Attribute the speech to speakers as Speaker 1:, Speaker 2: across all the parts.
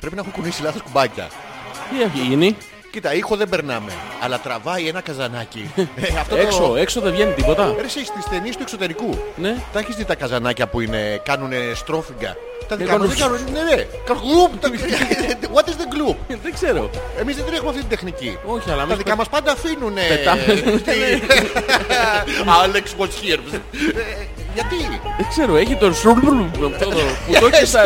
Speaker 1: Πρέπει να έχω κουνήσει λάθος κουμπάκια.
Speaker 2: Τι έχει γίνει.
Speaker 1: Κοίτα, ήχο δεν περνάμε. Αλλά τραβάει ένα καζανάκι. Ε, αυτό το-
Speaker 2: Έξω, έξω δεν βγαίνει τίποτα.
Speaker 1: Ρε, εσύ στις ταινίες του εξωτερικού.
Speaker 2: Ναι.
Speaker 1: Τα έχεις δει τα καζανάκια που είναι, κάνουνε στρόφιγγα. Τα δικά
Speaker 2: κάνουν-
Speaker 1: μας δεν κάνουν. Ναι, ναι. Κάνουν γκλουπ, τα- What is the gloop.
Speaker 2: Δεν ξέρω.
Speaker 1: Εμείς δεν την έχουμε αυτή την τεχνική.
Speaker 2: Όχι, αλλά
Speaker 1: Τα
Speaker 2: μην
Speaker 1: δικά μας πάντα αφήνουν.
Speaker 2: Πετάμε.
Speaker 1: Άλεξ was here. Ε, Γιατί.
Speaker 2: Δεν ξέρω, έχει τον σουρλουρλου. αυτό το- Που το έχει στα...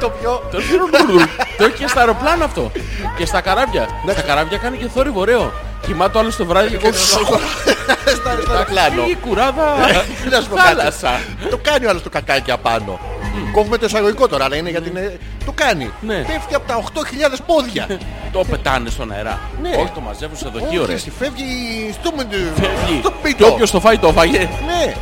Speaker 1: Το πιο.
Speaker 2: το σουρλουρλου. Το έχει και στα αεροπλάνα αυτό. Και στα καράβια. Στα καράβια κάνει και θόρυβο, ωραίο. Κοιμάται ο άλλος το βράδυ και...
Speaker 1: Στα- Στο αεροπλάνο.
Speaker 2: Πήγε κουράδα
Speaker 1: Να σου πω κάτι.
Speaker 2: Ε, θάλασσα.
Speaker 1: Το κάνει ο άλλος το κακάκι απάνω. Κόβουμε το εισαγωγικό τώρα, αλλά είναι γιατί είναι... το κάνει.
Speaker 2: Ναι.
Speaker 1: Πέφτει από τα 8.000 πόδια.
Speaker 2: Το πετάνε στον αερά.
Speaker 1: Ναι.
Speaker 2: Όχι, το μαζεύουν σε
Speaker 1: Όχι,
Speaker 2: δοχείο, ρε.
Speaker 1: εσύ, Φεύγει στο,
Speaker 2: Ε, Φεύγει.
Speaker 1: στο
Speaker 2: Και
Speaker 1: πίτο.
Speaker 2: όποιος το φάει το φάγε.
Speaker 1: Ναι.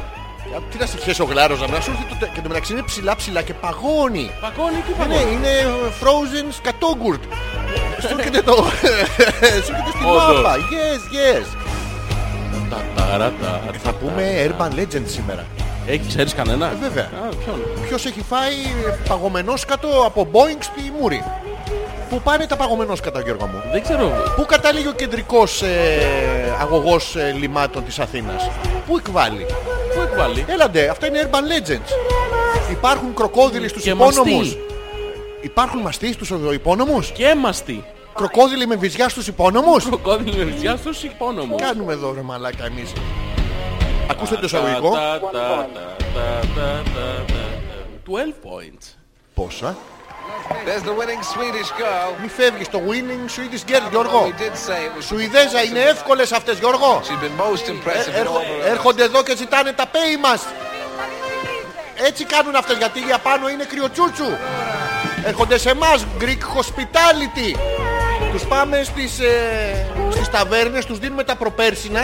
Speaker 1: Τι να σε χέσει ο γλάρος να σου έρθει το... Και το μεταξύ είναι ψηλά ψηλά και παγώνει.
Speaker 2: Παγώνει και
Speaker 1: Ναι,
Speaker 2: παγώνει.
Speaker 1: είναι frozen σκατόγκουρτ. Σου έρχεται το... Σου έρχεται στη
Speaker 2: Όντως.
Speaker 1: μάπα. Yes, yes.
Speaker 2: Τα ταράτα.
Speaker 1: Θα πούμε Urban Legend σήμερα.
Speaker 2: Έχει, ξέρεις κανένα.
Speaker 1: Ε, βέβαια.
Speaker 2: Α, ποιον.
Speaker 1: Ποιος έχει φάει παγωμένο σκατό από Boeing στη Μούρη. Πού πάνε τα παγωμένο σκατά, Γιώργο μου.
Speaker 2: Δεν ξέρω.
Speaker 1: Πού κατάληγε ο κεντρικός ε, αγωγός ε, λιμάτων της Αθήνας. Πού εκβάλλει.
Speaker 2: Πού εκβάλλει.
Speaker 1: Έλαντε, αυτά είναι urban legends. Υπάρχουν κροκόδιλοι στους
Speaker 2: Και
Speaker 1: υπόνομους.
Speaker 2: μαστί.
Speaker 1: Υπάρχουν μαστί στους υπόνομους.
Speaker 2: Και έμαστη.
Speaker 1: Κροκόδιλοι με βυζιά στους υπόνομους.
Speaker 2: Το κόδιλο με βυζιά στο σηκώνο μου.
Speaker 1: Κάνουμε εδώ ρε μαλάκα εμείς. Ακούστε το εισαγωγικό.
Speaker 2: Τα, τα, τα, τα, τα, τα, τα. 12 points.
Speaker 1: Πόσα.
Speaker 3: There's the winning Swedish girl.
Speaker 1: Μη φεύγεις το winning Swedish girl
Speaker 3: Although
Speaker 1: Γιώργο.
Speaker 3: We did say it was
Speaker 1: Σουηδέζα είναι εύκολες αυτές Γιώργο.
Speaker 3: She's been most impressive in all
Speaker 1: Ε, Έρχο-
Speaker 3: her
Speaker 1: Έρχονται εδώ και ζητάνε τα pay μας. Έτσι κάνουν αυτές γιατί για πάνω είναι κρυοτσούτσου. Έρχονται σε εμάς Greek hospitality. Τους πάμε στις, ε, στις ταβέρνες, τους δίνουμε τα προπέρσινα.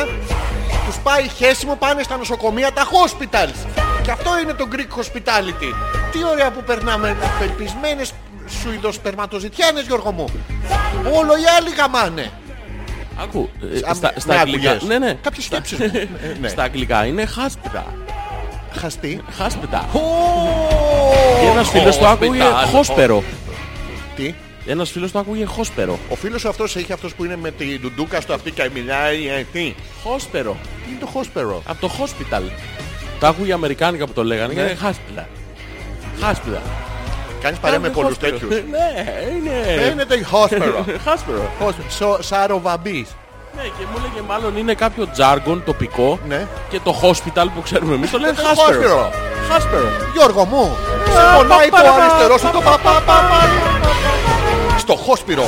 Speaker 1: Τους πάει χέσιμο, πάνε στα νοσοκομεία, τα hospitals. Και αυτό είναι το Greek hospitality. Τι ωραία που περνάμε πελπισμένες σουηδοσπερματοζητιάνες Γιώργο μου. Όλο οι άλλοι γαμάνε.
Speaker 2: Ακού, ε,
Speaker 1: Α,
Speaker 2: στα,
Speaker 1: με-
Speaker 2: στα
Speaker 1: με
Speaker 2: αγγλικά.
Speaker 1: άκουγες.
Speaker 2: Ναι, ναι.
Speaker 1: Κάποιες
Speaker 2: Στα-
Speaker 1: σκέψεις μου. Ε, ναι.
Speaker 2: Στα αγγλικά είναι χάσπιτα.
Speaker 1: Χαστεί.
Speaker 2: Χάσπιτα.
Speaker 1: Ω,
Speaker 2: Και ένας φίλος το άκουγε
Speaker 1: hospital.
Speaker 2: χόσπερο.
Speaker 1: Τι.
Speaker 2: Ένας φίλος το άκουγε χόσπερο.
Speaker 1: Ο φίλος σου αυτός έχει αυτός που είναι με τη ντουντούκα στο αυτή και μιλάει. ε, Τι.
Speaker 2: Χόσπερο.
Speaker 1: Τι είναι το χόσπερο.
Speaker 2: Από το hospital. Το άκουγε Αμερικάνικα που το λέγανε και
Speaker 1: Ναι.
Speaker 2: είναι χάσπιτα. Χάσπιτα.
Speaker 1: Κάνεις παρέα με
Speaker 2: Κάνουμε
Speaker 1: πολλούς
Speaker 2: χόσπερο.
Speaker 1: τέτοιους.
Speaker 2: Ναι, είναι.
Speaker 1: Φαίνεται χόσπερο.
Speaker 2: Χάσπερο.
Speaker 1: Σαροβαμπής.
Speaker 2: Ναι, και μου λέγε μάλλον είναι κάποιο τζάργον τοπικό.
Speaker 1: Ναι.
Speaker 2: Και το hospital Ε, που ξέρουμε εμείς το λένε
Speaker 1: Το
Speaker 2: χάσπερο.
Speaker 1: χόσπερο.
Speaker 2: Χάσπερο.
Speaker 1: Γιώργο μου, σε πονάει το αριστερό σου το παπαπαπα. Στο χόσπιρο.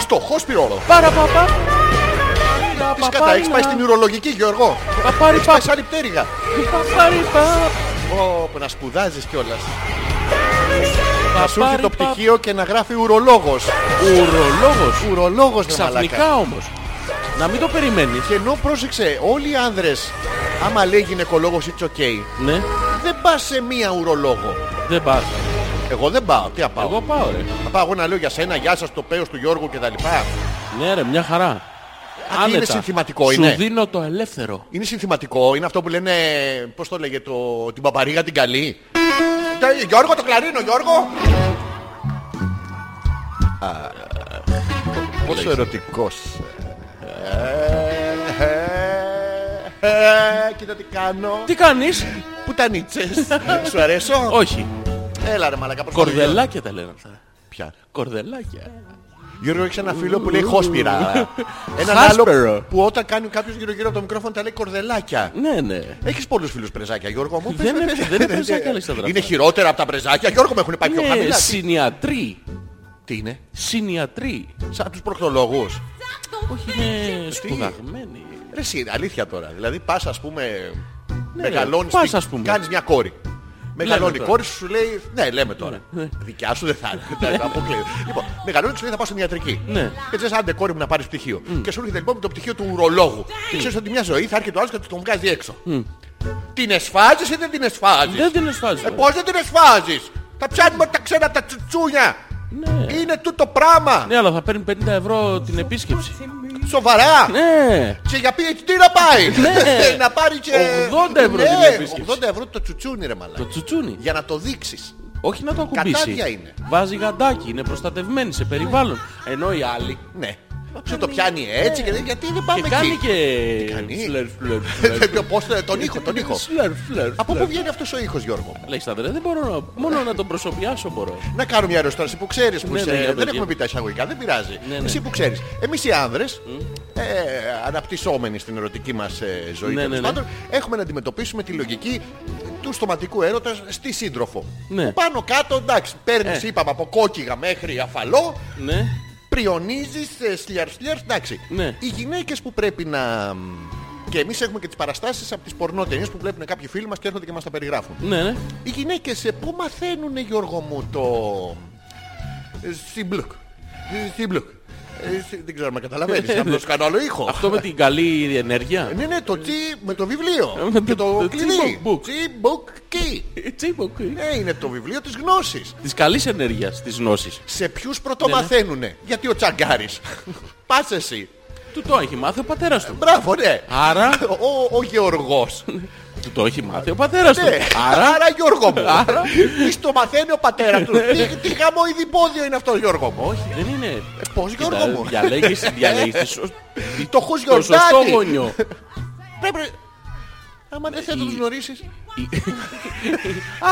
Speaker 1: Στο χόσπιρο. Τις κατά, έχεις πάει στην ουρολογική Γιώργο. Έχεις πάει σαν υπτέρυγα. Ω, που να σπουδάζεις κιόλας. Να σου έρθει το πτυχίο και να γράφει ουρολόγος.
Speaker 2: Ουρολόγος.
Speaker 1: Ουρολόγος ρε μαλάκα.
Speaker 2: Ξαφνικά όμως. Να μην το περιμένεις.
Speaker 1: Και ενώ πρόσεξε, όλοι οι άνδρες, άμα λέει γυναικολόγος it's okay,
Speaker 2: Ναι,
Speaker 1: δεν πας σε μία ουρολόγο.
Speaker 2: δεν πας.
Speaker 1: Εγώ δεν πάω, τι να πάω.
Speaker 2: Εγώ πάω ρε.
Speaker 1: Θα πάω εγώ να λέω για σένα, γεια σας, το πέος του Γιώργου κτλ.
Speaker 2: Ναι ρε, μια χαρά.
Speaker 1: τι είναι συνθηματικό, είναι.
Speaker 2: Σου δίνω το ελεύθερο.
Speaker 1: Είναι συνθηματικό, είναι αυτό που λένε, πώς το λέγε, το, την παπαρίγα την καλή. Τα- Γιώργο το κλαρίνο, Γιώργο. Πόσο ερωτικός. Ε, ε, ε, Κοίτα τι κάνω.
Speaker 2: Τι κάνεις.
Speaker 1: Πού τα νίτσες. Σου αρέσω.
Speaker 2: Όχι.
Speaker 1: Έλα ρε μαλακά. προς το Γιώργο.
Speaker 2: Κορδελάκια τα λένε αυτά.
Speaker 1: Πια.
Speaker 2: Κορδελάκια.
Speaker 1: Γιώργο έχεις ένα φίλο που λέει χόσπιρα. Έναν
Speaker 2: Χάσπερο.
Speaker 1: άλλο που όταν κάνει κάποιος γύρω γύρω από το μικρόφωνο τα λέει κορδελάκια.
Speaker 2: Ναι, ναι.
Speaker 1: Έχεις πολλούς φίλους πρεζάκια Γιώργο μου.
Speaker 2: Δεν
Speaker 1: Πες,
Speaker 2: είναι-
Speaker 1: πες, πες.
Speaker 2: δεν είναι πρεζάκια, Αλέξανδρα, Ναι,
Speaker 1: Είναι
Speaker 2: αυτά.
Speaker 1: χειρότερα από τα πρεζάκια. Γιώργο μου έχουν πάει πιο
Speaker 2: Είναι
Speaker 1: χαμηλά.
Speaker 2: συνιατροί.
Speaker 1: Τι είναι.
Speaker 2: Συνιατροί.
Speaker 1: Σαν τους προκτολόγους.
Speaker 2: Όχι, είναι σπουδαγμένοι.
Speaker 1: Ρε εσύ, αλήθεια τώρα. Δηλαδή πας ας πούμε...
Speaker 2: Ναι,
Speaker 1: μεγαλώνεις,
Speaker 2: πας,
Speaker 1: την-
Speaker 2: ας πούμε.
Speaker 1: κάνεις μια κόρη. Μεγαλώνει η
Speaker 2: τώρα.
Speaker 1: κόρη σου, σου λέει. Ναι, λέμε τώρα. Δικιά σου δεν θα είναι. τα αποκλείω. Λοιπόν, μεγαλώνει σου λέει θα πάω στην ιατρική.
Speaker 2: Ναι.
Speaker 1: Και λες άντε κόρη μου να πάρεις πτυχίο. Και σου έρχεται λοιπόν το πτυχίο του ουρολόγου. Και ξέρεις ότι μια ζωή θα έρχεται ο άλλος και του τον βγάζει έξω. Την εσφάζεις ή δεν την εσφάζεις.
Speaker 2: Δεν την εσφάζω.
Speaker 1: Ε, πώς δεν την εσφάζεις. Τα πιάνουμε τα ξένα τα τσουτσούνια.
Speaker 2: Ναι.
Speaker 1: Είναι τούτο πράγμα.
Speaker 2: Ναι, αλλά θα παίρνει 50 ευρώ την επίσκεψη.
Speaker 1: Σοβαρά.
Speaker 2: Ναι.
Speaker 1: Και για PhD να πάει.
Speaker 2: Ναι.
Speaker 1: να πάρει και.
Speaker 2: 80 ευρώ
Speaker 1: Ναι,
Speaker 2: την επίσκεψη.
Speaker 1: 80 ευρώ το τσουτσούνι ρε μαλάκα.
Speaker 2: Το τσουτσούνι.
Speaker 1: Για να το δείξεις.
Speaker 2: Όχι να το ακουμπήσει.
Speaker 1: Κατάδια είναι.
Speaker 2: Βάζει γαντάκι, είναι προστατευμένη σε περιβάλλον. Ενώ οι άλλοι.
Speaker 1: Ναι. Σου το πιάνει έτσι και δεν- γιατί δεν πάμε
Speaker 2: Ναι. Και κάνει
Speaker 1: εκεί.
Speaker 2: και.
Speaker 1: κάνει?
Speaker 2: Φλερ, φλερ, φλερ.
Speaker 1: Πώς το- τον ήχο, τον ήχο.
Speaker 2: Φλερ, φλερ.
Speaker 1: Από πού βγαίνει αυτός ο ήχος Γιώργο. μου?
Speaker 2: Αλέξανδρε, δεν μπορώ να... Μόνο να τον προσωπιάσω μπορώ.
Speaker 1: Να κάνω μια αεροστάση που ξέρεις που
Speaker 2: Ναι,
Speaker 1: είσαι.
Speaker 2: ναι, για
Speaker 1: δεν
Speaker 2: παιδιά.
Speaker 1: έχουμε πει τα εισαγωγικά, δεν πειράζει.
Speaker 2: Ναι, ναι.
Speaker 1: Εσύ που ξέρεις. Εμείς οι άνδρες, ε, αναπτυσσόμενοι στην ερωτική μας ε, ζωή
Speaker 2: Ναι,
Speaker 1: τέλος
Speaker 2: ναι, ναι.
Speaker 1: πάντων, έχουμε να αντιμετωπίσουμε τη λογική του στοματικού έρωτας στη σύντροφο.
Speaker 2: Ναι.
Speaker 1: Πάνω κάτω, εντάξει, παίρνεις
Speaker 2: Ε.
Speaker 1: είπαμε από κόκκιγα μέχρι αφαλό,
Speaker 2: Ναι.
Speaker 1: πριονίζεις, ε, σλιαρ σλιαρ, εντάξει.
Speaker 2: Ναι.
Speaker 1: Οι γυναίκες που πρέπει να... μ, Και εμείς έχουμε και τις παραστάσεις από τις πορνότενιες που βλέπουν κάποιοι φίλοι μας και έρχονται και μας τα περιγράφουν.
Speaker 2: Ναι, ναι.
Speaker 1: Οι γυναίκες ε, πού μαθαίνουν Γιώργο μου το... ε, Συμπλουκ. Ε, Συμπλουκ. Ε, συ- Δεν ξέρω αν με καταλαβαίνεις. Να το κάνω άλλο ήχο.
Speaker 2: Αυτό με την καλή ενέργεια.
Speaker 1: Ναι, ναι, το τσι με το
Speaker 2: Ε,
Speaker 1: βιβλίο.
Speaker 2: με
Speaker 1: Και
Speaker 2: το-
Speaker 1: το
Speaker 2: το
Speaker 1: κλειδί.
Speaker 2: τσιμπουκ.
Speaker 1: Τσιμπουκ κι.
Speaker 2: Τσίποκ.
Speaker 1: Ναι, είναι το βιβλίο της γνώσης.
Speaker 2: Της καλής ενέργειας, της γνώσης.
Speaker 1: Σε ποιους
Speaker 2: Ναι,
Speaker 1: πρωτομαθαίνουνε. Γιατί ο Τσαγκάρης. Πας εσύ.
Speaker 2: Του το έχει μάθει ο πατέρας του.
Speaker 1: Μπράβο, ναι.
Speaker 2: Άρα,
Speaker 1: Ο, ο Γεωργός.
Speaker 2: του το έχει μάθει ο πατέρας του.
Speaker 1: Ναι.
Speaker 2: Άρα,
Speaker 1: Άρα Γιώργο μου.
Speaker 2: Άρα. Ναι,
Speaker 1: Τι στο μαθαίνει ο πατέρας του. Τι, τι χαμοϊδιπόδιο είναι αυτό Γιώργο μου.
Speaker 2: όχι, δεν είναι.
Speaker 1: Ε, Πώς Γιώργο μου.
Speaker 2: Διαλέγεις, διαλέγεις τη σω- τη-
Speaker 1: Το χους
Speaker 2: το σωστό
Speaker 1: γιορτάτη.
Speaker 2: γονιό.
Speaker 1: Πρέπει... Άμα δεν θέλεις να τους γνωρίσεις.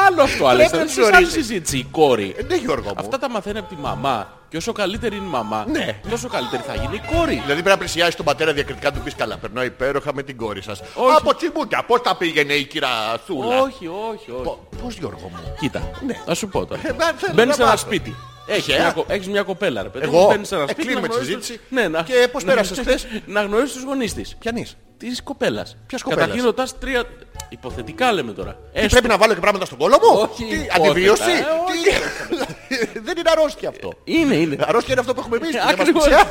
Speaker 2: Άλλο αυτό, Αλέξανδρε.
Speaker 1: να
Speaker 2: Σε
Speaker 1: τους
Speaker 2: άλλη
Speaker 1: ορίζεις.
Speaker 2: συζήτηση, η κόρη.
Speaker 1: Ε, Ναι Γιώργο μου.
Speaker 2: Αυτά τα μαθαίνει από τη μαμά. Και όσο καλύτερη είναι η μαμά,
Speaker 1: Ναι.
Speaker 2: τόσο καλύτερη θα γίνει η κόρη.
Speaker 1: Δηλαδή πρέπει να πλησιάσει τον πατέρα διακριτικά να του πεις καλά. Περνάω υπέροχα με την κόρη σας.
Speaker 2: Όχι.
Speaker 1: Από τσιμπούκια. Πώς τα πήγαινε η κυρία Θούλα.
Speaker 2: Όχι, όχι, όχι.
Speaker 1: Πο- Πώς Γιώργο μου.
Speaker 2: Κοίτα,
Speaker 1: Ναι.
Speaker 2: να σου πω τώρα.
Speaker 1: Ε, μα, θέλω
Speaker 2: Μπαίνεις
Speaker 1: να
Speaker 2: σε ένα
Speaker 1: μάθω.
Speaker 2: σπίτι.
Speaker 1: Ε.
Speaker 2: Έχεις μια, κο- έχεις μια κοπέλα, ρε παιδί.
Speaker 1: Εγώ.
Speaker 2: Μπαίνεις σε ένα
Speaker 1: Ε,
Speaker 2: σπίτι.
Speaker 1: κλείνουμε
Speaker 2: να
Speaker 1: τη
Speaker 2: γνωρίσεις-
Speaker 1: συζήτηση.
Speaker 2: Ναι, να...
Speaker 1: Και πώς
Speaker 2: να-
Speaker 1: πέρασες χθες?
Speaker 2: Να γνωρίσεις τους γονείς της.
Speaker 1: Πιανείς.
Speaker 2: Της κοπέλας.
Speaker 1: Ποιας κοπέλας?
Speaker 2: Καταρχήν ρωτάς τρία... Υποθετικά λέμε τώρα.
Speaker 1: Τι
Speaker 2: Έστω.
Speaker 1: πρέπει να βάλω και πράγματα στον κόλλο μου.
Speaker 2: Όχι,
Speaker 1: Τι,
Speaker 2: υπόθετα,
Speaker 1: Αντιβίωση.
Speaker 2: ε,
Speaker 1: Τι- Δεν είναι αρρώστια αυτό.
Speaker 2: Είναι, είναι.
Speaker 1: Αρρώστια είναι αυτό που έχουμε εμείς. που δεν μας
Speaker 2: Ακριβώς.
Speaker 1: πλησιάζει.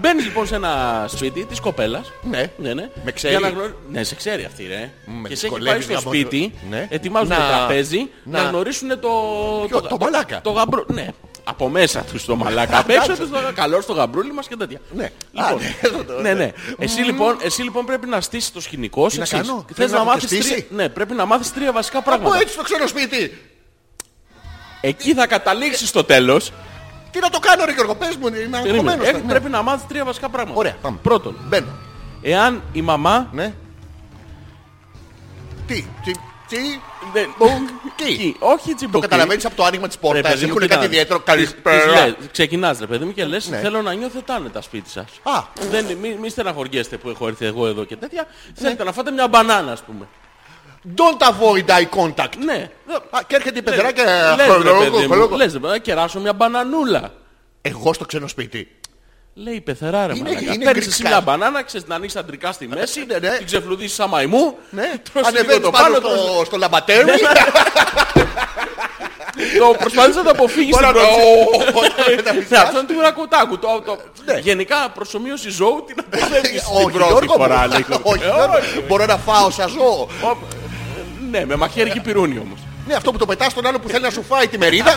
Speaker 2: Μπαίνεις λοιπόν σε ένα σπίτι της κοπέλας.
Speaker 1: Ναι.
Speaker 2: ναι, ναι.
Speaker 1: Με ξέρει.
Speaker 2: Για να γνωρι- Ναι, σε ξέρει αυτή, ρε.
Speaker 1: Με
Speaker 2: και σε έχει
Speaker 1: δυσκολεύει
Speaker 2: πάει στο
Speaker 1: να μπω-
Speaker 2: σπίτι,
Speaker 1: Ναι.
Speaker 2: ετοιμάζουν
Speaker 1: Να-
Speaker 2: το τραπέζι,
Speaker 1: να-
Speaker 2: να, γνωρίσουν το...
Speaker 1: Ποιο, το μαλάκα.
Speaker 2: Το γαμπρό... Ναι. Από μέσα τους το μαλάκα. Απ' έξω τους το καλό στο γαμπρούλι μας και τέτοια.
Speaker 1: Ναι.
Speaker 2: Λοιπόν,
Speaker 1: Α, ναι, εδώ το-
Speaker 2: ναι, ναι. Εσύ, λοιπόν, εσύ λοιπόν πρέπει να στήσεις το σκηνικό σου.
Speaker 1: να
Speaker 2: εξής.
Speaker 1: κάνω,
Speaker 2: Θες
Speaker 1: πρέπει να
Speaker 2: να
Speaker 1: το
Speaker 2: μάθεις
Speaker 1: στήσει.
Speaker 2: τρία... Ναι, πρέπει να μάθεις τρία βασικά
Speaker 1: Από
Speaker 2: πράγματα.
Speaker 1: έτσι στο ξένο σπίτι.
Speaker 2: Εκεί θα καταλήξεις στο τέλος.
Speaker 1: Τι να το κάνω ρε Γιώργο, πες μου, είμαι
Speaker 2: Περίμενε.
Speaker 1: αγχωμένος.
Speaker 2: Ε,
Speaker 1: Ε, Ναι.
Speaker 2: Πρέπει να μάθεις τρία βασικά πράγματα.
Speaker 1: Ωραία, πάμε.
Speaker 2: Πρώτον,
Speaker 1: Μπαίνω.
Speaker 2: εάν η μαμά
Speaker 1: Ναι. Τι, τι, τι,
Speaker 2: Δεν-
Speaker 1: μπουκ, τι.
Speaker 2: Εκεί. Όχι τσιμποκί.
Speaker 1: Το καταλαβαίνεις από το άνοιγμα της
Speaker 2: Ρε,
Speaker 1: πόρτας,
Speaker 2: παιδί μου,
Speaker 1: έχουν
Speaker 2: κοίτα
Speaker 1: κάτι
Speaker 2: να-
Speaker 1: ιδιαίτερο.
Speaker 2: Της
Speaker 1: Καλησπέρα.
Speaker 2: λες, Ξεκινάς ρε παιδί μου και λες
Speaker 1: Ναι.
Speaker 2: θέλω να νιώθετε άνετα σπίτι σας.
Speaker 1: Α.
Speaker 2: Δεν, μη, μη στεναχωριέστε που έχω έρθει εγώ εδώ και τέτοια.
Speaker 1: Ναι.
Speaker 2: Θέλετε να φάτε μια μπανάνα ας πούμε.
Speaker 1: Don't avoid eye contact.
Speaker 2: Ναι.
Speaker 1: Α, και έρχεται η
Speaker 2: Λες-
Speaker 1: παιδερά και...
Speaker 2: λες, ρε
Speaker 1: χολόγο,
Speaker 2: παιδί μου,
Speaker 1: χολόγο.
Speaker 2: Λες ρε παιδί μου, να κεράσω μια μπανανούλα.
Speaker 1: Εγώ στο ξένο σπίτι.
Speaker 2: Λέει η πεθερά ρε
Speaker 1: Είναι-
Speaker 2: μαλακά.
Speaker 1: είναι
Speaker 2: Παίρνεις εσύ
Speaker 1: γκριτικά.
Speaker 2: μια μπανάνα, ξέρεις την ανοίξεις αντρικά στη μέση,
Speaker 1: ναι, ναι.
Speaker 2: την ξεφλουδίσεις σαν μαϊμού,
Speaker 1: Ναι,
Speaker 2: τρως λίγο
Speaker 1: ανεβαίνεις
Speaker 2: το
Speaker 1: πάνω
Speaker 2: πάνω,
Speaker 1: στο, στο λαμπατέρι.
Speaker 2: το προσπαθείς να το αποφύγεις στην
Speaker 1: Όλα-
Speaker 2: πρώτη
Speaker 1: Ω, να μην
Speaker 2: Ναι,
Speaker 1: φτιάξεις.
Speaker 2: αυτό είναι του ρακοτάκου. Το, το... Γενικά προσωμείωση ζώου την αποφεύγεις την
Speaker 1: Ναι. Όχι,
Speaker 2: πρώτη
Speaker 1: Γιώργο μου.
Speaker 2: φορά. λέει.
Speaker 1: Όχι, Γιώργο. Μπορώ να φάω σαν ζώο.
Speaker 2: Ναι, με μαχαίρι και πυρούνι όμως.
Speaker 1: Ναι, αυτό που το πετάς στον άλλο που θέλει να σου φάει τη μερίδα.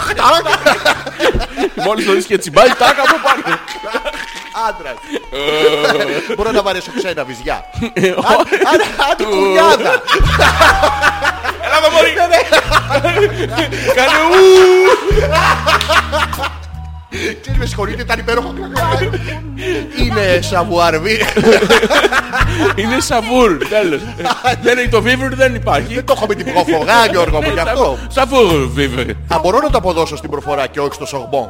Speaker 2: Μόλις το δεις και τσιμπάει, τάκα από πάνω.
Speaker 1: Άντρας. Μπορώ να βαρέσω ξένα βυζιά. Άντε κουλιάδα.
Speaker 2: Έλα εδώ μωρή. Ναι, Κάνε ου.
Speaker 1: Ξέρεις με συγχωρείτε ήταν υπέροχο. Είναι σαβουάρβι.
Speaker 2: Είναι σαβούρ, τέλος. Δεν έχει το φίβουρ, δεν υπάρχει.
Speaker 1: Δεν το έχω με την προφογά Γιώργο μου
Speaker 2: Ναι,
Speaker 1: γι'
Speaker 2: τα-
Speaker 1: αυτό.
Speaker 2: Σαβούρ, φίβουρ.
Speaker 1: Α, μπορώ να το αποδώσω στην προφορά και όχι στο σογμπό.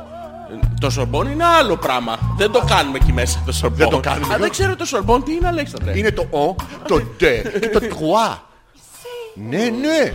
Speaker 2: Το σορμπόν είναι άλλο πράγμα. Δεν το κάνουμε εκεί μέσα το σορμπόν.
Speaker 1: Δεν το κάνουμε.
Speaker 2: Α, δεν ξέρω το σορμπόν τι είναι, Αλέξανδρε.
Speaker 1: Είναι το ο, το τε και το τουά. Ναι, ναι.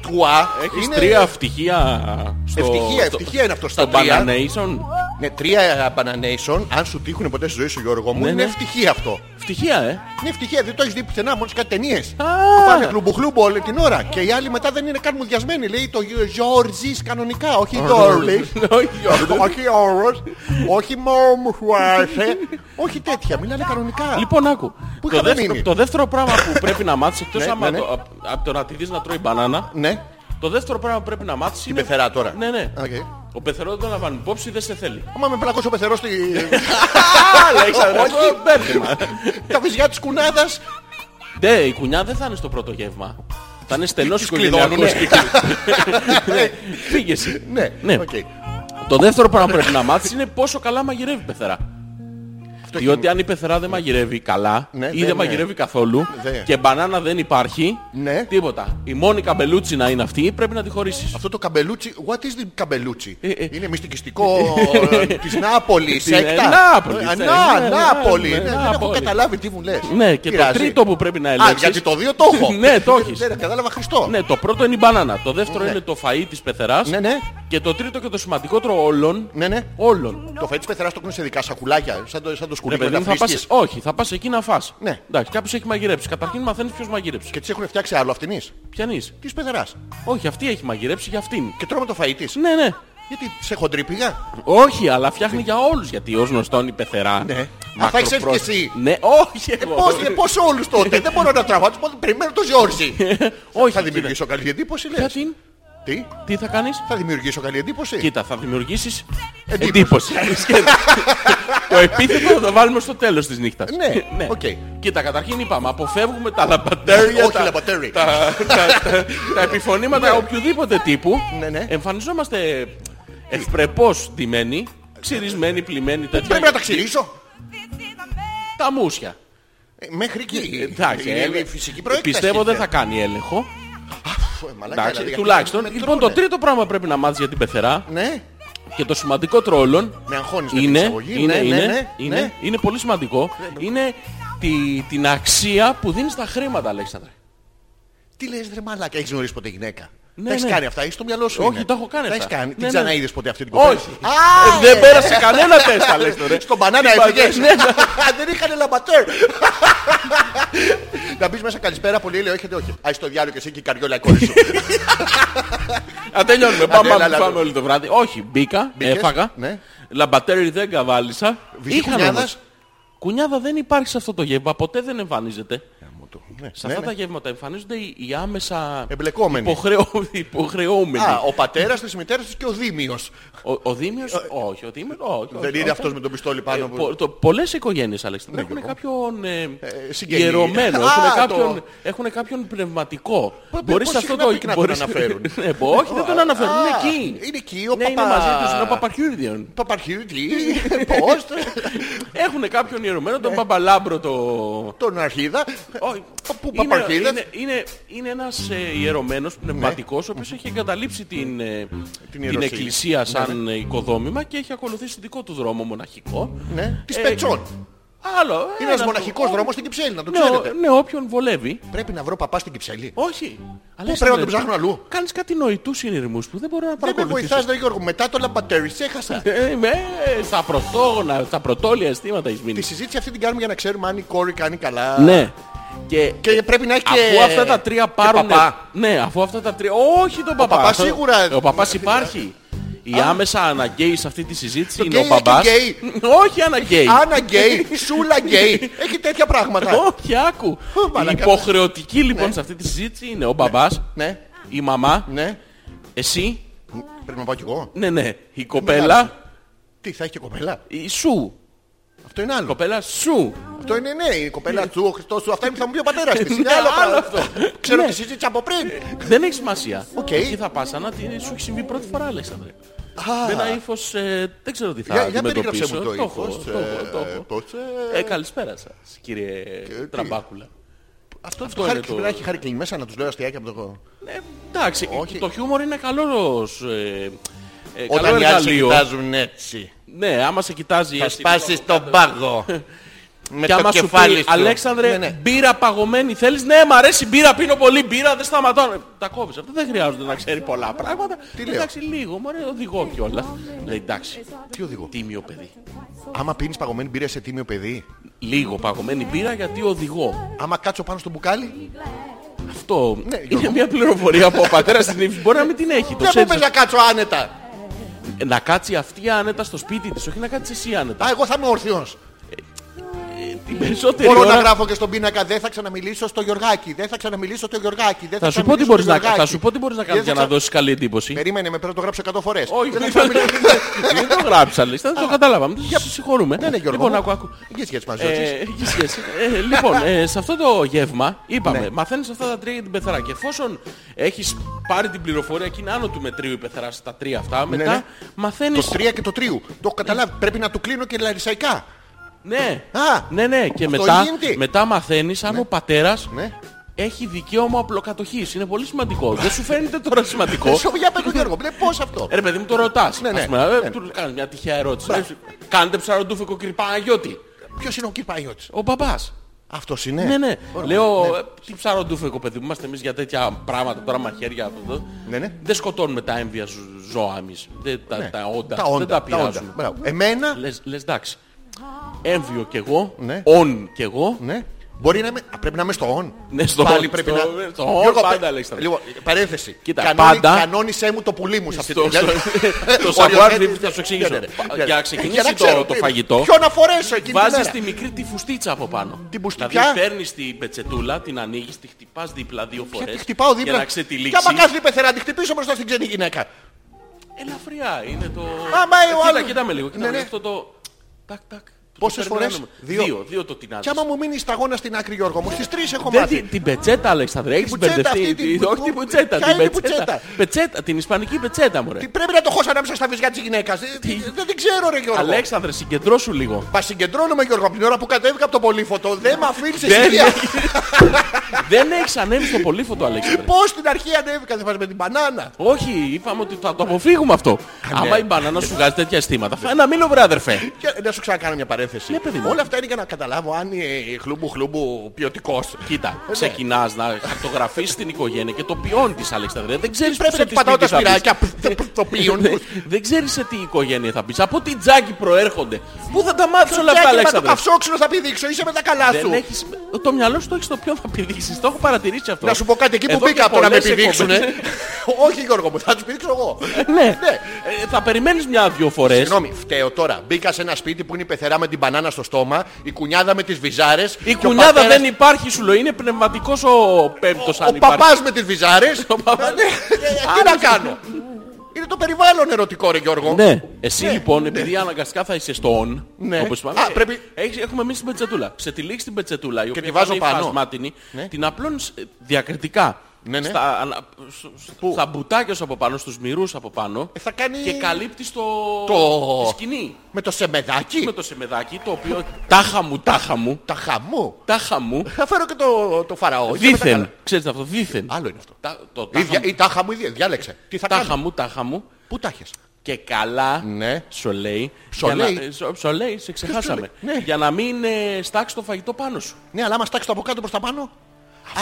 Speaker 1: Τουά
Speaker 2: Έχεις
Speaker 1: είναι
Speaker 2: τρία ευτυχία στο...
Speaker 1: Ευτυχία,
Speaker 2: στο-
Speaker 1: ευτυχία είναι αυτό στα
Speaker 2: Στο
Speaker 1: τρία.
Speaker 2: Bananation.
Speaker 1: Ναι, τρία bananation. Αν σου τύχουν ποτέ στη ζωή σου, Γιώργο μου,
Speaker 2: Ναι,
Speaker 1: είναι
Speaker 2: ναι.
Speaker 1: ευτυχία αυτό.
Speaker 2: Ευτυχία, ε.
Speaker 1: Είναι ευτυχία, δεν το έχεις δει πουθενά, μόνο σε κάτι ταινίες.
Speaker 2: Α.
Speaker 1: Πάνε κλουμπουχλούμπο όλη την ώρα. Και οι άλλοι μετά δεν είναι καν μουδιασμένοι. Λέει το Γιώργης κανονικά, όχι
Speaker 2: ναι.
Speaker 1: Γιώργης.
Speaker 2: Όχι, όχι.
Speaker 1: όχι όρος, όχι μόνο μου σου άρεσε. Όχι τέτοια, μιλάνε κανονικά.
Speaker 2: Λοιπόν, άκου.
Speaker 1: Πού
Speaker 2: Το
Speaker 1: είχαμε
Speaker 2: δεύτερο,
Speaker 1: μείνει?
Speaker 2: το δεύτερο πράγμα που πρέπει να μάθεις, εκτός
Speaker 1: Ναι,
Speaker 2: άμα
Speaker 1: ναι, ναι.
Speaker 2: το- απ- από το να τη δεις να τρώει μπανάνα,
Speaker 1: Ναι,
Speaker 2: το δεύτερο πράγμα που πρέπει να μάθεις είναι...
Speaker 1: πεθερά τώρα.
Speaker 2: Ναι, ναι.
Speaker 1: Οκ.
Speaker 2: Ο πεθερός δεν τον λαμβάνει υπόψη, δεν σε θέλει.
Speaker 1: Άμα με πλακώσει ο πεθερός στη...
Speaker 2: Αλλά έχεις αδερφό, μπέρδεμα.
Speaker 1: τα βυζιά της κουνάδας.
Speaker 2: Ναι, η κουνιά δεν θα είναι στο πρώτο γεύμα. Θα είναι στενός
Speaker 1: Τις
Speaker 2: οικογενειακός
Speaker 1: κλειδώνουνε.
Speaker 2: κύκλος.
Speaker 1: Ε,
Speaker 2: Φύγεσαι.
Speaker 1: Ναι,
Speaker 2: Ναι.
Speaker 1: οκ.
Speaker 2: Το δεύτερο πράγμα που πρέπει να μάθεις είναι πόσο καλά μαγειρεύει η πεθερά. Διότι αν η πεθερά δεν μαγειρεύει καλά
Speaker 1: Ναι,
Speaker 2: ή
Speaker 1: δεν-
Speaker 2: δεν
Speaker 1: ναι.
Speaker 2: μαγειρεύει καθόλου
Speaker 1: Δε.
Speaker 2: και μπανάνα δεν υπάρχει,
Speaker 1: Ναι.
Speaker 2: τίποτα. Η μόνη καμπελούτσι να είναι αυτή πρέπει να τη χωρίσεις.
Speaker 1: Αυτό το καμπελούτσι, what is the καμπελούτσι.
Speaker 2: ε.
Speaker 1: Είναι μυστικιστικό ε, της Νάπολης,
Speaker 2: Της, ε,
Speaker 1: σεκτα.
Speaker 2: Νάπολης,
Speaker 1: Α,
Speaker 2: ε,
Speaker 1: Να,
Speaker 2: ναι,
Speaker 1: Νάπολη.
Speaker 2: ναι,
Speaker 1: ναι, Δεν έχω
Speaker 2: Νάπολη.
Speaker 1: καταλάβει τι μου λες.
Speaker 2: Ναι, και το
Speaker 1: Πειράζει.
Speaker 2: τρίτο που πρέπει να
Speaker 1: Α,
Speaker 2: ελέγξεις...
Speaker 1: γιατί το δύο το έχω.
Speaker 2: Ναι, το έχεις.
Speaker 1: Δεν κατάλαβα Χριστό.
Speaker 2: Ναι, το πρώτο είναι η μπανάνα. Το δεύτερο είναι το φαΐ της πεθεράς.
Speaker 1: Ναι, ναι.
Speaker 2: Και το τρίτο και το σημαντικότερο όλων.
Speaker 1: Ναι, ναι.
Speaker 2: Όλων.
Speaker 1: Το φέτσι πεθεράς το κουνείς σε δικά σακουλάκια, σαν το, σαν το
Speaker 2: Ρε
Speaker 1: σκουλίκι
Speaker 2: παιδί
Speaker 1: με τα
Speaker 2: μου, θα πας,
Speaker 1: φρίσκες.
Speaker 2: όχι, θα πας εκεί να φας.
Speaker 1: Ναι.
Speaker 2: Εντάξει, κάποιος έχει μαγειρέψει. Καταρχήν μαθαίνεις ποιος μαγείρεψε.
Speaker 1: Και τις έχουν φτιάξει άλλο αυτινής.
Speaker 2: Πιανείς.
Speaker 1: Της πεθεράς.
Speaker 2: Όχι, αυτή έχει μαγειρέψει για αυτήν.
Speaker 1: Και τρώμε το φαΐ της.
Speaker 2: Ναι, ναι.
Speaker 1: Γιατί σε χοντρή πήγα.
Speaker 2: Όχι, αλλά φτιάχνει για όλους γιατί ως γνωστόν η πεθερά.
Speaker 1: Ναι.
Speaker 2: μακροπρόθεσμα-
Speaker 1: Α, θα έχεις έρθει και εσύ.
Speaker 2: Ναι, όχι εγώ.
Speaker 1: Πώς, ε, πώς όλους τότε. Δεν μπορώ να τραβάω. τους πόδι. Περιμένω το
Speaker 2: ε,
Speaker 1: Γιώργη.
Speaker 2: όχι,
Speaker 1: Θα
Speaker 2: κοίτα.
Speaker 1: δημιουργήσω καλή εντύπωση λες.
Speaker 2: Γιατί,
Speaker 1: Τι.
Speaker 2: τι θα κάνεις.
Speaker 1: Θα δημιουργήσω καλή εντύπωση.
Speaker 2: Κοίτα, θα δημιουργήσεις
Speaker 1: Εντύπωση.
Speaker 2: εντύπωση. Σκέψου. το επίθετο θα το βάλουμε στο τέλος της νύχτας.
Speaker 1: Ναι, οκ.
Speaker 2: Κοίτα, καταρχήν είπαμε, αποφεύγουμε τα λαμπατέρια,
Speaker 1: Όχι
Speaker 2: τα-
Speaker 1: λαμπατέρι.
Speaker 2: τα, τα- τα- τα επιφωνήματα οποιοδήποτε τύπου.
Speaker 1: Ναι, ναι.
Speaker 2: Εμφανιζόμαστε ευπρεπώς ντυμένοι, ξυρισμένοι, πλημμένοι, τέτοια.
Speaker 1: Πρέπει να τα ξυρίσω.
Speaker 2: Τα μουσια.
Speaker 1: Ε, Μέχρι εκεί.
Speaker 2: Εντάξει,
Speaker 1: Είναι
Speaker 2: ε,
Speaker 1: η φυσική προέκταση.
Speaker 2: Πιστεύω δεν θα κάνει έλεγχο.
Speaker 1: Φου, ε, μαλάκα,
Speaker 2: Εντάξει,
Speaker 1: δηλαδή,
Speaker 2: τουλάχιστον.
Speaker 1: με
Speaker 2: Λοιπόν, το
Speaker 1: τρώνε.
Speaker 2: τρίτο πράγμα που πρέπει να μάθεις για την πεθερά
Speaker 1: Ναι.
Speaker 2: και το σημαντικότερο όλων
Speaker 1: Με αγχώνεις με την
Speaker 2: είναι,
Speaker 1: εισαγωγή.
Speaker 2: είναι,
Speaker 1: Ναι, ναι,
Speaker 2: είναι,
Speaker 1: ναι,
Speaker 2: είναι,
Speaker 1: ναι.
Speaker 2: είναι πολύ σημαντικό. Είναι τη, την αξία που δίνεις στα χρήματα, Αλέξανδρε.
Speaker 1: Τι λες ρε μαλάκα. Έχεις γνωρίσει ποτέ γυναίκα.
Speaker 2: Ναι,
Speaker 1: τα έχεις
Speaker 2: ναι.
Speaker 1: κάνει αυτά. Έχεις στο μυαλό σου.
Speaker 2: Όχι,
Speaker 1: είναι.
Speaker 2: τα έχω κάνει
Speaker 1: Τα
Speaker 2: αυτά.
Speaker 1: έχεις κάνει.
Speaker 2: Ναι,
Speaker 1: Την
Speaker 2: ναι.
Speaker 1: ξαναείδες ποτέ αυτή την κοπέλα.
Speaker 2: Όχι.
Speaker 1: Λοιπόν, Α, ναι,
Speaker 2: Ε, Δεν πέρασε κανένα τεστ, Αλέξανδρε.
Speaker 1: Στον μπανάνα
Speaker 2: Την
Speaker 1: έφυγες.
Speaker 2: μπανάνα, ναι.
Speaker 1: Δεν είχαν λαμπατέρ. Να μπεις μέσα καλησπέρα πολύ λέει έχετε όχι. Α το διάλογο και εσύ και η καριόλα η κόρη σου.
Speaker 2: Α, τελειώνουμε. Πάμε,
Speaker 1: έλα,
Speaker 2: πάμε,
Speaker 1: έλα,
Speaker 2: πάμε
Speaker 1: έλα.
Speaker 2: όλο το βράδυ. Όχι, μπήκα,
Speaker 1: ναι, Μπήκες,
Speaker 2: έφαγα.
Speaker 1: ναι.
Speaker 2: Λαμπατέρι δεν καβάλισα.
Speaker 1: Βυζί
Speaker 2: Είχαν
Speaker 1: κουνιάδας.
Speaker 2: όμως. Κουνιάδα δεν υπάρχει σε αυτό το γεύμα, ποτέ δεν εμφανίζεται.
Speaker 1: Ναι,
Speaker 2: Σε
Speaker 1: ναι,
Speaker 2: αυτά
Speaker 1: ναι.
Speaker 2: τα γεύματα εμφανίζονται οι, οι άμεσα
Speaker 1: Εμπλεκόμενοι.
Speaker 2: υποχρεώ- υποχρεώμενοι.
Speaker 1: Α, ο πατέρας της μητέρας της και ο Δήμιος.
Speaker 2: Ο, ο Δήμιος, όχι, ο Δήμιος, όχι.
Speaker 1: ε, Δεν
Speaker 2: όχι,
Speaker 1: είναι
Speaker 2: όχι.
Speaker 1: αυτός με τον πιστόλι πάνω
Speaker 2: Ε,
Speaker 1: που... Ναι, λοιπόν.
Speaker 2: πο- το- πολλές οικογένειες, Αλέξανδρε, έχουν κάποιον ε,
Speaker 1: συγγενή.
Speaker 2: ιερωμένο,
Speaker 1: Α,
Speaker 2: έχουν
Speaker 1: το-
Speaker 2: κάποιον, έχουν κάποιον πνευματικό.
Speaker 1: Πώς-
Speaker 2: Μπορείς
Speaker 1: πώς συχνά πυκνά τον
Speaker 2: μπορείς-
Speaker 1: αναφέρουν.
Speaker 2: Ναι, μπο- όχι, δεν τον αναφέρουν,
Speaker 1: Α,
Speaker 2: είναι εκεί.
Speaker 1: είναι εκεί ο
Speaker 2: ναι, είναι
Speaker 1: παπά-
Speaker 2: μαζί τους, είναι ο Παπαχιούριδιον.
Speaker 1: Παπαρχείο, τι, πώς,
Speaker 2: Έχουν κάποιον ιερωμένο,
Speaker 1: Ε.
Speaker 2: τον Παπαλάμπρο το...
Speaker 1: τον Αρχίδα.
Speaker 2: Όχι.
Speaker 1: Πού
Speaker 2: Είναι-
Speaker 1: Παπαρχίδας. Ναι.
Speaker 2: Είναι, είναι, είναι ένας ε, ιερωμένος πνευματικός ο οποίος έχει εγκαταλείψει την, ε, την
Speaker 1: ιεροσύνη. Ναι,
Speaker 2: εκκλησία σαν ε, οικοδόμημα και έχει ακολουθήσει δικό του δρόμο μοναχικό.
Speaker 1: Ναι, της
Speaker 2: Ε,
Speaker 1: Πετσών.
Speaker 2: Άλλο. ε,
Speaker 1: Είναι ένας
Speaker 2: έναν-
Speaker 1: μοναχικός
Speaker 2: ό-
Speaker 1: δρόμος στην Κυψέλη, να το
Speaker 2: Ναι, ο-
Speaker 1: ξέρετε.
Speaker 2: ναι, όποιον βολεύει.
Speaker 1: Πρέπει να βρω παπά στην Κυψέλη.
Speaker 2: Όχι. Αλλά
Speaker 1: πρέπει να τον ψάχνω αλλού?
Speaker 2: Κάνεις κάτι νοητούς συνειρμούς που δεν μπορώ να
Speaker 1: Δεν με
Speaker 2: παρακολουθήσω.
Speaker 1: βοηθάς, ρε Γιώργο. Μετά το λαμπατέρι, σε έχασα.
Speaker 2: Ε, Είμαι ε, στα πρωτόγωνα, στα πρωτόλια αισθήματα εις
Speaker 1: Τη
Speaker 2: μείνει.
Speaker 1: συζήτηση αυτή την κάνουμε για να ξέρουμε αν η κόρη κάνει καλά.
Speaker 2: Ναι. Και,
Speaker 1: Και πρέπει να έχει και...
Speaker 2: αφού αυτά τα τρία
Speaker 1: και
Speaker 2: πάρουν...
Speaker 1: παπά.
Speaker 2: Ναι, αφού αυτά τα τρία... Όχι τον παπά.
Speaker 1: παπάς σίγουρα-
Speaker 2: Ο παπάς υπάρχει. Η άμεσα αναγκαίη σε αυτή τη συζήτηση είναι
Speaker 1: γκέι
Speaker 2: ο
Speaker 1: είναι και
Speaker 2: παπάς.
Speaker 1: γκέι.
Speaker 2: Όχι αναγκαίη.
Speaker 1: Άνα γκέι, σούλα γκέι. Έχει τέτοια πράγματα.
Speaker 2: Όχι, άκου.
Speaker 1: Ω,
Speaker 2: Η
Speaker 1: μαλάκα.
Speaker 2: υποχρεωτική λοιπόν σε αυτή τη συζήτηση είναι ο μπαμπάς,
Speaker 1: Ναι,
Speaker 2: η μαμά,
Speaker 1: ναι.
Speaker 2: εσύ,
Speaker 1: Πρέπει να πάω κι εγώ.
Speaker 2: ναι, ναι, η κοπέλα,
Speaker 1: Τι, θα έχει και κοπέλα.
Speaker 2: η σου.
Speaker 1: Αυτό είναι άλλο.
Speaker 2: Κοπέλα σου.
Speaker 1: Αυτό είναι ναι, η κοπέλα του, ο Χριστός του. Αυτά είναι που θα μου πει ο πατέρας της. Είναι
Speaker 2: Ναι,
Speaker 1: άλλο
Speaker 2: άλλο
Speaker 1: πράγμα.
Speaker 2: αυτό.
Speaker 1: Ξέρω
Speaker 2: Ναι.
Speaker 1: τη συζήτηση από πριν.
Speaker 2: Δεν έχει σημασία.
Speaker 1: Οκ.
Speaker 2: Εκεί θα πας σαν να τη- σου έχει συμβεί πρώτη φορά, Αλέξανδρε. Με ένα ύφος, ε, δεν ξέρω τι θα
Speaker 1: Για, για περίγραψέ
Speaker 2: αντιμετωπίσω.
Speaker 1: μου το
Speaker 2: έχω,
Speaker 1: ύφος.
Speaker 2: το έχω, το
Speaker 1: ε,
Speaker 2: έχω.
Speaker 1: πώς, ε,
Speaker 2: Ε, καλησπέρα σας, κύριε
Speaker 1: τι.
Speaker 2: Τραμπάκουλα.
Speaker 1: Αυτό
Speaker 2: αυτό
Speaker 1: το
Speaker 2: είναι
Speaker 1: χάρη
Speaker 2: το-
Speaker 1: πρέπει να έχει χάρη μέσα να τους λέω αστιάκια από το...
Speaker 2: Ε, εντάξει,
Speaker 1: Όχι.
Speaker 2: το χιούμορ είναι καλός, ε, ε, καλό
Speaker 1: Όταν οι άλλοι σε
Speaker 2: εργαλείο.
Speaker 1: κοιτάζουν έτσι.
Speaker 2: Ναι, άμα σε κοιτάζει...
Speaker 1: Θα
Speaker 2: έτσι,
Speaker 1: σπάσεις τον πάγο. Με
Speaker 2: Και άμα
Speaker 1: το
Speaker 2: σου
Speaker 1: κεφάλι
Speaker 2: πει,
Speaker 1: σου.
Speaker 2: Αλέξανδρε,
Speaker 1: Ναι, ναι.
Speaker 2: μπύρα παγωμένη θέλεις, ναι, μ' αρέσει μπύρα, πίνω πολύ μπύρα, δεν σταματάω. Ε, Τα κόβεις αυτά, δεν χρειάζονται να ξέρει πολλά πράγματα.
Speaker 1: λέω.
Speaker 2: εντάξει, λίγο, μωρέ, οδηγώ κιόλας. Λέει, εντάξει,
Speaker 1: Τι οδηγώ.
Speaker 2: τίμιο παιδί.
Speaker 1: Άμα πίνεις παγωμένη μπύρα σε τίμιο παιδί.
Speaker 2: Λίγο παγωμένη μπύρα γιατί οδηγώ.
Speaker 1: Άμα κάτσω πάνω στο μπουκάλι.
Speaker 2: Αυτό
Speaker 1: Ναι,
Speaker 2: είναι
Speaker 1: Γιώργο.
Speaker 2: μια πληροφορία που ο πατέρας στην ύψη μπορεί να μην την έχει. Το
Speaker 1: Δεν μου
Speaker 2: ξέρεις.
Speaker 1: πες να κάτσω άνετα.
Speaker 2: Ε, Να κάτσει αυτή άνετα στο σπίτι της, όχι να κάτσει εσύ άνετα.
Speaker 1: Α, εγώ θα είμαι όρθιος.
Speaker 2: Την περισσότερη
Speaker 1: Μπορώ να
Speaker 2: ώρα
Speaker 1: γράφω και στον πίνακα δεν θα ξαναμιλήσω στο Γιωργάκη. Δεν θα ξαναμιλήσω στο Γιωργάκη. Δεν θα,
Speaker 2: θα σου πω τι
Speaker 1: ξαναμιλήσω
Speaker 2: μπορείς
Speaker 1: στο
Speaker 2: να,
Speaker 1: Γιωργάκη.
Speaker 2: θα σου πω τι μπορείς να κάνεις
Speaker 1: Δεν θα
Speaker 2: για να
Speaker 1: ξα-
Speaker 2: δώσεις καλή εντύπωση.
Speaker 1: Περίμενε με πρέπει να το γράψω 100 φορές.
Speaker 2: Όχι, μην το, μην το γράψα, λες. Δεν το καταλάβαμε. Δεν συγχωρούμε.
Speaker 1: Ναι, ναι, Γιώργο.
Speaker 2: Λοιπόν,
Speaker 1: μου.
Speaker 2: άκου, άκου.
Speaker 1: Γεια σου, Γιάννη Μαζότζης.
Speaker 2: Ε, έχει σχέση. Ε, λοιπόν, ε, σε αυτό το γεύμα είπαμε,
Speaker 1: Ναι.
Speaker 2: μαθαίνεις αυτά τα τρία για την πεθερά. Και εφόσον έχεις πάρει την πληροφορία και είναι άνω του μετρίου η πεθερά στα τρία αυτά, μετά
Speaker 1: ναι.
Speaker 2: μαθαίνεις...
Speaker 1: Το τρία και το τρίου. Το έχω καταλάβει. Πρέπει να του κλείνω και λαρισαϊκά.
Speaker 2: Ναι,
Speaker 1: Α,
Speaker 2: ναι, ναι. Και
Speaker 1: αυτό
Speaker 2: μετά,
Speaker 1: γίνεται.
Speaker 2: μετά μαθαίνεις αν ο πατέρας
Speaker 1: Ναι.
Speaker 2: έχει δικαίωμα απλοκατοχής. Είναι πολύ σημαντικό. Δεν σου φαίνεται τώρα σημαντικό.
Speaker 1: Σου Ε, για πες μου Γιώργο, ναι, πώς αυτό.
Speaker 2: Ε, Ρε παιδί μου, το ρωτάς.
Speaker 1: Ναι, ναι.
Speaker 2: Ας πούμε, ε,
Speaker 1: Ναι.
Speaker 2: του κάνεις μια τυχαία ερώτηση.
Speaker 1: Μπράβο.
Speaker 2: Ε, Κάνετε ψαροντούφικο κρυπά Παναγιώτη.
Speaker 1: Ποιος είναι ο κύριος Παναγιώτης.
Speaker 2: Ο παπάς.
Speaker 1: Αυτός είναι.
Speaker 2: Ναι, ναι.
Speaker 1: Ωραία.
Speaker 2: Λέω, ε, τι ψαροντούφικο παιδί μου, είμαστε εμείς για τέτοια πράγματα τώρα μαχαίρια. αυτό, το.
Speaker 1: Ναι, ναι.
Speaker 2: Δεν σκοτώνουμε τα έμβια ζ- ζώα εμείς. Δεν, τα,
Speaker 1: Ναι.
Speaker 2: τα όντα.
Speaker 1: Τα όντα.
Speaker 2: Δεν τα
Speaker 1: όντα.
Speaker 2: πειράζουμε.
Speaker 1: Μπράβο. Εμένα.
Speaker 2: Λες, λες εντάξει. Έμβιο κι εγώ,
Speaker 1: Ναι.
Speaker 2: όν κι εγώ.
Speaker 1: Ναι. Μπορεί να είμαι. Α, πρέπει να είμαι στο on.
Speaker 2: Ναι, στο
Speaker 1: Πάλι
Speaker 2: on,
Speaker 1: πρέπει
Speaker 2: στο-
Speaker 1: να.
Speaker 2: στο on,
Speaker 1: Γιώργο,
Speaker 2: πάντα,
Speaker 1: πε-
Speaker 2: Αλέξανδρε.
Speaker 1: Λοιπόν, παρένθεση.
Speaker 2: Κοίτα,
Speaker 1: Κανόνι-
Speaker 2: πάντα-
Speaker 1: Κανόνισε μου το πουλί μου σε αυτή τη
Speaker 2: Στο-
Speaker 1: δουλειά.
Speaker 2: στο- Το
Speaker 1: Ο
Speaker 2: σαβουάρι
Speaker 1: Γιώργος-
Speaker 2: θα σου εξηγήσω.
Speaker 1: Ναι, ναι, ναι.
Speaker 2: Πα-
Speaker 1: Ναι.
Speaker 2: Για να
Speaker 1: να
Speaker 2: ξεκινήσει
Speaker 1: ξέρω
Speaker 2: το, το
Speaker 1: τι-
Speaker 2: φαγητό,
Speaker 1: Ποιο να φορέσω εκείνη την
Speaker 2: Βάζεις
Speaker 1: μέρα.
Speaker 2: τη μικρή τη φουστίτσα από πάνω.
Speaker 1: Την πουστι- ποια?
Speaker 2: Δηλαδή παίρνεις την πετσετούλα, την ανοίγεις, τη χτυπάς δίπλα δύο φορές.
Speaker 1: Τη χτυπάω δίπλα.
Speaker 2: Για να
Speaker 1: Και άμα
Speaker 2: ξετυλίξεις.
Speaker 1: κάθεται η πεθερά, τη χτυπήσω μπροστά στην ξένη γυναίκα.
Speaker 2: Ελαφριά είναι το...
Speaker 1: μα, ο
Speaker 2: Κοίτα,
Speaker 1: άλλος-
Speaker 2: κοίτα με λίγο. Κοίτα
Speaker 1: Ναι,
Speaker 2: με
Speaker 1: ναι.
Speaker 2: λίγο αυτό το... Τακ, τακ. Το
Speaker 1: Πόσες
Speaker 2: περνάμε.
Speaker 1: φορές? Δύο.
Speaker 2: Δύο. Δύο, το
Speaker 1: Και
Speaker 2: τεινάζεις.
Speaker 1: άμα μου μείνεις σταγόνα στην άκρη, Γιώργο μου, στις τρεις έχω
Speaker 2: Δεν την,
Speaker 1: μάθει.
Speaker 2: την πετσέτα, Αλέξανδρε, έχεις
Speaker 1: πουτσέτα αυτή,
Speaker 2: μπερδευτεί.
Speaker 1: την
Speaker 2: Τη- Όχι
Speaker 1: που-
Speaker 2: την πουτσέτα,
Speaker 1: Ποια
Speaker 2: την
Speaker 1: είναι η
Speaker 2: πετσέτα.
Speaker 1: πουτσέτα?
Speaker 2: Πετσέτα, την ισπανική πετσέτα, μωρέ.
Speaker 1: Τι πρέπει να το χώσω ανάμεσα στα βυζιά της γυναίκας. Δεν την ξέρω, ρε Γιώργο.
Speaker 2: Αλέξανδρε, συγκεντρώσου λίγο.
Speaker 1: Μα συγκεντρώνομαι Γιώργο από την ώρα που κατέβηκα από το πολύφωτο. Δεν με αφήνει εσύ.
Speaker 2: Δεν έχεις- Δεν έχεις ανέβει στο πολύφωτο, Αλέξανδρε.
Speaker 1: Πώ στην αρχή ανέβηκα, δεν πας με την μπανάνα.
Speaker 2: Όχι, είπαμε ότι θα το αποφύγουμε αυτό. Άμα η μπανάνα σου βγάζει τέτοια αισθήματα, φάει ένα μήνο, βρε αδερφέ.
Speaker 1: Και να σου ξανακάνω μια παρένθεση.
Speaker 2: Ναι, παιδί μου.
Speaker 1: Όλα αυτά είναι για να καταλάβω αν ε, είναι χλούμπου χλούμπου ποιοτικός.
Speaker 2: Κοίτα,
Speaker 1: ναι.
Speaker 2: ξεκινάς να χαρτογραφείς την οικογένεια και το ποιόν της Αλεξανδρία. Δεν ξέρεις
Speaker 1: Πρέπει να του πατάω τα σπυράκια. που Το ποιον.
Speaker 2: Ναι. Δεν ξέρεις σε τι οικογένεια θα μπεις. Από τι τζάκι προέρχονται. Πού θα τα μάθεις όλα αυτά,
Speaker 1: Τσάκι, μα το
Speaker 2: Αλέξανδρε.
Speaker 1: καυσόξυλο θα πηδήξω, είσαι με τα καλά
Speaker 2: Δεν
Speaker 1: σου.
Speaker 2: έχεις... Το μυαλό σου το έχεις το ποιον θα πηδήξεις. Το έχω παρατηρήσει αυτό.
Speaker 1: Να σου πω κάτι εκεί που
Speaker 2: Εδώ και
Speaker 1: μπήκα από το να με
Speaker 2: πολλές
Speaker 1: πηδήξουν.
Speaker 2: εκπομπές.
Speaker 1: Όχι Γιώργο μου, θα τους πηδήξω εγώ.
Speaker 2: Ναι, Ε, θα περιμένεις μια-δυο φορές.
Speaker 1: Συγγνώμη, φταίω τώρα. Μπήκα σε ένα σπίτι που είναι η πεθερά με την μπανάνα στο στόμα, η κουνιάδα με τις βυζάρες
Speaker 2: Η
Speaker 1: και ο
Speaker 2: κουνιάδα
Speaker 1: πατέρας-
Speaker 2: δεν υπάρχει, σου λέω. Είναι πνευματικός ο πέμπτος αν
Speaker 1: Ο
Speaker 2: υπάρχει.
Speaker 1: παπάς με τις βυζάρες.
Speaker 2: Ο παπάς.
Speaker 1: Τι να κάνω. Είναι το περιβάλλον ερωτικό, ρε Γιώργο.
Speaker 2: Ναι. Εσύ λοιπόν, επειδή αναγκαστικά θα είσαι στο on,
Speaker 1: Ναι.
Speaker 2: όπως είπαμε,
Speaker 1: Α, πρέπει-
Speaker 2: έχεις- έχουμε εμείς την πετσετούλα. Ξετυλίξεις την πετσετούλα, η οποία
Speaker 1: τη βάζω
Speaker 2: είναι
Speaker 1: πάνω.
Speaker 2: υφασμάτινη, την απλώνεις ε, διακριτικά.
Speaker 1: Ναι, ναι.
Speaker 2: Στα, ανα- σ- σ- στα μπουτάκια σου από πάνω, στους μυρούς από πάνω
Speaker 1: Ε, θα κάνει-
Speaker 2: και καλύπτεις το...
Speaker 1: Το-
Speaker 2: τη σκηνή
Speaker 1: Με το σεμεδάκι.
Speaker 2: με το σεμεδάκι το οποίο τάχα μου, τάχα μου,
Speaker 1: Τα χαμού.
Speaker 2: τάχα μου,
Speaker 1: Θα φέρω και το, το φαραώ. Είσαι με τα
Speaker 2: δίθεν.
Speaker 1: καλά.
Speaker 2: Ξέρεις αυτό, δίθεν.
Speaker 1: Άλλο είναι αυτό.
Speaker 2: Τα- το
Speaker 1: Η,
Speaker 2: τάχα
Speaker 1: δια,
Speaker 2: μου,
Speaker 1: η τάχα μου ίδια. Διάλεξε. Τι θα
Speaker 2: τάχα
Speaker 1: κάνω.
Speaker 2: μου, τάχα μου
Speaker 1: Πού τα έχεις.
Speaker 2: και καλά
Speaker 1: Ναι.
Speaker 2: σολέι.
Speaker 1: Σολέι.
Speaker 2: Για να- ε, σο- σολέι, σε ξεχάσαμε.
Speaker 1: Ποιος σολέι? Ναι.
Speaker 2: Για να μην ε, στάξει το φαγητό πάνω σου.
Speaker 1: Ναι, αλλά άμα στάξει το από κάτω προς τα πάνω.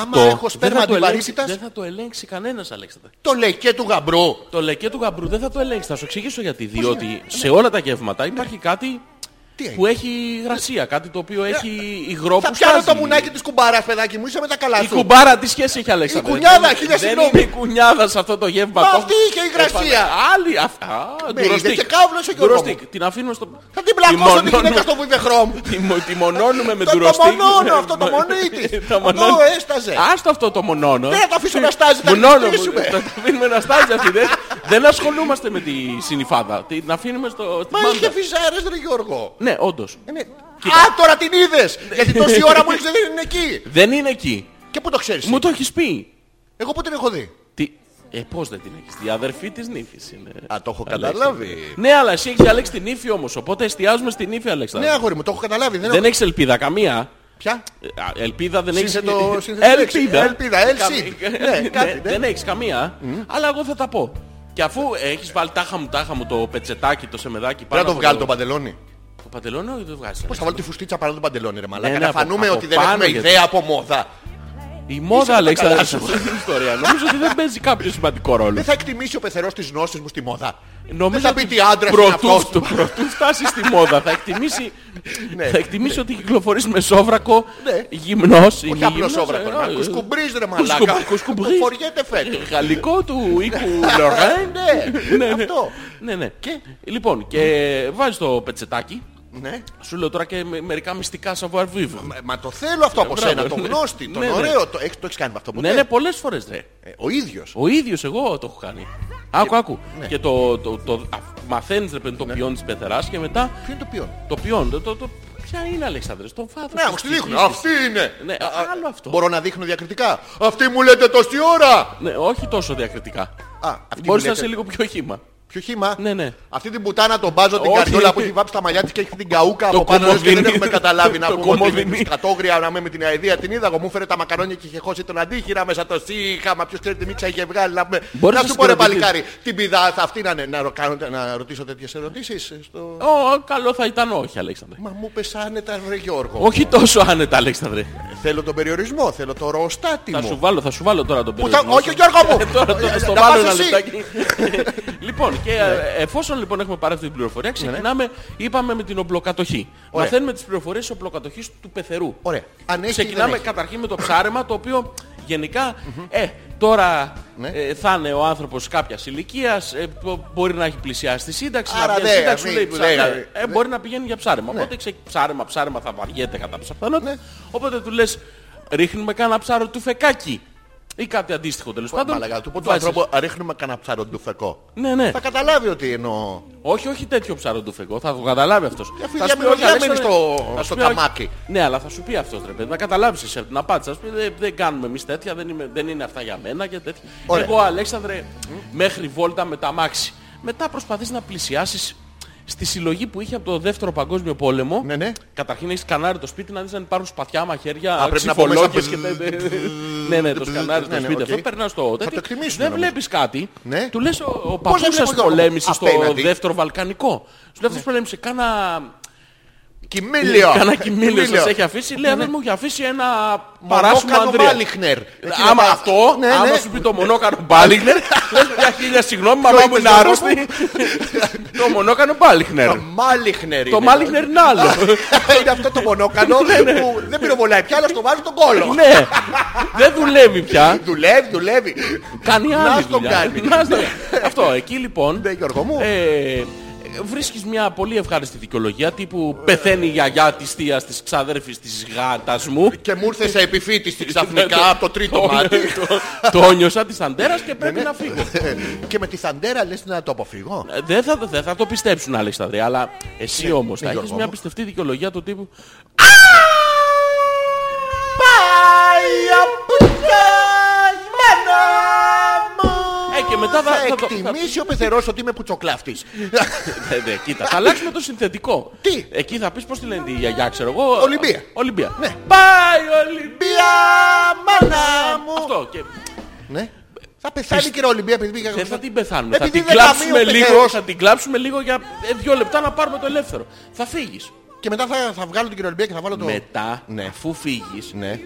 Speaker 1: Άμα
Speaker 2: Το-
Speaker 1: έχω
Speaker 2: δεν
Speaker 1: σπέρμα
Speaker 2: θα το ελέγξει-
Speaker 1: αντιβαρύτητας,
Speaker 2: Δεν θα το ελέγξει κανένας, Αλέξανδρε.
Speaker 1: το λεκέ του γαμπρού.
Speaker 2: Το λεκέ του γαμπρού δεν θα το ελέγξει. Θα σου εξηγήσω γιατί. Διότι σε όλα τα γεύματα υπάρχει κάτι
Speaker 1: Ναι. Τι έχει?
Speaker 2: που έχει γρασία. Κάτι το οποίο έχει υγρό
Speaker 1: Θα
Speaker 2: που
Speaker 1: πιάνω το
Speaker 2: στάζει.
Speaker 1: μουνάκι της κουμπάρας, παιδάκι μου. Είσαι με τα καλά
Speaker 2: Η
Speaker 1: σου.
Speaker 2: κουμπάρα τι σχέση έχει, Αλέξανδρε.
Speaker 1: κουνιάδα,
Speaker 2: Δεν-
Speaker 1: χίλια
Speaker 2: Δεν
Speaker 1: συγγνώμη.
Speaker 2: είναι η κουνιάδα σε αυτό το γεύμα.
Speaker 1: Μα
Speaker 2: Το-
Speaker 1: αυτή είχε υγρασία.
Speaker 2: Άλλη αυτά.
Speaker 1: Με είδε και κάβλωσε, Γιώργο μου.
Speaker 2: Ντουροστίκ. Την αφήνουμε στο.
Speaker 1: Θα την πλακώσω τη γυναίκα στο βιδεχρόμ.
Speaker 2: Τη μο- τη μονώνουμε με
Speaker 1: Το- το
Speaker 2: ντουροστίκ.
Speaker 1: μονώνω, αυτό το μονί της.
Speaker 2: Το
Speaker 1: Αυτό
Speaker 2: μονώνω.
Speaker 1: έσταζε.
Speaker 2: Άστο αυτό το μονώνω.
Speaker 1: Δεν θα το αφήσω να στάζει, θα
Speaker 2: Μονώνω,
Speaker 1: την κλείσουμε.
Speaker 2: Θα την αφήνουμε να στάζει αυτή. δεν- Δεν ασχολούμαστε με τη συνειφάδα. Την αφήνουμε στο. στη
Speaker 1: Μα
Speaker 2: μάντα.
Speaker 1: είχε βυζάρες, ρε Γιώργο.
Speaker 2: Ναι, όντως.
Speaker 1: Ε, ναι. Α, τώρα την είδες!
Speaker 2: Ναι.
Speaker 1: Γιατί τόση ώρα μου έχεις δεν είναι εκεί.
Speaker 2: Δεν είναι εκεί.
Speaker 1: Και πού το ξέρεις.
Speaker 2: Μου το έχεις πει.
Speaker 1: Εγώ πού την έχω δει.
Speaker 2: Τι... Ε, πώς δεν την έχεις δει. Η αδερφή της νύφης είναι.
Speaker 1: Α, το έχω
Speaker 2: Αλέξανδρε.
Speaker 1: καταλάβει.
Speaker 2: Ναι, αλλά εσύ έχεις διαλέξει την νύφη όμως. Οπότε εστιάζουμε στην νύφη,
Speaker 1: Ναι,
Speaker 2: Αλέξανδρε.
Speaker 1: αγόρι μου, το έχω καταλάβει. Δεν,
Speaker 2: Δεν
Speaker 1: έχω...
Speaker 2: έχεις ελπίδα καμία.
Speaker 1: Ποια?
Speaker 2: Ε, α, Ελπίδα δεν έχεις... Ε,
Speaker 1: Σύνθε το- σύνθε τη λέξη.
Speaker 2: Ελπίδα.
Speaker 1: Ελπίδα, έλση.
Speaker 2: Καμία.
Speaker 1: Ναι, κάτι,
Speaker 2: Ναι,
Speaker 1: ναι.
Speaker 2: Δεν έχεις καμία, αλλά εγώ θα τα πω. Και αφού έχεις βάλει τάχα μου, τάχα μου το πετσετάκι, το σεμεδάκι
Speaker 1: Πρέπει να το
Speaker 2: από
Speaker 1: βγάλω το παντελόνι.
Speaker 2: Το παντελόνι όχι, δεν το βγάζεις.
Speaker 1: Πώς θα βάλω τη φουστίτσα πάνω τον παντελόνι, ρε μαλάκα.
Speaker 2: Ναι,
Speaker 1: Να
Speaker 2: ναι, από-
Speaker 1: φανούμε
Speaker 2: από
Speaker 1: ότι δεν
Speaker 2: πάνω
Speaker 1: έχουμε
Speaker 2: γιατί-
Speaker 1: ιδέα από μόδα.
Speaker 2: Η μόδα,
Speaker 1: καλά
Speaker 2: Αλέξανδρε,
Speaker 1: σου.
Speaker 2: σε αυτή την ιστορία. Νομίζω ότι δεν παίζει κάποιο σημαντικό ρόλο.
Speaker 1: Δεν θα εκτιμήσει ο πεθερός τις γνώσεις μου στη μόδα.
Speaker 2: Νομίζω
Speaker 1: Δεν θα
Speaker 2: ότι
Speaker 1: πει τι άντρας είναι
Speaker 2: Πρωτού,
Speaker 1: αυτός.
Speaker 2: πρωτού φτάσει στη μόδα. θα εκτιμήσει,
Speaker 1: Ναι.
Speaker 2: θα εκτιμήσει ότι κυκλοφορείς με σόβρακο,
Speaker 1: Ναι.
Speaker 2: γυμνός. είναι
Speaker 1: Όχι απλό
Speaker 2: γυμνός,
Speaker 1: σόβρακο.
Speaker 2: ε,
Speaker 1: ρε, μα,
Speaker 2: ε,
Speaker 1: Κουσκουμπρίς ρε
Speaker 2: κουσκουμπ-
Speaker 1: μαλάκα.
Speaker 2: κουσκουμπρίς.
Speaker 1: Το Φοριέται φέτος.
Speaker 2: Γαλλικό του οίκου Λορέν.
Speaker 1: Ναι, αυτό.
Speaker 2: Ναι, ναι. Λοιπόν, και βάζεις το πετσετάκι.
Speaker 1: Ναι.
Speaker 2: Σου λέω τώρα και με- μερικά μυστικά savoir vivre.
Speaker 1: Ε, Μα το θέλω αυτό από
Speaker 2: Μπράβο,
Speaker 1: σένα, το
Speaker 2: ναι.
Speaker 1: γνώστη, τον
Speaker 2: Ναι, ναι.
Speaker 1: ωραίο. Το, έχ- το έχεις κάνει με αυτό ποτέ.
Speaker 2: Ναι, ναι, πολλές φορές ρε.
Speaker 1: Ε, ο ίδιος.
Speaker 2: Ο ίδιος εγώ το έχω κάνει. Άκου, άκου.
Speaker 1: Ναι.
Speaker 2: Και το, το, το, α, μαθαίνεις ρε παιδί το ποιόν της πεθεράς και μετά
Speaker 1: Ποιο είναι το ποιόν.
Speaker 2: το ποιόν. Το, το, το, ποια είναι Αλεξάνδρες, το βάθος.
Speaker 1: Ναι,
Speaker 2: της
Speaker 1: μου τη
Speaker 2: ψυχής
Speaker 1: δείχνω.
Speaker 2: της.
Speaker 1: Αυτή είναι.
Speaker 2: Ναι,
Speaker 1: Α, α,
Speaker 2: άλλο αυτό.
Speaker 1: Μπορώ να δείχνω διακριτικά. Αυτή μου λέτε τόση ώρα.
Speaker 2: Ναι, όχι τόσο διακριτικά.
Speaker 1: Α, αυτή μου
Speaker 2: Μπορείς να
Speaker 1: λέτε-
Speaker 2: είσαι λίγο πιο χήμα.
Speaker 1: Ποιο χήμα.
Speaker 2: Ναι, ναι.
Speaker 1: Αυτή την πουτάνα τον μπάζω την
Speaker 2: Όχι.
Speaker 1: καρδιόλα που έχει βάψει τα μαλλιά της και έχει την καούκα από πάνω λες, και
Speaker 2: κομμωδίνι.
Speaker 1: δεν έχουμε καταλάβει να
Speaker 2: Το
Speaker 1: πούμε ότι είναι
Speaker 2: κομμωδίνι.
Speaker 1: σκατόγρια να με με την αηδία την είδα. Εγώ μου φέρε τα μακαρόνια και είχε χώσει τον αντίχειρα μέσα το σύγχαμα. Ποιος ξέρει τι μίξα είχε βγάλει. Να, πούμε.
Speaker 2: Μπορείς
Speaker 1: να
Speaker 2: να
Speaker 1: σου πω ρε
Speaker 2: συγκρατηθείς.
Speaker 1: παλικάρι. Την πηδά θα αυτή να είναι. Να, ρω- κάνω- να ρωτήσω τέτοιες ερωτήσεις. ε, Στο...
Speaker 2: Ω, καλό θα ήταν όχι Αλέξανδρε.
Speaker 1: Μα μου πες άνετα ρε Γιώργο.
Speaker 2: Όχι τόσο άνετα Αλέξανδρε.
Speaker 1: Θέλω τον περιορισμό, θέλω το ροστάτι
Speaker 2: Θα
Speaker 1: μου.
Speaker 2: σου βάλω, θα σου βάλω τώρα τον
Speaker 1: Που θα-
Speaker 2: περιορισμό.
Speaker 1: Όχι, Γιώργο μου!
Speaker 2: Ε, Τώρα το, στο
Speaker 1: Να
Speaker 2: βάλω
Speaker 1: πας
Speaker 2: ένα
Speaker 1: εσύ. Ναι.
Speaker 2: λεπτάκι. λοιπόν, και ε, εφόσον λοιπόν έχουμε πάρει αυτή την πληροφορία, ξεκινάμε, είπαμε με την οπλοκατοχή.
Speaker 1: Ωραία.
Speaker 2: Μαθαίνουμε τις πληροφορίες οπλοκατοχής του πεθερού.
Speaker 1: Ωραία. Αν έχει ή δεν
Speaker 2: Ξεκινάμε
Speaker 1: έχει.
Speaker 2: καταρχήν με το ψάρεμα, το οποίο γενικά, ε, τώρα
Speaker 1: Ναι.
Speaker 2: ε, θα είναι ο άνθρωπος κάποιας ηλικίας, ε, που μπορεί να έχει πλησιάσει τη σύνταξη,
Speaker 1: Άρα ναι,
Speaker 2: να βγει
Speaker 1: δε,
Speaker 2: σύνταξη,
Speaker 1: μη,
Speaker 2: λέει,
Speaker 1: δε,
Speaker 2: ψάρε.
Speaker 1: δε.
Speaker 2: Ε, μπορεί να πηγαίνει για ψάρεμα.
Speaker 1: Ναι.
Speaker 2: Οπότε ξε, ψάρεμα, ψάρεμα θα βαριέται κατά πάσα πιθανότητα. Οπότε του λες, ρίχνουμε κάνα ψάρο του φεκάκι. Ή κάτι αντίστοιχο τέλος πάντων.
Speaker 1: Μαλακά, του πω του
Speaker 2: Βάζεις-
Speaker 1: ανθρώπου ρίχνουμε κανένα ψαροντουφεκό.
Speaker 2: Ναι, ναι.
Speaker 1: Θα καταλάβει ότι εννοώ.
Speaker 2: Όχι, όχι τέτοιο ψάρο του φεκό. Θα το καταλάβει αυτός.
Speaker 1: αφού
Speaker 2: Θα
Speaker 1: για
Speaker 2: σου πει, όχι,
Speaker 1: μυρωδιά
Speaker 2: Αλέξανδρε,
Speaker 1: μένει στο-
Speaker 2: θα σου
Speaker 1: στο
Speaker 2: πει, όχι.
Speaker 1: καμάκι.
Speaker 2: Ναι, αλλά θα σου πει αυτός ρε παιδί. Να καταλάβεις εσύ από την απάντηση. Θα σου πει, δεν, δεν κάνουμε εμείς τέτοια, δεν, είμαι, δεν είναι αυτά για μένα και τέτοια.
Speaker 1: Ωραία.
Speaker 2: Εγώ, Αλέξανδρε, μέχρι βόλτα με τα μάξι. Μετά προσπαθείς να πλησιάσεις στη συλλογή που είχε από το δεύτερο παγκόσμιο πόλεμο.
Speaker 1: Ναι, ναι.
Speaker 2: Καταρχήν έχεις σκανάρει το σπίτι να δεις αν υπάρχουν σπαθιά, μαχαίρια,
Speaker 1: Α, πρέπει να πω
Speaker 2: ξυφολόγες
Speaker 1: μέσα
Speaker 2: και
Speaker 1: από-
Speaker 2: τέτοια. Ναι, ναι, το σκανάρεις
Speaker 1: Ναι,
Speaker 2: το
Speaker 1: ναι,
Speaker 2: σπίτι
Speaker 1: οκ.
Speaker 2: αυτό. Περνάς στο
Speaker 1: το
Speaker 2: τέτοιο.
Speaker 1: εκτιμήσουμε,
Speaker 2: Δεν
Speaker 1: νομίζω.
Speaker 2: βλέπεις κάτι.
Speaker 1: Ναι.
Speaker 2: Του λες ο- ο
Speaker 1: Πώς δεν
Speaker 2: παππούς σας
Speaker 1: βλέπω, Γιώργο?
Speaker 2: πολέμησε στο
Speaker 1: Απέναντι.
Speaker 2: δεύτερο Βαλκανικό. Σου
Speaker 1: Ναι.
Speaker 2: λέει αυτός πολέμησε κάνα
Speaker 1: Κοιμήλιο.
Speaker 2: Κάνα κοιμήλιο Ε, σας έχει αφήσει. Λέει αυτός μου έχει αφήσει ένα παράσημο
Speaker 1: Ναι, Μονόκανο
Speaker 2: ανδρέα.
Speaker 1: Βάλιχνερ. Εκεί
Speaker 2: Άμα
Speaker 1: να πας.
Speaker 2: αυτό,
Speaker 1: Ναι, ναι.
Speaker 2: άμα σου πει το μονόκανο μπάλιχνερ, λες μια χίλια συγγνώμη, μαμά μου
Speaker 1: είπες,
Speaker 2: είναι
Speaker 1: Γιώργο
Speaker 2: άρρωστη. Το μονόκανο μπάλιχνερ.
Speaker 1: Το Μάλιχνερ.
Speaker 2: Το
Speaker 1: είναι.
Speaker 2: Μάλιχνερ είναι άλλο.
Speaker 1: είναι αυτό το μονόκανο που δεν πυροβολάει πια, αλλά στο βάζει τον κόλο.
Speaker 2: Ναι, δεν δουλεύει πια.
Speaker 1: Δουλεύει, δουλεύει.
Speaker 2: Κάνει
Speaker 1: Να
Speaker 2: άλλη
Speaker 1: στον
Speaker 2: δουλειά.
Speaker 1: κάνει.
Speaker 2: Να στον- Αυτό, εκεί λοιπόν.
Speaker 1: Ναι, Γιώργο μου.
Speaker 2: ε, βρίσκεις μια πολύ ευχάριστη δικαιολογία τύπου πεθαίνει η γιαγιά της θείας της ξαδέρφης της γάτας μου
Speaker 1: Και μου ήρθε σε επιφύτηση ξαφνικά από το τρίτο μάτι.
Speaker 2: Ναι,
Speaker 1: Ναι,
Speaker 2: Το- Ε, ναι. Το νιώσα της αντέρας και πρέπει να φύγω.
Speaker 1: Και με τη θαντέρα λες να το αποφύγω.
Speaker 2: Ε, Δεν θα, δεν θα το πιστέψουν Αλέξανδρε, αλλά εσύ όμως θα έχεις
Speaker 1: Ναι, Γιώργο
Speaker 2: μια
Speaker 1: μου.
Speaker 2: πιστευτή δικαιολογία του τύπου Ε, και μετά θα...
Speaker 1: Θα
Speaker 2: θα το-
Speaker 1: εκτιμήσει ο πεθερός ότι είμαι πουτσοκλάφτης.
Speaker 2: θα- ναι, κοίτα, θα αλλάξουμε το συνθετικό.
Speaker 1: Τι?
Speaker 2: Εκεί θα πεις πώς τη λένε τη γιαγιά, ξέρω εγώ.
Speaker 1: Ολυμπία.
Speaker 2: Ολυμπία.
Speaker 1: Ναι.
Speaker 2: Πάει Ολυμπία.
Speaker 1: μάνα μου.
Speaker 2: Αυτό και
Speaker 1: Ναι. Θα πεθάνει και η Ολυμπία επειδή πήγα
Speaker 2: δεν θα την πεθάνουμε.
Speaker 1: Επειδή
Speaker 2: θα, την
Speaker 1: δεν
Speaker 2: κλάψουμε
Speaker 1: γαμεί ο
Speaker 2: λίγο,
Speaker 1: πεθερός.
Speaker 2: θα την κλάψουμε λίγο για ε, δύο λεπτά να πάρουμε το ελεύθερο. Θα φύγεις.
Speaker 1: Και μετά θα, θα βγάλω την Ολυμπία και θα βάλω το.
Speaker 2: Μετά,
Speaker 1: Ναι.
Speaker 2: αφού φύγεις,
Speaker 1: Ναι.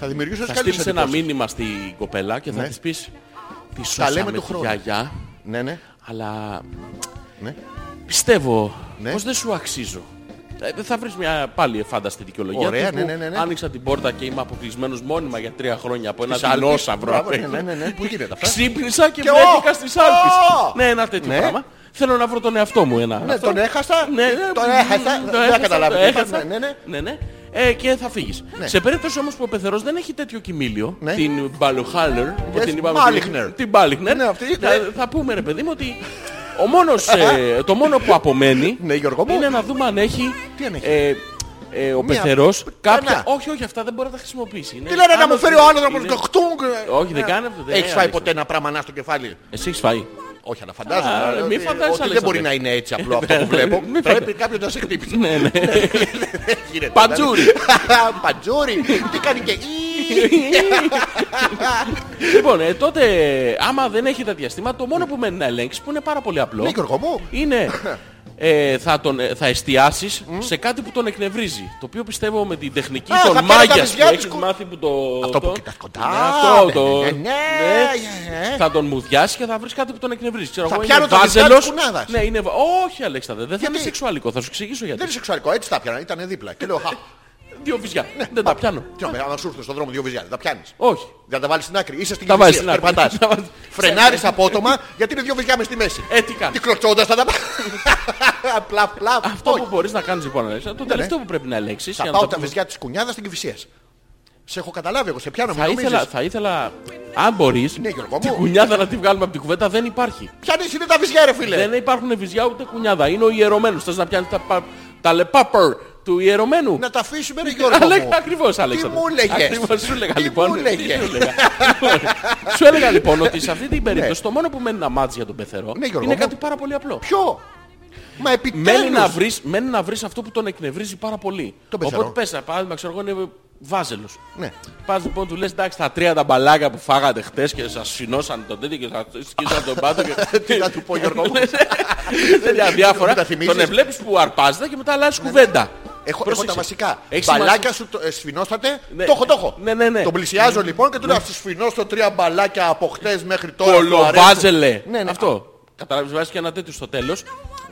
Speaker 1: Θα δημιουργήσω
Speaker 2: θα
Speaker 1: τις
Speaker 2: στείλεις
Speaker 1: καλύτερες
Speaker 2: ένα
Speaker 1: εντυπώσεις.
Speaker 2: μήνυμα στην κοπέλα και θα
Speaker 1: Ναι.
Speaker 2: της πεις τη
Speaker 1: λέμε
Speaker 2: σώσαμε
Speaker 1: του
Speaker 2: τη
Speaker 1: χρόνου».
Speaker 2: γιαγιά,
Speaker 1: Ναι, ναι.
Speaker 2: αλλά
Speaker 1: ναι.
Speaker 2: πιστεύω
Speaker 1: Ναι.
Speaker 2: πως δεν σου αξίζω. Ε, Θα βρεις μια πάλι φάνταστη δικαιολογία.
Speaker 1: Ωραία,
Speaker 2: τύπου,
Speaker 1: ναι, ναι, ναι, ναι.
Speaker 2: Άνοιξα την πόρτα και είμαι αποκλεισμένος μόνιμα για τρία χρόνια από ένα
Speaker 1: Τις Άλπεις.
Speaker 2: δεινόσαυρο.
Speaker 1: Μπράβο, Ναι, ναι, ναι, ναι. Πού γίνεται αυτά.
Speaker 2: Ξύπνησα και
Speaker 1: Και ο-
Speaker 2: βρέθηκα στις Άλπεις.
Speaker 1: ο-
Speaker 2: Ναι, ένα τέτοιο
Speaker 1: Ναι.
Speaker 2: πράγμα. Θέλω να βρω τον εαυτό μου ένα.
Speaker 1: Ναι,
Speaker 2: αυτό.
Speaker 1: τον έχασα.
Speaker 2: Ναι, ναι,
Speaker 1: τον έχασα.
Speaker 2: μ, το
Speaker 1: Δεν
Speaker 2: έχασα,
Speaker 1: θα καταλάβει.
Speaker 2: το έχασα.
Speaker 1: Ναι, ναι.
Speaker 2: ναι, ναι. Ε, και θα φύγεις. Σε περίπτωση όμως που ο πεθερός δεν έχει τέτοιο κοιμήλιο,
Speaker 1: Ναι.
Speaker 2: την Μπαλουχάλερ, που
Speaker 1: Yes,
Speaker 2: την είπαμε.
Speaker 1: Ballichner.
Speaker 2: Την, την Ballichner,
Speaker 1: Ναι, αυτή
Speaker 2: θα,
Speaker 1: είναι.
Speaker 2: θα πούμε ρε παιδί μου ότι ο μόνος, ε, το μόνο που απομένει
Speaker 1: Ναι, Γιώργο μου.
Speaker 2: είναι να δούμε αν έχει.
Speaker 1: Τι αν έχει?
Speaker 2: Ε, ε, ο
Speaker 1: Μία
Speaker 2: πεθερός
Speaker 1: κανά.
Speaker 2: κάποια... Όχι, όχι, αυτά δεν μπορεί να τα χρησιμοποιήσει. Είναι
Speaker 1: Τι λένε να μου
Speaker 2: άνοδος-
Speaker 1: φέρει ο άνθρωπος
Speaker 2: είναι-
Speaker 1: το χτούγκ.
Speaker 2: Όχι, δεν κάνει αυτό. δεν
Speaker 1: Έχεις
Speaker 2: είναι,
Speaker 1: φάει
Speaker 2: Αλέξανδρε.
Speaker 1: ποτέ ένα πράγμα να στο κεφάλι.
Speaker 2: Εσύ έχεις φάει.
Speaker 1: Όχι, αλλά
Speaker 2: Α,
Speaker 1: φαντάζομαι. ε,
Speaker 2: μη
Speaker 1: ότι-
Speaker 2: φαντάζεσαι,
Speaker 1: ότι δεν
Speaker 2: Αλέξανδρε.
Speaker 1: μπορεί να είναι έτσι απλό αυτό που βλέπω.
Speaker 2: Μη
Speaker 1: Πρέπει
Speaker 2: φαντάζεσαι.
Speaker 1: κάποιος να σε χτύπησε.
Speaker 2: Ναι, ναι.
Speaker 1: Δεν γίνεται,
Speaker 2: Πατζούρι.
Speaker 1: δηλαδή. Πατζούρι. Τι κάνει και.
Speaker 2: λοιπόν, ε, τότε άμα δεν έχει τα διαστήματα, το μόνο που μένει να ελέγξεις που είναι πάρα πολύ απλό.
Speaker 1: Ναι, Γιώργο μου.
Speaker 2: είναι ε, θα, τον, ε, θα εστιάσεις σε κάτι που τον εκνευρίζει. Το οποίο πιστεύω με την τεχνική
Speaker 1: Α, θα
Speaker 2: των
Speaker 1: πάρει τα
Speaker 2: μάγια που
Speaker 1: βυζιά της
Speaker 2: έχεις
Speaker 1: κο-
Speaker 2: μάθει που το...
Speaker 1: Αυτό που
Speaker 2: το-
Speaker 1: κοιτάς κοντά.
Speaker 2: Ναι, αυτό
Speaker 1: Ναι,
Speaker 2: το...
Speaker 1: ναι, ναι, ναι, ναι, ναι.
Speaker 2: Θα τον μουδιάσεις και θα βρεις κάτι που τον εκνευρίζει. Ξέρω,
Speaker 1: Θα
Speaker 2: εγώ,
Speaker 1: πιάνω
Speaker 2: είναι
Speaker 1: τα βυζιά της
Speaker 2: βάζελος.
Speaker 1: κουνάδας.
Speaker 2: Ναι, είναι... βα- Όχι Αλέξανδρε, δεν θα είναι σεξουαλικό. Θα σου εξηγήσω γιατί.
Speaker 1: Δεν είναι σεξουαλικό, έτσι τα πιάνα, ήταν δίπλα. Και λέω, χα,
Speaker 2: δύο βυζιά.
Speaker 1: Ναι.
Speaker 2: Δεν τα πιάνω.
Speaker 1: Τι να με, άμα σου έρθουν στον δρόμο δύο βυζιά, δεν τα πιάνεις.
Speaker 2: Όχι.
Speaker 1: Δεν τα βάλεις στην άκρη. Είσαι στην
Speaker 2: Τα
Speaker 1: κυφυσία,
Speaker 2: βάζεις στην άκρη.
Speaker 1: περπατάς.
Speaker 2: Τα βάζεις.
Speaker 1: Φρενάρεις απότομα γιατί είναι δύο βυζιά μες στη μέση.
Speaker 2: Ε, τι κάνεις.
Speaker 1: Τι κλωτσώντας θα τα πάρει. Απλά, απλά.
Speaker 2: Αυτό
Speaker 1: όχι. Ναι,
Speaker 2: που μπορείς να κάνεις λοιπόν, Αλέξα, το τελευταίο που πρέπει να ελέξει.
Speaker 1: Θα πάω τα βυζιά της κουνιάδας στην κυφυσία. Σε έχω καταλάβει εγώ, σε πιάνω με
Speaker 2: Θα ήθελα,
Speaker 1: νομίζεις.
Speaker 2: θα ήθελα, αν μπορείς,
Speaker 1: Ναι, Γιώργο μου.
Speaker 2: την κουνιάδα να τη βγάλουμε από την κουβέντα δεν υπάρχει.
Speaker 1: Πιάνεις είναι τα βυζιά ρε φίλε.
Speaker 2: Δεν υπάρχουν βυζιά ούτε κουνιάδα. Είναι ο ιερωμένος. Θες να πιάνεις τα, πα- τα λεπάπερ του ιερωμένου.
Speaker 1: Να τα αφήσουμε
Speaker 2: Ε,
Speaker 1: ρε Γιώργο μου.
Speaker 2: Ακριβώς, Αλέξα.
Speaker 1: Τι μου έλεγες.
Speaker 2: Ακριβώς σου έλεγα
Speaker 1: Τι
Speaker 2: λοιπόν.
Speaker 1: μου
Speaker 2: Τι
Speaker 1: έλεγες.
Speaker 2: σου έλεγα. Λοιπόν, Σου έλεγα λοιπόν ότι σε αυτή την περίπτωση το μόνο που μένει να μάθεις για τον πεθερό
Speaker 1: Ναι, Γιώργο
Speaker 2: είναι
Speaker 1: μου.
Speaker 2: κάτι πάρα πολύ απλό.
Speaker 1: Ποιο. Μα
Speaker 2: Μένει να,
Speaker 1: επιτέλους.
Speaker 2: βρεις, μένει να βρεις αυτό που τον εκνευρίζει πάρα πολύ.
Speaker 1: Τον πεθερό.
Speaker 2: Οπότε πες, να παράδειγμα, ξέρω εγώ είναι βάζελος.
Speaker 1: Ναι.
Speaker 2: Πας λοιπόν, του λες εντάξει τα τρία τα μπαλάκα που φάγατε χτες και σας συνώσαν τον τέτοιο και σας σκίσαν τον πάτο. Και...
Speaker 1: Τι να του πω, Γιώργο μου.
Speaker 2: Λες, Τέτοια διάφορα.
Speaker 1: Μου τα θυμίζεις. Ναι, Ε,
Speaker 2: Τον βλέπεις που αρπάζεται και μετά αλλάζεις κουβέντα.
Speaker 1: Έχω, έχω
Speaker 2: Πρόσεξε.
Speaker 1: τα βασικά.
Speaker 2: Έχεις σημασία.
Speaker 1: μπαλάκια σου το- ε, σφινώσατε.
Speaker 2: Ναι.
Speaker 1: Το έχω, το έχω.
Speaker 2: Ναι, ναι, ναι.
Speaker 1: Τον πλησιάζω λοιπόν και του λέω σου σφινώσω τρία μπαλάκια από χτε μέχρι τώρα. που
Speaker 2: Κολοβάζελε.
Speaker 1: αρέσουν». Ναι, ναι. Α,
Speaker 2: Αυτό. Καταλάβεις βάζεις και ένα τέτοιο στο τέλος.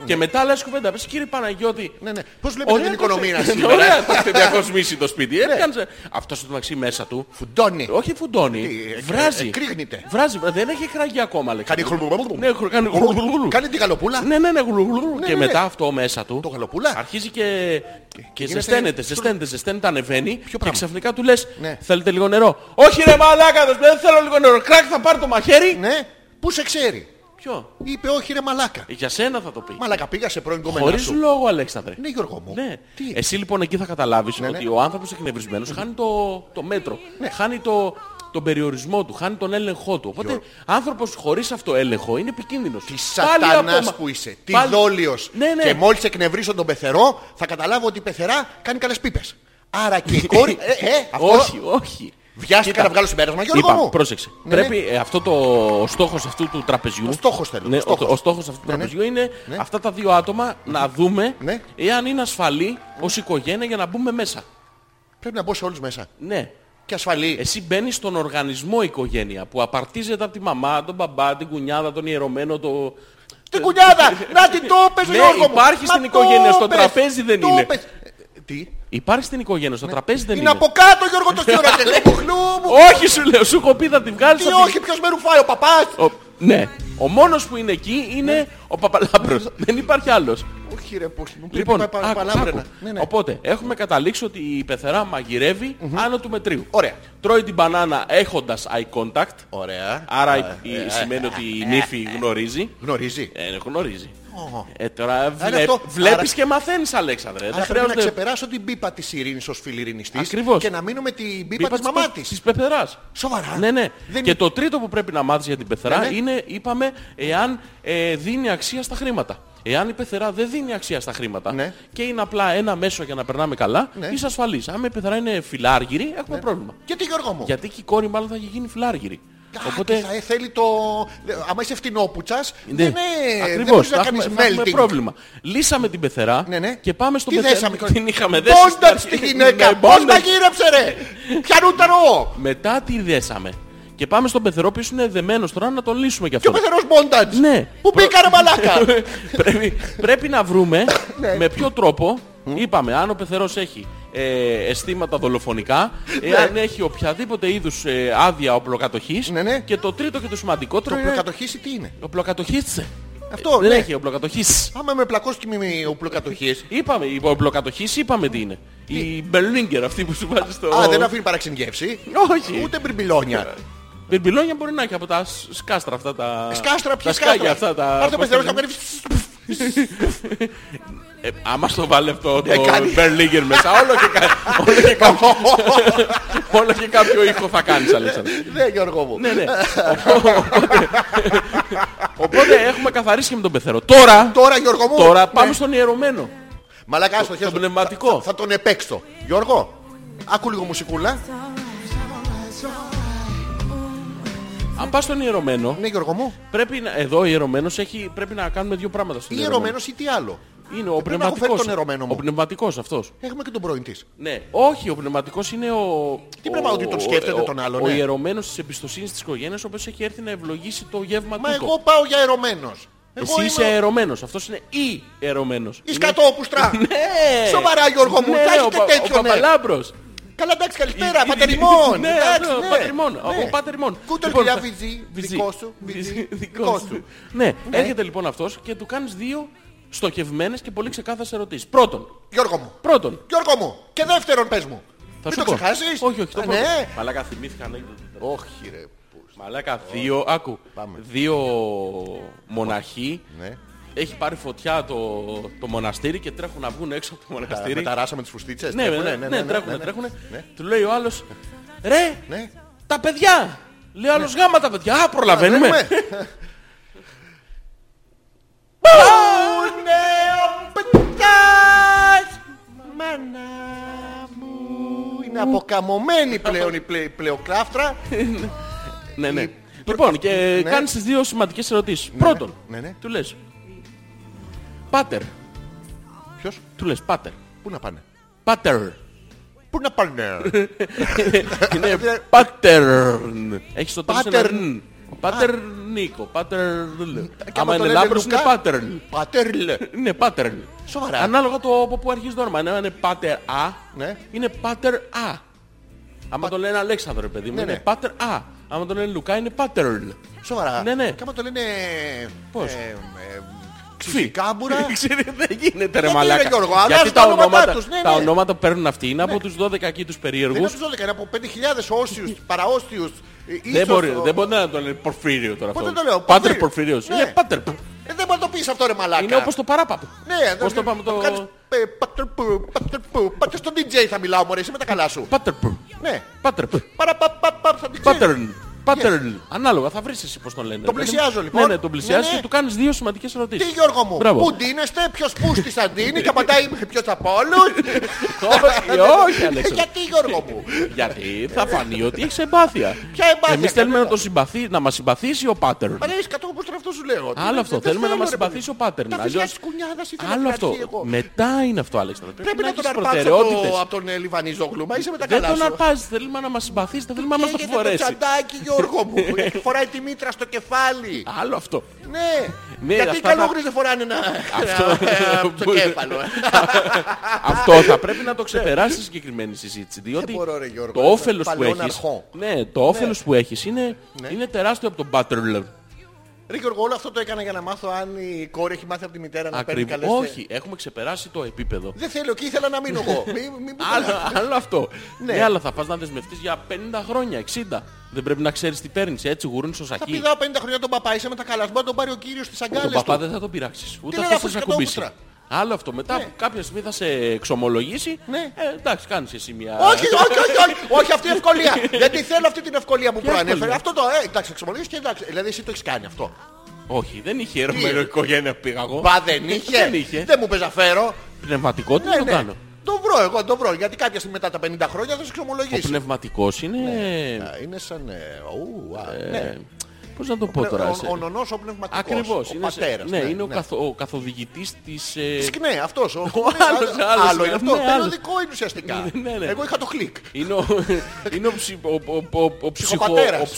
Speaker 2: Και μετά αλλάζει κουβέντα. Πες κύριε Παναγιώτη.
Speaker 1: Ναι, ναι. Πώς βλέπετε την
Speaker 2: ναι,
Speaker 1: οικονομία σήμερα, Ναι.
Speaker 2: Ωραία, το έχετε διακοσμήσει το σπίτι. Ε, Έκανε. Αυτό στο μεταξύ μέσα του.
Speaker 1: Φουντώνει.
Speaker 2: Όχι φουντώνει.
Speaker 1: Τι, ε,
Speaker 2: Βράζει.
Speaker 1: ε, κρύγνεται.
Speaker 2: Βράζει. Δεν έχει κραγεί ακόμα, Αλέξη.
Speaker 1: Κάνει χλουμπλουμπλουμπλουμ.
Speaker 2: Ναι, χρο- κάνει γλουγλουγλου.
Speaker 1: Κάνει την καλοπούλα.
Speaker 2: Ναι, ναι, ναι, γλουγλουγλου.
Speaker 1: Ναι,
Speaker 2: Και
Speaker 1: ναι, ναι.
Speaker 2: μετά αυτό μέσα του.
Speaker 1: Το γαλοπούλα.
Speaker 2: Αρχίζει και. Και
Speaker 1: γίνεται-
Speaker 2: ζεσταίνεται, ζεσταίνεται, ζεσταίνεται, ανεβαίνει. Και
Speaker 1: πράγμα?
Speaker 2: ξαφνικά του λες:
Speaker 1: Ναι.
Speaker 2: Θέλετε λίγο νερό. Όχι, ρε μαλάκα, δεν θέλω λίγο νερό. Κράκ, θα πάρει το μαχαίρι.
Speaker 1: Ναι. Πού σε ξέρει.
Speaker 2: Ποιο.
Speaker 1: Είπε όχι ρε μαλάκα.
Speaker 2: Για σένα θα το πει.
Speaker 1: Μαλάκα πήγα σε πρώην κομμένα
Speaker 2: Χωρίς
Speaker 1: σου.
Speaker 2: λόγο, Αλέξανδρε.
Speaker 1: Ναι Γιώργο μου.
Speaker 2: Ναι.
Speaker 1: Τι.
Speaker 2: Εσύ λοιπόν εκεί θα καταλάβεις
Speaker 1: Ναι,
Speaker 2: ότι
Speaker 1: ναι.
Speaker 2: ο άνθρωπος εκνευρισμένος χάνει το, το μέτρο. Χάνει το, τον περιορισμό του, χάνει τον έλεγχό του. Οπότε άνθρωπος χωρίς αυτό έλεγχο είναι επικίνδυνος.
Speaker 1: Τι σατανάς που είσαι. Τι δόλιος.
Speaker 2: Ναι, ναι.
Speaker 1: Και μόλις εκνευρίσω τον πεθερό θα καταλάβω ότι η πεθερά κάνει καλές πίπες. Άρα και η κόρη... ε, ε, αυτό...
Speaker 2: Όχι, όχι.
Speaker 1: Βιάστηκα να βγάλω συμπέρασμα Γιώργο
Speaker 2: Είπα,
Speaker 1: μου.
Speaker 2: πρόσεξε.
Speaker 1: Ναι, ναι.
Speaker 2: Πρέπει ε, αυτό το ο στόχος αυτού του τραπεζιού. Ο
Speaker 1: στόχος θέλω,
Speaker 2: Ναι,
Speaker 1: ο
Speaker 2: ο,
Speaker 1: στόχος.
Speaker 2: ο στόχος αυτού του τραπεζιού είναι αυτά τα δύο άτομα να δούμε
Speaker 1: Ναι.
Speaker 2: εάν είναι ασφαλή ως οικογένεια για να μπούμε μέσα.
Speaker 1: Πρέπει να μπω σε όλους μέσα.
Speaker 2: Ναι.
Speaker 1: Και ασφαλή.
Speaker 2: Εσύ μπαίνεις στον οργανισμό οικογένεια που απαρτίζεται από τη μαμά, τον μπαμπά, την κουνιάδα, τον ιερωμένο, το.
Speaker 1: Την κουνιάδα! Να την το πες
Speaker 2: Ναι,
Speaker 1: Γιώργο μου!
Speaker 2: υπάρχει
Speaker 1: Μα
Speaker 2: στην
Speaker 1: το
Speaker 2: οικογένεια, στο
Speaker 1: πες,
Speaker 2: τραπέζι δεν
Speaker 1: το
Speaker 2: είναι.
Speaker 1: πες. Ε, Τι?
Speaker 2: Υπάρχει στην οικογένεια, στο τραπέζι δεν
Speaker 1: Ναι. Είναι
Speaker 2: είναι.
Speaker 1: από κάτω Γιώργο το στήρα και λέει «Χλού μου,
Speaker 2: Όχι, σου λέω, σου έχω πει θα τη βγάλεις.
Speaker 1: Τι όχι, ποιος με ρουφάει ο παπάς!
Speaker 2: Ο... Ναι. Ο μόνος που είναι εκεί
Speaker 1: Ναι.
Speaker 2: είναι ο Παπαλάμπρος. δεν υπάρχει άλλος.
Speaker 1: Όχι ρε, πώς μου
Speaker 2: Λοιπόν,
Speaker 1: πρέπει να
Speaker 2: άκου,
Speaker 1: παλάβρενα. Ναι,
Speaker 2: άκου. Οπότε, έχουμε καταλήξει ότι η πεθερά μαγειρεύει άνω του μετρίου.
Speaker 1: Ωραία.
Speaker 2: Τρώει την μπανάνα έχοντας eye contact.
Speaker 1: Ωραία.
Speaker 2: Άρα η- η- σημαίνει ότι η νύφη γνωρίζει.
Speaker 1: Γνωρίζει.
Speaker 2: Ε, γνωρίζει.
Speaker 1: Ω.
Speaker 2: Ε, τώρα βλέ...
Speaker 1: αυτό-
Speaker 2: βλέπεις
Speaker 1: άρα-
Speaker 2: και μαθαίνεις, Αλέξανδρε.
Speaker 1: Άρα
Speaker 2: Δεν
Speaker 1: πρέπει να
Speaker 2: χρειάζεται-
Speaker 1: ξεπεράσω την πίπα της ειρήνης ως φιλιρινιστής
Speaker 2: Ακριβώς.
Speaker 1: και να μείνω με την πίπα,
Speaker 2: Είπα
Speaker 1: της μαμά
Speaker 2: πε-
Speaker 1: της.
Speaker 2: της πεθεράς.
Speaker 1: Σοβαρά.
Speaker 2: Ναι, ναι.
Speaker 1: Δεν
Speaker 2: Και
Speaker 1: είναι-
Speaker 2: το τρίτο που πρέπει να μάθεις για την πεθερά
Speaker 1: Ναι, ναι.
Speaker 2: είναι, είπαμε, εάν ε, δίνει αξία στα χρήματα. Εάν η πεθερά δεν δίνει αξία στα χρήματα
Speaker 1: Ναι.
Speaker 2: και είναι απλά ένα μέσο για να περνάμε καλά,
Speaker 1: Ναι.
Speaker 2: είσαι ασφαλής. Αν η πεθερά είναι φιλάργυρη, έχουμε πρόβλημα.
Speaker 1: Γιατί Γιώργο μου.
Speaker 2: Γιατί και η κόρη μάλλον θα έχει γίνει φιλάργυρη.
Speaker 1: Α, και θα ε, θέλει το... Άμα είσαι φτηνόπουτσας,
Speaker 2: Ναι,
Speaker 1: δεν, είναι- δεν
Speaker 2: ακριβώς.
Speaker 1: μπορείς να
Speaker 2: θα
Speaker 1: κάνεις
Speaker 2: έχουμε- θα έχουμε
Speaker 1: melting.
Speaker 2: πρόβλημα. Λύσαμε την πεθερά
Speaker 1: Ναι, ναι.
Speaker 2: και πάμε στον
Speaker 1: Τι
Speaker 2: πεθερά.
Speaker 1: δέσαμε,
Speaker 2: την είχαμε δέσει. στην
Speaker 1: Πόνταρ
Speaker 2: αρχή.
Speaker 1: στη γυναίκα.
Speaker 2: Ναι,
Speaker 1: Πώς
Speaker 2: bondage.
Speaker 1: μαγείρεψε ρε. Πιανούταρο.
Speaker 2: Μετά τη δέσαμε. Και πάμε στον πεθερό που είναι δεμένος τώρα να τον λύσουμε κι
Speaker 1: Και
Speaker 2: αυτό.
Speaker 1: ο πεθερός Μπόνταρ.
Speaker 2: Ναι.
Speaker 1: Που μπήκα ρε μαλάκα.
Speaker 2: πρέπει, πρέπει να βρούμε
Speaker 1: Ναι.
Speaker 2: με ποιο τρόπο, είπαμε, αν ο πεθερός έχει ε, αισθήματα δολοφονικά,
Speaker 1: Ναι.
Speaker 2: εάν έχει οποιαδήποτε είδους ε, άδεια οπλοκατοχής
Speaker 1: Ναι, ναι.
Speaker 2: και το τρίτο και το σημαντικότερο
Speaker 1: Το
Speaker 2: είναι...
Speaker 1: πλοκατοχήσει τι είναι.
Speaker 2: Οπλοκατοχής.
Speaker 1: Αυτό,
Speaker 2: Δεν
Speaker 1: ναι.
Speaker 2: έχει οπλοκατοχής.
Speaker 1: Άμα με πλακώσει και με οπλοκατοχής.
Speaker 2: Είπαμε, η οπλοκατοχής είπαμε τι είναι. Η Μπερλίνγκερ αυτή που σου βάζει στο...
Speaker 1: Α, δεν αφήνει παραξενγεύση.
Speaker 2: Όχι.
Speaker 1: Ούτε μπριμπιλόνια.
Speaker 2: Μπερμπιλόνια μπορεί να έχει από τα σ- σκάστρα αυτά τα...
Speaker 1: Σκάστρα,
Speaker 2: τα
Speaker 1: ποια
Speaker 2: σκάκια
Speaker 1: σκάστρα.
Speaker 2: αυτά τα...
Speaker 1: Πάρτε
Speaker 2: πώς
Speaker 1: πεθερός
Speaker 2: τα
Speaker 1: να
Speaker 2: λένε.
Speaker 1: παίρνει.
Speaker 2: Ε, άμα στο βάλει αυτό το
Speaker 1: Ναι, κάνει.
Speaker 2: Μπερλίνγκερ μέσα, όλο και, κα- όλο και κάποιο, όλο και κάποιο ήχο θα κάνεις, Αλέξανδρε.
Speaker 1: Ναι, Γιώργο μου.
Speaker 2: ναι, ναι. Οπό- Οπότε, οπότε έχουμε καθαρίσει και με τον πεθερό. Τώρα,
Speaker 1: Τώρα, Γιώργο μου.
Speaker 2: τώρα
Speaker 1: ναι.
Speaker 2: πάμε στον ιερωμένο.
Speaker 1: Μαλακά στο χέρι.
Speaker 2: το πνευματικό.
Speaker 1: Θα, θα τον επέξω. Γιώργο, άκου λίγο μουσικούλα.
Speaker 2: Αν πας στον ιερωμένο,
Speaker 1: Ναι, Γιώργο μου.
Speaker 2: πρέπει να, εδώ ο ιερωμένος έχει, πρέπει να κάνουμε δύο πράγματα στον
Speaker 1: Ή ερωμένο ή τι άλλο.
Speaker 2: Είναι ο
Speaker 1: πρέπει να έχω φέρει
Speaker 2: πνευματικός.
Speaker 1: τον ιερωμένο μου.
Speaker 2: Ο πνευματικός αυτός.
Speaker 1: Έχουμε και τον πρώην της.
Speaker 2: Ναι, όχι, ο πνευματικός είναι ο.
Speaker 1: Τι πρέπει να-
Speaker 2: ο-
Speaker 1: ότι τον σκέφτεται
Speaker 2: ο-
Speaker 1: τον άλλον,
Speaker 2: Ο
Speaker 1: ναι.
Speaker 2: ιερωμένος της εμπιστοσύνης της οικογένειας, ο οποίος έχει έρθει να ευλογήσει το γεύμα
Speaker 1: Μα
Speaker 2: τούτο.
Speaker 1: εγώ πάω για ερωμένος.
Speaker 2: Εσύ είσαι
Speaker 1: είμαι-
Speaker 2: ερωμένος. Αυτός είναι ή ερωμένος.
Speaker 1: Εις
Speaker 2: Είναι-
Speaker 1: κατόπουστρα.
Speaker 2: Ναι.
Speaker 1: Σοβαρά, Γιώργο μου,
Speaker 2: Ναι,
Speaker 1: θα έχει
Speaker 2: ο
Speaker 1: και
Speaker 2: πα-
Speaker 1: τέτοιο,
Speaker 2: Ο
Speaker 1: ναι.
Speaker 2: Παπαλάμπρος.
Speaker 1: Καλά, εντάξει, καλησπέρα,
Speaker 2: Η-
Speaker 1: πατερημόν.
Speaker 2: Ναι,
Speaker 1: εντάξει,
Speaker 2: αυτό,
Speaker 1: ναι.
Speaker 2: πατερημόν.
Speaker 1: Ναι.
Speaker 2: Ο πατερημόν.
Speaker 1: Κούτελ
Speaker 2: Λοιπόν,
Speaker 1: δουλειά
Speaker 2: θα-
Speaker 1: βυζί,
Speaker 2: βυζί.
Speaker 1: δικό σου,
Speaker 2: Βυζί,
Speaker 1: βυζί,
Speaker 2: δικός
Speaker 1: δικός
Speaker 2: σου.
Speaker 1: του.
Speaker 2: Ναι, έρχεται λοιπόν αυτός και του κάνεις δύο στοχευμένες και πολύ ξεκάθαρες ερωτήσεις. Πρώτον,
Speaker 1: Γιώργο μου.
Speaker 2: πρώτον,
Speaker 1: Γιώργο μου. Και δεύτερον, πες μου.
Speaker 2: θα
Speaker 1: Μην
Speaker 2: σου
Speaker 1: το
Speaker 2: πω.
Speaker 1: ξεχάσεις.
Speaker 2: Όχι, όχι, το
Speaker 1: Α,
Speaker 2: πρώτο.
Speaker 1: Ναι.
Speaker 2: Μαλάκα θυμήθηκα ανέκδοτο.
Speaker 1: Όχι ρε. πούς.
Speaker 2: Μαλάκα, δύο, άκου, δύο μοναχοί
Speaker 1: Ναι.
Speaker 2: έχει πάρει φωτιά το, το μοναστήρι και τρέχουν να βγουν έξω από το
Speaker 1: Τα
Speaker 2: μοναστήρι.
Speaker 1: μεταράσαμε τις φουστίτσες.
Speaker 2: Ναι, ναι,
Speaker 1: τρέχουνε,
Speaker 2: ναι, ναι, τρέχουνε,
Speaker 1: ναι.
Speaker 2: τρέχουνε.
Speaker 1: Ναι.
Speaker 2: Του λέει ο άλλος, ρε,
Speaker 1: Ναι.
Speaker 2: τα παιδιά. Λέει ο άλλος γάμα τα παιδιά. Α, προλαβαίνουμε.
Speaker 1: Τρέχουμε.
Speaker 2: Πούνε ο παιδιάς. Μάνα μου.
Speaker 1: Είναι αποκαμωμένη πλέον η πλε- πλεοκλάφτρα.
Speaker 2: Ναι, ναι.
Speaker 1: Η-
Speaker 2: Λοιπόν, και
Speaker 1: Ναι.
Speaker 2: κάνεις τις δύο σημαντικές ερωτήσεις. Πρώτον,
Speaker 1: ναι, ναι.
Speaker 2: του λες, πάτερ.
Speaker 1: Ποιος,
Speaker 2: Του λες, πάτερ.
Speaker 1: πού να πάνε.
Speaker 2: Πάτερ.
Speaker 1: Πού να πάνε.
Speaker 2: Είναι pattern. Έχεις το τέλος ένα
Speaker 1: Pattern.
Speaker 2: «ν». Πατερνίκο. Pattern.
Speaker 1: Ε, Και άμα
Speaker 2: Άμα
Speaker 1: το
Speaker 2: είναι
Speaker 1: λένε
Speaker 2: λάμπρος είναι
Speaker 1: Λουκά,
Speaker 2: pattern.
Speaker 1: Πατέρλε.
Speaker 2: Είναι pattern.
Speaker 1: Σοβαρά.
Speaker 2: Ανάλογα το από πού αρχίζει το όνομα. Αν είναι pater α,
Speaker 1: Ναι.
Speaker 2: είναι pater α. Άμα το λένε Αλέξανδρο, ρε παιδί μου,
Speaker 1: Ναι,
Speaker 2: είναι
Speaker 1: ναι.
Speaker 2: pater α. Άμα το λένε Λουκά, είναι pattern.
Speaker 1: Σοβαρά.
Speaker 2: Ναι, ναι.
Speaker 1: Και άμα το λένε...
Speaker 2: Πώς?
Speaker 1: ε, ε, Ξυφικάμπουρα.
Speaker 2: Ξέρει, δεν γίνεται ρε
Speaker 1: Γιατί, ρε
Speaker 2: μαλάκα.
Speaker 1: Γιώργο,
Speaker 2: Γιατί
Speaker 1: αλλάζουν
Speaker 2: τα
Speaker 1: τα ονόματά
Speaker 2: ονόματα,
Speaker 1: τους, ναι,
Speaker 2: τα
Speaker 1: ναι.
Speaker 2: ονόματα που παίρνουν αυτοί είναι από τους 12 εκεί τους
Speaker 1: Δεν είναι
Speaker 2: περίεργους.
Speaker 1: από τους 12, είναι από 5.000 όσιους, παραόσιους. ε,
Speaker 2: Δεν
Speaker 1: ίσως,
Speaker 2: μπορεί,
Speaker 1: ο-
Speaker 2: δεν μπορεί να το λένε Πορφύριο τώρα αυτό.
Speaker 1: Πότε το λέω,
Speaker 2: Πάτερ
Speaker 1: Πορφύριο.
Speaker 2: Πορφύριος.
Speaker 1: Ναι.
Speaker 2: Είναι πάτερ.
Speaker 1: Ε, δεν μπορεί να το πεις αυτό ρε μαλάκα.
Speaker 2: Είναι όπως το παράπαπο.
Speaker 1: Ναι,
Speaker 2: Πώς το πάμε το...
Speaker 1: Κάνεις, ε, πατρπου, πατρπου, πατρπου. Στον DJ θα μιλάω μωρέ, είσαι με τα καλά σου.
Speaker 2: Πάτερ.
Speaker 1: Ναι.
Speaker 2: Πάτερ.
Speaker 1: Παραπαπαπαπ, θα την ξέρεις.
Speaker 2: Pattern. Pattern. Ανάλογα, θα βρεις εσύ πώς τον λένε.
Speaker 1: Τον πλησιάζω, λοιπόν.
Speaker 2: Ναι, ναι, τον πλησιάζεις
Speaker 1: Ναι, ναι.
Speaker 2: και του κάνεις δύο σημαντικές ερωτήσεις.
Speaker 1: Τι Γιώργο μου,
Speaker 2: Μπράβο.
Speaker 1: πού ντύνεστε, ποιος πούς της θα ντύνει και απαντάει ποιος από όλους.
Speaker 2: Όχι, Ε, όχι, Αλέξανδρο.
Speaker 1: Ε, Γιατί Γιώργο μου.
Speaker 2: Γιατί θα φανεί ότι έχεις εμπάθεια.
Speaker 1: Ποια εμπάθεια,
Speaker 2: Εμείς θέλουμε
Speaker 1: κανένα.
Speaker 2: να, το συμπαθεί, να μας συμπαθήσει ο Pattern.
Speaker 1: Παρέσει κατώ όπως αυτό σου λέω. Τι,
Speaker 2: Άλλο
Speaker 1: δεν-
Speaker 2: αυτό.
Speaker 1: δεν
Speaker 2: Θέλουμε να
Speaker 1: θέλω,
Speaker 2: μας
Speaker 1: ρε παιδί.
Speaker 2: συμπαθήσει ο Pattern.
Speaker 1: Τα
Speaker 2: Αλλιώς-
Speaker 1: φιλιά της κουνιάδας ήθελα
Speaker 2: Άλλο
Speaker 1: να
Speaker 2: αυτό.
Speaker 1: πιάσει εγώ.
Speaker 2: Μετά είναι αυτό, Αλέξανδρο.
Speaker 1: Πρέπει να τον
Speaker 2: έχεις
Speaker 1: αρπάξω
Speaker 2: προτεραιότητες.
Speaker 1: από τον ε, Λιβανίζογλου. Μα είσαι με τα
Speaker 2: Δεν
Speaker 1: καλά
Speaker 2: τον
Speaker 1: σου.
Speaker 2: αρπάζεις, θέλουμε να μας συμπαθήσει, δεν θέλουμε να μας το
Speaker 1: Καίγεται το
Speaker 2: φορέσει.
Speaker 1: τσαντάκι Γιώργο μου. Φοράει τη μήτρα στο κεφάλι.
Speaker 2: Άλλο αυτό.
Speaker 1: Ναι.
Speaker 2: Ναι,
Speaker 1: Γιατί οι
Speaker 2: αυτά τα-
Speaker 1: καλόγρες δεν φοράνε ένα
Speaker 2: Αυτό.
Speaker 1: ένα- το κέφαλο.
Speaker 2: Αυτό θα πρέπει να το ξεπεράσει στη συγκεκριμένη συζήτηση. Διότι
Speaker 1: Ναι. μπορώ, ρε, Γιώργο.
Speaker 2: το όφελος που
Speaker 1: Παλαιόν
Speaker 2: έχεις.
Speaker 1: Ναι. αρχό.
Speaker 2: Ναι, το όφελος που έχεις είναι, είναι τεράστιο από τον Butterlove.
Speaker 1: Ρε Γιώργο, όλο αυτό το έκανα για να μάθω αν η κόρη έχει μάθει από τη μητέρα να παίρνει καλές Ναι.
Speaker 2: Ακριβώ. Όχι, έχουμε ξεπεράσει το επίπεδο.
Speaker 1: Δεν θέλω και ήθελα να μείνω εγώ. Μη- μη- μη-
Speaker 2: Άλλο, άλλο αυτό.
Speaker 1: Ναι.
Speaker 2: Ναι. αλλά θα πας να δεσμευτείς για 50 χρόνια, 60. Δεν πρέπει να ξέρεις τι παίρνεις. Έτσι γουρούν στο
Speaker 1: Θα
Speaker 2: σακί.
Speaker 1: πηδάω 50 χρόνια τον παπά, είσαι με τα καλά. Μπορεί να τον πάρει ο κύριος στις
Speaker 2: Τον
Speaker 1: αγκάλες
Speaker 2: παπά
Speaker 1: του.
Speaker 2: δεν θα τον πειράξεις. Ούτε
Speaker 1: λένε,
Speaker 2: αυτό θα
Speaker 1: αφού
Speaker 2: σε
Speaker 1: είσαι
Speaker 2: ακουμπήσει.
Speaker 1: κατόπουστρα.
Speaker 2: Άλλο αυτό. Μετά κάποια στιγμή θα σε εξομολογήσει.
Speaker 1: Ναι.
Speaker 2: Ε, εντάξει, κάνεις εσύ μια.
Speaker 1: Όχι, όχι, όχι, όχι, όχι, αυτή η ευκολία. Γιατί θέλω αυτή την ευκολία που προανέφερε.
Speaker 2: ευκολία?
Speaker 1: Αυτό το, ε, εντάξει, εξομολογείς και εντάξει. Δηλαδή εσύ το έχεις κάνει αυτό.
Speaker 2: Όχι, δεν είχε ερωμένο οικογένεια που πήγα εγώ.
Speaker 1: Πα δεν είχε.
Speaker 2: Δεν είχε.
Speaker 1: Δεν Ναι, μου πες να φέρω.
Speaker 2: Πνευματικό τι να το κάνω.
Speaker 1: Το βρω εγώ, το βρω. Γιατί κάποια στιγμή μετά τα 50 χρόνια θα σε
Speaker 2: Ο
Speaker 1: εξομολογήσει.
Speaker 2: πνευματικός είναι.
Speaker 1: Α, Είναι σαν. ε, ου, α, ναι.
Speaker 2: Πώς να το πω τώρα.
Speaker 1: Ο, ο, ο νονός ο πνευματικός.
Speaker 2: Ακριβώς.
Speaker 1: Ο πατέρας.
Speaker 2: Ναι, είναι ο, καθο, ο ε, καθοδηγητής της.
Speaker 1: Ναι, αυτός. Ο,
Speaker 2: άλλος, άλλος,
Speaker 1: άλλος είναι
Speaker 2: ναι,
Speaker 1: αυτό.
Speaker 2: ναι,
Speaker 1: Παίρνω
Speaker 2: άλλος.
Speaker 1: δικό είναι ουσιαστικά.
Speaker 2: Ναι, ναι.
Speaker 1: Εγώ είχα το κλικ.
Speaker 2: Είναι ο, είναι ο, ψι- ο, ο, ο, ο, ψυχο,
Speaker 1: Ψυχοπατέρας.
Speaker 2: ο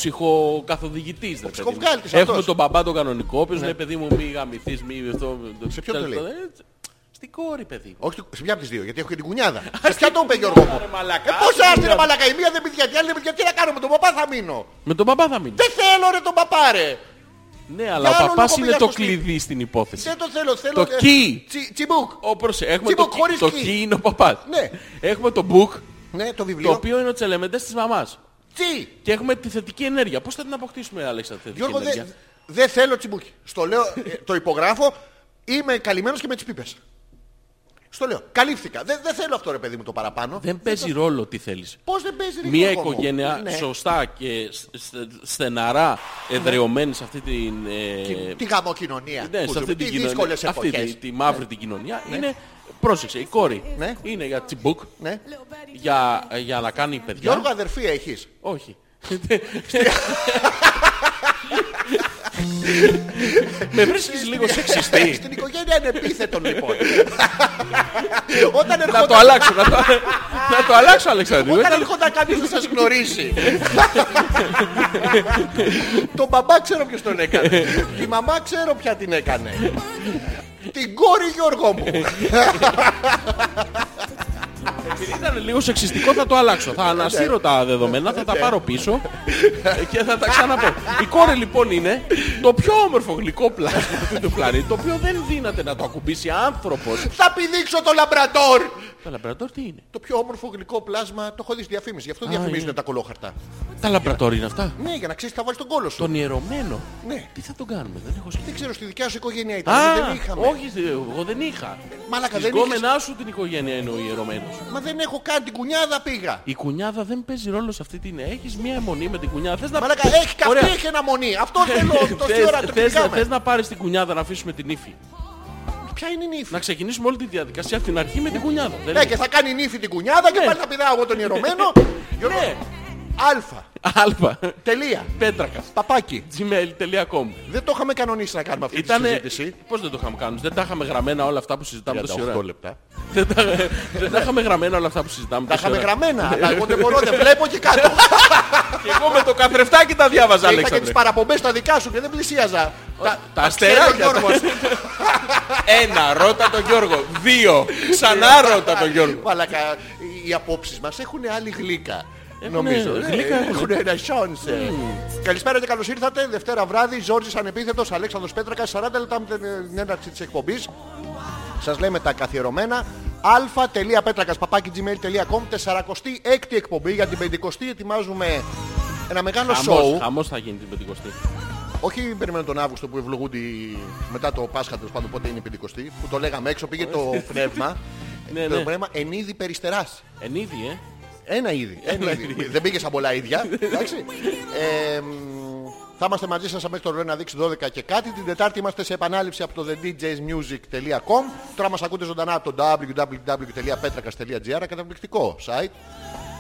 Speaker 2: ψυχοκαθοδηγητής. Ο
Speaker 1: ψυχοβγάλτης
Speaker 2: Έχουμε
Speaker 1: αυτός. Ναι.
Speaker 2: τον μπαμπά τον κανονικό, ο οποίος λέει παιδί μου μη γαμηθείς, μη αυτό.
Speaker 1: Σε ποιον το λέει?
Speaker 2: Ε, Στην κόρη παιδί. μου.
Speaker 1: Όχι, σε μια από τις δύο, γιατί έχω και την κουνιάδα. Σε ποια το είπε Γιώργο μου.
Speaker 2: Ρε μαλακά.
Speaker 1: Ε, πώς άστρε μαλακά, η μία δεν πει γιατί, η άλλη δεν πει γιατί, τι να κάνω με τον παπά θα μείνω.
Speaker 2: Με τον μπαμπά θα μείνεις.
Speaker 1: Δεν θέλω ρε τον παπά ρε.
Speaker 2: Ναι, αλλά ο
Speaker 1: άλλο
Speaker 2: παπάς
Speaker 1: λόγο
Speaker 2: είναι
Speaker 1: πήγα
Speaker 2: το
Speaker 1: στο σπίτι.
Speaker 2: κλειδί στην υπόθεση.
Speaker 1: Δεν το θέλω, θέλω...
Speaker 2: Το
Speaker 1: ε,
Speaker 2: key.
Speaker 1: τσι- Τσιμπουκ.
Speaker 2: Ο, προσέ, έχουμε
Speaker 1: Τσίπο,
Speaker 2: το,
Speaker 1: χωρίς
Speaker 2: το
Speaker 1: key.
Speaker 2: key είναι ο παπάς.
Speaker 1: Ναι.
Speaker 2: Έχουμε το book,
Speaker 1: Ναι, το
Speaker 2: το
Speaker 1: βιβλίο.
Speaker 2: οποίο είναι ο τσελεμεντές της μαμάς.
Speaker 1: Τσι.
Speaker 2: Και έχουμε τη θετική ενέργεια. Πώς θα την αποκτήσουμε, Αλέξανδρο, θετική
Speaker 1: Γιώργο,
Speaker 2: ενέργεια.
Speaker 1: δεν δεν θέλω τσιμπούκι. Στο λέω, ε, το υπογράφω, είμαι καλυμμένος και με τις πίπες. Στο λέω, καλύφθηκα. Δεν δεν θέλω αυτό ρε παιδί μου το παραπάνω.
Speaker 2: Δεν παίζει ρόλο τι θέλεις.
Speaker 1: Πώς δεν παίζει ρε
Speaker 2: Μία
Speaker 1: Γιώργο μου.
Speaker 2: οικογένεια
Speaker 1: Ναι.
Speaker 2: σωστά και σ- σ- στεναρά εδρεωμένη σε αυτή την... ε,
Speaker 1: Τη γαμοκοινωνία.
Speaker 2: ναι, σε
Speaker 1: που
Speaker 2: αυτή
Speaker 1: ζούμε.
Speaker 2: την
Speaker 1: Τι
Speaker 2: κοινωνία,
Speaker 1: δύσκολες
Speaker 2: αυτή
Speaker 1: εποχές.
Speaker 2: τη, τη μαύρη την κοινωνία είναι, πρόσεξε, η κόρη
Speaker 1: Ναι.
Speaker 2: είναι για τσιμπούκ,
Speaker 1: Ναι.
Speaker 2: για, για να κάνει παιδιά.
Speaker 1: Γιώργο αδερφή έχεις.
Speaker 2: Όχι. Με βρίσκεις λίγο σεξιστή.
Speaker 1: Στην οικογένεια είναι επίθετο λοιπόν. Όταν
Speaker 2: Να το
Speaker 1: ερχόταν,
Speaker 2: αλλάξω, να το, να το αλλάξω Αλεξάνδρου.
Speaker 1: όταν
Speaker 2: Ήταν-
Speaker 1: ερχόταν κάποιος να σας γνωρίσει. τον μπαμπά ξέρω ποιος τον έκανε. Η μαμά ξέρω ποια την έκανε. την κόρη Γιώργο μου.
Speaker 2: Επειδή ήταν λίγο σεξιστικό θα το αλλάξω. Θα ανασύρω τα δεδομένα, θα τα πάρω πίσω και θα τα ξαναπώ. Η κόρη λοιπόν είναι το πιο όμορφο γλυκό πλάσμα αυτού του πλανήτη, το οποίο δεν δύναται να το ακουμπήσει άνθρωπος.
Speaker 1: Θα πηδήξω το λαμπρατόρ.
Speaker 2: Τα λαμπρατόρ τι είναι.
Speaker 1: Το πιο όμορφο γλυκό πλάσμα το έχω δει στη διαφήμιση. Γι' αυτό διαφημίζουν
Speaker 2: είναι.
Speaker 1: τα κολόχαρτα.
Speaker 2: Τα λαμπρατόρ είναι αυτά.
Speaker 1: Ναι, για να ξέρεις, θα βάλει τον κόλο σου.
Speaker 2: Τον ιερωμένο.
Speaker 1: Ναι.
Speaker 2: Τι θα τον κάνουμε, δεν έχω σκεφτεί.
Speaker 1: Δεν ξέρω, στη δικιά σου οικογένεια ήταν.
Speaker 2: Α,
Speaker 1: δεν είχαμε.
Speaker 2: όχι, δε- εγώ δεν είχα.
Speaker 1: Μαλάκα,
Speaker 2: Της
Speaker 1: δεν είχες-
Speaker 2: γκόμενά σου την οικογένεια είναι ο ιερωμένος.
Speaker 1: Μα δεν έχω καν την κουνιάδα πήγα.
Speaker 2: Η κουνιάδα δεν παίζει ρόλο σε αυτή την. Έχεις μία αιμονή με την κουνιάδα. Θες να...
Speaker 1: Μαλάκα, έχει καφέ,
Speaker 2: Ωραία.
Speaker 1: έχει ένα μονή. Αυτό θέλω τόση
Speaker 2: Θες-
Speaker 1: ώρα το
Speaker 2: θες-
Speaker 1: κοιτάμε.
Speaker 2: Θες να πάρεις την κουνιάδα να αφήσουμε την ύφη.
Speaker 1: Ποια είναι η νύφη.
Speaker 2: Να ξεκινήσουμε όλη τη διαδικασία από την αρχή με την κουνιάδα. Δεν
Speaker 1: Ναι,
Speaker 2: είναι.
Speaker 1: και θα κάνει η νύφη την κουνιάδα και
Speaker 2: Ναι.
Speaker 1: πάλι θα πηδάω εγώ τον ιερωμένο. Γιώργο,
Speaker 2: Ναι.
Speaker 1: Αλφα.
Speaker 2: Αλφα.
Speaker 1: Τελεία.
Speaker 2: Πέτρακα.
Speaker 1: Παπάκι.
Speaker 2: gmail.com
Speaker 1: Δεν το είχαμε κανονίσει να κάνουμε αυτή τη
Speaker 2: Ήτανε...
Speaker 1: συζήτηση.
Speaker 2: Πώς δεν το είχαμε κάνει, δεν τα είχαμε γραμμένα όλα αυτά που συζητάμε τόση
Speaker 1: 38
Speaker 2: ώρα.
Speaker 1: λεπτά.
Speaker 2: Δεν τα, δεν τα είχαμε γραμμένα όλα αυτά που συζητάμε
Speaker 1: Τα
Speaker 2: τόση
Speaker 1: είχαμε
Speaker 2: ώρα.
Speaker 1: γραμμένα, αλλά εγώ δεν μπορώ, δεν βλέπω και κάτω.
Speaker 2: Και εγώ με το καθρεφτάκι τα διάβαζα,
Speaker 1: Και Είχα και τις
Speaker 2: Αλέξανδρε.
Speaker 1: παραπομπές τα δικά σου και δεν πλησίαζα. Τα,
Speaker 2: Τα
Speaker 1: ξέρω,
Speaker 2: αστεράκια.
Speaker 1: Γιώργος.
Speaker 2: του. Ένα, ρώτα τον Γιώργο. Δύο, ξανά ρώτα τον Γιώργο.
Speaker 1: Μαλακα, οι απόψεις μας έχουν άλλη γλύκα.
Speaker 2: Έχουνε
Speaker 1: νομίζω.
Speaker 2: γλύκα,
Speaker 1: Ε, Έχουν ένα σιόνς. ε. Καλησπέρα και καλώς ήρθατε. Δευτέρα βράδυ, Ζόρζης Ανεπίθετος, Αλέξανδρος Πέτρακας, 40 λεπτά μετά την έναρξη της εκπομπής. Σας λέμε τα καθιερωμένα α.πέτρακας.gmail.com 46η εκπομπή για την 50η ετοιμάζουμε ένα μεγάλο
Speaker 2: Χαμός,
Speaker 1: σοου.
Speaker 2: χαμός θα γίνει την πεντηκοστή.
Speaker 1: Όχι περιμένω τον Αύγουστο που ευλογούνται οι- μετά το Πάσχα τέλος πάντων πότε είναι η πεντηκοστή που το λέγαμε έξω πήγε το πνεύμα.
Speaker 2: Ναι,
Speaker 1: το
Speaker 2: ναι.
Speaker 1: πνεύμα εν είδη περιστεράς.
Speaker 2: Εν είδη, ε.
Speaker 1: Ένα είδη. Ένα είδη. Δεν πήγες σαν πολλά ίδια. Εντάξει. Ε, μ, θα είμαστε μαζί σας μέχρι το Ρένα Δείξη 12 και κάτι. Την Τετάρτη είμαστε σε επανάληψη από το thedjsmusic.com. Τώρα μας ακούτε ζωντανά από το www.petrakas.gr. Καταπληκτικό site.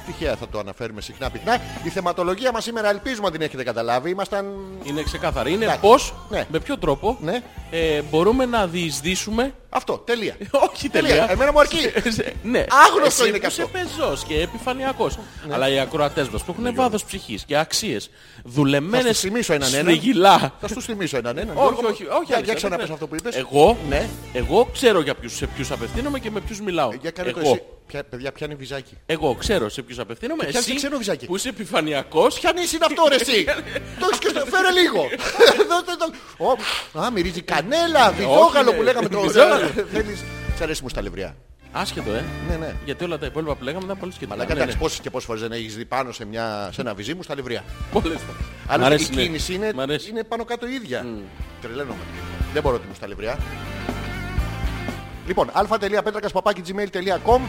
Speaker 1: Τυχαία θα το αναφέρουμε συχνά πυκνά. Η θεματολογία μας σήμερα ελπίζουμε να την έχετε καταλάβει. Ήμασταν
Speaker 2: Είναι ξεκάθαρη. Είναι
Speaker 1: Εντάξει.
Speaker 2: πώς,
Speaker 1: Ναι.
Speaker 2: με ποιο τρόπο
Speaker 1: Ναι.
Speaker 2: ε, μπορούμε να διεισδύσουμε
Speaker 1: Αυτό, τέλεια.
Speaker 2: Όχι τελεία.
Speaker 1: Εμένα μου αρκεί.
Speaker 2: Σε- ναι.
Speaker 1: Άγνωστο
Speaker 2: Εσύ
Speaker 1: είναι
Speaker 2: που
Speaker 1: και αυτό. Ναι.
Speaker 2: Είσαι πεζός και επιφανειακός. Αλλά οι ακροατές μας που έχουν βάθος ψυχής και αξίες δουλεμένες
Speaker 1: τους θυμίσω έναν έναν.
Speaker 2: σφυγγυλά.
Speaker 1: Θα σου θυμίσω έναν έναν.
Speaker 2: Όχι,
Speaker 1: Γιώργο.
Speaker 2: όχι, όχι.
Speaker 1: Για, για
Speaker 2: Αλέξανδρε,
Speaker 1: ξαναπες
Speaker 2: ναι.
Speaker 1: αυτό που είπες.
Speaker 2: Εγώ,
Speaker 1: Ναι. Ε,
Speaker 2: εγώ ξέρω για ποιους, σε ποιους απευθύνομαι και με ποιους μιλάω.
Speaker 1: Για κάνε το
Speaker 2: εγώ,
Speaker 1: εσύ. Ποια, παιδιά, πιάνει βυζάκι.
Speaker 2: εγώ ξέρω σε ποιους απευθύνομαι.
Speaker 1: πιάνεις
Speaker 2: Εσύ
Speaker 1: και ξένο βυζάκι.
Speaker 2: που είσαι επιφανειακός.
Speaker 1: Πιανείς είναι αυτό ρε εσύ. το έχεις και στο... Φέρε λίγο. Δώστε το... Ω, Α, μυρίζει κανέλα, βυζόγαλο
Speaker 2: όχι,
Speaker 1: που
Speaker 2: ναι.
Speaker 1: λέγαμε το
Speaker 2: Βυζόγαλο.
Speaker 1: βυζόγαλο. Θέλεις... Σ' αρέσει μου στα λευριά.
Speaker 2: Άσχετο, ε.
Speaker 1: Ναι, ναι.
Speaker 2: Γιατί όλα τα υπόλοιπα που λέγαμε ήταν πολύ
Speaker 1: Αλλά
Speaker 2: σχετικά. Ναι, ναι.
Speaker 1: κατάξει πόσες και πόσες φορές δεν έχεις δει πάνω σε, μια... σε ένα βυζί μου στα λευριά.
Speaker 2: Πολλές φορές. Μ'
Speaker 1: Αλλά η
Speaker 2: αρέσει, ναι.
Speaker 1: κίνηση είναι,
Speaker 2: Μ' αρέσει.
Speaker 1: είναι πάνω κάτω η ίδια. Τρελαίνομαι. Δεν μπορώ ότι μου στα λευριά. Λοιπόν, α.πέτρακα.gmail.com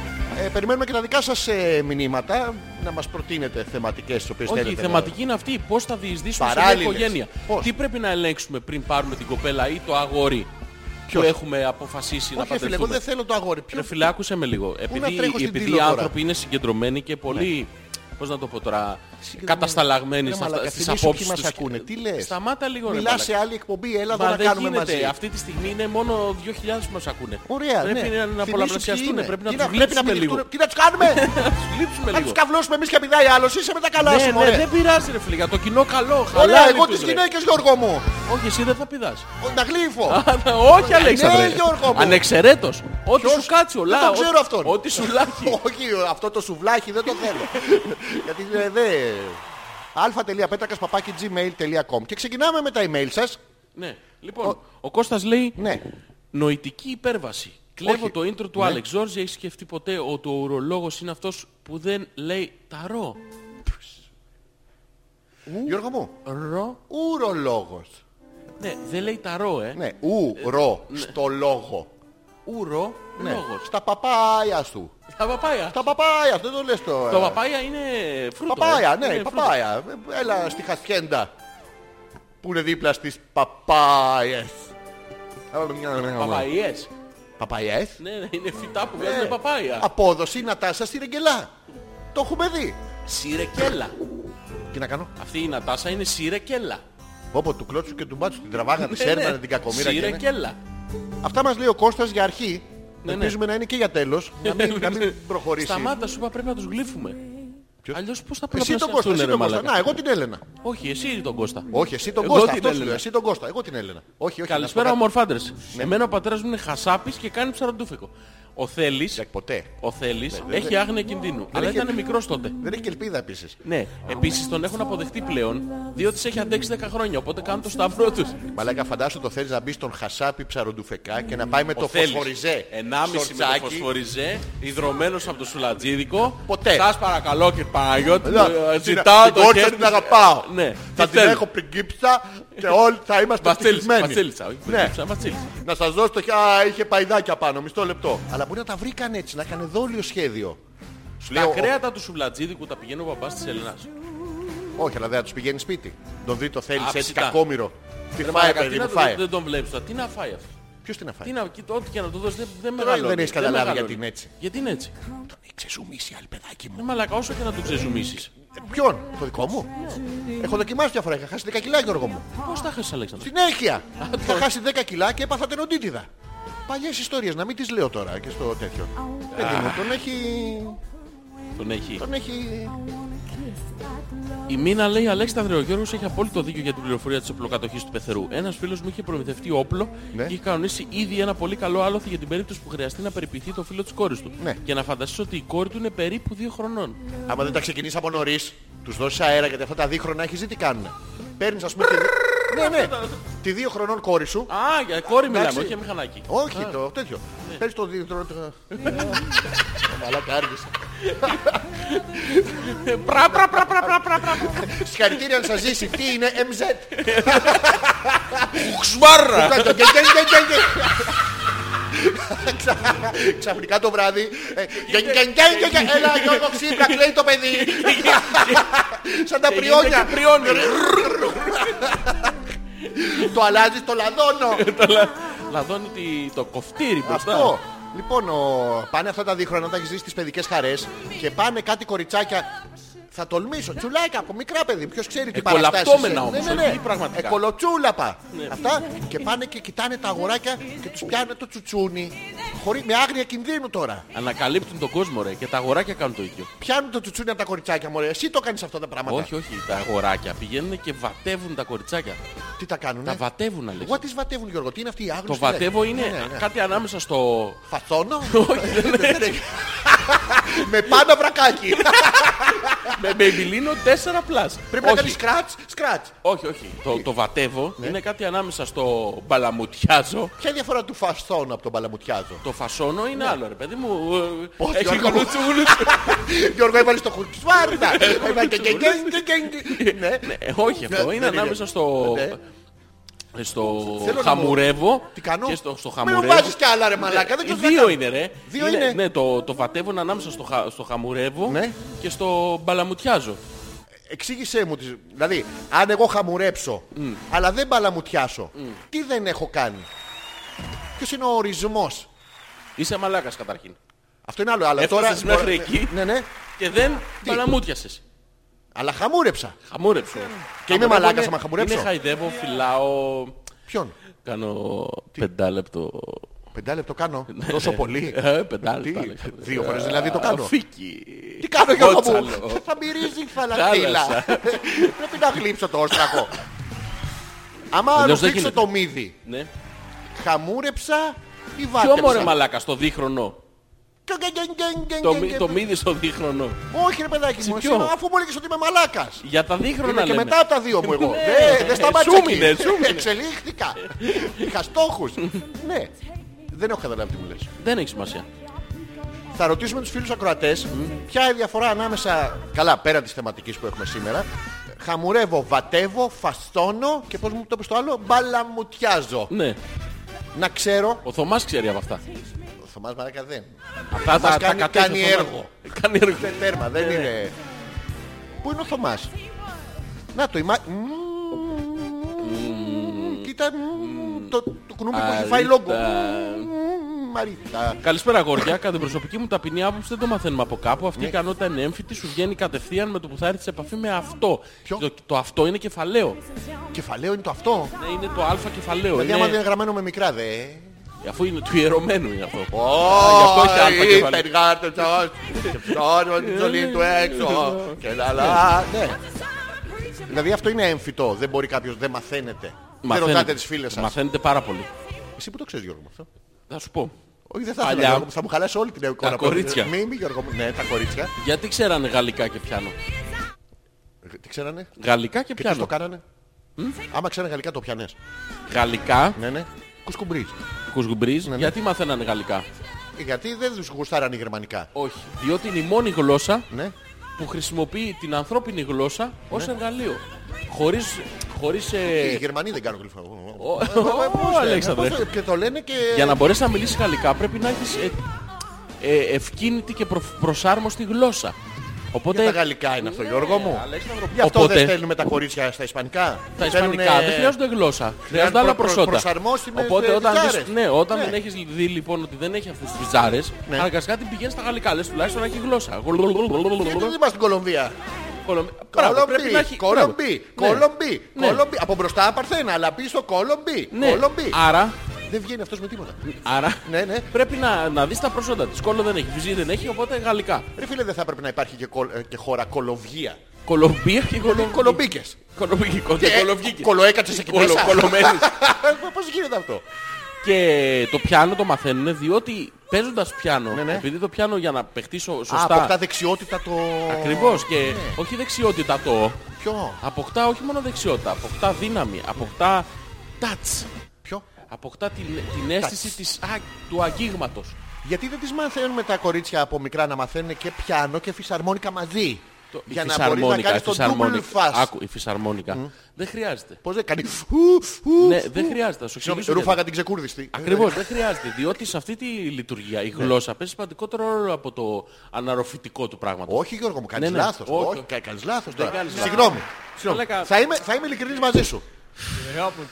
Speaker 1: ε, Περιμένουμε και τα δικά σας ε, μηνύματα να μας προτείνετε θεματικές τις οποίες
Speaker 2: Όχι, η
Speaker 1: θέλετε. να-
Speaker 2: θεματική είναι αυτή. Πώς θα διεισδύσουμε σε μια
Speaker 1: Παράλληλες.
Speaker 2: οικογένεια.
Speaker 1: Πώς.
Speaker 2: Τι πρέπει να ελέγξουμε πριν πάρουμε την κοπέλα ή το αγόρι που έχουμε αποφασίσει να
Speaker 1: Όχι, φίλε, εγώ
Speaker 2: παντρευτούμε.
Speaker 1: δεν θέλω το αγόρι. Ποιο...
Speaker 2: Ρε φίλε, άκουσε με λίγο.
Speaker 1: να
Speaker 2: Επειδή,
Speaker 1: τρέχω στην
Speaker 2: επειδή
Speaker 1: Τήλο
Speaker 2: οι
Speaker 1: τώρα.
Speaker 2: άνθρωποι είναι συγκεντρωμένοι και πολύ. Πώς να το πω τώρα, κατασταλαγμένοι
Speaker 1: Ρε
Speaker 2: στα-
Speaker 1: μαλάκα,
Speaker 2: στις
Speaker 1: θυμήσου ποιοι
Speaker 2: απόψεις
Speaker 1: μας
Speaker 2: τους.
Speaker 1: ακούνε. Τι λες.
Speaker 2: Σταμάτα λίγο ρε
Speaker 1: Μιλάς σε
Speaker 2: μαλάκα.
Speaker 1: άλλη εκπομπή, έλα εδώ
Speaker 2: Μα
Speaker 1: να
Speaker 2: δεν
Speaker 1: κάνουμε
Speaker 2: γίνεται.
Speaker 1: μαζί.
Speaker 2: Αυτή τη στιγμή είναι μόνο 2.000 που μας ακούνε.
Speaker 1: Ωραία,
Speaker 2: πρέπει να-
Speaker 1: ναι. Θυμήσου
Speaker 2: να
Speaker 1: ποιοι
Speaker 2: πολλαπλασιαστούν.
Speaker 1: είναι.
Speaker 2: Πρέπει να
Speaker 1: Τι
Speaker 2: τους
Speaker 1: πρέπει
Speaker 2: γλύψουμε λίγο.
Speaker 1: μυριστούν. Τι να τους κάνουμε.
Speaker 2: Να τους γλύψουμε
Speaker 1: Να τους
Speaker 2: λίγο.
Speaker 1: καβλώσουμε εμείς και πηδάει άλλος. Είσαι με τα καλά
Speaker 2: Ναι,
Speaker 1: σου,
Speaker 2: ναι,
Speaker 1: μωρέ.
Speaker 2: δεν πειράζει ρε φίλε, για το κοινό καλό.
Speaker 1: Ωραία,
Speaker 2: χαλάρι
Speaker 1: εγώ
Speaker 2: τους,
Speaker 1: τις
Speaker 2: ρε.
Speaker 1: γυναίκες Γιώργο μου.
Speaker 2: Όχι, εσύ δεν θα πηδάς.
Speaker 1: Ο- Να γλύφω.
Speaker 2: Όχι, Αλέξανδρε.
Speaker 1: Ναι, Γιώργο μου.
Speaker 2: Ανεξαιρέτως. Ό,τι
Speaker 1: Ποιος?
Speaker 2: σου κάτσει, ο
Speaker 1: Δεν
Speaker 2: Λά.
Speaker 1: τον
Speaker 2: ό-
Speaker 1: ξέρω αυτόν.
Speaker 2: Ό,τι σου λάχει.
Speaker 1: Όχι, αυτό το σουβλάκι δεν το θέλω. Γιατί ε, δεν... α.πέτρακας.gmail.com Και ξεκινάμε με τα email σας.
Speaker 2: Ναι. Λοιπόν, ο Κώστας λέει
Speaker 1: Ναι.
Speaker 2: νοητική υπέρβαση. Κλέβω
Speaker 1: Όχι. Ναι.
Speaker 2: το intro του Άλεξ. Ζόρζι, έχει σκεφτεί ποτέ ότι ο ουρολόγος είναι αυτός που δεν λέει τα ρο.
Speaker 1: Γιώργο μου,
Speaker 2: Ρο.
Speaker 1: ουρολόγος.
Speaker 2: Ναι, δεν λέει τα ρο, ε.
Speaker 1: Ναι, ουρο, στο λόγο.
Speaker 2: Ουρο,
Speaker 1: Ναι,
Speaker 2: λόγος.
Speaker 1: στα παπάια σου.
Speaker 2: Τα παπάια.
Speaker 1: Στα παπάια, δεν το λες το...
Speaker 2: Το
Speaker 1: ε.
Speaker 2: παπάια είναι φρούτο.
Speaker 1: Παπάια,
Speaker 2: ε.
Speaker 1: ναι,
Speaker 2: Είναι
Speaker 1: η
Speaker 2: φρούτο.
Speaker 1: παπάια. Έλα στη χασιέντα. Που είναι δίπλα στις παπάιες.
Speaker 2: Παπαϊές.
Speaker 1: Παπάιες.
Speaker 2: Ναι, ναι, είναι φυτά που
Speaker 1: Ε,
Speaker 2: βγάζουν παπάια.
Speaker 1: Απόδοση Νατάσα στη Ρεγγελά. Το έχουμε δει.
Speaker 2: Σιρεκέλα.
Speaker 1: Τι να κάνω.
Speaker 2: Αυτή η Νατάσα είναι σιρεκέλα.
Speaker 1: Όπω του κλώτσου και του μπάτσου την τραβάγανε, σέρνανε την κακομήρα.
Speaker 2: Ναι, Σύρε
Speaker 1: Και...
Speaker 2: κέλα.
Speaker 1: Αυτά μας λέει ο Κώστας για αρχή.
Speaker 2: Ναι, ναι.
Speaker 1: Ελπίζουμε να είναι και για τέλος, να μην, να μην προχωρήσει.
Speaker 2: Σταμάτα, σου είπα πρέπει να τους γλύφουμε.
Speaker 1: Ποιος?
Speaker 2: Αλλιώς πώς θα
Speaker 1: Εσύ τον
Speaker 2: πολλαπλασιαστούν
Speaker 1: Κώστα, εσύ
Speaker 2: ρε
Speaker 1: τον Κώστα.
Speaker 2: μαλάκα.
Speaker 1: Να, εγώ την Έλενα.
Speaker 2: Όχι, εσύ τον Κώστα.
Speaker 1: Όχι, εσύ τον
Speaker 2: Εγώ
Speaker 1: Κώστα.
Speaker 2: την
Speaker 1: Αυτό σου
Speaker 2: Έλενα.
Speaker 1: λέω. Εσύ τον Κώστα. Εγώ την Έλενα. Όχι, όχι. να Ναι. σου πω
Speaker 2: Καλησπέρα
Speaker 1: κάτι.
Speaker 2: ομορφάντρες. Εμένα ο πατέρας μου είναι χασάπης και κάνει ψαροντούφικο. Ο Θέλης,
Speaker 1: Εντάξει, Ποτέ.
Speaker 2: ο Θέλης έχει άγνοια κινδύνου. Αλλά
Speaker 1: Ναι, έχει-
Speaker 2: ήταν μικρός τότε.
Speaker 1: Δεν έχει και ελπίδα επίσης.
Speaker 2: Ναι, επίσης τον έχουν αποδεχτεί πλέον, διότι σε έχει αντέξει 10 χρόνια, οπότε κάνουν το σταυρό τους.
Speaker 1: Μαλάκα, φαντάσου το θέλεις να μπεις στον χασάπι ψαροντουφεκά και να πάει με
Speaker 2: Ο
Speaker 1: το
Speaker 2: Θέλης,
Speaker 1: φωσφοριζέ.
Speaker 2: 1,5 με το
Speaker 1: σορτσάκι.
Speaker 2: φωσφοριζέ, ιδρωμένος από το σουλατζίδικο.
Speaker 1: Ποτέ.
Speaker 2: Σας παρακαλώ και Παναγιώτη,
Speaker 1: Να,
Speaker 2: ε,
Speaker 1: ναι. την-
Speaker 2: ζητάω
Speaker 1: την
Speaker 2: το
Speaker 1: κόρη σας
Speaker 2: χέρι
Speaker 1: την αγαπάω.
Speaker 2: Ναι.
Speaker 1: Θα
Speaker 2: Τι
Speaker 1: την
Speaker 2: θέλω.
Speaker 1: έχω πριγκίψα και όλοι θα είμαστε
Speaker 2: Βασίλισσα,
Speaker 1: ευτυχισμένοι.
Speaker 2: βασίλισσα, όχι
Speaker 1: Ναι.
Speaker 2: βασίλισσα, βασίλισσα.
Speaker 1: Να σας δώσω το χέρι. Α, είχε παϊδάκια πάνω, μισό λεπτό. Αλλά μπορεί να τα βρήκαν έτσι, να έκανε δόλιο σχέδιο. Σου
Speaker 2: Τα
Speaker 1: λέω,
Speaker 2: κρέατα του σουβλατζίδικου τα πηγαίνει ο μπαμπάς της Ελληνάς.
Speaker 1: όχι, αλλά δεν θα τους πηγαίνει σπίτι. Τον δει το θέλεις έτσι
Speaker 2: Άψητα.
Speaker 1: κακόμοιρο. Τι
Speaker 2: Ρε
Speaker 1: φάει,
Speaker 2: μαλάκα, τι
Speaker 1: παιδί
Speaker 2: να
Speaker 1: μου,
Speaker 2: το-
Speaker 1: φάει.
Speaker 2: Δεν τον βλέπεις τώρα. Τι να φάει αυτός.
Speaker 1: Ποιος την αφάει.
Speaker 2: Τι να, κοίτα, ό,τι και να του δώσεις δεν, δεν
Speaker 1: Τώρα
Speaker 2: μεγαλώνει.
Speaker 1: δεν έχεις
Speaker 2: Δεν
Speaker 1: καταλάβει
Speaker 2: μεγαλώνει.
Speaker 1: γιατί είναι έτσι.
Speaker 2: Γιατί είναι έτσι.
Speaker 1: Τον έχει ξεζουμίσει, άλλη παιδάκι μου.
Speaker 2: Ρε μαλάκα, όσο και να του ξεζουμίσεις.
Speaker 1: Ε, Ποιον, το δικό μου. Έχω δοκιμάσει μια φορά, είχα χάσει 10 κιλά, Γιώργο μου.
Speaker 2: Πώς τα χάσεις Αλέξανδρο.
Speaker 1: Συνέχεια. Είχα χάσει 10 κιλά και έπαθα τενοντίτιδα. Παλιές ιστορίες, να μην τις λέω τώρα και στο τέτοιο. Παιδί μου, τον έχει...
Speaker 2: Τον έχει.
Speaker 1: Τον έχει...
Speaker 2: Η Μίνα λέει: Αλέξανδρε, ο Γιώργος έχει απόλυτο δίκιο για την πληροφορία της οπλοκατοχής του πεθερού. Ένας φίλος μου είχε προμηθευτεί όπλο
Speaker 1: Ναι.
Speaker 2: και είχε κανονίσει ήδη ένα πολύ καλό άλοθη για την περίπτωση που χρειαστεί να περιποιηθεί το φίλο της κόρης του.
Speaker 1: Ναι.
Speaker 2: Και να φανταστείς ότι η κόρη του είναι περίπου 2 χρονών.
Speaker 1: Άμα δεν τα ξεκινήσει από νωρίς, τους δώσεις αέρα γιατί αυτά τα δίχρονα έχεις δει τι κάνουν. Παίρνεις ας πούμε... τη- Ναι, ναι. Τη δύο χρονών κόρη σου.
Speaker 2: Α, για κόρη μιλάμε,
Speaker 1: εντάξει.
Speaker 2: όχι για μηχανάκι.
Speaker 1: Όχι, το τέτοιο. Παίρνεις το δίχρο... το- Ε, Μαλάκα άργησε.
Speaker 2: Πρα, πρα, πρα, πρα, πρα, πρα, πρα.
Speaker 1: Συγχαρητήρια να σας ζήσει. Τι είναι, MZ.
Speaker 2: Σμάρα!
Speaker 1: Κάτω, γκε, γκε, γκε, γκε, γκε. Ξα- Ξαφνικά το βράδυ. ε, γκε, γκε, γκε, γκε, γκε. Έλα, Γιώργο Ξύπρα, κλαίει το παιδί. Σαν τα πριόνια.
Speaker 2: πριόνια.
Speaker 1: Το αλλάζεις, το λαδώνω.
Speaker 2: Λαδώνει τη- το κοφτήρι μπροστά.
Speaker 1: Αυτό. Λοιπόν, ο- πάνε αυτά τα δίχρονα να τα έχεις δει στις παιδικές χαρές και πάνε κάτι κοριτσάκια. Θα τολμήσω. Τσουλάκια από μικρά παιδί. Ποιος ξέρει τι παραστάσεις.
Speaker 2: Εκολαπτώμενα
Speaker 1: είναι.
Speaker 2: όμως,
Speaker 1: Ναι, ναι, ναι.
Speaker 2: όχι πραγματικά. Ναι.
Speaker 1: Εκολοτσούλαπα. Αυτά και πάνε και κοιτάνε τα αγοράκια και τους πιάνουν το τσουτσούνι. Χωρί, με άγρια κινδύνου τώρα.
Speaker 2: Ανακαλύπτουν τον κόσμο ρε και τα αγοράκια κάνουν το ίδιο.
Speaker 1: Πιάνουν το τσουτσούνι από τα κοριτσάκια μωρέ. Εσύ το κάνεις αυτά τα πράγματα.
Speaker 2: Όχι, όχι, τα αγοράκια πηγαίνουν και βατεύουν τα κοριτσάκια.
Speaker 1: Τι τα κάνουν.
Speaker 2: Τα βατεύουν, Αλέξη.
Speaker 1: Εγώ τι βατεύουν Γιώργο. Τι είναι αυτή η άγνωστη.
Speaker 2: Το
Speaker 1: λέξη?
Speaker 2: βατεύω είναι
Speaker 1: Ναι, ναι, ναι.
Speaker 2: κάτι ανάμεσα στο.
Speaker 1: Φαθώνω.
Speaker 2: Όχι, δεν είναι.
Speaker 1: με πάνω βρακάκι.
Speaker 2: Με μπεμπιλίνο 4 πλάσ.
Speaker 1: Πρέπει να
Speaker 2: Όχι,
Speaker 1: κάνεις Ναι. σκράτς, σκράτς.
Speaker 2: Όχι, όχι. Το, το βατεύω είναι κάτι ανάμεσα στο μπαλαμουτιάζω.
Speaker 1: Ποια είναι η διαφορά του φαστών από τον παλαμουτιάζο.
Speaker 2: Το φασόνο είναι
Speaker 1: Ναι.
Speaker 2: άλλο, ρε παιδί μου. ε,
Speaker 1: Πώς,
Speaker 2: Έχει
Speaker 1: Γιώργο μου.
Speaker 2: γλουτσούλου.
Speaker 1: Γιώργο έβαλες το χουτσβάρτα. Έβαλε και- και- και- και- και- Ναι.
Speaker 2: Ε, Όχι, αυτό
Speaker 1: Ναι,
Speaker 2: είναι
Speaker 1: δεν είναι.
Speaker 2: ανάμεσα στο.
Speaker 1: Ναι.
Speaker 2: Στο
Speaker 1: Θέλω να
Speaker 2: χαμουρεύω.
Speaker 1: μου- Τι κάνω.
Speaker 2: Και στο, στο
Speaker 1: Μην μου
Speaker 2: χαμουρεύω.
Speaker 1: βάζεις κι άλλα ρε μαλάκα.
Speaker 2: Ε,
Speaker 1: Δεν ξέρω τι να
Speaker 2: Δύο
Speaker 1: κάνω.
Speaker 2: είναι ρε.
Speaker 1: Δύο είναι.
Speaker 2: Ναι, το, το βατεύω είναι ανάμεσα στο, χα, στο χαμουρεύω
Speaker 1: Ναι.
Speaker 2: και στο μπαλαμουτιάζω.
Speaker 1: Εξήγησέ μου. τις- Δηλαδή, αν εγώ χαμουρέψω, αλλά δεν παλαμουτιάσω, τι δεν έχω κάνει. Ποιος είναι ο ορισμός.
Speaker 2: Είσαι μαλάκας καταρχήν.
Speaker 1: Αυτό είναι άλλο. Αλλά τώρα.
Speaker 2: Έφτασες μέχρι
Speaker 1: τώρα-
Speaker 2: εκεί.
Speaker 1: Ναι, ναι.
Speaker 2: Και δεν
Speaker 1: Τι?
Speaker 2: παλαμούτιασες.
Speaker 1: Αλλά χαμούρεψα.
Speaker 2: Χαμούρεψε.
Speaker 1: Και είμαι
Speaker 2: Χαμουρεύω,
Speaker 1: μαλάκας
Speaker 2: ναι.
Speaker 1: άμα χαμουρέψω.
Speaker 2: Είναι χαϊδεύω, φυλάω.
Speaker 1: Ποιον.
Speaker 2: Κάνω πεντάλεπτο.
Speaker 1: Πεντάλεπτο κάνω. Τόσο πολύ.
Speaker 2: Ναι. Ε, πεντάλεπτο.
Speaker 1: Τι,
Speaker 2: Αλέξανδρε. Ε,
Speaker 1: δύο φορές δηλαδή το κάνω.
Speaker 2: Φίκι.
Speaker 1: Τι κάνω Γιώργο μου.
Speaker 2: Κότσαλο.
Speaker 1: Θα μυρίζει η θαλασσίλα.
Speaker 2: Θάλασσα.
Speaker 1: Πρέπει να γλύψω το όστρακο. Άμα
Speaker 2: Αλλιώς δεν
Speaker 1: ρουφήξω
Speaker 2: γίνεται.
Speaker 1: το μύδι,
Speaker 2: Ναι.
Speaker 1: χαμούρεψα ή
Speaker 2: Ποιο μωρέ
Speaker 1: βάτεψα.
Speaker 2: μαλάκα στο
Speaker 1: Ναι,
Speaker 2: δίχρονο.
Speaker 1: Κιου, γκεν, γκεν, γκεν, γκεν,
Speaker 2: Το,
Speaker 1: γκεν,
Speaker 2: μυ-
Speaker 1: γκεν.
Speaker 2: το μύδι στο δίχρονο.
Speaker 1: Όχι ρε παιδάκι μου, εσύ,
Speaker 2: ποιο?
Speaker 1: αφού μου έλεγες ότι είμαι μαλάκας.
Speaker 2: Για τα δίχρονα
Speaker 1: Είναι και
Speaker 2: λέμε.
Speaker 1: μετά από τα δύο μου εγώ.
Speaker 2: Ναι.
Speaker 1: Δε- Δεν σταμάτησα
Speaker 2: Ζούμινε,
Speaker 1: εκεί.
Speaker 2: ζούμινε.
Speaker 1: Εξελίχθηκα. Είχα στόχους. Ναι. Δεν έχω καταλάβει τι μου λες.
Speaker 2: Δεν έχει σημασία.
Speaker 1: Θα ρωτήσουμε τους φίλους ακροατές ποια είναι η διαφορά ανάμεσα, καλά πέραν της θεματικής που έχουμε σήμερα, χαμουρεύω, βατεύω, φαστώνω και πώς μου το είπες το άλλο, μπαλαμουτιάζω.
Speaker 2: Ναι.
Speaker 1: Να ξέρω,
Speaker 2: Ο Θωμάς ξέρει από αυτά.
Speaker 1: ο Θωμάς Μαράκα δεν.
Speaker 2: Αυτά
Speaker 1: Μας
Speaker 2: τα,
Speaker 1: κάνει-
Speaker 2: τα κατέχει
Speaker 1: κάνει
Speaker 2: ο Θωμάς.
Speaker 1: έργο.
Speaker 2: Κάνει έργο.
Speaker 1: Δεν τέρμα, δεν είναι. Πού είναι ο Θωμάς. Να το ημά... Μμμ. Κοίτα μμμ, το, το κουνούμι που έχει φάει λόγκο.
Speaker 2: Αλήτα.
Speaker 1: Μμμ. Μαρίτα.
Speaker 2: Καλησπέρα, αγόρια. Κατά την προσωπική μου ταπεινή άποψη δεν το μαθαίνουμε από κάπου.
Speaker 1: Ναι.
Speaker 2: Αυτή η ικανότητα είναι έμφυτη, σου βγαίνει κατευθείαν με το που θα έρθεις σε επαφή με αυτό.
Speaker 1: Ποιο?
Speaker 2: Το, το αυτό είναι κεφαλαίο.
Speaker 1: Κεφαλαίο είναι το αυτό.
Speaker 2: Ναι, είναι το α κεφαλαίο.
Speaker 1: Δηλαδή άμα δεν
Speaker 2: Είναι... Ε,
Speaker 1: είναι γραμμένο με μικρά δε.
Speaker 2: Αφού είναι του ιερωμένου είναι αυτό. γι' αυτό έχει α
Speaker 1: Όχι,
Speaker 2: κεφαλαίο.
Speaker 1: υπεργάτε σας και ψώνω τη ζωή του έξω και λα λα. Ναι. Δηλαδή αυτό είναι έμφυτο, δεν μπορεί κάποιος, δεν μαθαίνεται. Δεν
Speaker 2: Μαθαίνετε-
Speaker 1: ρωτάτε τις φίλες σας.
Speaker 2: Μαθαίνετε πάρα πολύ.
Speaker 1: Εσύ που το ξέρεις Γιώργο μου αυτό.
Speaker 2: Θα σου πω.
Speaker 1: Όχι δεν θα
Speaker 2: Παλιά.
Speaker 1: ήθελα Γιώργο μου, θα μου χαλάσει όλη την εικόνα.
Speaker 2: Τα κορίτσια.
Speaker 1: Μη, μη Γιώργο μου, ναι τα κορίτσια.
Speaker 2: Γιατί ξέρανε γαλλικά και πιάνο.
Speaker 1: Τι ξέρανε
Speaker 2: Γαλλικά και
Speaker 1: και τι
Speaker 2: πιάνο.
Speaker 1: το κάνανε. Άμα ξέρανε γαλλικά το πιανές.
Speaker 2: Γαλλικά,
Speaker 1: Ναι, ναι. Κουσκουμπρίζ.
Speaker 2: κουσκουμπρίζ,
Speaker 1: ναι.
Speaker 2: γιατί μαθαίνανε γαλλικά.
Speaker 1: Γιατί δεν τους γουστάραν οι γερμανικά.
Speaker 2: Όχι. Διότι είναι η μόνη γλώσσα
Speaker 1: Ναι.
Speaker 2: που χρησιμοποιεί την ανθρώπινη γλώσσα ως εργαλείο. Χωρίς, χωρίς ε,
Speaker 1: Οι Γερμανοί δεν κάνουν γλυφό.
Speaker 2: ο, Αλέξανδρε.
Speaker 1: Και το λένε και...
Speaker 2: Για να μπορέσει να μιλήσει γαλλικά πρέπει να έχεις ε, ε, ευκίνητη και προ- προσάρμοστη γλώσσα. Οπότε.
Speaker 1: Για τα γαλλικά είναι αυτό, Γιώργο μου. Γι' αυτό
Speaker 2: Οπότε
Speaker 1: δεν στέλνουμε τα κορίτσια στα ισπανικά.
Speaker 2: τα ισπανικά
Speaker 1: Θέλουνε-
Speaker 2: δεν χρειάζονται γλώσσα. Χρειάζονται άλλα
Speaker 1: προ- προ-
Speaker 2: προσόντα.
Speaker 1: προσαρμόσιμες, ε,
Speaker 2: Οπότε όταν,
Speaker 1: βυζάρες.
Speaker 2: δεις- ναι, όταν
Speaker 1: Ναι.
Speaker 2: δεν έχεις δει λοιπόν ότι δεν έχει αυτέ τι βυζάρε,
Speaker 1: Ναι.
Speaker 2: αναγκαστικά την πηγαίνεις στα γαλλικά. Λες τουλάχιστον να έχει γλώσσα.
Speaker 1: Γιατί δεν είμαστε στην Κολομβία.
Speaker 2: Κολομ- Μπράβο, πρέπει να
Speaker 1: Κολομπί,
Speaker 2: έχει.
Speaker 1: Κολομπί,
Speaker 2: μπράβο. Ναι.
Speaker 1: Κολομπί,
Speaker 2: Ναι.
Speaker 1: Κολομπί. Από μπροστά παρθένα, αλλά πίσω Κολομπί,
Speaker 2: Ναι.
Speaker 1: Κολομπί.
Speaker 2: Άρα,
Speaker 1: Δεν βγαίνει αυτός με τίποτα.
Speaker 2: άρα
Speaker 1: Ναι, ναι.
Speaker 2: πρέπει να, να δεις τα προσόντα της. Κόλλο δεν έχει, βυζί δεν έχει, οπότε γαλλικά.
Speaker 1: Ρε φίλε, δεν θα έπρεπε να υπάρχει και, κολ- ε, και χώρα Κολοβία.
Speaker 2: Κολομπία και κολομπίκες.
Speaker 1: Κολομπίκες.
Speaker 2: Κολομπίκικο και
Speaker 1: Και
Speaker 2: κολοβγίκες.
Speaker 1: Κολοέκατσες εκεί
Speaker 2: Ναι. Κολο-
Speaker 1: μέσα.
Speaker 2: κολωμένες.
Speaker 1: Πώς γίνεται αυτό.
Speaker 2: Και το πιάνο το μαθαίνουν διότι παίζοντας πιάνο,
Speaker 1: Ναι, ναι.
Speaker 2: επειδή το πιάνο για να παιχτεί σω-
Speaker 1: Α, αποκτά
Speaker 2: σωστά,
Speaker 1: δεξιότητα το... Ναι.
Speaker 2: ακριβώς και όχι δεξιότητα το,
Speaker 1: Ποιο,
Speaker 2: αποκτά όχι μόνο δεξιότητα, αποκτά δύναμη, αποκτά touch,
Speaker 1: ποιο.
Speaker 2: αποκτά την, την αίσθηση της, α, του αγγίγματος.
Speaker 1: Γιατί δεν τις μαθαίνουμε τα κορίτσια από μικρά να μαθαίνουν και πιάνο και φυσαρμόνικα μαζί.
Speaker 2: Το- η
Speaker 1: για να μπορείς να
Speaker 2: φυσαρμόνικα,
Speaker 1: κάνεις
Speaker 2: η
Speaker 1: το double
Speaker 2: φυσαρμόνικα.
Speaker 1: fast.
Speaker 2: Άκου, η φυσαρμόνικα. Δεν χρειάζεται.
Speaker 1: Πώς δεν κάνει. Ου, ου,
Speaker 2: Ναι,
Speaker 1: ου.
Speaker 2: δεν χρειάζεται. Θα σου
Speaker 1: Συγγνώμη, Ναι.
Speaker 2: εξηγήσω.
Speaker 1: ρούφαγα την ξεκούρδιστη. Ε,
Speaker 2: Ακριβώς, δεν χρειάζεται. Διότι σε αυτή τη λειτουργία η
Speaker 1: Ναι.
Speaker 2: γλώσσα παίζει σημαντικότερο ρόλο από το αναρροφητικό του πράγματος.
Speaker 1: Όχι Γιώργο μου, κάνεις
Speaker 2: Ναι, ναι.
Speaker 1: λάθος.
Speaker 2: Όχι.
Speaker 1: Όχι, κα- κάνεις λάθος τώρα.
Speaker 2: κάνεις λάθος.
Speaker 1: Συγγνώμη. Συγγνώμη.
Speaker 2: Μαλάκα.
Speaker 1: Θα είμαι, θα είμαι ειλικρινής μαζί σου.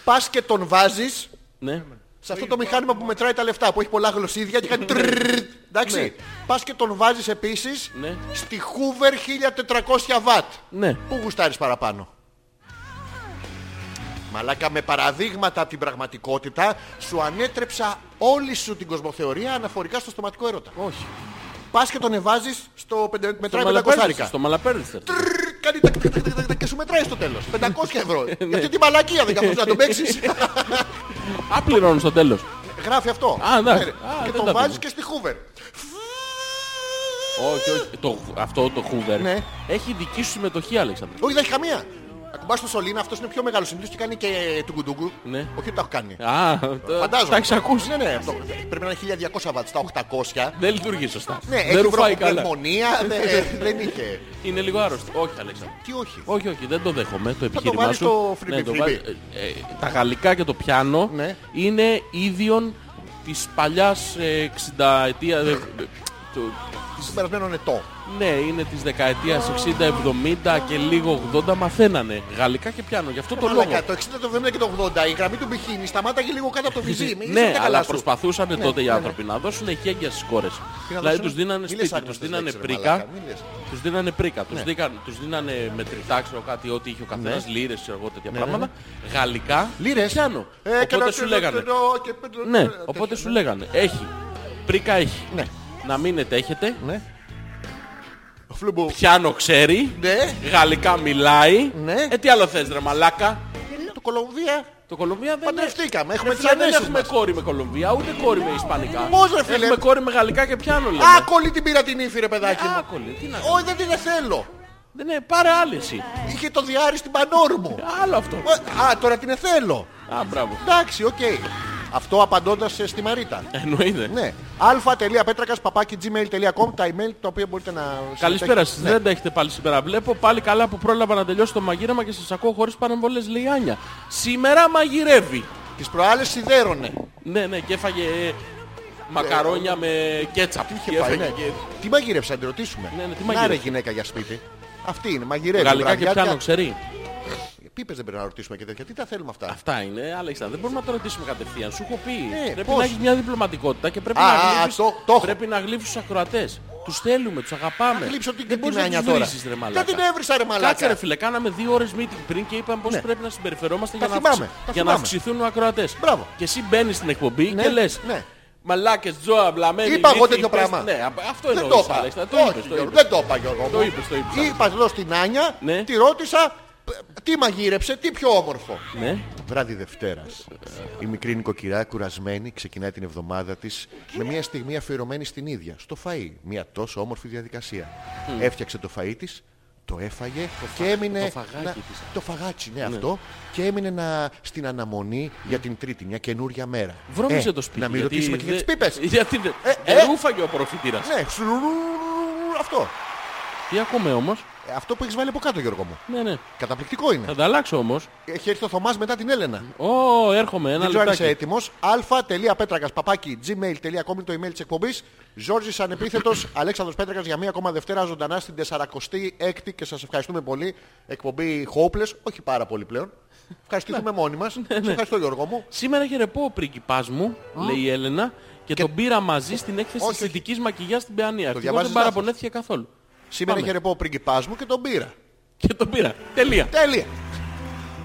Speaker 1: Πας και τον βάζεις
Speaker 2: Ναι.
Speaker 1: σε αυτό το μηχάνημα που μετράει τα λεφτά που έχει πολλά γλωσσίδια και κάνει τρρρρ, Εντάξει. Πας και τον βάζεις επίσης
Speaker 2: Ναι.
Speaker 1: στη Hoover 1400 watt.
Speaker 2: Ναι.
Speaker 1: Πού γουστάρεις παραπάνω. Μαλάκα με παραδείγματα από την πραγματικότητα σου ανέτρεψα όλη σου την κοσμοθεωρία αναφορικά στο στοματικό έρωτα.
Speaker 2: Όχι.
Speaker 1: Πας και τον εβάζεις στο πεντε- μετράει
Speaker 2: Στο
Speaker 1: 500
Speaker 2: Μαλαπέρνιστερ, Στο Μαλαπέρνιστερ.
Speaker 1: Τρρρ, Κάνει τακ, τακ, τακ, τακ, τακ, και σου μετράει στο τέλος. 500 ευρώ.
Speaker 2: Ναι.
Speaker 1: Γιατί τη μαλακία δεν καθόλου να τον παίξεις.
Speaker 2: Απληρώνω στο τέλος.
Speaker 1: Γράφει αυτό.
Speaker 2: Α, ναι.
Speaker 1: Ναι, ρε.
Speaker 2: Α,
Speaker 1: Και
Speaker 2: δεν
Speaker 1: τον
Speaker 2: τα
Speaker 1: βάζεις
Speaker 2: πήγα.
Speaker 1: και στη Hoover.
Speaker 2: Όχι, όχι. Το, αυτό το Hoover
Speaker 1: Ναι.
Speaker 2: έχει δική σου συμμετοχή, Αλέξανδρε.
Speaker 1: Όχι, δεν έχει καμία. Ακουμπάς το σωλήνα, αυτός είναι πιο μεγάλος συνήθως και κάνει και του κουντούγκου.
Speaker 2: Ναι.
Speaker 1: Όχι, δεν τα έχω κάνει.
Speaker 2: Α, το-
Speaker 1: Φαντάζομαι.
Speaker 2: τα έχεις ακούσει.
Speaker 1: Ναι, ναι, αυτό. Πρέπει να είναι 1200 βατ στα 800.
Speaker 2: Δεν λειτουργεί σωστά.
Speaker 1: Ναι,
Speaker 2: δεν
Speaker 1: έχει
Speaker 2: ρουφάει καλά. Ναι.
Speaker 1: πνευμονία, δεν, δεν είχε.
Speaker 2: Είναι λίγο άρρωστο. Όχι, Αλέξανδρε.
Speaker 1: Τι όχι.
Speaker 2: Όχι, όχι, δεν το δέχομαι το επιχείρημά
Speaker 1: βάλεις
Speaker 2: σου.
Speaker 1: στο φρυμπι
Speaker 2: Ναι, το
Speaker 1: φρυμπι.
Speaker 2: βάζ- ε, ε, τα γαλλικά και το πιάνο
Speaker 1: Ναι.
Speaker 2: είναι ίδιον της παλιάς ε, 60 ετία... ε, του-
Speaker 1: Στην περασμένο νετό.
Speaker 2: ναι, είναι της δεκαετίας 60-70 και λίγο 80 μαθαίνανε γαλλικά και πιάνο. Γι' αυτό το λόγο.
Speaker 1: Μαλάκα, το 60, το 70 και το 80 η γραμμή του μπιχίνη σταμάταγε λίγο κάτω από το βυζί. Μην είσαι
Speaker 2: Ναι,
Speaker 1: τα καλά
Speaker 2: αλλά
Speaker 1: σου. Ναι,
Speaker 2: προσπαθούσαν τότε οι άνθρωποι να δώσουν εχέγγυα στις κόρες.
Speaker 1: να
Speaker 2: Δηλαδή
Speaker 1: δώσουνε?
Speaker 2: τους δίνανε
Speaker 1: Μη λες
Speaker 2: σπίτι, τους
Speaker 1: άγνωστες
Speaker 2: δίνανε
Speaker 1: λέξεις, ρε
Speaker 2: πρίκα.
Speaker 1: μαλάκα, μη Ναι. λες.
Speaker 2: Τους δίνανε πρίκα, τους, δίκαν- τους δίνανε μετρητά, ξέρω κάτι, ό,τι είχε ο καθένας,
Speaker 1: Ναι.
Speaker 2: λίρες, ξέρω εγώ τέτοια πράγματα. Γαλλικά,
Speaker 1: Λίρες.
Speaker 2: πιάνο.
Speaker 1: Ε, και να-
Speaker 2: Οπότε σου λέγανε.
Speaker 1: και- και-
Speaker 2: Ναι,
Speaker 1: τέτοιο,
Speaker 2: οπότε σου
Speaker 1: ναι.
Speaker 2: λέγανε. Έχει. Πρίκα έχει.
Speaker 1: Ναι.
Speaker 2: Να μην ετέχετε.
Speaker 1: Ναι. Φλουμπού.
Speaker 2: Πιάνο ξέρει.
Speaker 1: Ναι.
Speaker 2: Γαλλικά μιλάει.
Speaker 1: Ναι.
Speaker 2: Ε, τι άλλο θες ρε μαλάκα.
Speaker 1: Το Κολομβία.
Speaker 2: Το Κολομβία δεν
Speaker 1: Παντρευτήκαμε, έχουμε
Speaker 2: Ρε
Speaker 1: τις
Speaker 2: φίλε, Δεν
Speaker 1: ανέσεις
Speaker 2: έχουμε
Speaker 1: μας.
Speaker 2: κόρη με Κολομβία, ούτε κόρη με Ισπανικά.
Speaker 1: Πώς, ρε φίλε?
Speaker 2: Έχουμε κόρη με Γαλλικά και πιάνο λέμε.
Speaker 1: Άκολη την πήρα την ύφη ρε
Speaker 2: Ναι,
Speaker 1: παιδάκι μου.
Speaker 2: Άκολη, τι να κάνω.
Speaker 1: Όχι δεν την θέλω.
Speaker 2: Δεν είναι, πάρε άλλη εσύ.
Speaker 1: Είχε το διάρρη στην πανόρμου.
Speaker 2: Άλλο αυτό.
Speaker 1: Α, τώρα την θέλω.
Speaker 2: Α, μπράβο.
Speaker 1: Εντάξει, οκ. Αυτό απαντώντας ε, στη Μαρίτα.
Speaker 2: Εννοείται.
Speaker 1: Ναι. αλφα.πέτρακας παπάκι gmail.com τα email τα οποία μπορείτε να...
Speaker 2: Καλησπέρα
Speaker 1: συμμετέχετε.
Speaker 2: σας, δεν τα έχετε πάλι σήμερα. Βλέπω πάλι καλά που πρόλαβα να τελειώσω το μαγείρεμα και σας ακούω χωρίς παρεμβολές, λέει η Άνια. Σήμερα μαγειρεύει.
Speaker 1: Ναι. Τις προάλλες σιδέρωνε.
Speaker 2: Ναι, ναι, και έφαγε ε, μακαρόνια με κέτσαπ. Τι
Speaker 1: Και πάει, ναι. Τι μαγείρεψα, να τη ρωτήσουμε.
Speaker 2: Ναι, ναι, τι
Speaker 1: Να ρε
Speaker 2: μαγείρεψε.
Speaker 1: γυναίκα για σπίτι. Αυτή είναι, μαγειρεύει.
Speaker 2: Γαλλικά και
Speaker 1: βραδιάτικα.
Speaker 2: πιάνο, ξέρει. Αυτά είναι, Αλέξανδρα. Δεν μπορούμε να το ρωτήσουμε κατευθείαν. Σου έχω πει.
Speaker 1: Ναι,
Speaker 2: πρέπει
Speaker 1: πώς?
Speaker 2: να έχεις μια διπλωματικότητα και πρέπει
Speaker 1: Α,
Speaker 2: να
Speaker 1: α,
Speaker 2: γλύψεις-
Speaker 1: το- το έχω.
Speaker 2: πρέπει να γλύψεις τους ακροατές. Τους θέλουμε, τους αγαπάμε.
Speaker 1: Γλύψω την
Speaker 2: δεν μπορείς να
Speaker 1: κρυπτινάνια
Speaker 2: τους
Speaker 1: τώρα.
Speaker 2: βρήσεις, ρε μαλάκα.
Speaker 1: Δεν την έβρισα ρε
Speaker 2: Κάτσε ρε
Speaker 1: μαλάκα. Ναι.
Speaker 2: φίλε, κάναμε δύο ώρες meeting πριν και είπαμε πώς πρέπει να συμπεριφερόμαστε
Speaker 1: Τα
Speaker 2: για, να,
Speaker 1: θυμάμαι,
Speaker 2: αυξη-
Speaker 1: τα
Speaker 2: για να
Speaker 1: θυμάμαι.
Speaker 2: αυξηθούν οι ακροατές.
Speaker 1: Μπράβο.
Speaker 2: Και εσύ μπαίνεις στην εκπομπή
Speaker 1: Ναι,
Speaker 2: και λες
Speaker 1: ναι.
Speaker 2: Μαλάκες, τζόα, βλαμένοι.
Speaker 1: Είπα εγώ
Speaker 2: λύθοι,
Speaker 1: τέτοιο
Speaker 2: πες-
Speaker 1: πράγμα.
Speaker 2: Ναι, α- αυτό
Speaker 1: Δεν
Speaker 2: εννοούσα,
Speaker 1: το είπα.
Speaker 2: Αλέξανδρα. Το
Speaker 1: Όχι,
Speaker 2: είπες, το
Speaker 1: Γιώργο,
Speaker 2: είπες.
Speaker 1: Δεν το είπα Γιώργο. μου.
Speaker 2: Το είπες, το είπες.
Speaker 1: Είπα εδώ στην Άνια,
Speaker 2: Ναι.
Speaker 1: τη ρώτησα π- τι μαγείρεψε, τι πιο όμορφο.
Speaker 2: Ναι.
Speaker 1: Βράδυ Δευτέρας. Η μικρή νοικοκυρά, κουρασμένη, ξεκινάει την εβδομάδα της με μια στιγμή αφιερωμένη στην ίδια, στο φαΐ. Μια τόσο όμορφη διαδικασία. Έφτιαξε το φαΐ της, το έφαγε και έμεινε.
Speaker 2: το φαγάκι
Speaker 1: να-
Speaker 2: της.
Speaker 1: Το φαγάτσι, ναι, αυτό. Και έμεινε να, στην αναμονή για την Τρίτη, μια καινούρια μέρα.
Speaker 2: Βρώμιζε
Speaker 1: Ε,
Speaker 2: το σπίτι.
Speaker 1: Να μην
Speaker 2: γιατί
Speaker 1: ρωτήσουμε και για
Speaker 2: δε-
Speaker 1: τι πίπες.
Speaker 2: Γιατί δεν
Speaker 1: Ε,
Speaker 2: δεν
Speaker 1: ε.
Speaker 2: ρούφαγε ο προφητήρας.
Speaker 1: Ναι, σουρουρουρου, αυτό. Ναι.
Speaker 2: Τι ακούμε όμως.
Speaker 1: Ε, Αυτό που έχεις βάλει από κάτω, Γιώργο μου.
Speaker 2: Ναι, ναι.
Speaker 1: Καταπληκτικό είναι.
Speaker 2: Θα τα αλλάξω όμως.
Speaker 1: Έχει έρθει ο Θωμάς μετά την Έλενα.
Speaker 2: Ω, έρχομαι ένα
Speaker 1: Δεν ξέρω αν
Speaker 2: λεπτάκι.
Speaker 1: είσαι έτοιμος. αλφα.πέτρακα παπάκι gmail.com είναι το email της εκπομπής. Ζόρζης ανεπίθετος Αλέξανδρος Πέτρακας για μία ακόμα Δευτέρα ζωντανά στην 46η και σας ευχαριστούμε πολύ. Εκπομπή Hopeless, όχι πάρα πολύ πλέον. Ευχαριστούμε μόνοι μας. Σε ευχαριστώ Γιώργο μου.
Speaker 2: Σήμερα είχε ρεπό ο πρίγκιπάς μου, λέει η Έλενα, και, τον πήρα μαζί στην έκθεση
Speaker 1: Όχι,
Speaker 2: της
Speaker 1: όχι.
Speaker 2: θετικής μακιγιάς στην Παιανία. Και Εγώ
Speaker 1: διαβάζεις
Speaker 2: δεν
Speaker 1: λάθος.
Speaker 2: παραπονέθηκε καθόλου.
Speaker 1: Σήμερα
Speaker 2: Πάμε.
Speaker 1: είχε ρεπό ο πρίγκιπάς μου και τον πήρα.
Speaker 2: Και τον πήρα. Τελεία.
Speaker 1: Τέλεια.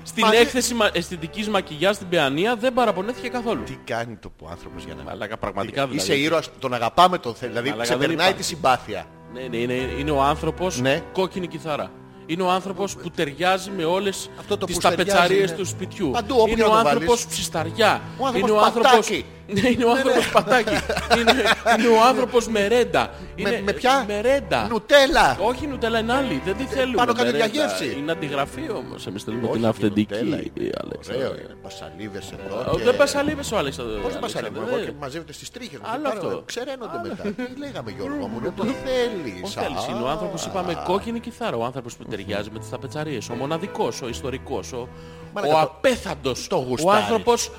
Speaker 2: Στην
Speaker 1: Μαζί-
Speaker 2: έκθεση μα... αισθητικής μακιγιάς στην Παιανία δεν παραπονέθηκε καθόλου.
Speaker 1: Τι κάνει το που άνθρωπος για να.
Speaker 2: Μαλάκα, πραγματικά δηλαδή.
Speaker 1: Είσαι ήρωας, τον αγαπάμε τον θέλει. Δηλαδή
Speaker 2: Μαλάκα, δεν
Speaker 1: ξεπερνάει
Speaker 2: υπάρχει.
Speaker 1: τη συμπάθεια.
Speaker 2: Ναι, ναι, είναι, είναι ο άνθρωπος
Speaker 1: Ναι.
Speaker 2: κόκκινη κιθάρα. Είναι ο άνθρωπος που ταιριάζει με όλες
Speaker 1: Αυτό το
Speaker 2: τις
Speaker 1: που ταιριάζει
Speaker 2: ταπετσαρίες
Speaker 1: είναι-
Speaker 2: του σπιτιού.
Speaker 1: Παντού, όπου
Speaker 2: είναι
Speaker 1: και να
Speaker 2: ο
Speaker 1: το
Speaker 2: άνθρωπος
Speaker 1: βάλεις.
Speaker 2: ψισταριά.
Speaker 1: Ο άνθρωπος
Speaker 2: είναι ο άνθρωπος...
Speaker 1: πατάκι.
Speaker 2: Ναι, είναι ο άνθρωπος πατάκι. είναι, είναι ο άνθρωπος μερέντα.
Speaker 1: Με,
Speaker 2: Είναι...
Speaker 1: με ποια?
Speaker 2: Μερέντα.
Speaker 1: Νουτέλα.
Speaker 2: Όχι νουτέλα είναι άλλη, δεν τη θέλουμε.
Speaker 1: πάνω κάτι
Speaker 2: μερέντα.
Speaker 1: για γεύση.
Speaker 2: Είναι αντιγραφή όμως, εμείς θέλουμε
Speaker 1: Όχι,
Speaker 2: την αυθεντική.
Speaker 1: Νουτέλα είναι.
Speaker 2: Αλέξανδρα.
Speaker 1: Ωραίο είναι. Πασαλίδες εδώ.
Speaker 2: Ο-
Speaker 1: και-
Speaker 2: Δεν πασαλίβες ο Αλέξανδρος.
Speaker 1: Πώς
Speaker 2: Αλέξανδρε,
Speaker 1: πασαλεύω εγώ
Speaker 2: δεν-
Speaker 1: και μαζεύεται στις τρίχες μου.
Speaker 2: ε? Άλλο
Speaker 1: και πάρω-
Speaker 2: αυτό.
Speaker 1: Ξεραίνονται μετά. Τι λέγαμε Γιώργο μου, δεν το θέλεις.
Speaker 2: Όχι θέλεις,
Speaker 1: Α,
Speaker 2: είναι ο άνθρωπος, είπαμε, κόκκινη κιθάρα. Ο άνθρωπος που ταιριάζει με τις ταπετσαρίες. Ο μοναδικός, ο ιστορικός, ο,
Speaker 1: Μαλάκα,
Speaker 2: ο
Speaker 1: το-
Speaker 2: απέθαντος.
Speaker 1: το
Speaker 2: ο
Speaker 1: γουστάρεις.
Speaker 2: άνθρωπος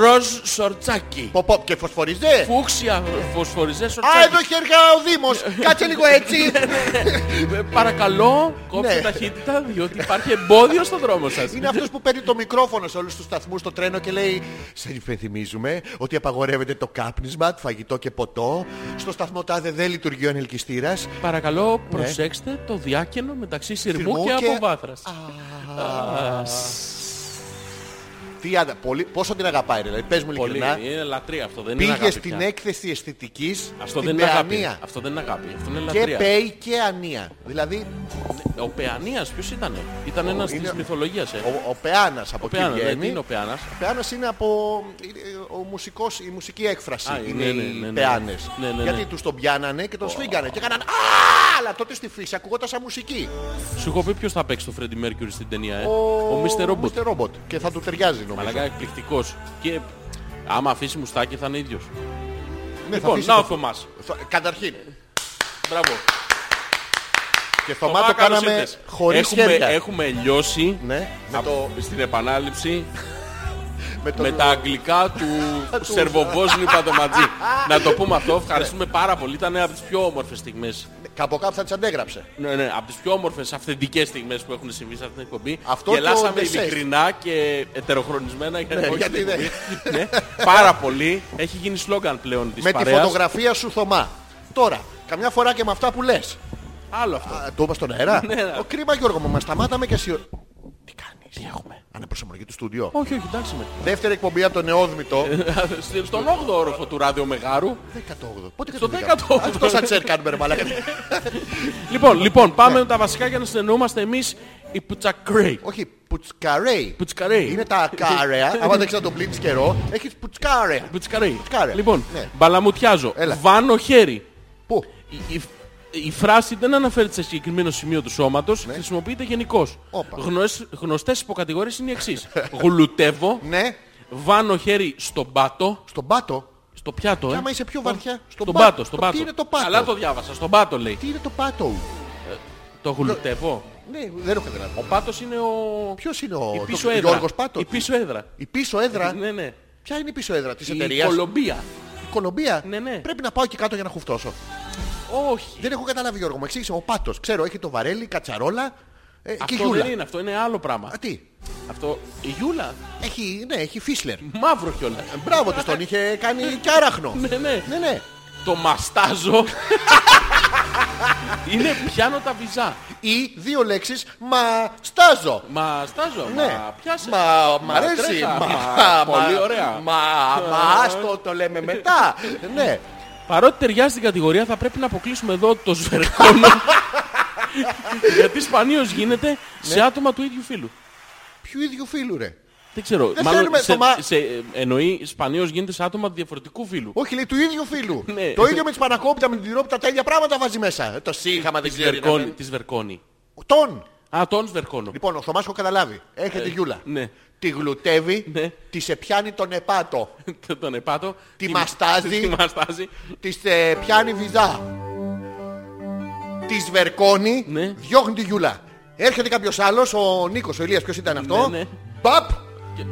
Speaker 2: ροζ σορτσάκι.
Speaker 1: Πω πω και φωσφοριζέ.
Speaker 2: Φούξια φωσφοριζέ
Speaker 1: Α, εδώ
Speaker 2: σορτσάκι.
Speaker 1: έχει έργα ο Δήμος. Κάτσε λίγο έτσι.
Speaker 2: Ναι, Ε, Παρακαλώ, κόψτε
Speaker 1: Ναι.
Speaker 2: ταχύτητα, διότι υπάρχει εμπόδιο στον δρόμο σας.
Speaker 1: Είναι αυτός που παίρνει το μικρόφωνο σε όλους τους σταθμούς στο τρένο και λέει «Σε υπενθυμίζουμε ότι απαγορεύεται το κάπνισμα, το φαγητό και ποτό. Στο σταθμό τάδε δεν λειτουργεί ο ανελκυστήρας.
Speaker 2: Παρακαλώ, προσέξτε το διάκαινο μεταξύ σειρμού
Speaker 1: Ναι. Σειρμού
Speaker 2: και
Speaker 1: και-
Speaker 2: αποβάθρας.
Speaker 1: Τι άντα- πολύ- Πόσο την αγαπάει ρε, δηλαδή, πες μου
Speaker 2: Πολύ,
Speaker 1: ειλικρινά.
Speaker 2: είναι λατρεία αυτό, δεν είναι
Speaker 1: Πήγε
Speaker 2: αγάπη
Speaker 1: στην
Speaker 2: πια.
Speaker 1: έκθεση αισθητικής
Speaker 2: Αυτό δεν
Speaker 1: στην
Speaker 2: είναι αγάπη.
Speaker 1: Παιανία.
Speaker 2: Αυτό δεν είναι αγάπη. Αυτό είναι
Speaker 1: Και
Speaker 2: λατρεία.
Speaker 1: πέι και ανία. Δηλαδή
Speaker 2: Ο Πεανίας ποιος ήτανε. Ήταν ένας
Speaker 1: είναι-
Speaker 2: της μυθολογίας. Ε.
Speaker 1: Ο, ο Πεάνας από
Speaker 2: Ο
Speaker 1: εκεί
Speaker 2: Πεάνας,
Speaker 1: βγαίνει.
Speaker 2: ναι, τι είναι ο Πεάνας.
Speaker 1: Ο Πεάνας είναι από είναι ο μουσικός, η μουσική έκφραση.
Speaker 2: Α,
Speaker 1: είναι
Speaker 2: ναι, ναι,
Speaker 1: οι
Speaker 2: ναι, ναι.
Speaker 1: Πεάνες.
Speaker 2: Ναι, ναι, ναι.
Speaker 1: Γιατί τους τον πιάνανε και τον σφίγγανε και έκαναν «Α!» Αλλά τότε στη φύση ακουγόταν σαν μουσική.
Speaker 2: Σου έχω πει ποιος θα παίξει το Freddie Mercury στην ταινία, ε.
Speaker 1: Ο,
Speaker 2: Ο Mr. Robot.
Speaker 1: Mr. Robot. Και θα του ταιριάζει νομίζω.
Speaker 2: Μαλακά εκπληκτικός. Και άμα αφήσει μουστάκι θα είναι ίδιος.
Speaker 1: Ναι, θα
Speaker 2: Λοιπόν,
Speaker 1: Ε, αφήσει
Speaker 2: να ο
Speaker 1: το-
Speaker 2: Θωμάς.
Speaker 1: Θα- Καταρχήν.
Speaker 2: Μπράβο.
Speaker 1: Και Θωμά το
Speaker 2: καλώς
Speaker 1: κάναμε
Speaker 2: ήρθες.
Speaker 1: χωρίς
Speaker 2: έχουμε,
Speaker 1: χέρια.
Speaker 2: έχουμε λιώσει
Speaker 1: Ναι, με
Speaker 2: από- στην επανάληψη
Speaker 1: Με το...
Speaker 2: με τα αγγλικά του Σερβοβόσνιου Παντοματζή. να το πούμε
Speaker 1: Ναι.
Speaker 2: αυτό. Ευχαριστούμε πάρα πολύ. Ήταν από τις πιο όμορφες στιγμές.
Speaker 1: Κάπου κάπου θα τις αντέγραψε.
Speaker 2: Ναι, ναι, από τις πιο όμορφες αυθεντικές στιγμές που έχουν συμβεί σε αυτήν την εκπομπή.
Speaker 1: Αυτό και
Speaker 2: Γελάσαμε
Speaker 1: ο Δεσές.
Speaker 2: ειλικρινά και ετεροχρονισμένα για να
Speaker 1: Ναι, γιατί
Speaker 2: την
Speaker 1: δεν-
Speaker 2: εκπομπή. ναι, πάρα πολύ. Έχει γίνει σλόγγαν πλέον της
Speaker 1: Με τη
Speaker 2: παρέας.
Speaker 1: φωτογραφία σου Θωμά. Τώρα, καμιά φορά και με αυτά που λες.
Speaker 2: Άλλο αυτό.
Speaker 1: Α, Το είπα στον αέρα.
Speaker 2: Ναι, ναι.
Speaker 1: Ο κρίμα Γιώργο μου, μας σταμάταμε και εσύ. Τι κάνεις.
Speaker 2: Τι έχουμε.
Speaker 1: Αναπροσαρμογή του στούντιο.
Speaker 2: Όχι, όχι, εντάξει με.
Speaker 1: Δεύτερη εκπομπή από τον Νεόδμητο.
Speaker 2: Στε- Στον 8ο όροφο του Ράδιο Μεγάρου.
Speaker 1: 18ο. Πότε
Speaker 2: Στο
Speaker 1: κατεβήκαμε?
Speaker 2: 18ο.
Speaker 1: Α, Τόσα τσέρ κάνουμε ρε μαλάκα.
Speaker 2: Λοιπόν, λοιπόν,
Speaker 1: Ναι.
Speaker 2: πάμε με τα βασικά για να συνεννοούμαστε εμείς οι πουτσακρέοι.
Speaker 1: Όχι, πουτσκαρέι.
Speaker 2: Πουτσικαρέι.
Speaker 1: Είναι τα κάρεα. Άμα δεν ξέρεις να τον πλύνεις καιρό, έχεις πουτσκάρεα.
Speaker 2: Πουτσικαρέι.
Speaker 1: Πουτσικάρεα.
Speaker 2: Λοιπόν,
Speaker 1: Ναι.
Speaker 2: μπαλαμουτιάζω.
Speaker 1: Έλα.
Speaker 2: Βάνω χέρι.
Speaker 1: Πού.
Speaker 2: Η, η, η φράση δεν αναφέρεται σε συγκεκριμένο σημείο του σώματος, χρησιμοποιείται γενικώς.
Speaker 1: Ναι. Όπα.
Speaker 2: Γνωσ, γνωστές υποκατηγορίες είναι οι εξής. Γλουτεύω,
Speaker 1: Ναι,
Speaker 2: βάνω χέρι στον πάτο,
Speaker 1: στον πάτο.
Speaker 2: στο πιάτο,
Speaker 1: Και
Speaker 2: ε.
Speaker 1: άμα είσαι πιο βαθιά, στον
Speaker 2: στον
Speaker 1: πάτο.
Speaker 2: πάτο, στον
Speaker 1: Το-
Speaker 2: πάτο.
Speaker 1: τι είναι το πάτο?
Speaker 2: Καλά το διάβασα, στον πάτο λέει.
Speaker 1: Τι είναι το πάτο.
Speaker 2: Το γλουτεύω.
Speaker 1: Ναι, δεν έχω καταλάβει.
Speaker 2: Ο πάτος είναι ο...
Speaker 1: Ποιος είναι ο
Speaker 2: η
Speaker 1: το-
Speaker 2: πίσω
Speaker 1: ο
Speaker 2: έδρα.
Speaker 1: Γιώργος Πάτος.
Speaker 2: Η πίσω έδρα.
Speaker 1: Η πίσω έδρα.
Speaker 2: Ναι, ναι.
Speaker 1: Ποια είναι η πίσω έδρα της
Speaker 2: Η
Speaker 1: εταιρείας.
Speaker 2: Κολομπία.
Speaker 1: Η Κολομπία.
Speaker 2: Ναι, ναι.
Speaker 1: Πρέπει να πάω εκεί κάτω για να χουφτώσω.
Speaker 2: Όχι.
Speaker 1: Δεν έχω καταλάβει Γιώργο μου. Εξήγησε ο πάτος. Ξέρω, έχει το βαρέλι, κατσαρόλα ε, και
Speaker 2: Αυτό
Speaker 1: γιούλα.
Speaker 2: δεν είναι αυτό, είναι άλλο πράγμα.
Speaker 1: Α, τι.
Speaker 2: Αυτό η Γιούλα.
Speaker 1: Έχει, ναι, έχει Φίσλερ.
Speaker 2: Μαύρο κιόλας.
Speaker 1: Μπράβο της, τον είχε κάνει και άραχνο.
Speaker 2: Ναι, ναι.
Speaker 1: ναι, ναι.
Speaker 2: Το μαστάζω. Είναι πιάνω τα βυζά.
Speaker 1: Ή δύο λέξεις, μα στάζω.
Speaker 2: Μαστάζω.
Speaker 1: Ναι.
Speaker 2: Μα πιάσε.
Speaker 1: Μα, μ' αρέσει.
Speaker 2: τρέχα.
Speaker 1: Μα,
Speaker 2: Μα, Πολύ ωραία.
Speaker 1: Μα, μα, άστο, το λέμε μετά. ναι.
Speaker 2: Παρότι ταιριάζει στην κατηγορία θα πρέπει να αποκλείσουμε εδώ το σβερκόνο. Γιατί σπανίως γίνεται σε
Speaker 1: Ναι.
Speaker 2: άτομα του ίδιου φίλου.
Speaker 1: Ποιου ίδιου φίλου, ρε.
Speaker 2: Δεν ξέρω.
Speaker 1: Δεν θέλουμε
Speaker 2: σε,
Speaker 1: το μα-
Speaker 2: σε, ε, εννοεί σπανίως γίνεται σε άτομα διαφορετικού φίλου.
Speaker 1: Όχι, λέει του ίδιου φίλου.
Speaker 2: Ναι.
Speaker 1: Το ίδιο με τη Πανακόπιτα, με την Τυρόπιτα, τα ίδια πράγματα βάζει μέσα. Ε, Το σύγχαμα δεν
Speaker 2: Τη
Speaker 1: ξέρει. ναι.
Speaker 2: Σβερκόνη- Τη Σβερκόνη.
Speaker 1: Τον.
Speaker 2: Α, τον Σβερκόνο.
Speaker 1: Λοιπόν, ο Θωμάς έχω καταλάβει. Έρχεται η Γιούλα.
Speaker 2: ναι.
Speaker 1: Τη γλουτεύει,
Speaker 2: Ναι.
Speaker 1: τη σε πιάνει τον επάτο.
Speaker 2: τον επάτο.
Speaker 1: Τη μαστάζει.
Speaker 2: Τη μαστάζει.
Speaker 1: Τη ε, πιάνει βυζά. Τη βερκώνει,
Speaker 2: Ναι.
Speaker 1: διώχνει τη γιούλα. Έρχεται κάποιος άλλος, ο Νίκος, ο Ηλίας, ποιος ήταν αυτό.
Speaker 2: Ναι, ναι.
Speaker 1: Μπαπ.
Speaker 2: Και-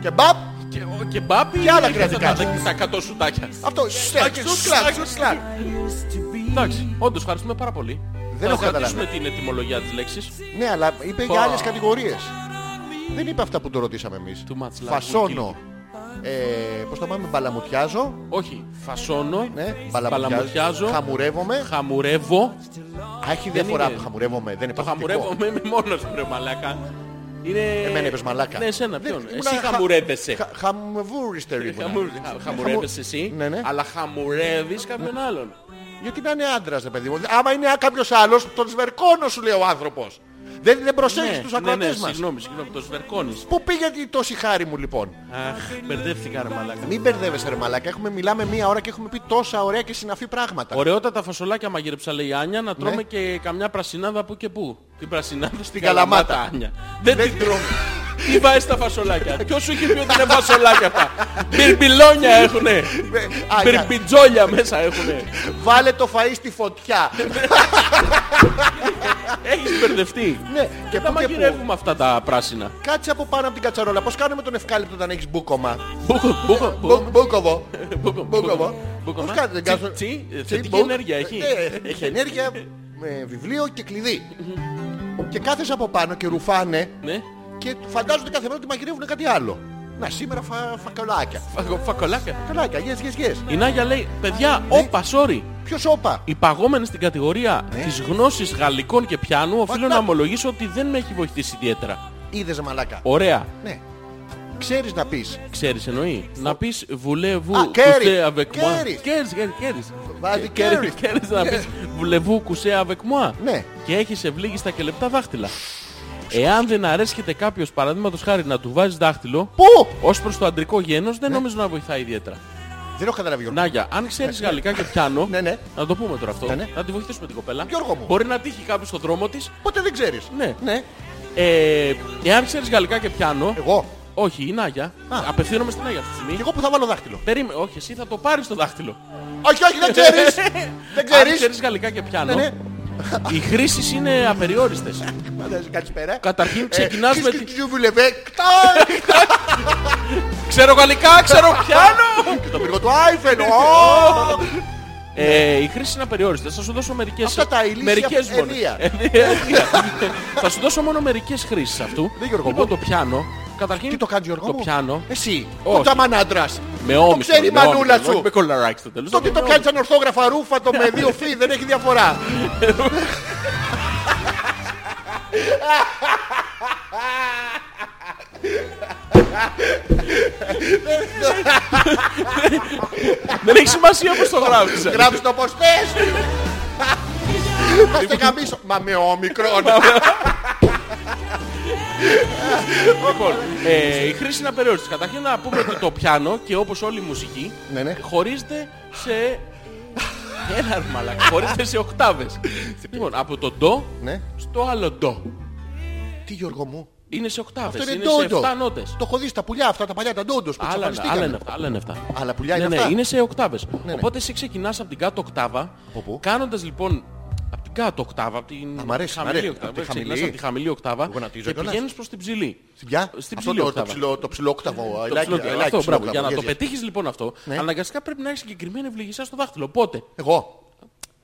Speaker 1: Και μπαπ.
Speaker 2: Και, ο- και μπάπι.
Speaker 1: Και άλλα
Speaker 2: και
Speaker 1: κρατικά.
Speaker 2: τα- Τα, τα κατώ σουτάκια.
Speaker 1: Αυτό. Σλακ,
Speaker 2: σλακ,
Speaker 1: σλακ,
Speaker 2: σλακ,
Speaker 1: σλακ.
Speaker 2: Εντάξει, όντως ευχαριστούμε πάρα πολύ.
Speaker 1: Δεν
Speaker 2: θα
Speaker 1: έχω καταλάβει.
Speaker 2: κρατήσουμε την ετοιμολογία της λέξης.
Speaker 1: Ναι, αλλά είπε για
Speaker 2: Πα.
Speaker 1: άλλες κατηγορίες. Δεν είπε αυτά που το ρωτήσαμε εμείς.
Speaker 2: Too much love,
Speaker 1: Φασώνω. Ε, πώς το πάμε, μπαλαμουτιάζω.
Speaker 2: Όχι, φασώνω,
Speaker 1: Ναι,
Speaker 2: παλαμουτιάζω,
Speaker 1: μπαλαμουτιάζω. Χαμουρεύομαι.
Speaker 2: χαμουρεύω.
Speaker 1: Α, έχει διαφορά
Speaker 2: είναι.
Speaker 1: που χαμουρεύομαι. Δεν
Speaker 2: Το
Speaker 1: υπάρχει.
Speaker 2: χαμουρεύω με, με μόνος μου, ρε μαλάκα. Είναι...
Speaker 1: Εμένα είπες μαλάκα.
Speaker 2: Ναι, εσένα,
Speaker 1: Δεν-
Speaker 2: ποιον.
Speaker 1: ήμουνα
Speaker 2: Εσύ
Speaker 1: χα-
Speaker 2: χαμουρεύεσαι.
Speaker 1: χα- Χαμβούριστε ήμουνα.
Speaker 2: Χαμου- Χαμουρεύεσαι εσύ,
Speaker 1: Ναι, ναι.
Speaker 2: αλλά χαμουρεύεις κάποιον άλλον.
Speaker 1: Γιατί να είναι άντρας, ρε παιδί μου. Άμα είναι κάποιος άλλος, τον σβερκώνω σου λέει ο άνθρωπος. Δεν, δεν προσέχεις τους τους
Speaker 2: ναι, ναι,
Speaker 1: ακροατές μας. μα.
Speaker 2: συγγνώμη, συγγνώμη, το σβερκώνεις.
Speaker 1: Πού πήγε τη- τόση χάρη μου λοιπόν.
Speaker 2: Αχ, μπερδεύτηκα ρε μαλάκα.
Speaker 1: Μην μπερδεύεσαι, ρε Μαλάκα. Έχουμε, μιλάμε μία ώρα και έχουμε πει τόσα ωραία και συναφή πράγματα.
Speaker 2: Ωραιότατα φασολάκια μαγείρεψα λέει η Άνια να
Speaker 1: Ναι.
Speaker 2: τρώμε και καμιά πρασινάδα που και που. Την πρασινάδα στην
Speaker 1: Καλαμάτα.
Speaker 2: Καλαμάτα Άνια. Δεν την τρώμε. Τι βάζεις τα φασολάκια. Ποιος σου είχε πει ότι είναι φασολάκια αυτά. Μπιρμπιλόνια έχουνε.
Speaker 1: Ε, α,
Speaker 2: Μπιρμπιτζόλια μέσα έχουνε.
Speaker 1: Βάλε το φαΐ στη φωτιά.
Speaker 2: Ναι. Έχεις μπερδευτεί.
Speaker 1: ναι, και
Speaker 2: Και τα
Speaker 1: πού και πού.
Speaker 2: μαγειρεύουμε αυτά τα πράσινα.
Speaker 1: Κάτσε από πάνω από την κατσαρόλα. Πώς κάνουμε τον ευκάλυπτο όταν έχεις μπούκομα.
Speaker 2: Μπούκο, μπούκο,
Speaker 1: Μπου-
Speaker 2: μπούκο,
Speaker 1: Μπούκοβο.
Speaker 2: μπούκο,
Speaker 1: Μπούκοβο.
Speaker 2: μπούκο,
Speaker 1: Πώς
Speaker 2: μα.
Speaker 1: κάνετε, δεν
Speaker 2: Τσι,
Speaker 1: κάνουν-
Speaker 2: τσι,
Speaker 1: Τσι,
Speaker 2: θετική
Speaker 1: μπουκ.
Speaker 2: ενέργεια έχει.
Speaker 1: Ναι, Έχει ενέργεια, με βιβλίο και κλειδί. Και κάθεσαι από πάνω και ρουφάνε
Speaker 2: Ναι.
Speaker 1: και φαντάζονται κάθε μέρα ότι μαγειρεύουν κάτι άλλο. Να σήμερα φα, φακολάκια.
Speaker 2: Φακο- Φακολάκια.
Speaker 1: Φακολάκια, yes, yes, yes.
Speaker 2: Η Νάγια λέει, παιδιά, όπα,
Speaker 1: Ναι.
Speaker 2: sorry.
Speaker 1: Ποιος όπα.
Speaker 2: Οι παγόμενοι στην κατηγορία
Speaker 1: Ναι.
Speaker 2: της τη γνώσης γαλλικών και πιάνου, οφείλω
Speaker 1: What
Speaker 2: να
Speaker 1: the-
Speaker 2: ομολογήσω ότι δεν με έχει βοηθήσει ιδιαίτερα.
Speaker 1: Είδες μαλάκα.
Speaker 2: Ωραία.
Speaker 1: Ναι. Ξέρεις να πεις.
Speaker 2: Ξέρεις εννοεί. Να πεις βουλεύου
Speaker 1: Α,
Speaker 2: κουσέ
Speaker 1: carry.
Speaker 2: avec moi.
Speaker 1: Carry.
Speaker 2: Κέρις, κέρις,
Speaker 1: Βάζει
Speaker 2: κέρις.
Speaker 1: carry.
Speaker 2: Κέρις να πεις βουλεύου κουσέ avec moi.
Speaker 1: Ναι.
Speaker 2: Και έχεις ευλίγιστα και λεπτά δάχτυλα. Εάν δεν αρέσκεται κάποιος παραδείγματος χάρη να του βάζεις δάχτυλο,
Speaker 1: Πού.
Speaker 2: ως προς το αντρικό γένος
Speaker 1: Ναι.
Speaker 2: δεν νομίζω να βοηθάει ιδιαίτερα.
Speaker 1: Δεν έχω καταλάβει Γιώργο.
Speaker 2: Νάγια, αν ξέρεις γαλλικά και πιάνω,
Speaker 1: Ναι, ναι.
Speaker 2: να το πούμε τώρα αυτό,
Speaker 1: Ναι, ναι.
Speaker 2: να τη βοηθήσουμε την κοπέλα.
Speaker 1: Γιώργο μου.
Speaker 2: Μπορεί να τύχει κάποιος στον δρόμο της
Speaker 1: Πότε δεν ξέρεις.
Speaker 2: Ναι.
Speaker 1: Ναι.
Speaker 2: Ε, εάν ξέρεις γαλλικά και πιάνω.
Speaker 1: Εγώ.
Speaker 2: Όχι, η Νάγια.
Speaker 1: Α.
Speaker 2: Απευθύνομαι στην Νάγια αυτή τη
Speaker 1: Και
Speaker 2: στιγμή.
Speaker 1: εγώ που θα βάλω δάχτυλο.
Speaker 2: Περίμενε, όχι, εσύ θα το πάρεις το δάχτυλο.
Speaker 1: Όχι, όχι, δεν ξέρεις. δεν
Speaker 2: Αν
Speaker 1: ξέρεις.
Speaker 2: ξέρεις γαλλικά και πιάνω.
Speaker 1: Ναι, ναι.
Speaker 2: Οι χρήσεις είναι απεριόριστες.
Speaker 1: Φαντάζεσαι, Καλησπέρα. Ε,
Speaker 2: Καταρχήν ξεκινάς με τη...
Speaker 1: την...
Speaker 2: Ξέρω γαλλικά, ξέρω πιάνω!
Speaker 1: Το πύργο του Άιφελ. Ω!
Speaker 2: ε, οι χρήσεις είναι απεριόριστες. Θα σου δώσω μερικές...
Speaker 1: Αυτά τα ηλίσια
Speaker 2: μερικές μόνο. Ε,
Speaker 1: ενία.
Speaker 2: Ενία, ενία. Θα σου δώσω μόνο μερικές χρήσεις αυτού.
Speaker 1: Ναι, Γιώργο
Speaker 2: Λοιπόν,
Speaker 1: μου.
Speaker 2: το πιάνω. Καταρχήν
Speaker 1: Τι το κάνεις Γιώργο
Speaker 2: το
Speaker 1: μου?
Speaker 2: πιάνω.
Speaker 1: Εσύ.
Speaker 2: Όχι.
Speaker 1: Ο ταμανάντρας.
Speaker 2: Με όμικρο.
Speaker 1: Το ξέρει η
Speaker 2: με όμικρο,
Speaker 1: μανούλα
Speaker 2: όχι
Speaker 1: σου.
Speaker 2: Με κολαράκι στο τέλος.
Speaker 1: Τότε
Speaker 2: Με
Speaker 1: το
Speaker 2: όμικρο.
Speaker 1: πιάνεις σαν ορθόγραφα ρούφατο
Speaker 2: Ναι.
Speaker 1: με δύο φύ. Δεν έχει διαφορά.
Speaker 2: Δεν έχει σημασία πώς το γράφεις. ε.
Speaker 1: Γράψεις το πως θες. Θα σε γαμίσω. Μα με όμικρον.
Speaker 2: Λοιπόν, ε, η χρήση είναι απεριόριστη. Καταρχήν να πούμε ότι το πιάνο και όπως όλη η μουσική
Speaker 1: Ναι, ναι.
Speaker 2: χωρίζεται σε... Έλα ρε μαλάκα, χωρίζεται σε οκτάβες. λοιπόν, από το ντο
Speaker 1: Ναι.
Speaker 2: στο άλλο ντο.
Speaker 1: Τι Γιώργο μου.
Speaker 2: Είναι σε οκτάβες,
Speaker 1: Αυτό
Speaker 2: είναι,
Speaker 1: είναι
Speaker 2: σε
Speaker 1: ντόντο.
Speaker 2: 7 νότες.
Speaker 1: Το έχω δει στα πουλιά αυτά, τα παλιά τα ντόντος που
Speaker 2: Άλλα, είναι- άλλα είναι
Speaker 1: εξαφανιστήκαν.
Speaker 2: αυτά, άλλα είναι αυτά.
Speaker 1: Άλλα πουλιά είναι
Speaker 2: ναι,
Speaker 1: αυτά.
Speaker 2: Ναι, είναι σε οκτάβες.
Speaker 1: ναι.
Speaker 2: Οπότε εσύ ξεκινάς από την κάτω οκτάβα,
Speaker 1: Πω, πω.
Speaker 2: κάνοντας λοιπόν από την κάτω οκτάβα, από την
Speaker 1: Α, μ' αρέσει, μ' αρέσει.
Speaker 2: οκτάβα,
Speaker 1: Απ' τη
Speaker 2: ξεκινάς
Speaker 1: χαμηλή.
Speaker 2: από τη χαμηλή οκτάβα
Speaker 1: γονατίζω
Speaker 2: και
Speaker 1: κιόλας.
Speaker 2: πηγαίνεις προς την ψηλή.
Speaker 1: Στην ποια?
Speaker 2: Στην
Speaker 1: Αυτό
Speaker 2: ψηλή
Speaker 1: το- το
Speaker 2: οκτάβα.
Speaker 1: ψηλό- Το ψηλόκταβο. I like-
Speaker 2: Το ψηλό-
Speaker 1: I like
Speaker 2: αυτό,
Speaker 1: ψηλόκταβο.
Speaker 2: μπράβο. Για να
Speaker 1: Yes,
Speaker 2: το
Speaker 1: yes.
Speaker 2: πετύχεις λοιπόν αυτό, αναγκαστικά πρέπει να έχεις συγκεκριμένη ευλογησία στο δάχτυλο. Πότε.
Speaker 1: Εγώ.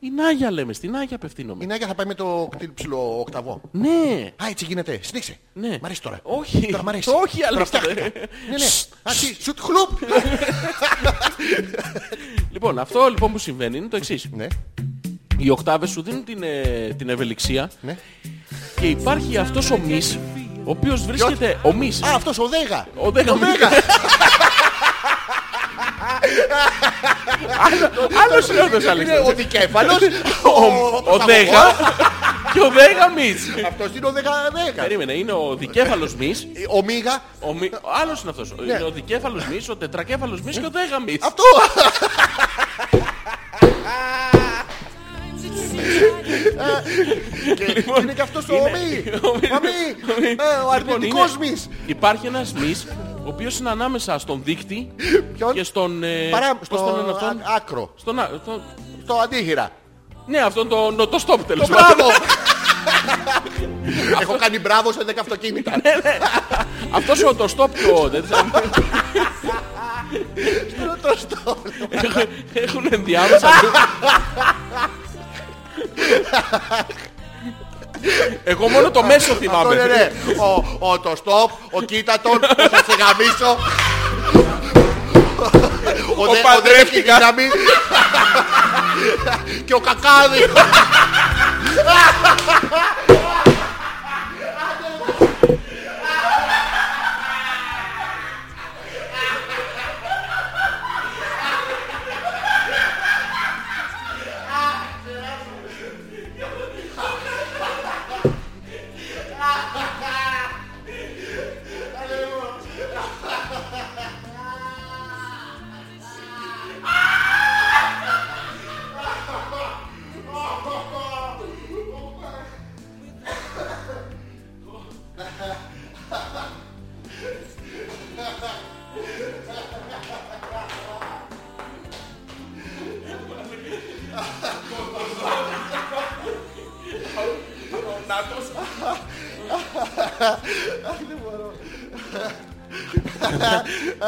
Speaker 2: Η Νάγια λέμε, στην Νάγια απευθύνομαι.
Speaker 1: Η Νάγια θα πάει με το κτήλ ψηλό οκταβό.
Speaker 2: Ναι.
Speaker 1: Α, έτσι γίνεται. Συνήξε.
Speaker 2: Ναι.
Speaker 1: Μ' αρέσει τώρα.
Speaker 2: Όχι.
Speaker 1: Τώρα μ' αρέσει.
Speaker 2: Όχι, αλλά
Speaker 1: Τώρα φτιάχτηκα.
Speaker 2: αυτό-
Speaker 1: ναι, ναι. Αρχή. Σουτ χλουπ.
Speaker 2: Λοιπόν, αυτό λοιπόν που συμβαίνει είναι το εξής.
Speaker 1: ναι.
Speaker 2: Οι οκτάβες σου δίνουν την, ε, την ευελιξία
Speaker 1: ναι.
Speaker 2: και υπάρχει αυτός ο μης, ο οποίος βρίσκεται. Ο μης.
Speaker 1: Α, αυτός ο Δέγα.
Speaker 2: Ο Δέγα Μη. Άλλο είναι όντως,
Speaker 1: Είναι
Speaker 2: Αλέξανδρε.
Speaker 1: ο δικέφαλος.
Speaker 2: Ο Δέγα και ο Δέγα Μης.
Speaker 1: Αυτός είναι ο Δέγα Δέγα.
Speaker 2: Περίμενε, είναι ο δικέφαλος Μης.
Speaker 1: ε, Ο Μίγα.
Speaker 2: Ο, μη... ο άλλος είναι
Speaker 1: Ναι.
Speaker 2: αυτός. Είναι ο δικέφαλος μυς, ο τετρακέφαλος μυς και ο δέγα μυς.
Speaker 1: Αυτό. Ε, Και
Speaker 2: Λοιπόν,
Speaker 1: είναι και αυτός ο Μη. Ο Μη. Ε, Ο αρνητικός
Speaker 2: Λοιπόν, είναι-
Speaker 1: Μης.
Speaker 2: Υπάρχει ένας μυς, ο οποίος είναι ανάμεσα στον δείκτη
Speaker 1: Ποιον?
Speaker 2: και στον... ε,
Speaker 1: Λοιπόν, Παρά
Speaker 2: πώς τον λένε
Speaker 1: στο
Speaker 2: αυτόν?
Speaker 1: α- άκρο.
Speaker 2: Στον α- τον-
Speaker 1: Στο αντίχειρα.
Speaker 2: Ναι, αυτόν τον νοτοστόπ τέλος πάντων.
Speaker 1: Μπράβο. Έχω κάνει μπράβο σε 10 αυτοκίνητα.
Speaker 2: Αυτός ο νοτοστόπ και ο... δεν ξέρω, Ναι,
Speaker 1: Το στο-
Speaker 2: έχουν- Έχουν ενδιάμεσα... Εγώ μόνο το μέσο
Speaker 1: Αυτό είναι,
Speaker 2: θυμάμαι.
Speaker 1: ναι. Ο- Ο το στόπ, ο κοίτατον, ο θα σε γαμίσω. Ο, δε- ο δεν έχει
Speaker 2: παντρεύτηκα.
Speaker 1: δύναμη. Και ο κακάδι.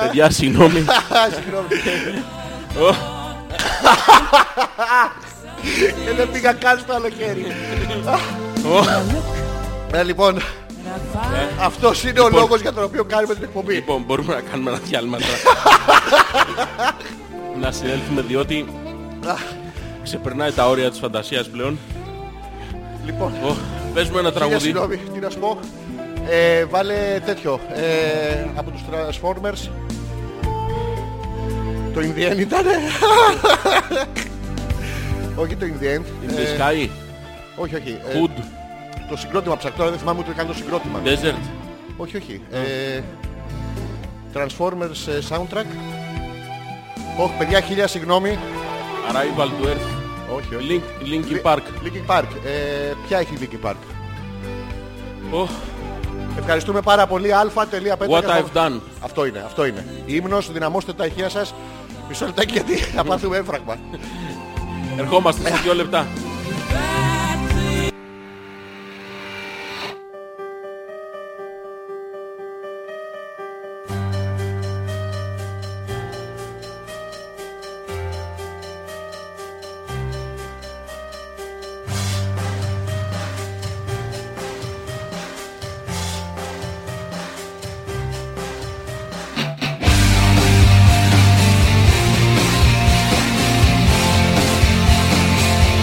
Speaker 2: Παιδιά, συγγνώμη.
Speaker 1: Συγγνώμη. Και Ε, δεν πήγα καν στο άλλο χέρι. Ε, Λοιπόν, αυτός είναι ο λόγος για τον οποίο κάνουμε την εκπομπή.
Speaker 2: Λοιπόν, μπορούμε να κάνουμε ένα διάλειμμα τώρα. να συνέλθουμε διότι ξεπερνάει τα όρια της φαντασίας πλέον.
Speaker 1: Λοιπόν,
Speaker 2: Ω, πες μου ένα
Speaker 1: Κύριε,
Speaker 2: τραγούδι.
Speaker 1: Συγγνώμη, τι να σου πω. Ε, βάλε τέτοιο. Ε, από τους Transformers. Το In the End ήταν. όχι το In the End. ε,
Speaker 2: In the sky,
Speaker 1: Όχι, όχι. Ε,
Speaker 2: hood,
Speaker 1: το συγκρότημα ψάχνω. Τώρα δεν θυμάμαι ούτε καν το συγκρότημα.
Speaker 2: desert.
Speaker 1: όχι, όχι. Ε, Transformers ε, soundtrack. Όχι, παιδιά, χίλια συγγνώμη.
Speaker 2: Arrival to Earth.
Speaker 1: Όχι, όχι.
Speaker 2: Link, Linkin Park.
Speaker 1: Linkin Park. Ε, ποια έχει Linkin Park.
Speaker 2: Ω,
Speaker 1: Ευχαριστούμε πάρα πολύ. Α.5.
Speaker 2: What I've done.
Speaker 1: Αυτό είναι, αυτό είναι. Ύμνος, δυναμώστε τα ηχεία σας. Μισό λεπτάκι γιατί
Speaker 2: Ναι.
Speaker 1: θα πάθουμε έφραγμα.
Speaker 2: Ερχόμαστε σε δύο λεπτά.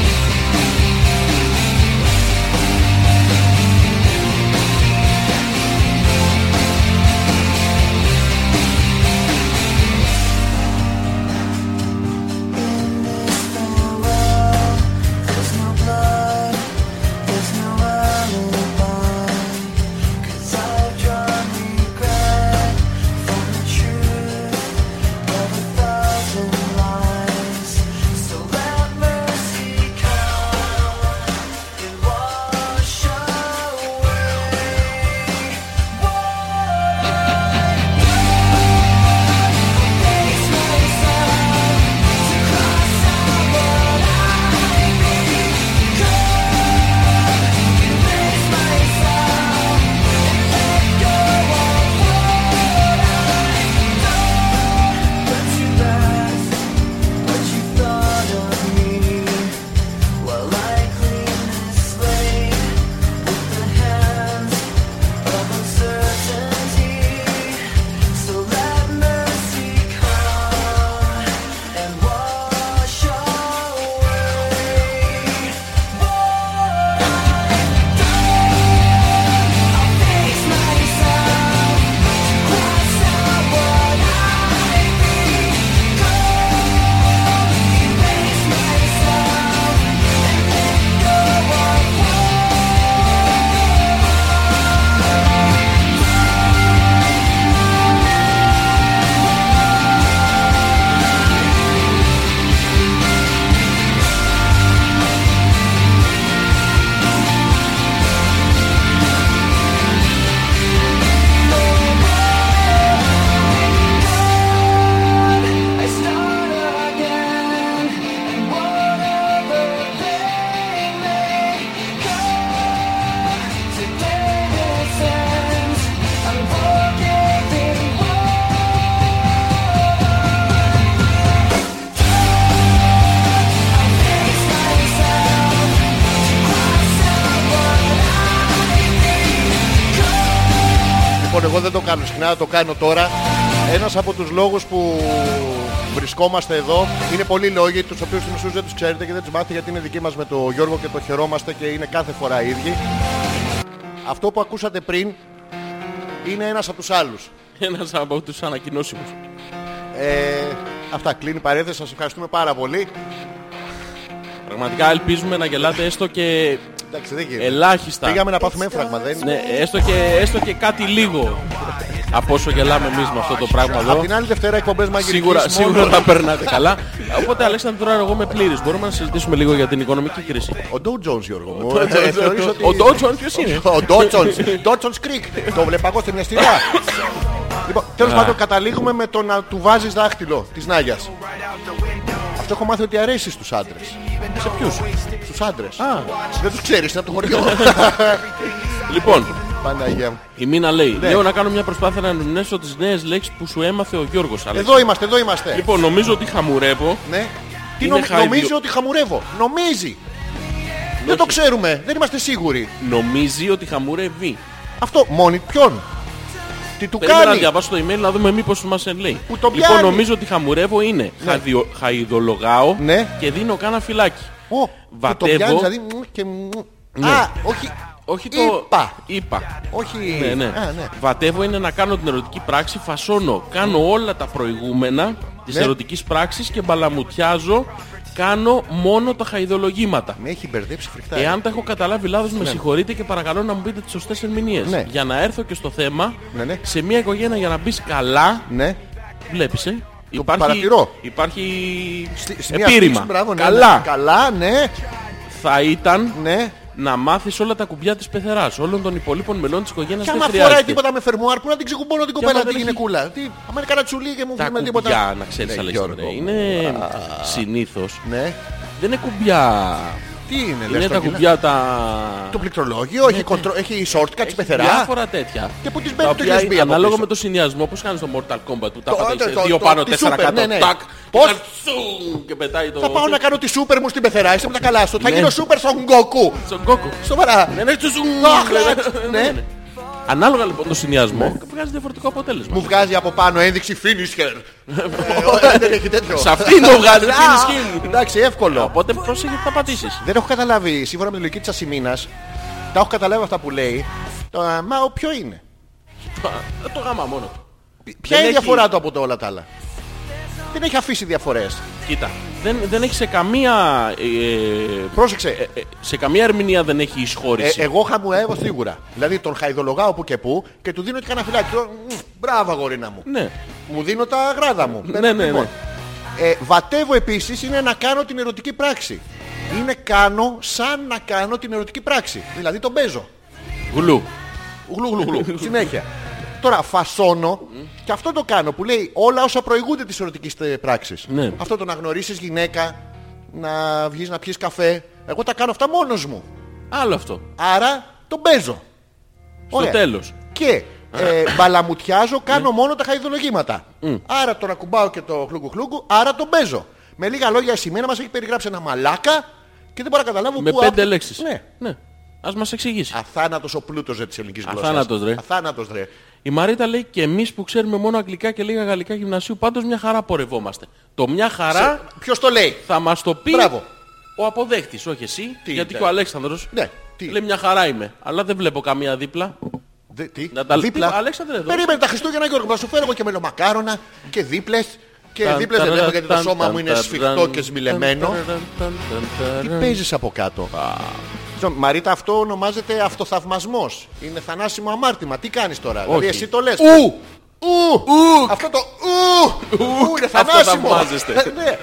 Speaker 4: Thank
Speaker 1: Λοιπόν, εγώ δεν το κάνω συχνά, το κάνω τώρα. Ένας από τους λόγους που βρισκόμαστε εδώ είναι πολλοί λόγοι, τους οποίους στην ουσία δεν τους ξέρετε και δεν τους μάθετε γιατί είναι δικοί μας με τον Γιώργο και το χαιρόμαστε και είναι κάθε φορά οι ίδιοι. Αυτό που ακούσατε πριν είναι ένας από τους άλλους.
Speaker 2: Ένας από τους ανακοινώσιμους.
Speaker 1: Ε, αυτά, κλείνει η παρένθεση, σας ευχαριστούμε πάρα πολύ.
Speaker 2: Πραγματικά ελπίζουμε να γελάτε έστω και
Speaker 1: Εντάξει, δεν γίνεται.
Speaker 2: ελάχιστα.
Speaker 1: Πήγαμε να πάθουμε έμφραγμα, δεν
Speaker 2: Ναι, έστω και, έστω και κάτι λίγο από όσο γελάμε εμείς με αυτό το πράγμα
Speaker 1: Απ'
Speaker 2: εδώ.
Speaker 1: την άλλη Δευτέρα εκπομπές μαγειρικής
Speaker 2: Σίγουρα,
Speaker 1: μόνο.
Speaker 2: σίγουρα τα περνάτε καλά. Οπότε, Αλέξανδρο, τώρα εγώ είμαι πλήρης. Μπορούμε να συζητήσουμε λίγο για την οικονομική κρίση.
Speaker 1: Ο Ντόου Τζόνς Γιώργο μου.
Speaker 2: Ο
Speaker 1: Ε, θεωρείς ότι-
Speaker 2: Ντότσον ποιος είναι.
Speaker 1: Ο Ντότσονς, Ντότσονς Κρίκ. Το βλέπα εγώ στην αισθήνα. Λοιπόν, τέλος πάντων καταλήγουμε με το να του βάζεις δάχτυλο της Νάγιας. Αυτό έχω μάθει ότι αρέσει στους άντρες.
Speaker 2: Σε ποιους.
Speaker 1: Στους άντρες. Δεν τους ξέρεις, είναι από το χωριό.
Speaker 2: Λοιπόν,
Speaker 1: Παναγία μου.
Speaker 2: η Μίνα λέει:
Speaker 1: Ναι.
Speaker 2: Λέω να κάνω μια προσπάθεια να ερμηνεύσω τις νέες λέξεις που σου έμαθε ο Γιώργος. Αλέξη».
Speaker 1: Εδώ είμαστε, εδώ είμαστε.
Speaker 2: Λοιπόν, νομίζω ότι χαμουρεύω.
Speaker 1: Ναι. Τι
Speaker 2: Είναι
Speaker 1: νομι-
Speaker 2: χαϊδιο-
Speaker 1: νομίζει ότι χαμουρεύω. Νομίζει. Δεν το ξέρουμε. Δεν είμαστε σίγουροι.
Speaker 2: Νομίζει ότι χαμουρεύει.
Speaker 1: Αυτό μόνοι ποιον. Τι του
Speaker 2: Περίμενα να
Speaker 1: κάνει.
Speaker 2: διαβάσω το email να δούμε μήπως μας εν λέει.
Speaker 1: Που τον
Speaker 2: λοιπόν,
Speaker 1: πιάνει.
Speaker 2: νομίζω ότι χαμουρεύω είναι. Χαδιο... Χαϊδολογάω
Speaker 1: Ναι.
Speaker 2: και δίνω κάνα φυλάκι.
Speaker 1: Ω, που το
Speaker 2: Βατεύω. Ναι.
Speaker 1: πιάνεις, δηλαδή, μμμ και μμμ. Α, όχι.
Speaker 2: Όχι το.
Speaker 1: Είπα.
Speaker 2: Είπα.
Speaker 1: Όχι.
Speaker 2: Ναι, ναι.
Speaker 1: Α, ναι.
Speaker 2: Βατεύω είναι να κάνω την ερωτική πράξη, φασώνω. Κάνω όλα τα προηγούμενα της
Speaker 1: Ναι.
Speaker 2: ερωτικής πράξης και μπαλαμουτιάζω. Κάνω μόνο τα χαϊδολογήματα.
Speaker 1: Με έχει μπερδέψει φρικτά.
Speaker 2: Εάν τα έχω καταλάβει λάθος με συγχωρείτε και παρακαλώ να μου πείτε τις σωστές ερμηνείες.
Speaker 1: Ναι.
Speaker 2: Για να έρθω και στο θέμα,
Speaker 1: Ναι, ναι.
Speaker 2: σε μια οικογένεια για να μπεις καλά,
Speaker 1: Ναι.
Speaker 2: βλέπεις ε.
Speaker 1: παρατηρώ.
Speaker 2: υπάρχει
Speaker 1: Στη- στη μία
Speaker 2: επίρρημα.
Speaker 1: φύση, μπράβο, ναι,
Speaker 2: Καλά
Speaker 1: ναι. Καλά, ναι.
Speaker 2: θα ήταν
Speaker 1: ναι.
Speaker 2: να μάθεις όλα τα κουμπιά της πεθεράς, όλων των υπολείπων μελών της οικογένειας
Speaker 1: Και
Speaker 2: δεν
Speaker 1: άμα
Speaker 2: χρειάζεται.
Speaker 1: φοράει τίποτα με φερμουάρ, πού να την ξεκουμπώνω την κοπέλα
Speaker 2: άμα
Speaker 1: την
Speaker 2: δεν έχει-
Speaker 1: γυναικούλα. Τι, άμα είναι κανένα τσουλί και μου
Speaker 2: Τα
Speaker 1: βγει με
Speaker 2: κουμπιά,
Speaker 1: τίποτα.
Speaker 2: να ξέρεις
Speaker 1: Ναι,
Speaker 2: Αλέξανδρε,
Speaker 1: Γιώργο.
Speaker 2: είναι συνήθως.
Speaker 1: Ναι.
Speaker 2: Δεν είναι κουμπιά.
Speaker 1: Τι είναι, λες
Speaker 2: Είναι
Speaker 1: τώρα,
Speaker 2: τα
Speaker 1: γυλά.
Speaker 2: κουμπιά τα...
Speaker 1: Το πληκτρολόγιο, έχει, κοντρο... έχει shortcut της πεθερά.
Speaker 2: Διάφορα τέτοια.
Speaker 1: Και που τις
Speaker 2: Τα
Speaker 1: μπαίνει το
Speaker 2: οποία,
Speaker 1: USB από
Speaker 2: Ανάλογα
Speaker 1: πίσω.
Speaker 2: με το συνδυασμό, πώς κάνεις το Mortal Kombat που τα
Speaker 1: Το-
Speaker 2: πατάει
Speaker 1: το-
Speaker 2: δύο
Speaker 1: το-
Speaker 2: πάνω,
Speaker 1: τη
Speaker 2: τέσσερα
Speaker 1: Super,
Speaker 2: κάτω,
Speaker 1: ναι, ναι.
Speaker 2: τακ,
Speaker 1: Πώς?
Speaker 2: και τσουμ, και πετάει το...
Speaker 1: Θα πάω να κάνω τη σούπερ μου στην πεθερά, είσαι με τα καλά σου. Θα
Speaker 2: Ναι.
Speaker 1: γίνω σούπερ στον Γκόκου.
Speaker 2: Στον κόκο.
Speaker 1: Σοβαρά.
Speaker 2: Ναι, ναι, τσουζουμ,
Speaker 1: Αχ,
Speaker 2: ναι,
Speaker 1: ναι.
Speaker 2: ναι, ναι. Ανάλογα λοιπόν το συνδυασμό, βγάζει διαφορετικό αποτέλεσμα.
Speaker 1: Μου βγάζει από πάνω ένδειξη finisher. Ε, ωραία, Δεν έχει τέτοιο.
Speaker 2: Σε αυτήν το βγάζει την
Speaker 1: Α,
Speaker 2: ισχύ μου.
Speaker 1: Εντάξει, εύκολο.
Speaker 2: Οπότε πρόσεχε τι θα πατήσεις.
Speaker 1: Δεν έχω καταλάβει, σύμφωνα με τη λογική της Ασημίνας, τα έχω καταλάβει αυτά που λέει. Το α, μα ο ποιο είναι.
Speaker 2: Ε, Το γάμα μόνο.
Speaker 1: Ποια
Speaker 2: Δεν
Speaker 1: είναι η
Speaker 2: έχει-
Speaker 1: διαφορά του από τα όλα τα άλλα. Δεν έχει αφήσει διαφορές.
Speaker 2: Κοίτα, δεν, δεν έχει σε καμία... ε,
Speaker 1: Πρόσεξε.
Speaker 2: ε, σε καμία ερμηνεία δεν έχει
Speaker 1: Ε,
Speaker 2: εισχώρηση.
Speaker 1: εγώ χαμουεύω σίγουρα. Δηλαδή τον χαϊδολογάω που και που και του δίνω και κανένα φυλάκι. Λέω, «Μμ, Μπράβο, αγορίνα μου.
Speaker 2: ναι.
Speaker 1: Μου δίνω τα γράδα μου.
Speaker 2: Ναι, ναι, ναι.
Speaker 1: Ε, βατεύω επίσης είναι να κάνω την ερωτική πράξη. Είναι κάνω σαν να κάνω την ερωτική πράξη. Δηλαδή τον παίζω.
Speaker 2: Γλου.
Speaker 1: Γλου, γλου, γλου. Συνέχεια. Τώρα φασώνω και αυτό το κάνω που λέει όλα όσα προηγούνται της ερωτικής πράξης.
Speaker 2: Ναι.
Speaker 1: Αυτό το να γνωρίσεις γυναίκα, να βγεις να πιεις καφέ. Εγώ τα κάνω αυτά μόνος μου.
Speaker 2: Άλλο αυτό.
Speaker 1: Άρα τον παίζω.
Speaker 2: Στο τέλος. Ναι.
Speaker 1: Και ε, μπαλαμουτιάζω, κάνω μόνο τα χαϊδολογήματα. Άρα τον ακουμπάω και το χλούγκου χλούγκου, άρα τον παίζω. Με λίγα λόγια, εσύ μένα μας έχει περιγράψει ένα μαλάκα και δεν μπορώ να καταλάβω
Speaker 2: Με
Speaker 1: πού
Speaker 2: πέντε
Speaker 1: άπτε-
Speaker 2: λέξεις.
Speaker 1: Ναι.
Speaker 2: ναι. Ας μας εξηγήσει.
Speaker 1: Αθάνατος ο πλούτος ρε, της ελληνικής γλώσσας.
Speaker 2: Αθάνατος, ρε.
Speaker 1: Αθάνατος ρε.
Speaker 2: Η Μαρίτα λέει και εμείς που ξέρουμε μόνο αγγλικά και λίγα γαλλικά γυμνασίου, πάντως μια χαρά πορευόμαστε. Το μια χαρά
Speaker 1: Σε- Ποιος το λέει.
Speaker 2: θα μας το πει
Speaker 1: Μπράβο.
Speaker 2: ο αποδέχτης, όχι εσύ.
Speaker 1: Τι,
Speaker 2: γιατί
Speaker 1: ναι.
Speaker 2: και ο Αλέξανδρος
Speaker 1: Ναι, τι.
Speaker 2: λέει μια χαρά είμαι. Αλλά δεν βλέπω καμία δίπλα.
Speaker 1: Δε, τι.
Speaker 2: Να τα- τι- Αλέξανδρε, εδώ.
Speaker 1: Περίμενε τα Χριστούγεννα Γιώργο, να σου φέρω εγώ και μελομακάρονα και δίπλες. Και
Speaker 2: Ταν,
Speaker 1: δίπλες Ε, δεν
Speaker 2: ταραν,
Speaker 1: έχω γιατί το
Speaker 2: ταν,
Speaker 1: σώμα
Speaker 2: ταν,
Speaker 1: μου είναι
Speaker 2: ταραν,
Speaker 1: σφιχτό
Speaker 2: ταν,
Speaker 1: και σμιλεμένο.
Speaker 2: ταν, ταν, ταν, ταν,
Speaker 1: Τι
Speaker 2: ταν.
Speaker 1: παίζεις από κάτω. Λοιπόν, Μαρίτα, αυτό ονομάζεται αυτοθαυμασμός. Είναι θανάσιμο αμάρτημα. Τι κάνεις τώρα. Δηλαδή
Speaker 2: Όχι.
Speaker 1: εσύ το λες.
Speaker 2: Ου!
Speaker 1: Ου!
Speaker 2: Ουκ!
Speaker 1: Αυτό το ου! Ου είναι θανάσιμο.
Speaker 2: θαυμάζεστε.
Speaker 1: Ναι.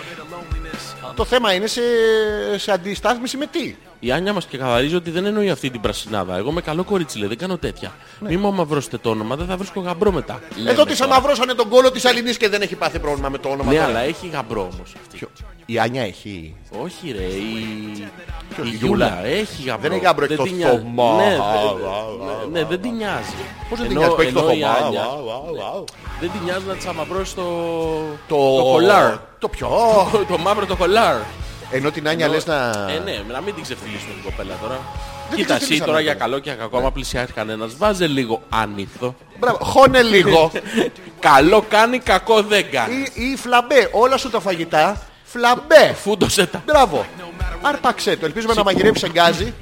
Speaker 1: Το θέμα είναι σε, σε αντιστάθμιση με τι.
Speaker 2: Η Άνια μας και καθαρίζει ότι δεν εννοεί αυτή την πρασινάδα. Εγώ είμαι καλό κορίτσι, λέει, δεν κάνω τέτοια. Μη μου αμαυρώσετε το όνομα, δεν θα βρίσκω γαμπρό μετά. λέμε
Speaker 1: Ναι. Εδώ της
Speaker 2: τώρα.
Speaker 1: αμαυρώσανε τον κόλο της Αλινής και δεν έχει πάθει πρόβλημα με το όνομα.
Speaker 2: Ναι,
Speaker 1: τώρα.
Speaker 2: αλλά έχει γαμπρό όμως αυτή.
Speaker 1: Η Άνια έχει.
Speaker 2: Όχι ρε, η...
Speaker 1: η
Speaker 2: η
Speaker 1: Γιούλα.
Speaker 2: Γιούλα έχει γαμπρό.
Speaker 1: Δεν έχει γαμπρό, έχει
Speaker 2: Δεν
Speaker 1: το
Speaker 2: τη νοιάζει.
Speaker 1: θωμά.
Speaker 2: Ναι, δεν- ναι, ναι, δεν την νοιάζει.
Speaker 1: Πώς δεν την
Speaker 2: Ενώ-
Speaker 1: νοιάζει που έχει το
Speaker 2: ενώ η
Speaker 1: θωμά.
Speaker 2: Άνια
Speaker 1: Βαου, βαου, βαου.
Speaker 2: Δεν την νοιάζει να της αμαυρώσει το... Το Ε, ναι. κολάρ.
Speaker 1: Το ποιο.
Speaker 2: Το μαύρο το κολάρ.
Speaker 1: Ενώ την Άνια λες να...
Speaker 2: Ε, ναι, να μην την ξεφτυλίσουμε την κοπέλα τώρα.
Speaker 1: την
Speaker 2: Κοίτα, εσύ
Speaker 1: ξεφτυλίσαμε
Speaker 2: τώρα
Speaker 1: τώρα.
Speaker 2: για καλό και κακό, άμα πλησιάσει κανένας, βάζε λίγο άνηθο.
Speaker 1: Μπράβο,
Speaker 2: Ε,
Speaker 1: χώνε
Speaker 2: ναι.
Speaker 1: λίγο.
Speaker 2: Καλό κάνει, κακό δεν κάνει.
Speaker 1: ή, ή φλαμπέ. Όλα σου τα φαγητά, φλαμπέ.
Speaker 2: Φούντωσε τα.
Speaker 1: Μπράβο. Άρπαξέ το. Ελπίζουμε να μαγειρεύει σε γκάζι.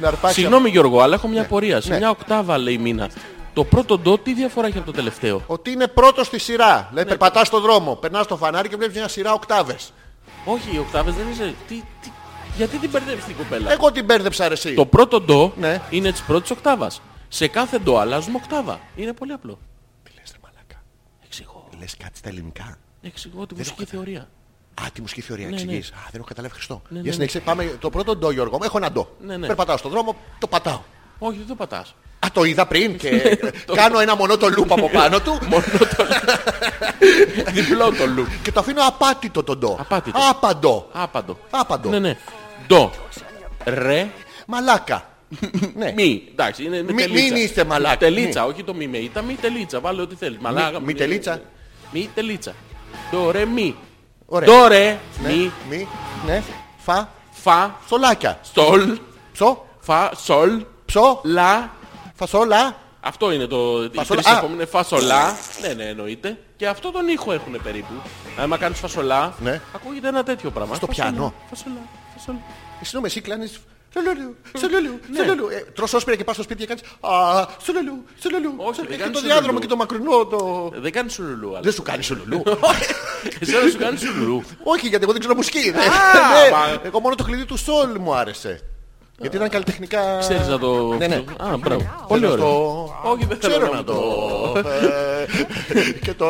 Speaker 1: να αρπάξει.
Speaker 2: Συγγνώμη Γιώργο, αλλά έχω μια απορία. Σε μια οκτάβα λέει μήνα. Το πρώτο ντο τι διαφορά έχει από το τελευταίο.
Speaker 1: Ότι είναι πρώτος στη σειρά.
Speaker 2: Ναι.
Speaker 1: Δηλαδή περπατά στον δρόμο, περνάς στο φανάρι και βλέπεις μια σειρά οκτάβες.
Speaker 2: Όχι, οι οκτάβες δεν είσαι. Τι, τι, γιατί την μπερδεύει την κοπέλα.
Speaker 1: Εγώ την μπέρδεψα ρε εσύ.
Speaker 2: Ε, Το πρώτο ντο
Speaker 1: Ναι.
Speaker 2: είναι της πρώτης οκτάβας. Σε κάθε ντο αλλάζουμε οκτάβα. Είναι πολύ απλό.
Speaker 1: Τι λες ρε μαλάκα.
Speaker 2: Εξηγώ.
Speaker 1: Λες κάτι στα ελληνικά.
Speaker 2: Εξηγώ τη μουσική θεωρία.
Speaker 1: Α, τη μουσική θεωρία,
Speaker 2: Ναι, ναι.
Speaker 1: εξηγείς. Α, δεν έχω καταλάβει Χριστό.
Speaker 2: ναι,
Speaker 1: Για
Speaker 2: ναι.
Speaker 1: συνέχισε, πάμε το πρώτο ντο, Γιώργο. μου. Έχω ένα ντο.
Speaker 2: Ναι, ναι.
Speaker 1: Περπατάω στον δρόμο, το πατάω.
Speaker 2: Όχι, δεν το πατάς.
Speaker 1: Α, το είδα πριν και
Speaker 2: Ναι,
Speaker 1: κάνω ένα μονό το loop από πάνω του
Speaker 2: Διπλό το loop.
Speaker 1: και το αφήνω απάτητο τον ντο.
Speaker 2: Απάτητο.
Speaker 1: Άπαντο.
Speaker 2: Άπαντο.
Speaker 1: Άπαντο.
Speaker 2: Ναι, ναι. Ντο. Ρε.
Speaker 1: Μαλάκα. ναι.
Speaker 2: Μη. Εντάξει, είναι με
Speaker 1: Μη-
Speaker 2: τελίτσα.
Speaker 1: μην είστε μαλάκα.
Speaker 2: Τελίτσα, όχι το μη με ήττα, μη τελίτσα. Βάλε ό,τι θέλεις. Μαλάκα. ε,
Speaker 1: μη τελίτσα.
Speaker 2: Μη τελίτσα. Ντο ρε μη.
Speaker 1: Ωραία.
Speaker 2: Ντο ρε
Speaker 1: Ναι.
Speaker 2: μη.
Speaker 1: Μη. Ναι. Φα.
Speaker 2: Φα.
Speaker 1: Σολάκια.
Speaker 2: Στολ.
Speaker 1: Ψω.
Speaker 2: Φα. Σολ.
Speaker 1: Ψω.
Speaker 2: Λα.
Speaker 1: Φασόλα.
Speaker 2: Αυτό είναι το. Οι
Speaker 1: Φασολά.
Speaker 2: τρεις
Speaker 1: Α.
Speaker 2: επόμενες φασολά. Ναι, ναι, εννοείται. Και αυτό τον ήχο έχουν περίπου. Αν κάνεις φασολά,
Speaker 1: Ναι.
Speaker 2: ακούγεται ένα τέτοιο πράγμα.
Speaker 1: Στο
Speaker 2: Φασολά,
Speaker 1: πιάνο.
Speaker 2: Φασολά, φασολά.
Speaker 1: Ε, Συγγνώμη, εσύ κλάνεις Σολολιού, σολολιού,
Speaker 2: Ναι.
Speaker 1: σολολιού. Ε, Τρως όσπρια και πας στο σπίτι και κάνεις Α, σολολιού, σολολιού.
Speaker 2: Όχι, δεν
Speaker 1: σολολιού. Και
Speaker 2: κάνεις
Speaker 1: το
Speaker 2: σολολιού.
Speaker 1: διάδρομο και το μακρινό το...
Speaker 2: Δεν κάνεις σουλουλού, αλλά.
Speaker 1: Δεν σου κάνει σολολιού.
Speaker 2: Εσένα σου κάνεις σουλουλού.
Speaker 1: Όχι, γιατί εγώ δεν ξέρω μουσική. Ναι.
Speaker 2: μα-
Speaker 1: Εγώ μόνο το κλειδί του σόλ μου άρεσε. Γιατί ήταν καλλιτεχνικά...
Speaker 2: Ξέρεις να το.
Speaker 1: Ναι, ναι.
Speaker 2: Α, μπράβο. Πολύ
Speaker 1: Θέλω
Speaker 2: ωραίο.
Speaker 1: στο-
Speaker 2: Όχι, δεν θέλω
Speaker 1: Ξέρω
Speaker 2: να
Speaker 1: να
Speaker 2: το-
Speaker 1: το... Ε, Και το...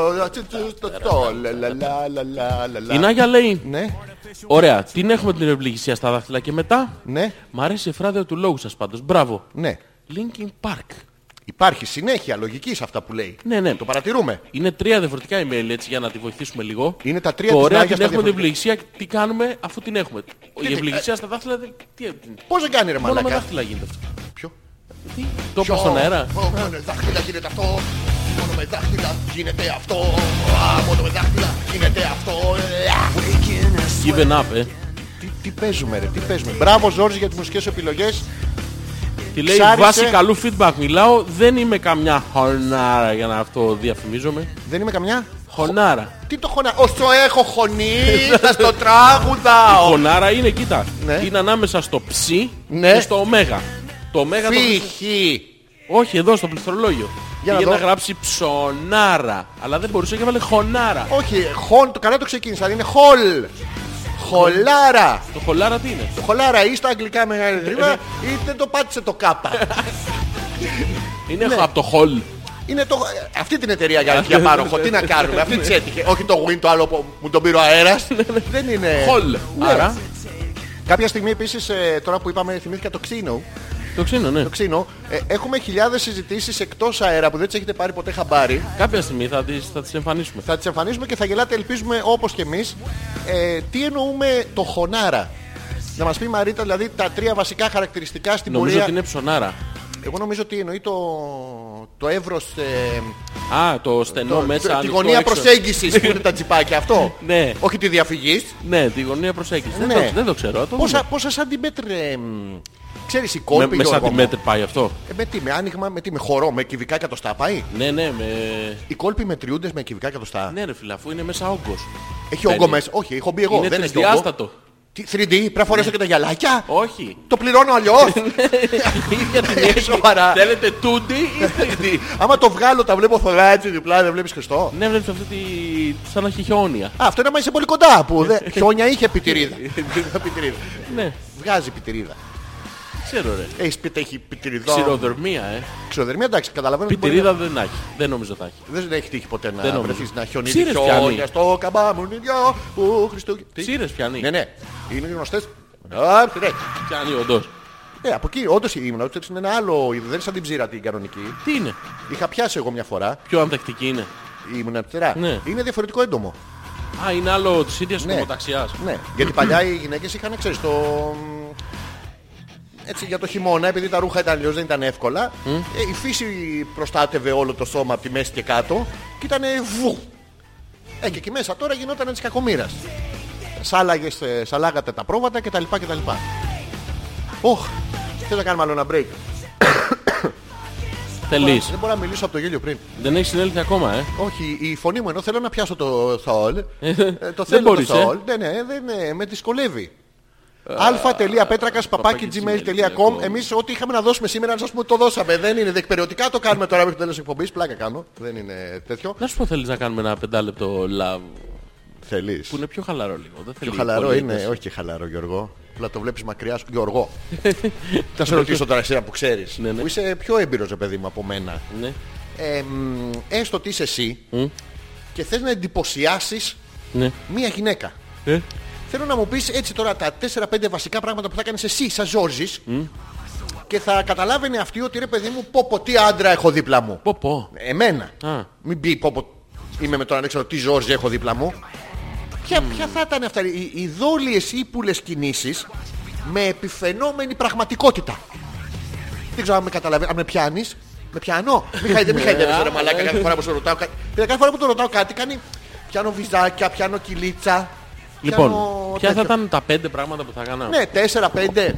Speaker 1: το- το- λα, λα, λα, λα, λα, λα.
Speaker 2: Η Νάγια λέει,
Speaker 1: Ναι,
Speaker 2: ωραία, την έχουμε την ευλογησία στα δάχτυλα και μετά.
Speaker 1: ναι,
Speaker 2: Μ' αρέσει η φράδια του λόγου σας πάντως. Μπράβο.
Speaker 1: ναι.
Speaker 2: Linkin Park.
Speaker 1: Υπάρχει συνέχεια λογική σε αυτά που λέει.
Speaker 2: Ναι, ναι.
Speaker 1: Το παρατηρούμε.
Speaker 2: Είναι τρία διαφορετικά email έτσι για να τη βοηθήσουμε λίγο.
Speaker 1: Είναι τα τρία
Speaker 2: Το
Speaker 1: της
Speaker 2: ωραία
Speaker 1: Νάγιας
Speaker 2: την
Speaker 1: τα
Speaker 2: έχουμε την
Speaker 1: διαφορετικά.
Speaker 2: ευλογησία, τι κάνουμε αφού την έχουμε. Η ευλογησία στα δάχτυλα δεν. Τι τι-
Speaker 1: Πώς δεν κάνει ρε
Speaker 2: Μόνο με
Speaker 1: μαλακά.
Speaker 2: δάχτυλα γίνεται αυτό.
Speaker 1: Ποιο.
Speaker 2: Τι, το είπα στον αέρα.
Speaker 1: Μόνο με δάχτυλα γίνεται αυτό. Μόνο με δάχτυλα γίνεται αυτό. Α, Μόνο με δάχτυλα γίνεται αυτό. Ε, α.
Speaker 2: Given up, ε.
Speaker 1: Τι, τι παίζουμε ρε, τι παίζουμε. Μπράβο Ζόρζη για τις μουσικές σου επιλογές.
Speaker 2: Τη λέει
Speaker 1: Ξάρισε.
Speaker 2: βάσει καλού feedback μιλάω, δεν είμαι καμιά χωνάρα για να αυτό διαφημίζομαι.
Speaker 1: Δεν είμαι καμιά.
Speaker 2: Χωνάρα.
Speaker 1: Τι το χωνά. Όσο έχω χωνή, θα στο τραγουδάω.
Speaker 2: Χωνάρα είναι, κοίτα,
Speaker 1: Ναι.
Speaker 2: είναι ανάμεσα στο ψ
Speaker 1: Ναι.
Speaker 2: και στο ωμέγα. Το ωμέγα το...
Speaker 1: Φύχη.
Speaker 2: Όχι, εδώ στο πληκτρολόγιο.
Speaker 1: Για να
Speaker 2: Για
Speaker 1: δω.
Speaker 2: να γράψει ψωνάρα. Αλλά δεν μπορούσε και βάλε χωνάρα.
Speaker 1: Όχι, χον, το καλά το ξεκίνησα, αλλά είναι χολ. Χολάρα.
Speaker 2: Το χολάρα τι είναι.
Speaker 1: Χολάρα ή στα αγγλικά μεγάλη γρήγορα ή δεν το πάτησε το κάπα. Ναι.
Speaker 2: Είναι από το χολ.
Speaker 1: Είναι το... Αυτή την εταιρεία για για πάροχο. Τι να κάνουμε, αυτή της έτυχε. Όχι το win το άλλο που μου τον πήρε ο αέρας. Δεν είναι...
Speaker 2: Χολ.
Speaker 1: Ναι.
Speaker 2: Άρα
Speaker 1: Κάποια στιγμή επίσης, ε, τώρα που είπαμε, θυμήθηκα το ξύνο.
Speaker 2: το ξύνο, ναι.
Speaker 1: Το ξύνο. Ε, έχουμε χιλιάδες συζητήσεις εκτός αέρα που δεν τις έχετε πάρει ποτέ χαμπάρι.
Speaker 2: Κάποια στιγμή θα τις, θα τις εμφανίσουμε.
Speaker 1: Θα τις εμφανίσουμε και θα γελάτε, ελπίζουμε όπως και εμείς. Ε, τι εννοούμε το χονάρα. Να μας πει η Μαρίτα, δηλαδή τα τρία βασικά χαρακτηριστικά στην
Speaker 2: Νομίζω
Speaker 1: πορεία.
Speaker 2: ότι είναι ψωνάρα.
Speaker 1: Εγώ νομίζω ότι εννοεί το, το εύρος, ε,
Speaker 2: Α, το στενό
Speaker 1: το-
Speaker 2: μέσα.
Speaker 1: τη
Speaker 2: ανοιχτό
Speaker 1: γωνία
Speaker 2: έξω.
Speaker 1: προσέγγισης που είναι τα τσιπάκια αυτό.
Speaker 2: Ναι.
Speaker 1: Όχι τη διαφυγής.
Speaker 2: Ναι, τη γωνία προσέγγισης. Δεν,
Speaker 1: Ναι.
Speaker 2: το, δεν το ξέρω. Το
Speaker 1: Πόσα,
Speaker 2: δούμε.
Speaker 1: πόσα σαντιμέτρ. Ε, μ, ξέρεις η
Speaker 2: με,
Speaker 1: κόλπη
Speaker 2: με
Speaker 1: Γιώργο μου.
Speaker 2: σαντιμέτρ πάει αυτό.
Speaker 1: Ε, με τι, με άνοιγμα, με τι, με χορό, με κυβικά εκατοστά πάει.
Speaker 2: Ναι, ναι, με...
Speaker 1: Οι κόλποι μετριούνται με κυβικά εκατοστά.
Speaker 2: ναι ρε φίλε, αφού είναι μέσα όγκος.
Speaker 1: Έχει όγκο
Speaker 2: Μπαίνει.
Speaker 1: μέσα. Όχι, έχω μπει εγώ.
Speaker 2: είναι
Speaker 1: δεν έχει όγκο.
Speaker 2: τρισδιάστατο.
Speaker 1: Τι, 3D, πρέπει να φορέσω και τα γυαλάκια.
Speaker 2: Όχι.
Speaker 1: Το πληρώνω αλλιώς.
Speaker 2: Η ίδια την έχει.
Speaker 1: Σοβαρά.
Speaker 2: Θέλετε 2D ή 3D.
Speaker 1: Άμα το βγάλω, τα βλέπω θωρά έτσι διπλά, δεν βλέπεις Χριστό.
Speaker 2: ναι, βλέπεις αυτή τη... σαν να έχει χιόνια.
Speaker 1: Α, αυτό είναι άμα είσαι πολύ κοντά που δεν- χιόνια είχε πιτηρίδα. Πιτηρίδα.
Speaker 2: ναι,
Speaker 1: Βγάζει πιτηρίδα.
Speaker 2: ξέρω ρε.
Speaker 1: Έχεις πει έχει πιτηριδό.
Speaker 2: Ξηροδερμία, ε.
Speaker 1: Ξηροδερμία, εντάξει, καταλαβαίνω. ότι μπορεί
Speaker 2: Πιτηρίδα δεν θα έχει. Δεν νομίζω θα έχει.
Speaker 1: να- Δεν έχει τύχει ποτέ
Speaker 2: Δεν
Speaker 1: να
Speaker 2: νομίζω.
Speaker 1: βρεθείς να χιονίζει
Speaker 2: Ψήρες
Speaker 1: χιόνια
Speaker 2: πιάνει.
Speaker 1: στο καμπάμουνιδιό που Χριστούγεννα. Τι?
Speaker 2: Ψήρες πιάνει.
Speaker 1: Ναι, ναι. Είναι γνωστές. Α, ναι.
Speaker 2: Πιάνει όντως.
Speaker 1: Ε, από εκεί όντως η ύμνοτες είναι ένα άλλο είδος, δεν είναι σαν την ψήρα την κανονική.
Speaker 2: Τι είναι.
Speaker 1: Είχα πιάσει εγώ μια φορά
Speaker 2: Πιο ανθεκτική είναι.
Speaker 1: η ύμνοτερά.
Speaker 2: Ναι.
Speaker 1: Είναι διαφορετικό έντομο.
Speaker 2: Α, είναι άλλο της ίδιας
Speaker 1: Ναι.
Speaker 2: κομμωταξιάς.
Speaker 1: Ναι, γιατί παλιά οι γυναίκες είχαν, ξέρεις, το... μ, Έτσι για το χειμώνα, επειδή τα ρούχα ήταν αλλιώς δεν ήταν εύκολα, ε, η φύση προστάτευε όλο το σώμα από τη μέση και κάτω και ήταν βου. Ε, και εκεί μέσα τώρα γινόταν της κακομήρας. Σάλαγες, ε, σαλάγατε τα πρόβατα κτλ. κτλ. Ωχ, θες να κάνουμε άλλο ένα break.
Speaker 2: Θέλεις.
Speaker 1: Δεν μπορώ να μιλήσω από το γέλιο πριν.
Speaker 2: Δεν έχεις συνέλθει ακόμα, ε.
Speaker 1: Όχι, η φωνή μου ενώ θέλω να πιάσω το Θαόλ. ε, το
Speaker 2: Δεν
Speaker 1: θέλω το
Speaker 2: μπορείς, ε.
Speaker 1: Θαόλ. Ναι, ναι, δεν, ναι, με δυσκολεύει. αλφα.πέτρακα.gmail.com Εμείς ό,τι είχαμε να δώσουμε σήμερα να σας πούμε το δώσαμε. Δεν είναι διεκπεριωτικά, το κάνουμε τώρα μέχρι το τέλος εκπομπής. Πλάκα κάνω. Δεν είναι τέτοιο.
Speaker 2: Να σου πω, θέλει να κάνουμε ένα πεντάλεπτο love
Speaker 1: Θέλεις.
Speaker 2: που είναι πιο χαλαρό λίγο. Δεν θέλει
Speaker 1: Πιο χαλαρό
Speaker 2: πολύ
Speaker 1: είναι,
Speaker 2: ένταση.
Speaker 1: όχι και χαλαρό Γιώργο. Απλά το βλέπεις μακριά σου, Γιώργο. Θα σε ρωτήσω τώρα εσύ που ξέρεις.
Speaker 2: Ναι, ναι.
Speaker 1: Που είσαι πιο έμπειρος ρε παιδί μου από μένα.
Speaker 2: Ναι.
Speaker 1: Ε, μ, έστω ότι είσαι εσύ και θες να εντυπωσιάσεις
Speaker 2: ναι.
Speaker 1: μία γυναίκα.
Speaker 2: Ε,
Speaker 1: Θέλω να μου πεις έτσι τώρα τα 4-5 βασικά πράγματα που θα κάνεις εσύ σαν Ζόρζης και θα καταλάβαινε αυτή ότι ρε παιδί μου πω πω τι άντρα έχω δίπλα μου.
Speaker 2: πω πω.
Speaker 1: Ναι, Εμένα.
Speaker 2: Α.
Speaker 1: Μην πει πω πω είμαι με τον ανέξοδο τι Ζόρζη έχω δίπλα μου. Ποια, ποια θα ήταν αυτά οι, οι δόλιες ύπουλες κινήσεις με επιφαινόμενη πραγματικότητα. Δεν ξέρω αν με καταλαβαίνεις, αν με πιάνεις. Με πιάνω. Μη χαϊδε- Μη χαϊδεύεσαι ρε μαλάκα κάθε φορά που σε ρωτάω κάτι. Κάθε φορά που το ρωτάω κάτι κάνει πιάνω βυζάκια, πιάνω κυλίτσα.
Speaker 2: Λοιπόν,
Speaker 1: πιάνω
Speaker 2: ποια θα
Speaker 1: τέτοιο.
Speaker 2: ήταν τα πέντε πράγματα που θα έκανα.
Speaker 1: Ναι, 4-5.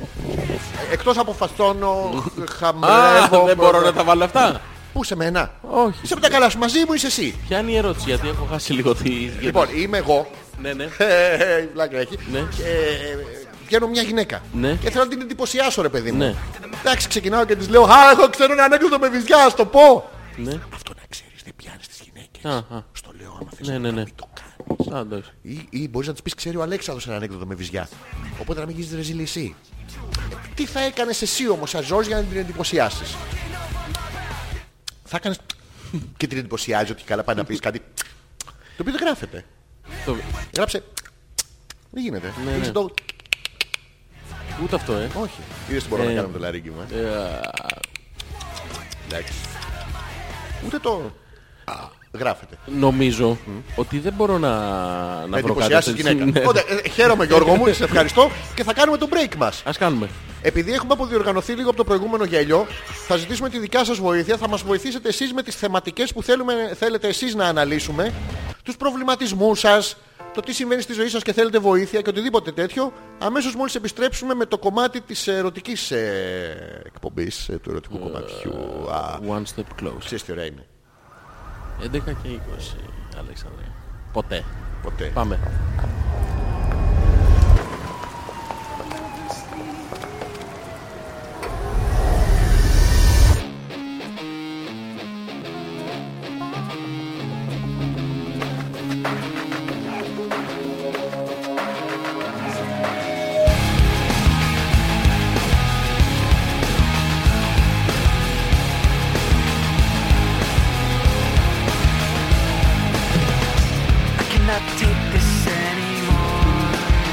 Speaker 1: Εκτός από φαστώνω,
Speaker 2: Α,
Speaker 1: χαμηλεύω.
Speaker 2: δεν μπορώ να τα βάλω αυτά.
Speaker 1: Πού είσαι μένα.
Speaker 2: Όχι.
Speaker 1: Είσαι από τα καλά σου, μαζί μου είσαι εσύ.
Speaker 2: Ποια είναι η ερώτηση, γιατί έχω χάσει λίγο τη.
Speaker 1: Λοιπόν, είμαι εγώ.
Speaker 2: Ναι, ναι.
Speaker 1: Ε, Πλάκα έχει.
Speaker 2: Ναι.
Speaker 1: Και, ε, Βγαίνω μια γυναίκα.
Speaker 2: Ναι.
Speaker 1: Και θέλω να την εντυπωσιάσω, ρε παιδί μου.
Speaker 2: Ναι.
Speaker 1: Εντάξει, ξεκινάω και της λέω Α, έχω ξέρω ένα ανέκδοτο με βυζιά, ας το πω.
Speaker 2: Ναι.
Speaker 1: Αυτό να ξέρεις, δεν πιάνεις τις γυναίκες.
Speaker 2: Α, α.
Speaker 1: Στο λέω, άμα θες
Speaker 2: Ναι,
Speaker 1: να
Speaker 2: ναι,
Speaker 1: το
Speaker 2: ναι.
Speaker 1: μην το κάνεις.
Speaker 2: Α, εντάξει.
Speaker 1: Ή, ή μπορείς να τη πεις: Ξέρει ο Αλέξανδρος ένα ανέκδοτο με βυζιά. Οπότε να μην γίνεις ρεζιλισή. Τι θα έκανες εσύ όμως, σαν Ζόρζ, για να την εντυπωσιάσεις. Θα έκανες. και την εντυπωσιάζει ότι καλά πάει να πεις κάτι. το οποίο δεν γράφεται.
Speaker 2: Το-
Speaker 1: Γράψε. Δεν γίνεται.
Speaker 2: Ναι,
Speaker 1: Είσαι
Speaker 2: ναι.
Speaker 1: το-
Speaker 2: Ούτε αυτό, ε.
Speaker 1: Όχι. Είδες τι μπορώ να
Speaker 2: Ε.
Speaker 1: κάνω με το λαρίκι μου. ε. Εντάξει. Ούτε το. Γράφεται.
Speaker 2: Νομίζω ότι δεν μπορώ να, να
Speaker 1: Να
Speaker 2: βρω κάτι. Ναι.
Speaker 1: εντυπωσιάσει γυναίκα. Οπότε, ε, χαίρομαι Γιώργο μου, σε ευχαριστώ και θα κάνουμε το break μας.
Speaker 2: Ας κάνουμε.
Speaker 1: Επειδή έχουμε αποδιοργανωθεί λίγο από το προηγούμενο γέλιο, θα ζητήσουμε τη δικιά σας βοήθεια. Θα μας βοηθήσετε εσείς με τις θεματικές που θέλουμε, θέλετε εσείς να αναλύσουμε, τους προβληματισμούς σας, το τι συμβαίνει στη ζωή σας και θέλετε βοήθεια και οτιδήποτε τέτοιο. Αμέσως μόλις επιστρέψουμε με το κομμάτι της ερωτικής ε, εκπομπής, ε, του ερωτικού κομματιού. Α,
Speaker 2: One step close.
Speaker 1: ξέρεις τι ωραία είναι.
Speaker 2: 11 και 20, Αλέξανδρε. Ποτέ.
Speaker 1: Ποτέ.
Speaker 2: Πάμε.
Speaker 4: I cannot take this anymore.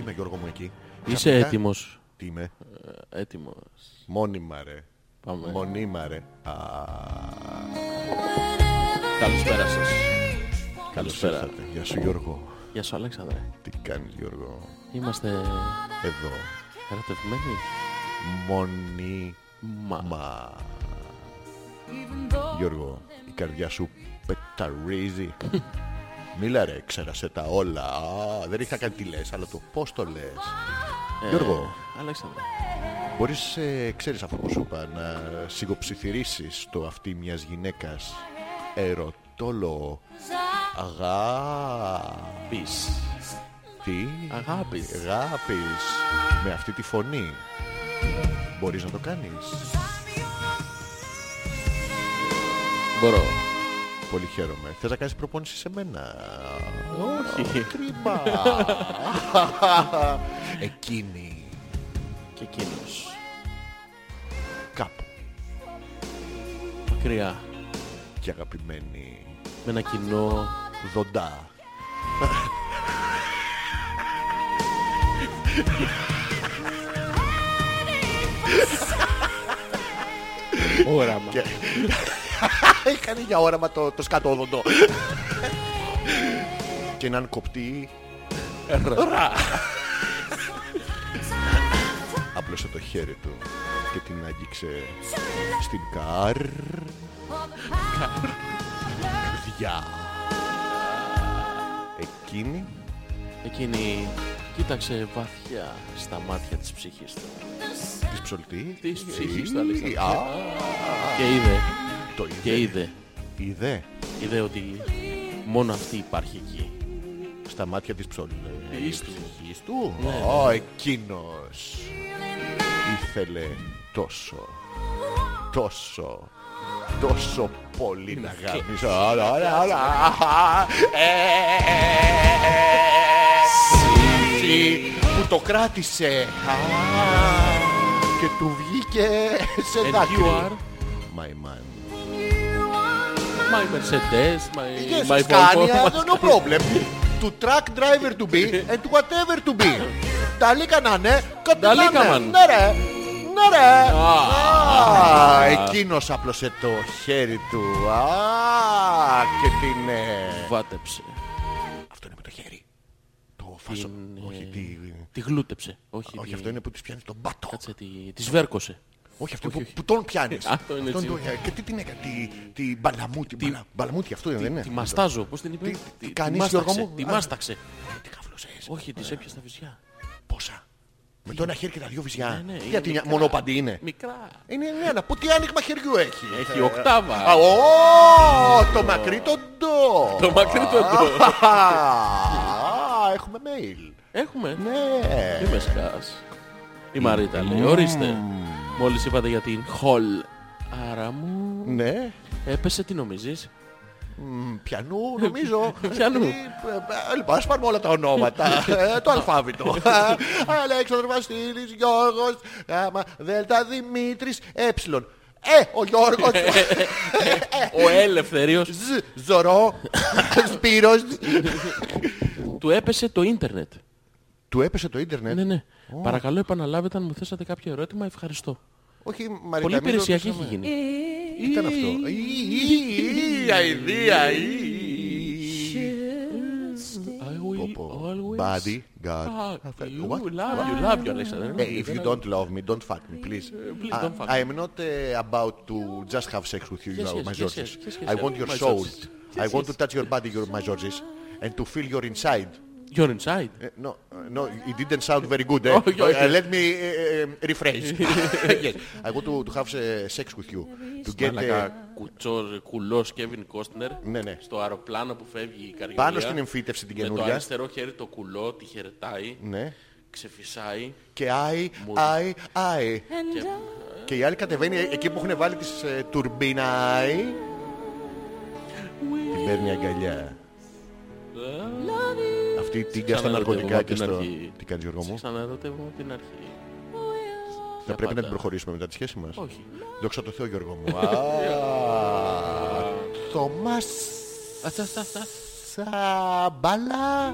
Speaker 1: είμαι Γιώργο μου εκεί.
Speaker 2: Είσαι
Speaker 1: Ξαφνικά-
Speaker 2: έτοιμος.
Speaker 1: Τι είμαι.
Speaker 2: Ε, Έτοιμος.
Speaker 1: Μόνιμα ρε.
Speaker 2: Πάμε.
Speaker 1: Μονίμα ρε. Α,
Speaker 2: Καλησπέρα σας. Καλησπέρα.
Speaker 1: ήρθατε. Γεια σου Γιώργο.
Speaker 2: Γεια σου Αλέξανδρε.
Speaker 1: Τι κάνεις Γιώργο.
Speaker 2: Είμαστε
Speaker 1: Εδώ.
Speaker 2: ερωτευμένοι.
Speaker 1: Μονίμα.
Speaker 2: Μα.
Speaker 1: Γιώργο, η καρδιά σου πεταρίζει. Μίλα ρε, ξέρασε τα όλα. Α, δεν είχα κάνει τι λες, αλλά το πώς το λες. Γιώργο,
Speaker 2: Αλέξανδρε.
Speaker 1: μπορείς, ε, ξέρεις αυτό που σου είπα, να σιγοψιθυρίσεις το αυτή μιας γυναίκας. Ερωτόλο. Αγάπης.
Speaker 2: Πεις. Αγάπης.
Speaker 1: Αγάπης. Με αυτή τη φωνή. Μπορείς να το κάνεις.
Speaker 2: Μπορώ.
Speaker 1: Πολύ χαίρομαι. Θες να κάνεις προπόνηση σε μένα.
Speaker 2: Όχι.
Speaker 1: Κρίμα. Εκείνη.
Speaker 2: Και εκείνος.
Speaker 1: Κάπου.
Speaker 2: Μακριά.
Speaker 1: Και αγαπημένη.
Speaker 2: Με ένα κοινό.
Speaker 1: Δοντά.
Speaker 2: Όραμα.
Speaker 1: Έκανε για όραμα το, το σκατόδοντο. και έναν κοπτή. Ρα. Απλώσε το χέρι του και την άγγιξε στην καρδιά. Εκείνη
Speaker 2: Εκείνη κοίταξε βαθιά στα μάτια της ψυχής του.
Speaker 1: της ψολτή.
Speaker 2: Της ψυχής του,
Speaker 1: Ε,
Speaker 2: Αλέξανδρε.
Speaker 1: α,
Speaker 2: Και είδε.
Speaker 1: Το
Speaker 2: Και
Speaker 1: είδε.
Speaker 2: είδε.
Speaker 1: Είδε
Speaker 2: Είδε ότι μόνο αυτή υπάρχει εκεί.
Speaker 1: στα μάτια της ψολτής.
Speaker 2: Της του.
Speaker 1: ψυχής του. Ω, εκείνος ήθελε τόσο, τόσο, τόσο πολύ να γάμισε. Ωρα, ωρα, ωρα. Εσύ Που το κράτησε και του βγήκε σε
Speaker 2: And
Speaker 1: δάκρυ.
Speaker 2: you are
Speaker 1: My man.
Speaker 2: my Mercedes, my,
Speaker 1: Yes,
Speaker 2: my
Speaker 1: Scania,
Speaker 2: Volvo.
Speaker 1: no problem. To truck driver to be and to whatever to be. Τα λίκα να είναι, κάτι
Speaker 2: Τα
Speaker 1: να
Speaker 2: λίκα,
Speaker 1: είναι.
Speaker 2: man.
Speaker 1: Ναι ρε, ναι ρε.
Speaker 2: Α.
Speaker 1: Α, Εκείνος άπλωσε το χέρι του. Α, και την... ε,
Speaker 2: Βάτεψε.
Speaker 1: Αυτό είναι με το χέρι. Το φάσο.
Speaker 2: Την,
Speaker 1: Όχι,
Speaker 2: ε,
Speaker 1: τη...
Speaker 2: Τη γλούτεψε. Όχι,
Speaker 1: Όχι,
Speaker 2: τη-
Speaker 1: αυτό είναι που της πιάνει τον πάτο.
Speaker 2: Κάτσε, τη... τη σβέρκωσε.
Speaker 1: Όχι, αυτό που, που τον πιάνεις.
Speaker 2: Α, το είναι έτσι.
Speaker 1: Και τι την έκανε, τη, τη μπαλαμούτη. μπαλα- μπαλαμούτη, αυτό δεν είναι.
Speaker 2: Τη μαστάζω, πώς την είπε.
Speaker 1: Τι- τι κάνεις,
Speaker 2: μάσταξε,
Speaker 1: Γιώργο μου?
Speaker 2: Τη
Speaker 1: Α.
Speaker 2: μάσταξε.
Speaker 1: Ε, Τι καβλωσες.
Speaker 2: Όχι, της έπιασε τα βυζιά.
Speaker 1: Πόσα. Με το ένα χέρι και τα δύο βυζιά.
Speaker 2: Ναι, ναι, είναι
Speaker 1: Γιατί μια-
Speaker 2: μικρά.
Speaker 1: μονοπαντή είναι.
Speaker 2: Μικρά.
Speaker 1: Είναι ναι, αλλά πού τι άνοιγμα χεριού έχει.
Speaker 2: Έχει οκτάβα.
Speaker 1: Α, ω, το μακρύ το ντο.
Speaker 2: Το μακρύ το ντο.
Speaker 1: Α, Έχουμε mail.
Speaker 2: Έχουμε.
Speaker 1: Ναι.
Speaker 2: Είμαι σκάς. Η Μαρίτα λέει, ορίστε. Μόλις είπατε για την Χολ. Άρα μου
Speaker 1: Ναι.
Speaker 2: έπεσε, τι νομίζεις.
Speaker 1: Μ, Πιανού νομίζω.
Speaker 2: Πιανού.
Speaker 1: Ε, ε, Λοιπόν, ας πάρουμε όλα τα ονόματα. Ε, Το αλφάβητο. Αλέξανδρος Βασίλης, Γιώργος, Γάμα, Δέλτα, Δημήτρης, Έψιλον. Ε, ο Γιώργος. Ε.
Speaker 2: Ο Ελευθερίο
Speaker 1: Ζ, Ζωρό, Σπύρος.
Speaker 2: του έπεσε το ίντερνετ.
Speaker 1: Του έπεσε το ίντερνετ.
Speaker 2: Ναι, ναι. Παρακαλώ επαναλάβετε αν μου θέσατε κάποιο ερώτημα. Ευχαριστώ.
Speaker 1: Όχι, Μαρία.
Speaker 2: Πολύ υπηρεσιακή έχει γίνει.
Speaker 1: Ήταν αυτό. Ή, ή, ή, Αηδία. ή, ή.
Speaker 2: I will
Speaker 1: Πω,
Speaker 2: always
Speaker 1: Body, God.
Speaker 2: fuck you,
Speaker 1: What?
Speaker 2: love you, love you, Alexander.
Speaker 1: Hey, if you don't love me, don't fuck me, please.
Speaker 2: please
Speaker 1: I-
Speaker 2: don't fuck
Speaker 1: I am not uh, about to just have sex with you,
Speaker 2: Yes,
Speaker 1: you
Speaker 2: yes,
Speaker 1: my
Speaker 2: yes, yes,
Speaker 1: Georges.
Speaker 2: yes, yes,
Speaker 1: I
Speaker 2: yes,
Speaker 1: want your
Speaker 2: my
Speaker 1: soul.
Speaker 2: Georges.
Speaker 1: I
Speaker 2: Yes,
Speaker 1: want to
Speaker 2: yes.
Speaker 1: touch your body, your my Georges, and to feel your inside.
Speaker 2: You're inside.
Speaker 1: Uh, no, uh, no, it didn't sound very good. Eh?
Speaker 2: Oh, okay,
Speaker 1: Uh,
Speaker 2: okay.
Speaker 1: let me uh, um, rephrase. yes, I want to, to have uh, sex with you. To get uh,
Speaker 2: Μαλακά ε, κουτσός, κουλός Κέβιν Κόστνερ
Speaker 1: Ναι, ναι.
Speaker 2: στο αεροπλάνο που φεύγει η καριολία.
Speaker 1: πάνω στην εμφύτευση την
Speaker 2: Με το
Speaker 1: καινούρια.
Speaker 2: αριστερό χέρι το κουλό, τη χαιρετάει,
Speaker 1: Ναι.
Speaker 2: ξεφυσάει.
Speaker 1: Και I, I, I. Και η άλλη κατεβαίνει εκεί που έχουν βάλει τις ε, τουρμπίνα. ε. Την παίρνει αγκαλιά. Αυτή η τίγκα στα
Speaker 2: Ξαναρωτεύομαι
Speaker 1: ναρκωτικά
Speaker 2: απ'
Speaker 1: και
Speaker 2: την
Speaker 1: στο...
Speaker 2: αρχή.
Speaker 1: Τι κάνεις Γιώργο
Speaker 2: Σε
Speaker 1: μου.
Speaker 2: ξαναρωτεύω από την αρχή.
Speaker 1: Θα πρέπει να
Speaker 2: πάντα.
Speaker 1: την προχωρήσουμε μετά τη σχέση μας.
Speaker 2: Όχι.
Speaker 1: Δόξα τω Θεώ Γιώργο μου. Α, Θωμάς
Speaker 2: Αυτά, αυτά, αυτά.
Speaker 1: Σαμπάλα.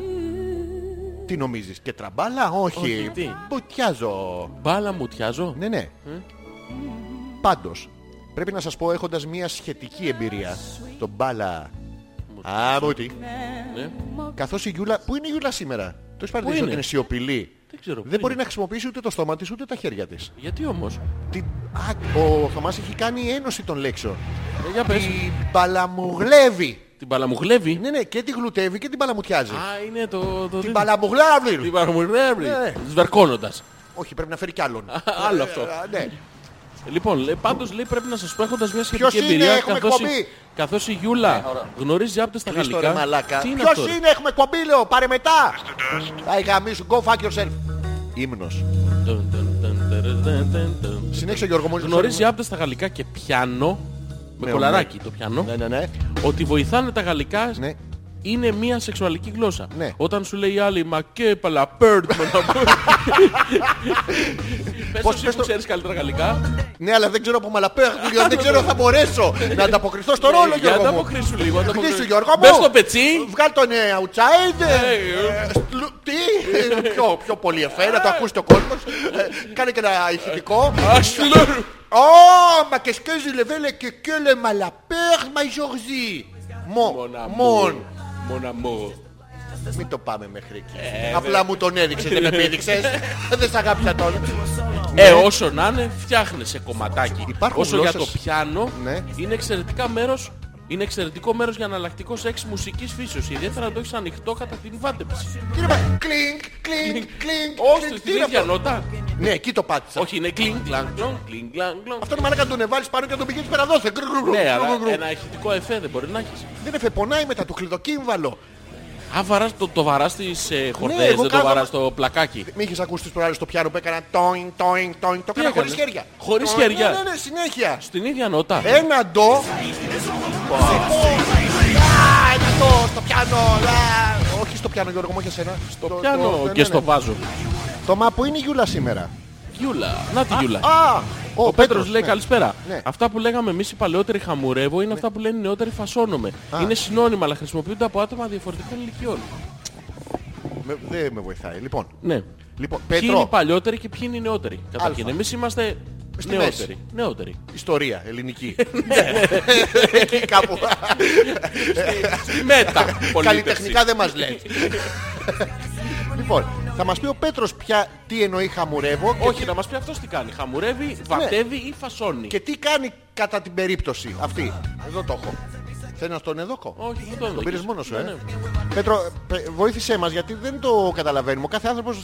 Speaker 1: Τι νομίζεις, και τραμπάλα, όχι.
Speaker 2: τι.
Speaker 1: Μπουτιάζω.
Speaker 2: Μπάλα μουτιάζω.
Speaker 1: Ναι, ναι. Πάντως, πρέπει να σας πω έχοντας μια σχετική εμπειρία, το μπάλα... Α, μούτι.
Speaker 2: Ναι.
Speaker 1: Καθώς η Γιούλα... Πού είναι η Γιούλα σήμερα? Το έχεις παρατηρήσει
Speaker 2: είναι?
Speaker 1: ότι είναι σιωπηλή.
Speaker 2: Δεν ξέρω.
Speaker 1: Δεν
Speaker 2: πού
Speaker 1: μπορεί
Speaker 2: είναι.
Speaker 1: να χρησιμοποιήσει ούτε το στόμα της ούτε τα χέρια της.
Speaker 2: Γιατί όμως.
Speaker 1: Τι... Α, ο Θωμάς έχει κάνει ένωση των λέξεων.
Speaker 2: Ε, για πες.
Speaker 1: Την παλαμουγλεύει.
Speaker 2: Την παλαμουχλεύει.
Speaker 1: Ναι, ναι, και τη γλουτεύει και την παλαμουτιάζει.
Speaker 2: Α, είναι το... το
Speaker 1: Την
Speaker 2: δι-
Speaker 1: παλαμουγλάβει.
Speaker 2: Την παλαμουχλεύει.
Speaker 1: Ναι.
Speaker 2: Σβερκώνοντας.
Speaker 1: Όχι, πρέπει να φέρει κι άλλον.
Speaker 2: Άλλο αυτό.
Speaker 1: Ε, ναι.
Speaker 2: Λοιπόν, λέει, πάντως λέει πρέπει να σας πω έχοντας μια σχετική
Speaker 1: Ποιος είναι,
Speaker 2: εμπειρία
Speaker 1: έχουμε
Speaker 2: καθώς, η-
Speaker 1: εκπομπή. Ναι,
Speaker 2: καθώς η Γιούλα γνωρίζει άπτες τα
Speaker 1: Κλείς το ρε
Speaker 2: γαλλικά.
Speaker 1: μαλάκα.
Speaker 2: Τι είναι αυτό
Speaker 1: Ποιος
Speaker 2: ρε?
Speaker 1: είναι, έχουμε εκπομπή λέω, πάρε μετά. Θα γαμίσου, go fuck yourself. Ύμνος.
Speaker 2: Τεν, τεν, τεν, τεν, τεν, τεν, τεν.
Speaker 1: Συνέχισε Γιώργο μου.
Speaker 2: Γνωρίζει άπτες τα γαλλικά και πιάνο, με
Speaker 1: Ναι,
Speaker 2: κολαράκι το πιάνο,
Speaker 1: Ναι, ναι, ναι.
Speaker 2: ότι βοηθάνε τα γαλλικά
Speaker 1: Ναι.
Speaker 2: είναι μια σεξουαλική γλώσσα.
Speaker 1: Ναι.
Speaker 2: Όταν σου λέει η άλλη «Μα και παλαπέρτ» Πες
Speaker 1: Πώς
Speaker 2: εσύ
Speaker 1: πες
Speaker 2: που
Speaker 1: το-
Speaker 2: ξέρεις καλύτερα γαλλικά.
Speaker 1: Ναι, αλλά δεν ξέρω από μαλαπέ, δεν ξέρω θα μπορέσω να ανταποκριθώ στο ρόλο,
Speaker 2: Ναι, Για
Speaker 1: Γιώργο
Speaker 2: να
Speaker 1: μου.
Speaker 2: αποκρίσου λίγο. να
Speaker 1: Χτίσου,
Speaker 2: αποκρίσου.
Speaker 1: Γιώργο μου.
Speaker 2: Μπες στο πετσί.
Speaker 1: Βγάλ τον ε, outside.
Speaker 2: Ναι,
Speaker 1: ε, ε, στλου- Τι, ε, πιο, πιο πολύ εφέ, να το ακούσει το κόσμος. Ε, Κάνε και ένα ηχητικό.
Speaker 2: Αχλουρ.
Speaker 1: Oh, ma qu'est-ce que je le vais le que que le malapère, ma Georgie. Mon,
Speaker 2: Mon amour.
Speaker 1: mon.
Speaker 2: Mon amour.
Speaker 1: Μην το πάμε μέχρι εκεί.
Speaker 2: Ε,
Speaker 1: Απλά μου τον έδειξες, δεν με πήδηξες. δεν σ' αγάπησα τώρα.
Speaker 2: Ε, όσο να είναι, φτιάχνεσαι κομματάκι.
Speaker 1: Ναι. Υπάρχουν
Speaker 2: όσο για
Speaker 1: γλώσσες-
Speaker 2: το πιάνο,
Speaker 1: Ναι.
Speaker 2: είναι, εξαιρετικά μέρος, είναι εξαιρετικό μέρος για εναλλακτικό σεξ μουσικής φύσεως. Ιδιαίτερα να το έχεις ανοιχτό κατά την βάντεψη.
Speaker 1: Κύριε Πα- κλινκ, κλινκ, κλινκ.
Speaker 2: Όχι,
Speaker 1: κλινκ.
Speaker 2: στην ίδια νότα.
Speaker 1: Ναι, εκεί το πάτησα.
Speaker 2: Όχι, είναι κλινγκ, κλανγκ, κλονγκ, κλινγκ, κλανγκ, κλονγκ.
Speaker 1: Αυτό είναι μαλάκα να τον εβάλεις πάνω και να τον πηγαίνεις πέρα δώσε. Γκρου, γκρου, γκρου,
Speaker 2: Ναι,
Speaker 1: γκρου, γκρου.
Speaker 2: αλλά ένα ηχητικό εφέ δεν μπορεί να έχεις.
Speaker 1: Δεν εφεπονάει μετά το κλειδοκύμβαλο.
Speaker 2: Α, βαράς, το, το βαράς στις ε, χορδές,
Speaker 1: Ναι, εγώ
Speaker 2: δεν το
Speaker 1: κάνω-
Speaker 2: βαράς στο πλακάκι.
Speaker 1: Μη είχες ακούσει τις προάλλες στο πιάνο που έκανα τόιν, τόιν, τόιν. Το έκανα
Speaker 2: έκανες?
Speaker 1: χωρίς χέρια.
Speaker 2: Χωρίς
Speaker 1: Το-
Speaker 2: χέρια.
Speaker 1: Ναι, ναι, ναι, συνέχεια.
Speaker 2: Στην ίδια νότα.
Speaker 1: Ένα ντο. Α, Ένα ντο στο πιάνο. α. Όχι στο πιάνο Γιώργο μου, όχι εσένα. Ναι, Στο
Speaker 2: Πιάνω και στο βάζω.
Speaker 1: Τωμά που είναι η Γιούλα σήμερα.
Speaker 2: Γιούλα, να τη Γιούλα.
Speaker 1: Α, ο,
Speaker 2: Ο Πέτρος λέει
Speaker 1: ναι.
Speaker 2: καλησπέρα.
Speaker 1: Ναι.
Speaker 2: Αυτά που λέγαμε εμείς οι παλαιότεροι χαμουρεύω είναι αυτά που λένε οι νεότεροι φασώνομαι. Είναι συνώνυμα αλλά χρησιμοποιούνται από άτομα διαφορετικών ηλικιών.
Speaker 1: Με- Δεν με βοηθάει. Λοιπόν,
Speaker 2: Ναι.
Speaker 1: λοιπόν
Speaker 2: Ποιοι είναι οι
Speaker 1: Πέτρο,
Speaker 2: παλιότεροι και ποιοι είναι οι νεότεροι. Καταρχήν,
Speaker 1: Αλφα.
Speaker 2: εμείς είμαστε
Speaker 1: Στη μέση.
Speaker 2: νεότεροι. νεότεροι.
Speaker 1: ιστορία ελληνική.
Speaker 2: Ναι.
Speaker 1: Εκεί κάπου.
Speaker 2: Μετά. ναι.
Speaker 1: Καλλιτεχνικά δεν μας λέει. λοιπόν, θα μας πει ο Πέτρος πια τι εννοεί χαμουρεύω και,
Speaker 2: Όχι, να μας πει αυτός τι κάνει.
Speaker 1: Ναι.
Speaker 2: Χαμουρεύει, βατεύει ή φασώνει.
Speaker 1: και τι κάνει κατά την περίπτωση αυτή. Εδώ το έχω. Θέλει να τον εδώκω.
Speaker 2: Όχι, δεν το
Speaker 1: Το
Speaker 2: έλεγες.
Speaker 1: πήρες μόνος σου,
Speaker 2: Ναι,
Speaker 1: ε.
Speaker 2: ναι.
Speaker 1: Πέτρο, πε- βοήθησέ μας γιατί δεν το καταλαβαίνουμε. Ο κάθε άνθρωπος...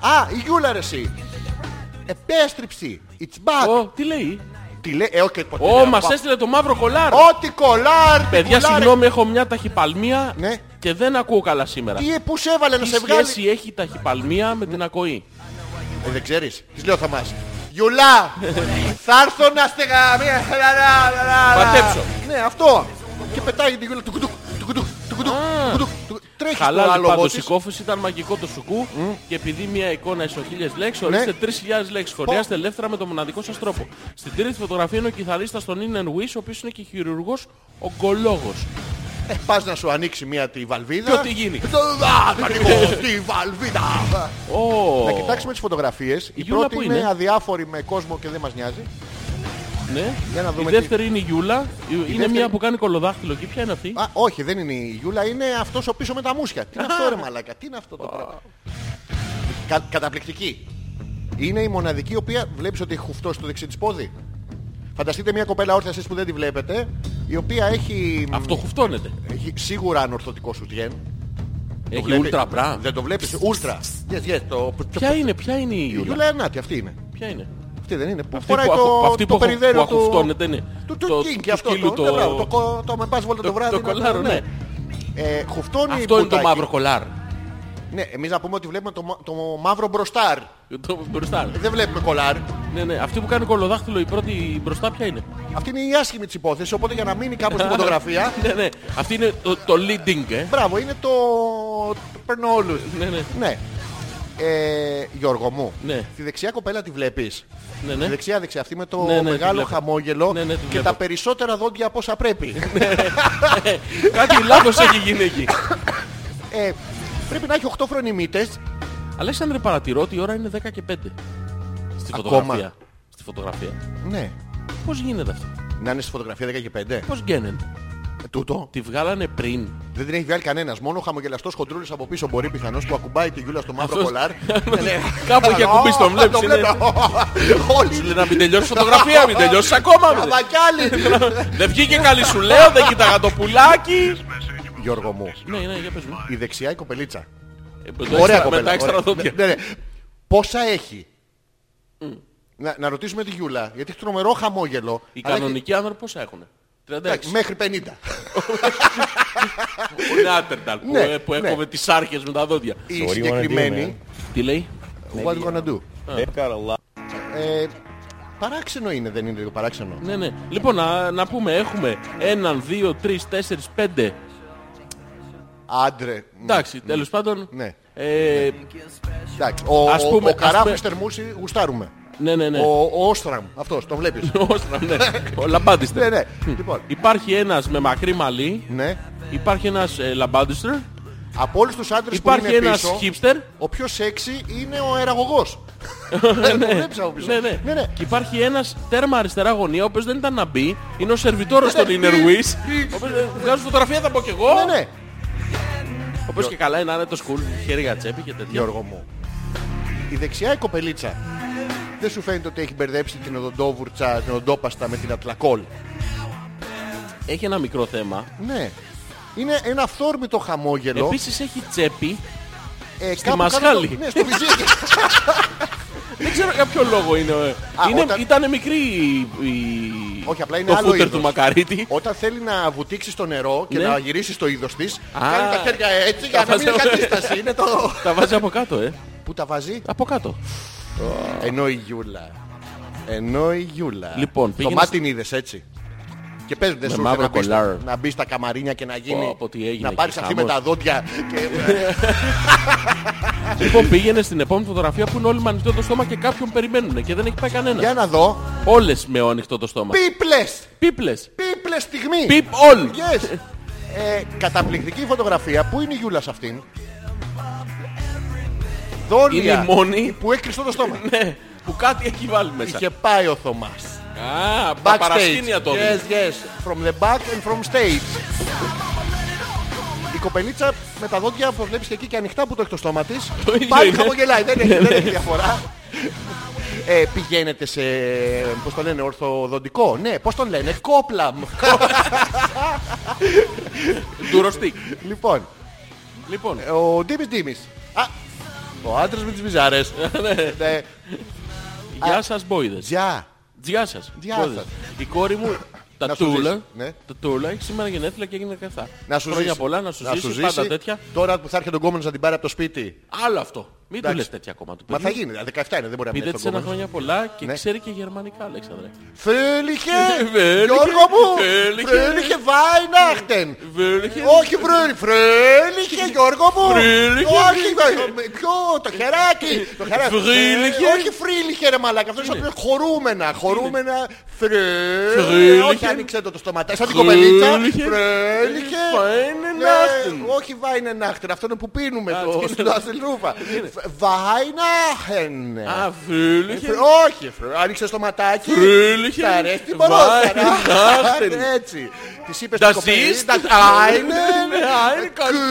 Speaker 1: Α, η Γιούλα ρε εσύ. Επέστριψη. It's back.
Speaker 2: Ω, τι λέει.
Speaker 1: Τι λέει, ε, όχι, ποτέ,
Speaker 2: Ω,
Speaker 1: λέω,
Speaker 2: μας
Speaker 1: πα-
Speaker 2: έστειλε το μαύρο κολάρ.
Speaker 1: Ό,τι κολάρ, τι
Speaker 2: Παιδιά,
Speaker 1: κουλάρ,
Speaker 2: συγγνώμη, έχω μια ταχυπαλμία
Speaker 1: Ναι.
Speaker 2: και δεν ακούω καλά σήμερα.
Speaker 1: Τι, ε, πού σε έβαλε να
Speaker 2: Τι
Speaker 1: σε βγάλει.
Speaker 2: σχέση έχει η ταχυπαλμία με την ακοή.
Speaker 1: Ε, δεν ξέρεις, της λέω θα μας. Γιουλά, θα έρθω να στεγαμία.
Speaker 2: Πατέψω.
Speaker 1: Ναι, αυτό. Και πετάει την Γιουλά του κουτουκ, του κουτουκ, του κουτουκ, του κουτουκ, του κουτουκ. Τρέχει στο
Speaker 2: Καλά,
Speaker 1: άλογο
Speaker 2: λοιπόν, το
Speaker 1: της.
Speaker 2: συκόφος ήταν μαγικό το σουκού και επειδή μια εικόνα ίσο χίλιες λέξεις,
Speaker 1: Ναι.
Speaker 2: ορίστε 3.000 λέξεις. Χωριάστε ελεύθερα με το μοναδικό σας τρόπο. Στην τρίτη φωτογραφία είναι ο κιθαρίστας των In and Wish, ο οποίος είναι και χειρουργός ογκολόγος.
Speaker 1: Ε, πας να σου ανοίξει μία τη βαλβίδα. Ε,
Speaker 2: Και ό,τι γίνει.
Speaker 1: Το- Α, θα ανοίγω τη βαλβίδα.
Speaker 2: Ω,
Speaker 1: Να κοιτάξουμε τις φωτογραφίες. Η
Speaker 2: Γιούλα
Speaker 1: πρώτη
Speaker 2: που
Speaker 1: είναι
Speaker 2: είναι?
Speaker 1: αδιάφορη με κόσμο και δεν μας νοιάζει.
Speaker 2: ναι.
Speaker 1: Για να
Speaker 2: Η
Speaker 1: δούμε τι-
Speaker 2: δεύτερη είναι η Γιούλα, Η- είναι
Speaker 1: δεύτερη-
Speaker 2: μια που κάνει κολοδάχτυλο. Και ποια είναι αυτή.
Speaker 1: Α, όχι, δεν είναι η Γιούλα, είναι αυτός ο πίσω με τα μουσια. Τι είναι αυτό, ρε Μαλάκα, τι είναι αυτό το πράγμα. Κα- καταπληκτική. Είναι η μοναδική η οποία βλέπεις ότι έχει χουφτώσει το δεξί της πόδι. Φανταστείτε μια κοπέλα όρθια εσείς που δεν τη βλέπετε, η οποία έχει,
Speaker 2: Αυτό χουφτώνεται.
Speaker 1: έχει σίγουρα ανορθωτικό σουτιέν. Το
Speaker 2: Έχει
Speaker 1: βλέπει-
Speaker 2: ούλτρα μπρα.
Speaker 1: Δεν το βλέπεις. Ούλτρα. Yes, yes, το...
Speaker 2: Ποια είναι, ποια είναι η
Speaker 1: Η
Speaker 2: Γιούλα.
Speaker 1: Γιούλα Ε, Ενάτη, αυτή είναι.
Speaker 2: Ποια είναι.
Speaker 1: Αυτή δεν είναι. Που
Speaker 2: Αυτή
Speaker 1: φοράει
Speaker 2: που αχου-
Speaker 1: το,
Speaker 2: αυτή
Speaker 1: το
Speaker 2: που αχου-
Speaker 1: περιδέρο
Speaker 2: που
Speaker 1: του.
Speaker 2: αχουφτώνεται, ναι.
Speaker 1: Του
Speaker 2: Το-
Speaker 1: τουκίνκι
Speaker 2: του
Speaker 1: αυτό. Το,
Speaker 2: σκύλου
Speaker 1: ναι,
Speaker 2: το-
Speaker 1: μπράβο, το, κο- το με πας βόλτα το
Speaker 2: το-
Speaker 1: βράδυ.
Speaker 2: το
Speaker 1: να-
Speaker 2: κολάρο, ναι.
Speaker 1: Ε, χουφτώνει η
Speaker 2: Αυτό είναι το
Speaker 1: πουτάκι.
Speaker 2: μαύρο κολάρ.
Speaker 1: Ναι, εμείς να πούμε ότι βλέπουμε το, μα- το μαύρο μπροστάρ. Ε,
Speaker 2: Το μπροστά.
Speaker 1: Δεν βλέπουμε κολάρ.
Speaker 2: Ναι, ναι. Αυτή που κάνει κολοδάχτυλο η πρώτη μπροστά ποια είναι.
Speaker 1: Αυτή είναι η άσχημη της υπόθεσης, οπότε για να μείνει κάπου στη φωτογραφία...
Speaker 2: ναι, ναι. Αυτή είναι το, το leading, ε.
Speaker 1: Μπράβο, είναι το... το παίρνω όλους.
Speaker 2: Ναι, ναι.
Speaker 1: Ναι. Ε, Γιώργο μου,
Speaker 2: Ναι.
Speaker 1: τη δεξιά κοπέλα τη βλέπεις.
Speaker 2: Ναι, ναι.
Speaker 1: Τη δεξιά, δεξιά, αυτή με το
Speaker 2: Ναι, ναι, τη
Speaker 1: μεγάλο
Speaker 2: βλέπω.
Speaker 1: χαμόγελο
Speaker 2: Ναι, ναι, τη
Speaker 1: και
Speaker 2: βλέπω.
Speaker 1: τα περισσότερα δόντια από όσα πρέπει.
Speaker 2: Κάτι λάθος έχει γίνει εκεί.
Speaker 1: ε, Πρέπει να έχει 8 φρονιμίτε.
Speaker 2: Αλέξανδρε, παρατηρώ ότι η ώρα είναι 10 και 5. Στη
Speaker 1: Ακόμα.
Speaker 2: φωτογραφία. Στη φωτογραφία.
Speaker 1: Ναι.
Speaker 2: Πώς γίνεται αυτό.
Speaker 1: Να είναι στη φωτογραφία 10 και 5. Ε,
Speaker 2: Πώς γίνεται.
Speaker 1: τούτο.
Speaker 2: Τη βγάλανε πριν.
Speaker 1: Δεν την έχει βγάλει κανένας. Μόνο ο χαμογελαστός χοντρούλης από πίσω μπορεί πιθανώς που ακουμπάει τη γιούλα στο μαύρο
Speaker 2: Αυτός-
Speaker 1: κολάρ. Ναι.
Speaker 2: Κάπου έχει ακουμπήσει τον βλέπεις.
Speaker 1: Το βλέπω.
Speaker 2: είναι- Σου
Speaker 1: Όλοι.
Speaker 2: λέει να μην τελειώσει φωτογραφία, μην τελειώσεις ακόμα. μην τελειώσεις.
Speaker 1: Καβακιάλι.
Speaker 2: Δεν βγήκε καλή σου λέω, δεν κοίταγα το πουλάκι.
Speaker 1: Γιώργο μου,
Speaker 2: Ναι, ναι, για πες μου.
Speaker 1: η δεξιά η κοπελίτσα.
Speaker 2: Ε, με το
Speaker 1: Ωραία
Speaker 2: έξτρα- Με
Speaker 1: κοπέλα.
Speaker 2: τα έξτρα
Speaker 1: ωραία.
Speaker 2: δόντια.
Speaker 1: Ναι, ναι. Πόσα έχει. Να, να ρωτήσουμε τη Γιούλα, γιατί έχει τρομερό χαμόγελο.
Speaker 2: Οι
Speaker 1: αλλά έχει-
Speaker 2: κανονικοί άνθρωποι πόσα έχουν. 36.
Speaker 1: Εντάξει, μέχρι 50.
Speaker 2: Ο Νάτερνταλ που,
Speaker 1: Ναι,
Speaker 2: ε, που
Speaker 1: ναι.
Speaker 2: έκοβε τις άρχες με τα δόντια.
Speaker 1: Η
Speaker 4: do,
Speaker 1: συγκεκριμένη.
Speaker 2: Τι λέει.
Speaker 1: What you gonna do.
Speaker 4: They've
Speaker 2: uh,
Speaker 4: got a lot.
Speaker 1: Ε, παράξενο είναι, δεν είναι λίγο παράξενο.
Speaker 2: Ναι, ναι. Λοιπόν, να, να πούμε, έχουμε έναν, δύο, τρεις, τέσσερις, πέντε.
Speaker 1: Άντρε. ναι,
Speaker 2: Εντάξει, τέλος πάντων.
Speaker 1: Ναι.
Speaker 2: Ε,
Speaker 1: εντάξει. Ο,
Speaker 2: Ας
Speaker 1: ο-
Speaker 2: πούμε,
Speaker 1: ο
Speaker 2: ας πούμε-
Speaker 1: καράφης τερμούσι γουστάρουμε.
Speaker 2: ναι, ναι, ναι.
Speaker 1: Ο, ο Όστραμ, αυτός, τον βλέπεις.
Speaker 2: Όστρα, ναι. Ο
Speaker 1: ναι,
Speaker 2: λαμπάντιστερ.
Speaker 1: ναι. λοιπόν,
Speaker 2: Υπάρχει ένας με μακρύ μαλλί.
Speaker 1: ναι.
Speaker 2: Υπάρχει ένας ε, λαμπάντιστερ.
Speaker 1: Από όλους τους άντρες που
Speaker 2: Υπάρχει
Speaker 1: είναι
Speaker 2: ένας
Speaker 1: πίσω,
Speaker 2: hipster.
Speaker 1: ο πιο σεξι είναι ο αεραγωγός. ναι,
Speaker 2: Ναι, ναι. Και υπάρχει ένας τέρμα αριστερά γωνία, ο οποίος δεν ήταν να μπει. Είναι ο σερβιτόρος των
Speaker 1: Ναι,
Speaker 2: Inner
Speaker 1: ναι.
Speaker 2: Wish. Ο οποίος, ε, Βγάζω φωτογραφία, θα πω κι εγώ.
Speaker 1: Ναι, ναι.
Speaker 2: Ο οποίος και καλά είναι άνετος cool, χέρι για τσέπη και τέτοια.
Speaker 1: Γιώργο μου. Η δεξιά η κοπελίτσα. Δεν σου φαίνεται ότι έχει μπερδέψει την οδοντόβουρτσα, την οδοντόπαστα με την ατλακόλ.
Speaker 2: Έχει ένα μικρό θέμα.
Speaker 1: Ναι. Είναι ένα αυθόρμητο χαμόγελο.
Speaker 2: Επίσης έχει τσέπη.
Speaker 1: ε, στη
Speaker 2: μασχάλη.
Speaker 1: ναι, στο βυζίκι.
Speaker 2: Δεν ξέρω για ποιο λόγο είναι. ε.
Speaker 1: Α,
Speaker 2: είναι
Speaker 1: όταν-
Speaker 2: Ήταν μικρή η... η-
Speaker 1: Όχι, απλά είναι
Speaker 2: το
Speaker 1: άλλο
Speaker 2: φούτερ
Speaker 1: είδος.
Speaker 2: του Μακαρίτη.
Speaker 1: Όταν θέλει να βουτήξει στο νερό και
Speaker 2: Ναι.
Speaker 1: να γυρίσει στο είδος της, κάνει τα χέρια έτσι για
Speaker 2: Τα
Speaker 1: να μην είναι
Speaker 2: βάζω-
Speaker 1: κατάσταση. Είναι το.
Speaker 2: Τα βάζει από κάτω, ε.
Speaker 1: Πού τα βάζει,
Speaker 2: Από κάτω.
Speaker 1: ενώ η Γιούλα. Ενώ η Γιούλα.
Speaker 2: Λοιπόν,
Speaker 1: το
Speaker 2: πήγαινε
Speaker 1: μάτι
Speaker 2: σ-
Speaker 1: την είδες έτσι. Και πες δεν σου ήρθε
Speaker 2: μαύρο
Speaker 1: να μπεις,
Speaker 2: κολάρ.
Speaker 1: να μπεις στα καμαρίνια και να γίνει.
Speaker 2: Πω, πω, τι έγινε
Speaker 1: να
Speaker 2: εκεί,
Speaker 1: πάρεις αυτή με
Speaker 2: χαμός.
Speaker 1: τα δόντια. Και...
Speaker 2: Λοιπόν, πήγαινε στην επόμενη φωτογραφία που είναι όλοι με ανοιχτό το στόμα και κάποιον περιμένουν και δεν έχει πάει κανένα.
Speaker 1: Για να δω.
Speaker 2: Όλες με ανοιχτό το στόμα.
Speaker 1: Πίπλες!
Speaker 2: Πίπλες.
Speaker 1: Πίπλες στιγμής!
Speaker 2: Πιπ all.
Speaker 1: Yes. Ε, καταπληκτική φωτογραφία. Πού είναι η Γιούλα σε αυτήν. Δόλια
Speaker 2: Είναι η μόνη.
Speaker 1: που έκρυψε το στόμα.
Speaker 2: Ναι, που κάτι έχει βάλει μέσα.
Speaker 1: Είχε πάει ο Θωμάς.
Speaker 2: Α, από τα
Speaker 1: Backstage.
Speaker 2: παρασκήνια το
Speaker 1: Yes,
Speaker 2: δει.
Speaker 1: yes. From the back and from stage. Η κοπελίτσα με τα δόντια, όπως βλέπεις και εκεί και ανοιχτά που το έχει το στόμα της,
Speaker 2: Το ίδιο
Speaker 1: πάλι
Speaker 2: είναι. Ναι.
Speaker 1: χαμογελάει. Δεν έχει, δεν έχει διαφορά. Ε, πηγαίνετε σε, πώς το λένε, ορθοδοντικό. Ναι, πώς τον λένε, κόπλαμ.
Speaker 2: Ντουροστίκ.
Speaker 1: λοιπόν,
Speaker 2: Λοιπόν,
Speaker 1: Ε, ο Ντίμης Ντίμης. Α, ο άντρας με τις μιζάρες. Ναι.
Speaker 2: γεια σας μπόιδες.
Speaker 1: Γεια.
Speaker 2: Γεια σας.
Speaker 1: Γεια
Speaker 2: μπόιδες.
Speaker 1: σας.
Speaker 2: Η κόρη μου, τα
Speaker 1: Να σου
Speaker 2: τούλα,
Speaker 1: ζήσει, ναι.
Speaker 2: τα τούλα, έχει σήμερα γενέθλια και έγινε καθά.
Speaker 1: Να σου
Speaker 2: Χρόνια
Speaker 1: ζήσει.
Speaker 2: πολλά, να σου ζήσει, πάντα τέτοια.
Speaker 1: Τώρα που θα έρχεται ο γκόμενος να την πάρει από το σπίτι.
Speaker 2: Άλλο αυτό. Μην του
Speaker 1: Εντάξει.
Speaker 2: λες τέτοια ακόμα του
Speaker 1: Μα θα
Speaker 2: παιδιού.
Speaker 1: γίνει, 17 είναι, δεν μπορεί να μην
Speaker 2: Πείτε
Speaker 1: έρθει ο
Speaker 2: της ένα
Speaker 1: γκόμενος.
Speaker 2: χρόνια πολλά και
Speaker 1: Ναι.
Speaker 2: ξέρει και γερμανικά, Αλέξανδρε.
Speaker 1: Φρέλιχε!
Speaker 2: Φρέλιχε,
Speaker 1: Γιώργο μου!
Speaker 2: Φρέλιχε.
Speaker 1: Φρέλιχε Weihnachten!
Speaker 2: Φρέλιχε.
Speaker 1: Όχι Φρέλιχε! Φρέλιχε Γιώργο μου!
Speaker 2: Φρέλιχε.
Speaker 1: Όχι Γιώργο- Ποιο το χεράκι! Το χεράκι!
Speaker 2: Φρέλιχε.
Speaker 1: Όχι Φρέλιχε ρε μαλάκα! Αυτός είναι χορούμενα! Χορούμενα! Φρέλιχε!
Speaker 2: Φρέλιχε.
Speaker 1: Όχι άνοιξε το το στοματάκι! Σαν την κοπελίτσα!
Speaker 2: Φρέλιχε.
Speaker 1: Φρέλιχε!
Speaker 2: Weihnachten.
Speaker 1: Ναι, Όχι Weihnachten! Αυτό είναι που πίνουμε
Speaker 2: Α,
Speaker 1: το-
Speaker 2: τι
Speaker 1: στην
Speaker 2: είναι.
Speaker 1: Ασελούφα! Weihnachten!
Speaker 2: Α, φρύλιχε.
Speaker 1: Ε, Φρε- Όχι, φρε- άνοιξε το ματάκι.
Speaker 2: Φρύλιχε.
Speaker 1: Τα αρέσει την
Speaker 2: Βάει,
Speaker 1: πορόσταρα.
Speaker 2: Νάχτεν.
Speaker 1: Έτσι. Τη είπε
Speaker 2: Τα
Speaker 1: στην κοπέλα.
Speaker 2: ζεις.
Speaker 1: τα- Άινεν.
Speaker 2: Ναι, άινεν,
Speaker 1: Κ-
Speaker 2: καρτό-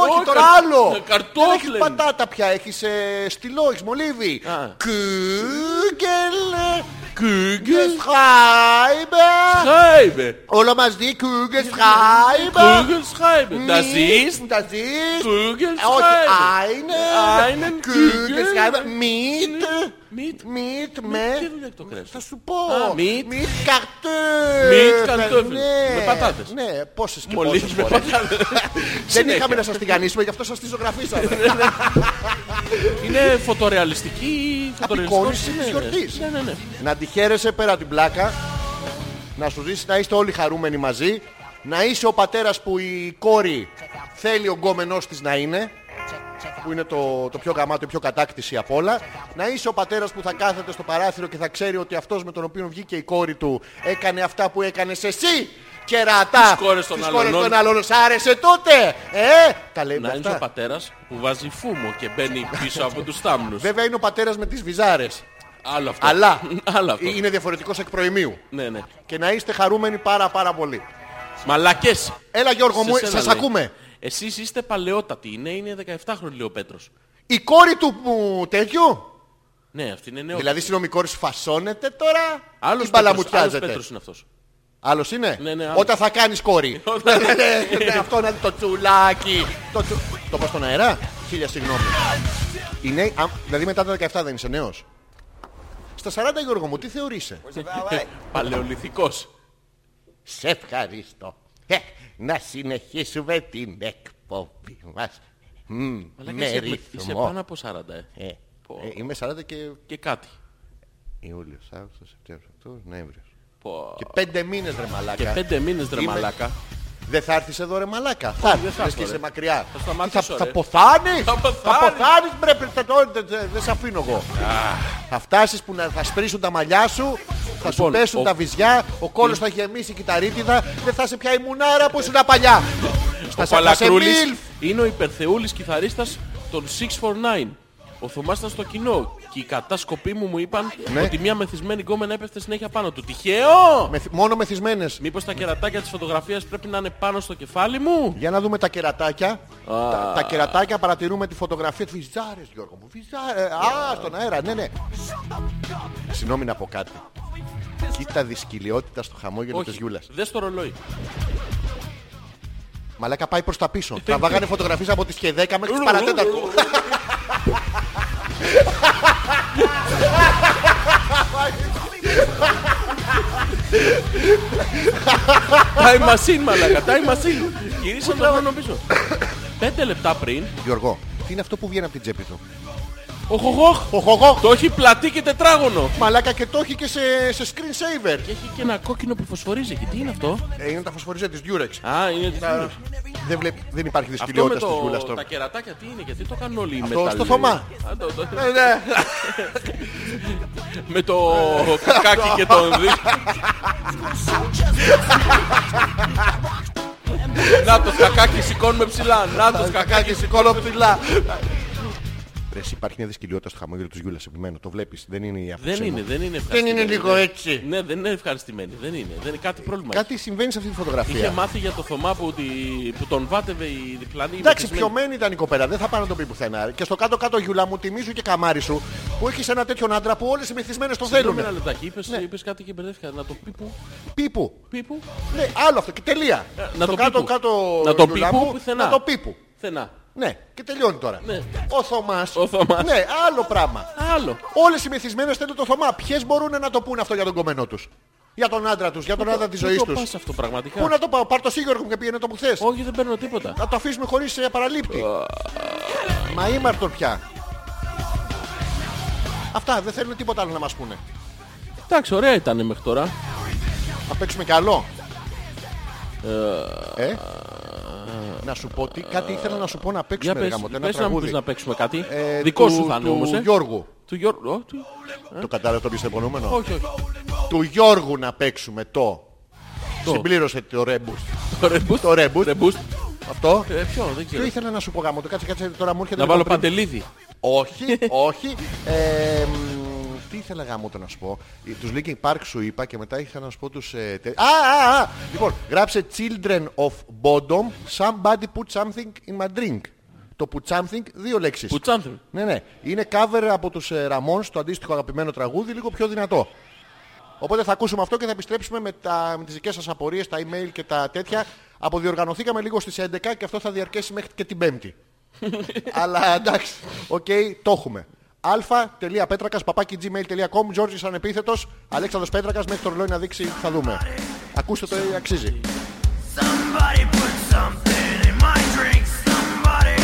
Speaker 1: Όχι,
Speaker 2: όχι,
Speaker 1: τον
Speaker 2: καρ-
Speaker 1: άλλο.
Speaker 2: καρτόφλεν.
Speaker 1: Δεν έχεις πατάτα πια, έχεις ε, στυλό, έχεις μολύβι.
Speaker 2: Α.
Speaker 1: Κούγκελ.
Speaker 2: Κούγκε.
Speaker 1: Κούγκελστράιμπε.
Speaker 2: Schreibe.
Speaker 1: Όλο μαζί Κούγκελστράιμπε.
Speaker 2: Kugel schreibe. Das ist
Speaker 1: Τα ζεις. Ε,
Speaker 2: Kugel
Speaker 1: Όχι, ναι.
Speaker 2: schreibe.
Speaker 1: Άινεν.
Speaker 2: Einen
Speaker 1: Κούγκελστράιμπε.
Speaker 2: Kugel-
Speaker 1: Μιτ.
Speaker 2: Mit.
Speaker 1: Μιτ
Speaker 2: Τι
Speaker 1: με.
Speaker 2: δουλειά έχει το κρέας.
Speaker 1: Θα σου πω.
Speaker 2: Α, μιτ.
Speaker 1: Μιτ καρτόφλ.
Speaker 2: Μιτ καρτόφλ. Με πατάτες.
Speaker 1: Ναι, πόσες και
Speaker 2: Μολύβι
Speaker 1: πόσες
Speaker 2: με
Speaker 1: φορές.
Speaker 2: πατάτες.
Speaker 1: Δεν
Speaker 2: Συνέχεια.
Speaker 1: είχαμε να σας τηγανίσουμε, γι' αυτό σας τη ζωγραφίσαμε.
Speaker 2: Είναι φωτορεαλιστική. φωτορεαλιστικός
Speaker 1: Απεικόνιση της
Speaker 2: σενάριο.
Speaker 1: γιορτής.
Speaker 2: Ναι, ναι, ναι.
Speaker 1: να τη χαίρεσαι πέρα από την πλάκα. Να σου ζήσει να είστε όλοι χαρούμενοι μαζί. Να είσαι ο πατέρας που η κόρη θέλει ο γκόμενός της να είναι. Που είναι το, το πιο γαμάτο, η πιο κατάκτηση απ' όλα. Να είσαι ο πατέρας που θα κάθεται στο παράθυρο και θα ξέρει ότι αυτός με τον οποίο βγήκε η κόρη του έκανε αυτά που έκανες εσύ. κερατά.
Speaker 2: Τις κόρες των
Speaker 1: Τις
Speaker 2: άλλων.
Speaker 1: κόρες των άλλων. Σ' άρεσε τότε. Ε, τα λέει
Speaker 2: Να είναι ο
Speaker 1: αυτά.
Speaker 2: πατέρας που βάζει φούμο και μπαίνει πίσω από τους θάμνου.
Speaker 1: Βέβαια είναι ο πατέρας με τις βυζάρες.
Speaker 2: Άλλο αυτό.
Speaker 1: Αλλά
Speaker 2: Άλλο αυτό.
Speaker 1: είναι διαφορετικός εκ προημίου.
Speaker 2: Ναι, ναι.
Speaker 1: Και να είστε χαρούμενοι πάρα πάρα πολύ.
Speaker 2: Μαλακές.
Speaker 1: Έλα Γιώργο μου, σας ακούμε.
Speaker 2: Εσείς ναι. είστε παλαιότατοι. Είναι, είναι 17 χρόνια, λέει ο Πέτρος.
Speaker 1: Η κόρη του που τέτοιου.
Speaker 2: Ναι, αυτή είναι νέο.
Speaker 1: Δηλαδή συγγνώμη η κόρη σου φασώνεται τώρα
Speaker 2: Άλλος Πέτρος,
Speaker 1: ή μπαλαμουτιάζεται.
Speaker 2: άλλος Πέτρος είναι αυτός.
Speaker 1: Άλλος είναι.
Speaker 2: Ναι, ναι, άλλος.
Speaker 1: Όταν θα κάνεις κόρη. Ναι, ναι, ναι, Αυτό να το τσουλάκι. Το, τσου... το πας στον αέρα. Χίλια συγγνώμη. Οι νέοι- α, δηλαδή μετά τα 17 δεν είσαι νέος. Στα 40 Γιώργο μου τι θεωρείσαι.
Speaker 2: Παλαιολιθικός.
Speaker 1: Σε ευχαριστώ. Ε, να συνεχίσουμε την εκπομπή μας. Μμ,
Speaker 2: Μαλάκα,
Speaker 1: με
Speaker 2: είσαι- Είσαι
Speaker 1: ναι, ρυθμό.
Speaker 2: πάνω από 40. ε.
Speaker 1: Ε, ε, είμαι 40 και
Speaker 2: Και κάτι.
Speaker 1: Ιούλιος, Αύγουστος, Σεπτέμβριος, Οκτώβριος, Νοέμβριος.
Speaker 2: Πω.
Speaker 1: Και πέντε μήνες ρε μαλάκα.
Speaker 2: Και πέντε μήνες ρε
Speaker 1: Είμαι-
Speaker 2: μαλάκα.
Speaker 1: Δεν θα έρθεις εδώ ρε μαλάκα.
Speaker 2: δεν
Speaker 1: Θα έρθεις,
Speaker 2: θα
Speaker 1: λες
Speaker 2: έρθω,
Speaker 1: και είσαι
Speaker 2: ρε.
Speaker 1: μακριά.
Speaker 2: Θα
Speaker 1: Τι,
Speaker 2: σταματήσω,
Speaker 1: θα
Speaker 2: ρε.
Speaker 1: ποθάνεις.
Speaker 2: Θα
Speaker 1: Θα
Speaker 2: ποθάνεις.
Speaker 1: ποθάνεις μπρε. πε- το- δε- δε- Δεν σε αφήνω εγώ. Θα φτάσεις που να, θα σπρίσουν τα μαλλιά σου. Θα σου
Speaker 2: Λοιπόν,
Speaker 1: πέσουν
Speaker 2: ο-
Speaker 1: τα βυζιά. Ο κόλος θα γεμίσει η κυταρίτιδα. Δεν θα σε πια η μουνάρα που ήσουν παλιά.
Speaker 2: Ο
Speaker 1: Θα σε- θα σε
Speaker 2: Παλακρούλης
Speaker 1: μιλ.
Speaker 2: είναι ο υπερθεούλης κιθαρίστας των 649. Ο Θωμάς ήταν στο κοινό και οι κατάσκοποί μου μου είπαν
Speaker 1: Ναι.
Speaker 2: ότι μια μεθυσμένη γκόμενα έπεφτε συνέχεια πάνω του. Τυχαίο!
Speaker 1: Μεθ- Μόνο μεθυσμένες.
Speaker 2: Μήπως τα κερατάκια της φωτογραφίας πρέπει να είναι πάνω στο κεφάλι μου?
Speaker 1: Για να δούμε τα κερατάκια. Τα, τα κερατάκια παρατηρούμε τη φωτογραφία του Βυζάρες Γιώργο μου. Βυζάρες. Α, στον αέρα, ναι, ναι. Συγγνώμη να πω κάτι. Κοίτα δυσκυλιότητα στο χαμόγελο της Γιούλας.
Speaker 2: Δες το ρολόι.
Speaker 1: Μαλάκα πάει προς τα πίσω. Τα βάγανε φωτογραφίες από τις και 10 μέχρι τις παρατέταρτο.
Speaker 2: Time machine, μαλάκα. Time machine. Γυρίσα το χρόνο πίσω. Πέντε λεπτά πριν.
Speaker 1: Γιώργο, τι είναι αυτό που βγαίνει από την τσέπη του.
Speaker 2: Οχοχοχ.
Speaker 1: Οχογό.
Speaker 2: Το έχει πλατή και τετράγωνο.
Speaker 1: Μαλάκα και το έχει και σε, σε screen saver.
Speaker 2: Και έχει και ένα κόκκινο που φωσφορίζει. Και τι είναι αυτό?
Speaker 1: Ε, είναι τα φωσφορίζα της Durex.
Speaker 2: Α, είναι της Γιούλας.
Speaker 1: Δεν, βλέπει, δεν υπάρχει
Speaker 2: Αυτό με
Speaker 1: δυσκυλιότητα της Γιούλας
Speaker 2: το, τα
Speaker 1: τώρα.
Speaker 2: κερατάκια τι είναι, γιατί το κάνουν όλοι οι
Speaker 1: Αυτό
Speaker 2: μεταλλοί.
Speaker 1: στο Θωμά.
Speaker 2: Α, το- το-
Speaker 1: Ε, ναι.
Speaker 2: με το κακάκι και τον δι. Να το κακάκι σηκώνουμε ψηλά. Να το κακάκι.
Speaker 1: Κακάκι, σηκώνω ψηλά. Ρε, εσύ υπάρχει μια δυσκολιότητα στο χαμόγελο της Γιούλας, επιμένω. Το βλέπεις, δεν είναι η άποψή
Speaker 2: Δεν
Speaker 1: μου.
Speaker 2: είναι, δεν είναι
Speaker 1: Δεν
Speaker 2: ευχαριστημένη.
Speaker 1: είναι λίγο έτσι.
Speaker 2: Ναι, δεν είναι ευχαριστημένη. Δεν είναι. Δεν είναι κάτι πρόβλημα.
Speaker 1: Κάτι συμβαίνει σε αυτή τη
Speaker 2: Είχε
Speaker 1: φωτογραφία.
Speaker 2: μάθει για το Θωμά που, τη- που τον βάτευε η διπλανή.
Speaker 1: Εντάξει,
Speaker 2: μεθυσμένη.
Speaker 1: πιωμένη ήταν η κοπέλα, δεν θα πάω να το πει πουθενά. Και στο κάτω-κάτω, Γιούλα μου, τιμίζου και καμάρι σου που έχεις ένα τέτοιον άντρα που όλες οι μεθυσμένες τον θέλουν.
Speaker 2: Συγγνώμη Ένα λεπτάκι, είπες,
Speaker 1: Ναι.
Speaker 2: είπες κάτι και μπερδεύτηκα. Να το πίπου.
Speaker 1: Πίπου.
Speaker 2: Πίπου.
Speaker 1: Ναι, άλλο αυτό και τελεία.
Speaker 2: Ε, να
Speaker 1: στο
Speaker 2: το πίπου.
Speaker 1: κάτω-κάτω,
Speaker 2: Να το
Speaker 1: Γιούλα
Speaker 2: πίπου
Speaker 1: μου,
Speaker 2: πουθενά.
Speaker 1: να το πίπου.
Speaker 2: Θενά.
Speaker 1: Ναι, και τελειώνει τώρα.
Speaker 2: Ναι.
Speaker 1: Ο Θωμάς.
Speaker 2: Ο Θωμάς.
Speaker 1: Ναι, άλλο πράγμα.
Speaker 2: Άλλο.
Speaker 1: Όλες οι μεθυσμένες θέλουν το Θωμά. Ποιες μπορούν να το πούν αυτό για τον κομμένο τους. Για τον άντρα τους, για τον άντρα της
Speaker 2: Πού
Speaker 1: ζωής
Speaker 2: το
Speaker 1: τους.
Speaker 2: πας αυτό πραγματικά.
Speaker 1: Πού να το πάω, πάρ το σίγουρο μου και πήγαινε το που θες.
Speaker 2: Όχι, δεν παίρνω τίποτα.
Speaker 1: Να το αφήσουμε χωρίς ε, παραλήπτη. Μα ήμαρτον πια. Αυτά δεν θέλουν τίποτα άλλο να μας πούνε.
Speaker 2: Εντάξει, ωραία ήταν μέχρι τώρα.
Speaker 1: Θα παίξουμε κι άλλο. Ε, να σου πω τι, κάτι ήθελα να σου πω να
Speaker 2: Για
Speaker 1: παίξουμε
Speaker 2: πες,
Speaker 1: εργαμοτέ, ένα
Speaker 2: πες να μου
Speaker 1: τραγούδι.
Speaker 2: πεις να παίξουμε κάτι.
Speaker 1: Ε,
Speaker 2: Δικό
Speaker 1: του-
Speaker 2: σου θα είναι
Speaker 1: του
Speaker 2: όμως, ε.
Speaker 1: Γιώργου.
Speaker 2: Του Γιώργου. Ω, τι-
Speaker 1: Το κατάλαβα το πιστεπονούμενο.
Speaker 2: Όχι, όχι.
Speaker 1: Του Γιώργου να παίξουμε το.
Speaker 2: Το.
Speaker 1: Συμπλήρωσε το ρέμπους.
Speaker 2: Το ρεμπούστ.
Speaker 1: Το ρεμπούστ.
Speaker 2: Ρεμπούστ.
Speaker 1: Αυτό.
Speaker 2: Ε, Ποιο, δεν
Speaker 1: Ποιο
Speaker 2: ξέρω.
Speaker 1: ήθελα να σου πω γάμο, το κάτσε, κάτσε τώρα μου έρχεται.
Speaker 2: Να
Speaker 1: λίγο
Speaker 2: βάλω
Speaker 1: πριν.
Speaker 2: παντελίδι.
Speaker 1: Όχι, όχι. Ε, μ, τι ήθελα γάμο το να σου πω. Ε, Τους Linkin Park σου είπα και μετά είχα να σου πω τους... ε, τε- Α, α, α. Λοιπόν, γράψε Children of Bodom, somebody put something in my drink. Το put something, δύο λέξεις.
Speaker 2: Πουτσάνθρου.
Speaker 1: Ναι, ναι. Είναι cover από τους ε, Ramones, το αντίστοιχο αγαπημένο τραγούδι, λίγο πιο δυνατό. Οπότε θα ακούσουμε αυτό και θα επιστρέψουμε με, τα, με τις δικές σας απορίες, τα email και τα τέτοια. Αποδιοργανωθήκαμε λίγο στις 11 και αυτό θα διαρκέσει μέχρι και την Πέμπτη. Αλλά εντάξει, οκ, το έχουμε. α.πέτρακας, παπάκι gmail.com, Γιώργης ανεπίθετος, Αλέξανδρος Πέτρακας, μέχρι το ρολόι να δείξει θα δούμε. Ακούστε το, ε, αξίζει.
Speaker 4: Somebody put something in my drink. Somebody.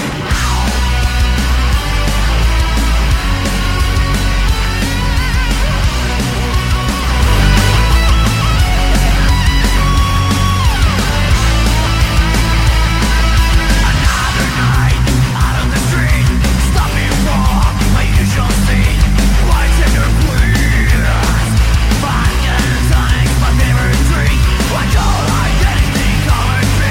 Speaker 4: Drink. Watch all I get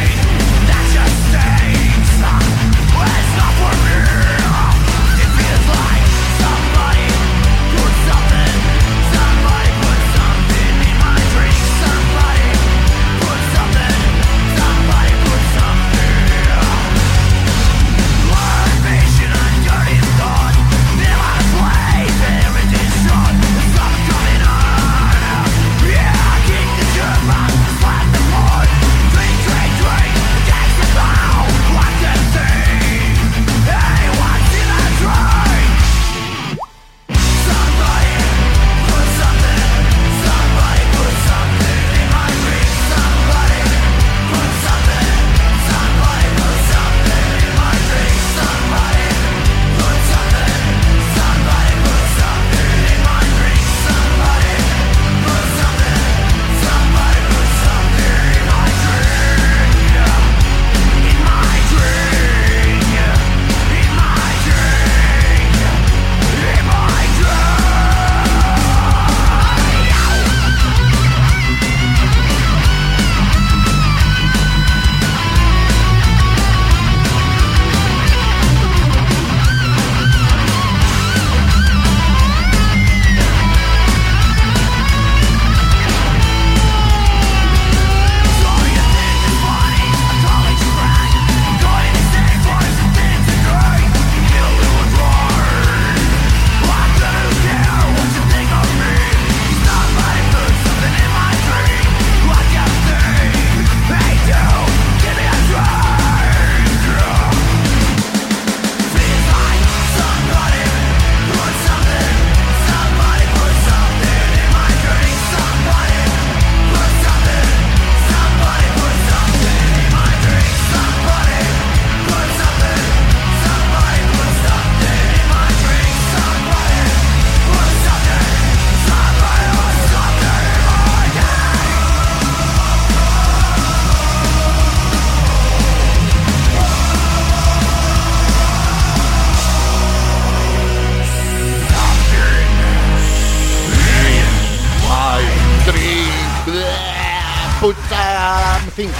Speaker 1: Put something.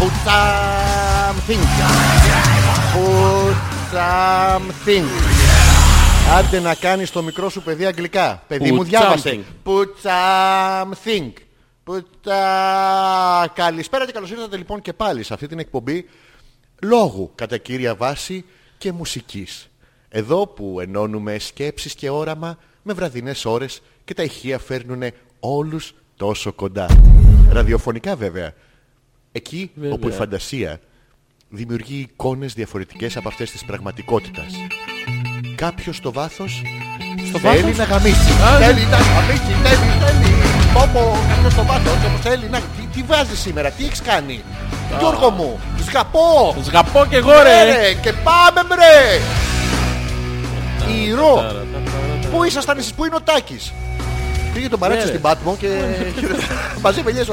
Speaker 1: Put something. Put something. Άντε να κάνεις το μικρό σου παιδί αγγλικά. Παιδί
Speaker 2: Put
Speaker 1: μου διάβασε.
Speaker 2: something.
Speaker 1: Put something. Put a- Καλησπέρα και καλώς ήρθατε λοιπόν και πάλι σε αυτή την εκπομπή λόγου κατά κύρια βάση και μουσικής. Εδώ που ενώνουμε σκέψεις και όραμα με βραδινές ώρες και τα ηχεία φέρνουν όλους τόσο κοντά. Ραδιοφωνικά βέβαια. Εκεί όπου η φαντασία δημιουργεί εικόνες διαφορετικές από αυτές της πραγματικότητας. Κάποιος στο βάθος θέλει
Speaker 2: βάθος?
Speaker 1: να γαμίσει.
Speaker 2: Α, ναι.
Speaker 1: Θέλει να γαμίσει, θέλει, θέλει. Πω πω, κάποιος στο βάθος όπως θέλει να... Τι, τι βάζεις σήμερα, τι έχεις κάνει. Γιώργο μου, σκαπώ.
Speaker 2: Σγαπώ και εγώ ρε.
Speaker 1: Ναι, ρε, και πάμε μπρε. Ηρώ. Πού ήσασταν εσείς, πού είναι ο Τάκης. Πήγε τον παράξε
Speaker 2: Ναι,
Speaker 1: στην Πάτμο και μαζί με γέσου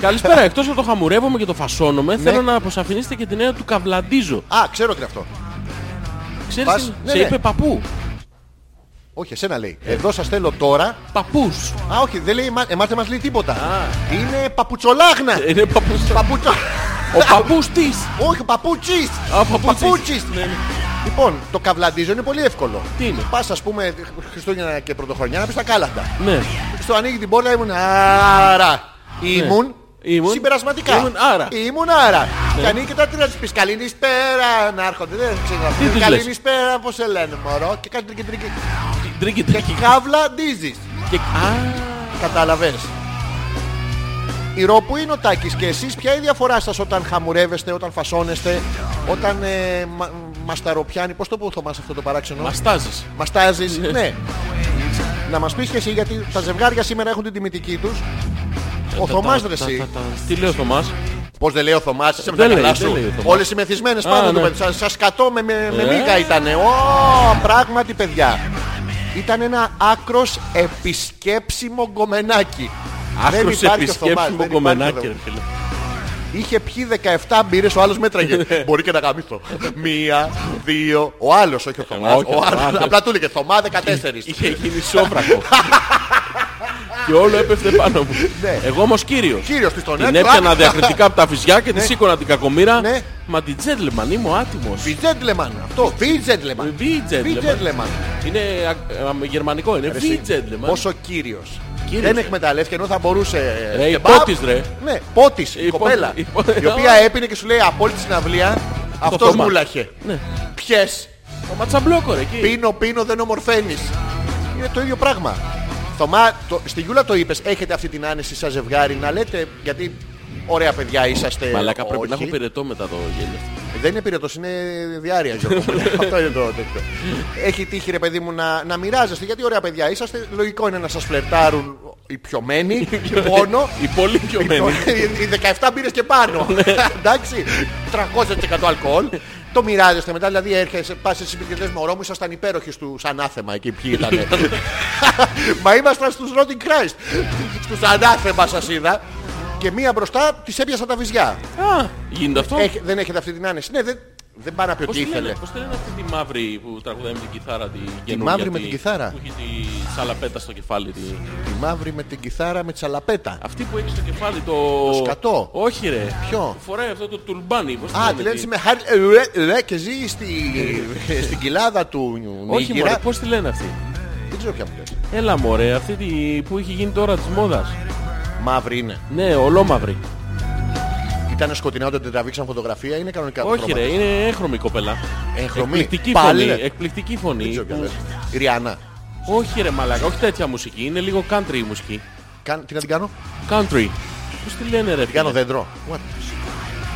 Speaker 2: Καλησπέρα. Εκτός να το χαμουρεύομαι και το φασώνομαι,
Speaker 1: Ναι.
Speaker 2: θέλω να αποσαφηνίσετε και τη νέα του καβλαντίζω.
Speaker 1: Α, ξέρω τι είναι αυτό.
Speaker 2: Ξέρεις,
Speaker 1: Πας-
Speaker 2: τι-
Speaker 1: ναι,
Speaker 2: σε
Speaker 1: ναι.
Speaker 2: είπε παππού.
Speaker 1: Όχι, εσένα λέει. Εδώ σας θέλω τώρα.
Speaker 2: Παππούς.
Speaker 1: Α, όχι, δεν λέει, εμά- εμάς δεν μας λέει τίποτα. Είναι παπουτσολάγνα.
Speaker 2: Είναι παππούς.
Speaker 1: Παπουτσο...
Speaker 2: Ε. Ο παππούς της.
Speaker 1: Όχι, παπούτσις.
Speaker 2: Α, παπούτσις.
Speaker 1: Ναι, ναι. Λοιπόν, το καβλαντίζω είναι πολύ εύκολο.
Speaker 2: Τι είναι?
Speaker 1: Πας, ας πούμε, Χριστούγεννα και Πρωτοχρονιά να πεις τα κάλαντα.
Speaker 2: Ναι.
Speaker 1: Στο ανοίγει την πόρτα ήμουν άρα. Ήμουν.
Speaker 2: Ήμουν.
Speaker 1: Συμπερασματικά.
Speaker 2: Ήμουν άρα. Ναι.
Speaker 1: Ήμουν άρα. Και ανοίγει και τα τρία της πεις καληνύσπερα να έρχονται. Δεν
Speaker 2: Τι
Speaker 1: ξέρω
Speaker 2: τους
Speaker 1: αυτό.
Speaker 2: λες?
Speaker 1: Καληνύσπερα πως σε λένε μωρό. Και κάτι τρίκι τρίκι.
Speaker 2: Τρίκι
Speaker 1: Και
Speaker 2: τρίκι.
Speaker 1: καβλαντίζεις.
Speaker 2: Και- Α,
Speaker 1: Κατάλαβες. Η Ρο που είναι ο Τάκης και εσείς ποια είναι η διαφορά σας όταν χαμουρεύεστε, όταν φασώνεστε, όταν ε, μα, μασταροπιάνει, πώς το πω Θωμάς αυτό το παράξενο,
Speaker 2: μαστάζεις.
Speaker 1: μαστάζεις, ναι. Να μας πεις και εσύ γιατί τα ζευγάρια σήμερα έχουν την τιμητική τους. Ο Θωμάς ρε εσύ.
Speaker 2: Τι λέει ο Θωμάς.
Speaker 1: Πώς δεν λέει ο Θωμάς, σε
Speaker 2: Δεν λέει,
Speaker 1: μετακαλά
Speaker 2: δεν
Speaker 1: σου.
Speaker 2: λέει ο Θωμάς.
Speaker 1: Όλες οι μεθυσμένες
Speaker 2: Α,
Speaker 1: πάνω του
Speaker 2: ναι.
Speaker 1: παιδί. Σας, σας κατώ με, με, με
Speaker 2: Ε.
Speaker 1: μίγα ήτανε. Ω, πράγματι παιδιά. Ήταν ένα άκρος επισκέψιμο γκομενάκι. Δεν
Speaker 2: Άκρος
Speaker 1: υπάρχει ο Θωμάς,
Speaker 2: επισκέψιμο
Speaker 1: δεν υπάρχει ο
Speaker 2: κομμενάκι ρε
Speaker 1: Θωμάς.
Speaker 2: φίλε.
Speaker 1: Είχε πιει 17 μπύρες, ο άλλος
Speaker 2: Ε.
Speaker 1: μέτραγε. Μπορεί και να γαμίσω. Μία, δύο. Ο άλλος, όχι ο Θωμάς.
Speaker 2: Ε, Όχι,
Speaker 1: Ο
Speaker 2: ο
Speaker 1: άλλος.
Speaker 2: άλλος.
Speaker 1: Απλά του έλεγε Θωμά 14.
Speaker 2: Είχε γίνει σόβρακο. και όλο έπεφτε πάνω μου.
Speaker 1: Ναι.
Speaker 2: Εγώ όμως κύριος.
Speaker 1: Κύριος της τον
Speaker 2: Την
Speaker 1: έτρωγε.
Speaker 2: έπιανα διακριτικά από τα φυσιά και τη σήκωνα την κακομήρα.
Speaker 1: Ναι.
Speaker 2: Μα την τζέντλεμαν, είμαι ο άτιμος.
Speaker 1: Be gentleman. Αυτό. Be gentleman.
Speaker 2: Be
Speaker 1: Be
Speaker 2: gentleman.
Speaker 1: gentleman.
Speaker 2: Είναι α, α, γερμανικό, είναι be gentleman.
Speaker 1: Πόσο κύριος.
Speaker 2: Κύριος,
Speaker 1: Δεν
Speaker 2: ε.
Speaker 1: εκμεταλλεύτηκε ενώ θα μπορούσε. ε,
Speaker 2: Ρε, η
Speaker 1: κεμπάπ.
Speaker 2: Πότης, ρε.
Speaker 1: Ναι, πότης, η
Speaker 2: Η
Speaker 1: κοπέλα.
Speaker 2: Πότη- η Πότη-
Speaker 1: Η οποία έπινε και σου λέει απόλυτη συναυλία. Αυτός
Speaker 2: Θωμά.
Speaker 1: μούλαχε.
Speaker 2: Ναι.
Speaker 1: Ποιες.
Speaker 2: Ο ματσαμπλόκο ρε εκεί.
Speaker 1: Πίνω, πίνω, δεν ομορφαίνεις. Είναι το ίδιο πράγμα. Θωμά, το, στη Γιούλα το είπες, έχετε αυτή την άνεση σαν ζευγάρι να λέτε, γιατί ωραία παιδιά είσαστε.
Speaker 2: Μαλάκα πρέπει
Speaker 1: όχι.
Speaker 2: να έχω πυρετό μετά το γέλιο. αυτό.
Speaker 1: Δεν είναι πυρετός, είναι διάρκεια. Γιώργο. Αυτό είναι το τέτοιο. Έχει τύχει ρε παιδί μου να, να μοιράζεστε, γιατί ωραία παιδιά είσαστε. Λογικό είναι να σας φλερτάρουν οι πιωμένοι, μόνο.
Speaker 2: Η πολύ πιωμένη.
Speaker 1: Οι 17 μπύρες και πάνω. Εντάξει. 300% αλκοόλ. Το μοιράζεστε μετά, δηλαδή έρχεσαι, πας εσύ και λες μωρό μου, ήσασταν υπέροχοι στους ανάθεμα εκεί ποιοι ήταν. Μα ήμασταν στους Rotting Christ. Στους ανάθεμα σας είδα. Και μία μπροστά της έπιασα τα βυζιά.
Speaker 2: Α, γίνεται αυτό.
Speaker 1: Έχ- δεν έχετε αυτή την άνεση. Ναι, δεν, δεν πάει να πει
Speaker 2: Πώς
Speaker 1: ότι
Speaker 2: τη λένε,
Speaker 1: ήθελε.
Speaker 2: πώς τη λένε αυτή τη μαύρη που τραγουδάει με την κιθάρα τη καινούργια.
Speaker 1: μαύρη με
Speaker 2: τη-
Speaker 1: την κιθάρα?
Speaker 2: Που έχει τη σαλαπέτα στο κεφάλι. Τη...
Speaker 1: Τη μαύρη με την κιθάρα με τσαλαπέτα.
Speaker 2: Αυτή που έχει στο κεφάλι το...
Speaker 1: σκατό.
Speaker 2: Όχι ρε.
Speaker 1: Ποιο?
Speaker 2: Που Φοράει αυτό το τουλμπάνι. Πώς τη
Speaker 1: Α,
Speaker 2: λένε
Speaker 1: τη λένε
Speaker 2: τη-
Speaker 1: έτσι με χάρη. ε, ρε, ρε, και ζει στη, στην κοιλάδα του
Speaker 2: Όχι μωρέ,
Speaker 1: Νίγηρα.
Speaker 2: πώς τη λένε αυτή.
Speaker 1: Δεν ξέρω ποια μου λες.
Speaker 2: Έλα μωρέ, αυτή τη... που έχει γίνει τώρα της μόδας.
Speaker 1: Μαύρη είναι.
Speaker 2: Ναι, ολόμαύρη.
Speaker 1: Ήταν σκοτεινά όταν την τραβήξαν φωτογραφία, είναι κανονικά το
Speaker 2: Όχι
Speaker 1: χρώμα
Speaker 2: ρε,
Speaker 1: της.
Speaker 2: είναι έχρωμη η κοπέλα.
Speaker 1: Έχρωμη.
Speaker 2: Εκπληκτική
Speaker 1: Πάλι,
Speaker 2: φωνή.
Speaker 1: ρε.
Speaker 2: Εκπληκτική
Speaker 1: Δεν
Speaker 2: φωνή.
Speaker 1: ξέρω ποια
Speaker 2: που-
Speaker 1: λες. Η Ριάννα.
Speaker 2: Όχι ρε μαλάκα, όχι τέτοια μουσική. Είναι λίγο country η μουσική.
Speaker 1: Κάν- Τι να την κάνω,
Speaker 2: Country. Πώς τη λένε ρε
Speaker 1: την κάνω
Speaker 2: φίλε.
Speaker 1: δέντρο. What?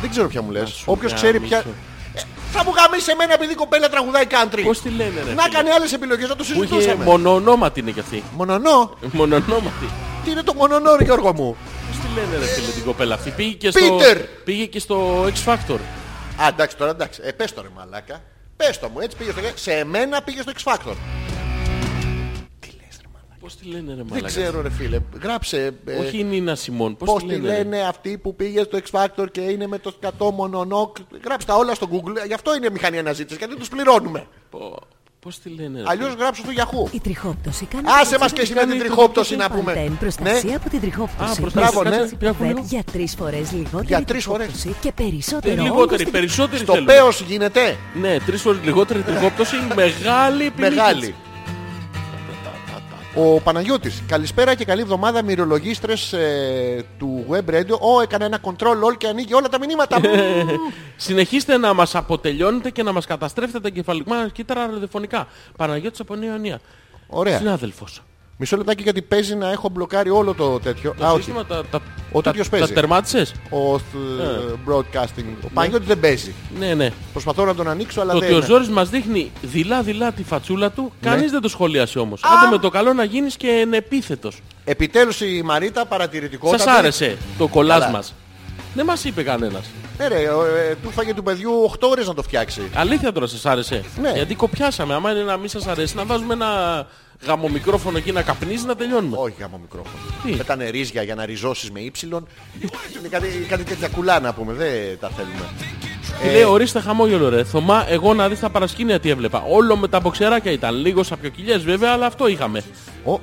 Speaker 1: Δεν ξέρω ποια μου λες.
Speaker 2: σου
Speaker 1: Όποιος ξέρει ποια.
Speaker 2: γαμίσω.
Speaker 1: Ε, Θα μου γαμίσει εμένα επειδή η κοπέλα τραγουδάει country.
Speaker 2: Πώς τη λένε ρε
Speaker 1: Να
Speaker 2: φίλε.
Speaker 1: κάνει άλλες επιλογές, να το
Speaker 2: Που είχε
Speaker 1: συζητούσαμε.
Speaker 2: μονονόματη είναι κι αυτή.
Speaker 1: Μονονό.
Speaker 2: Μονονόματη.
Speaker 1: Τι είναι το μονονό, ρε Γιώργο μου.
Speaker 2: Πώς τη λένε ρε φίλε την κοπέλα αυτή. Πήγε και στο,
Speaker 1: Peter!
Speaker 2: πήγε και στο X Factor.
Speaker 1: Α, εντάξει τώρα, εντάξει. Ε, πες το ρε μαλάκα. Πες το μου, έτσι πήγε στο... Σε εμένα πήγε στο X Factor.
Speaker 2: Πώς τη λένε ρε
Speaker 1: Δεν
Speaker 2: μαλάκα.
Speaker 1: ξέρω ρε φίλε. Γράψε... ε,
Speaker 2: Όχι η Νίνα Σιμών. Πώς,
Speaker 1: Πώς
Speaker 2: τη
Speaker 1: τη
Speaker 2: λένε. ρε.
Speaker 1: λένε αυτοί που πήγε στο X Factor και είναι με το σκατό μονονόκ. Γράψτε τα όλα στο Google. Γι' αυτό είναι η μηχανή αναζήτησης, γιατί τους πληρώνουμε.
Speaker 2: Πώς τη λένε. ρε,
Speaker 1: Αλλιώς γράψου το Yahoo.
Speaker 5: Η τριχόπτωση κάνει.
Speaker 1: Άσε
Speaker 5: κάτσε
Speaker 1: μας
Speaker 5: που
Speaker 1: και εσύ με
Speaker 5: κάνει
Speaker 1: την
Speaker 5: το
Speaker 1: τριχόπτωση
Speaker 5: Dr.
Speaker 1: να πούμε.
Speaker 5: Pantene. Προστασία
Speaker 1: Ναι.
Speaker 5: από την τριχόπτωση.
Speaker 2: Α, προστασία,
Speaker 1: Μπράβο, ναι.
Speaker 2: κάτσε, πια έχω
Speaker 5: Βεβαίως,
Speaker 2: λίγο.
Speaker 5: Για τρεις φορές λιγότερη.
Speaker 1: Για τρεις φορές.
Speaker 5: τριχόπτωση Και περισσότερο.
Speaker 2: Λιγότερη,
Speaker 5: όγκο
Speaker 2: περισσότερη
Speaker 1: Στο
Speaker 2: θέλουμε.
Speaker 1: πέος γίνεται.
Speaker 2: Ναι, τρεις φορές λιγότερη τριχόπτωση, μεγάλη επιλογή.
Speaker 1: Μεγάλη. Ο Παναγιώτης, καλησπέρα και καλή εβδομάδα μυρολογίστρες ε, του Web Radio. Ω, έκανε ένα control all και ανοίγει όλα τα μηνύματα. Μμμ.
Speaker 2: Συνεχίστε να μας αποτελειώνετε και να μας καταστρέφετε τα εγκεφαλικά μας κύτταρα ραδιοφωνικά. Παναγιώτης από Νέα Ιωνία.
Speaker 1: Ωραία.
Speaker 2: Συνάδελφος.
Speaker 1: Μισό λεπτάκι γιατί παίζει να έχω μπλοκάρει όλο το τέτοιο.
Speaker 2: Το
Speaker 1: Α, όχι.
Speaker 2: σύστημα τα, τα,
Speaker 1: Ο
Speaker 2: τα,
Speaker 1: τέτοιος
Speaker 2: τα
Speaker 1: παίζει.
Speaker 2: τερμάτισες.
Speaker 1: Ο θ- broadcasting. Ο Παναγιώτης δεν παίζει.
Speaker 2: Ναι, ναι.
Speaker 1: Προσπαθώ να τον ανοίξω, αλλά
Speaker 2: Το
Speaker 1: δεν
Speaker 2: ότι ο
Speaker 1: είναι.
Speaker 2: Ζόρις μας δείχνει δειλά-δειλά τη φατσούλα του,
Speaker 1: Ναι.
Speaker 2: κανείς δεν το σχολίασε όμως. Άντε με το καλό να γίνεις και ενεπίθετος.
Speaker 1: Επιτέλους η Μαρίτα παρατηρητικότητα.
Speaker 2: Σας άρεσε το κολλάζ
Speaker 1: Καλά.
Speaker 2: μας. Δεν μας είπε κανένας.
Speaker 1: Ναι, ρε, ο, ε, του φάγε του παιδιού 8 ώρες να το φτιάξει.
Speaker 2: Αλήθεια τώρα σας άρεσε.
Speaker 1: Ναι.
Speaker 2: Γιατί κοπιάσαμε. Άμα είναι να μην σας αρέσει, να βάζουμε ένα γαμομικρόφωνο εκεί να καπνίζει να τελειώνουμε.
Speaker 1: Όχι γάμο μικρόφωνο.
Speaker 2: Τι?
Speaker 1: Με τα νερίζια για να ριζώσεις με ύψιλον. Είναι κάτι, κάτι τέτοια κουλά να πούμε. Δεν τα θέλουμε.
Speaker 2: Και λέει ορίστε χαμόγελο ρε. Θωμά, εγώ να δεις τα παρασκήνια τι έβλεπα. Όλο με τα μποξεράκια ήταν. Λίγος σαπιοκυλιές βέβαια, αλλά αυτό είχαμε.
Speaker 1: Ο... Ρε,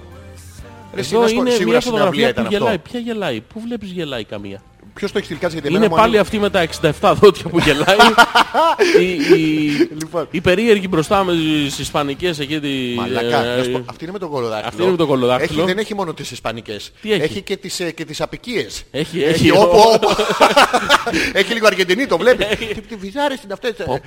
Speaker 2: Εδώ
Speaker 1: σίγουρα-
Speaker 2: είναι
Speaker 1: σίγουρα
Speaker 2: μια
Speaker 1: στην αυλία
Speaker 2: φωτογραφία που
Speaker 1: ήταν αυτό.
Speaker 2: γελάει. Ποια γελάει, πού βλέπεις γελάει καμία.
Speaker 1: Ποιος το έχει τυλικάσει γιατί εμένα
Speaker 2: Είναι
Speaker 1: μου
Speaker 2: πάλι
Speaker 1: ανοίγει.
Speaker 2: αυτή με τα 67 δόντια που γελάει. η, η,
Speaker 1: Λοιπόν.
Speaker 2: η περίεργη μπροστά με τις ισπανικές εκεί τη...
Speaker 1: Μαλακά.
Speaker 2: ε,
Speaker 1: να σου πω, αυτή είναι με τον κολοδάχτυλο.
Speaker 2: Αυτή είναι με τον κολοδάχτυλο.
Speaker 1: Έχει, δεν έχει μόνο τις ισπανικές.
Speaker 2: Τι έχει?
Speaker 1: και τις, ε, και τις απικίες.
Speaker 2: Έχει, έχει.
Speaker 1: όπου, όπου. έχει λίγο Αργεντινή, το
Speaker 2: Ε,
Speaker 1: βλέπεις. Τι- Τι βυζάρες είναι αυτές. ε.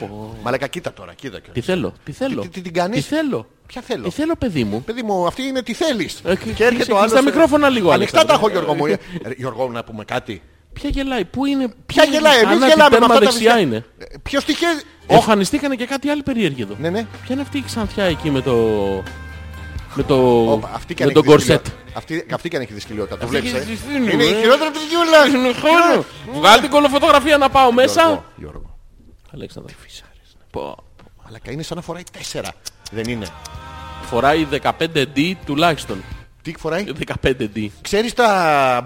Speaker 1: Μαλακά, κοίτα τώρα, κοίτα.
Speaker 2: Τι θέλω, τι θέλω.
Speaker 1: Τι- τι- την κάνεις?
Speaker 2: Τι θέλω.
Speaker 1: Ποια θέλω?
Speaker 2: Τι θέλω παιδί μου.
Speaker 1: Παιδί μου, αυτή είναι τι θέλεις.
Speaker 2: Ε, κλείσε- κλείσε τα μικρόφωνα λίγο,
Speaker 1: Ανοιχτά τα έχω,
Speaker 2: Αλέξανδρε.
Speaker 1: Γιώργο μου. Ε, Γιώργο, να πούμε
Speaker 2: ε,
Speaker 1: κάτι.
Speaker 2: Ποια γελάει, πού είναι.
Speaker 1: Ποια
Speaker 2: πού-
Speaker 1: γελάει, εμείς
Speaker 2: Ανάτι,
Speaker 1: γελάμε με
Speaker 2: τέρμα
Speaker 1: αυτά τα
Speaker 2: δεξιά
Speaker 1: βυζιά.
Speaker 2: είναι.
Speaker 1: Ποιο τυχαίζει. Όχι,
Speaker 2: Εμφανιστήκανε και κάτι άλλο περίεργο εδώ.
Speaker 1: ναι, ναι.
Speaker 2: Ποια είναι αυτή η ξανθιά εκεί με το. με το.
Speaker 1: Όπα, αυτή και
Speaker 2: με
Speaker 1: αν
Speaker 2: τον
Speaker 1: έχει
Speaker 2: κορσέτ.
Speaker 1: δυσκολιότητα. Αυτή, αυτή και αν έχει δυσκολιότητα. Το
Speaker 2: Αυτή
Speaker 1: βλέπεις,
Speaker 2: και
Speaker 1: ε.
Speaker 2: τη δίνουμε,
Speaker 1: Είναι η
Speaker 2: ε.
Speaker 1: χειρότερη από τη γιούλα.
Speaker 2: Χρόνο. Βγάλει την κολοφωτογραφία να πάω μέσα.
Speaker 1: Γιώργο, Γιώργο.
Speaker 2: Αλέξανδρα. φυσάρες. ναι.
Speaker 1: Μαλακά, είναι σαν να φοράει τέσσερα. Δεν είναι.
Speaker 2: Φοράει 15D τουλάχιστον.
Speaker 1: Τι φοράει.
Speaker 2: 15D.
Speaker 1: Ξέρεις τα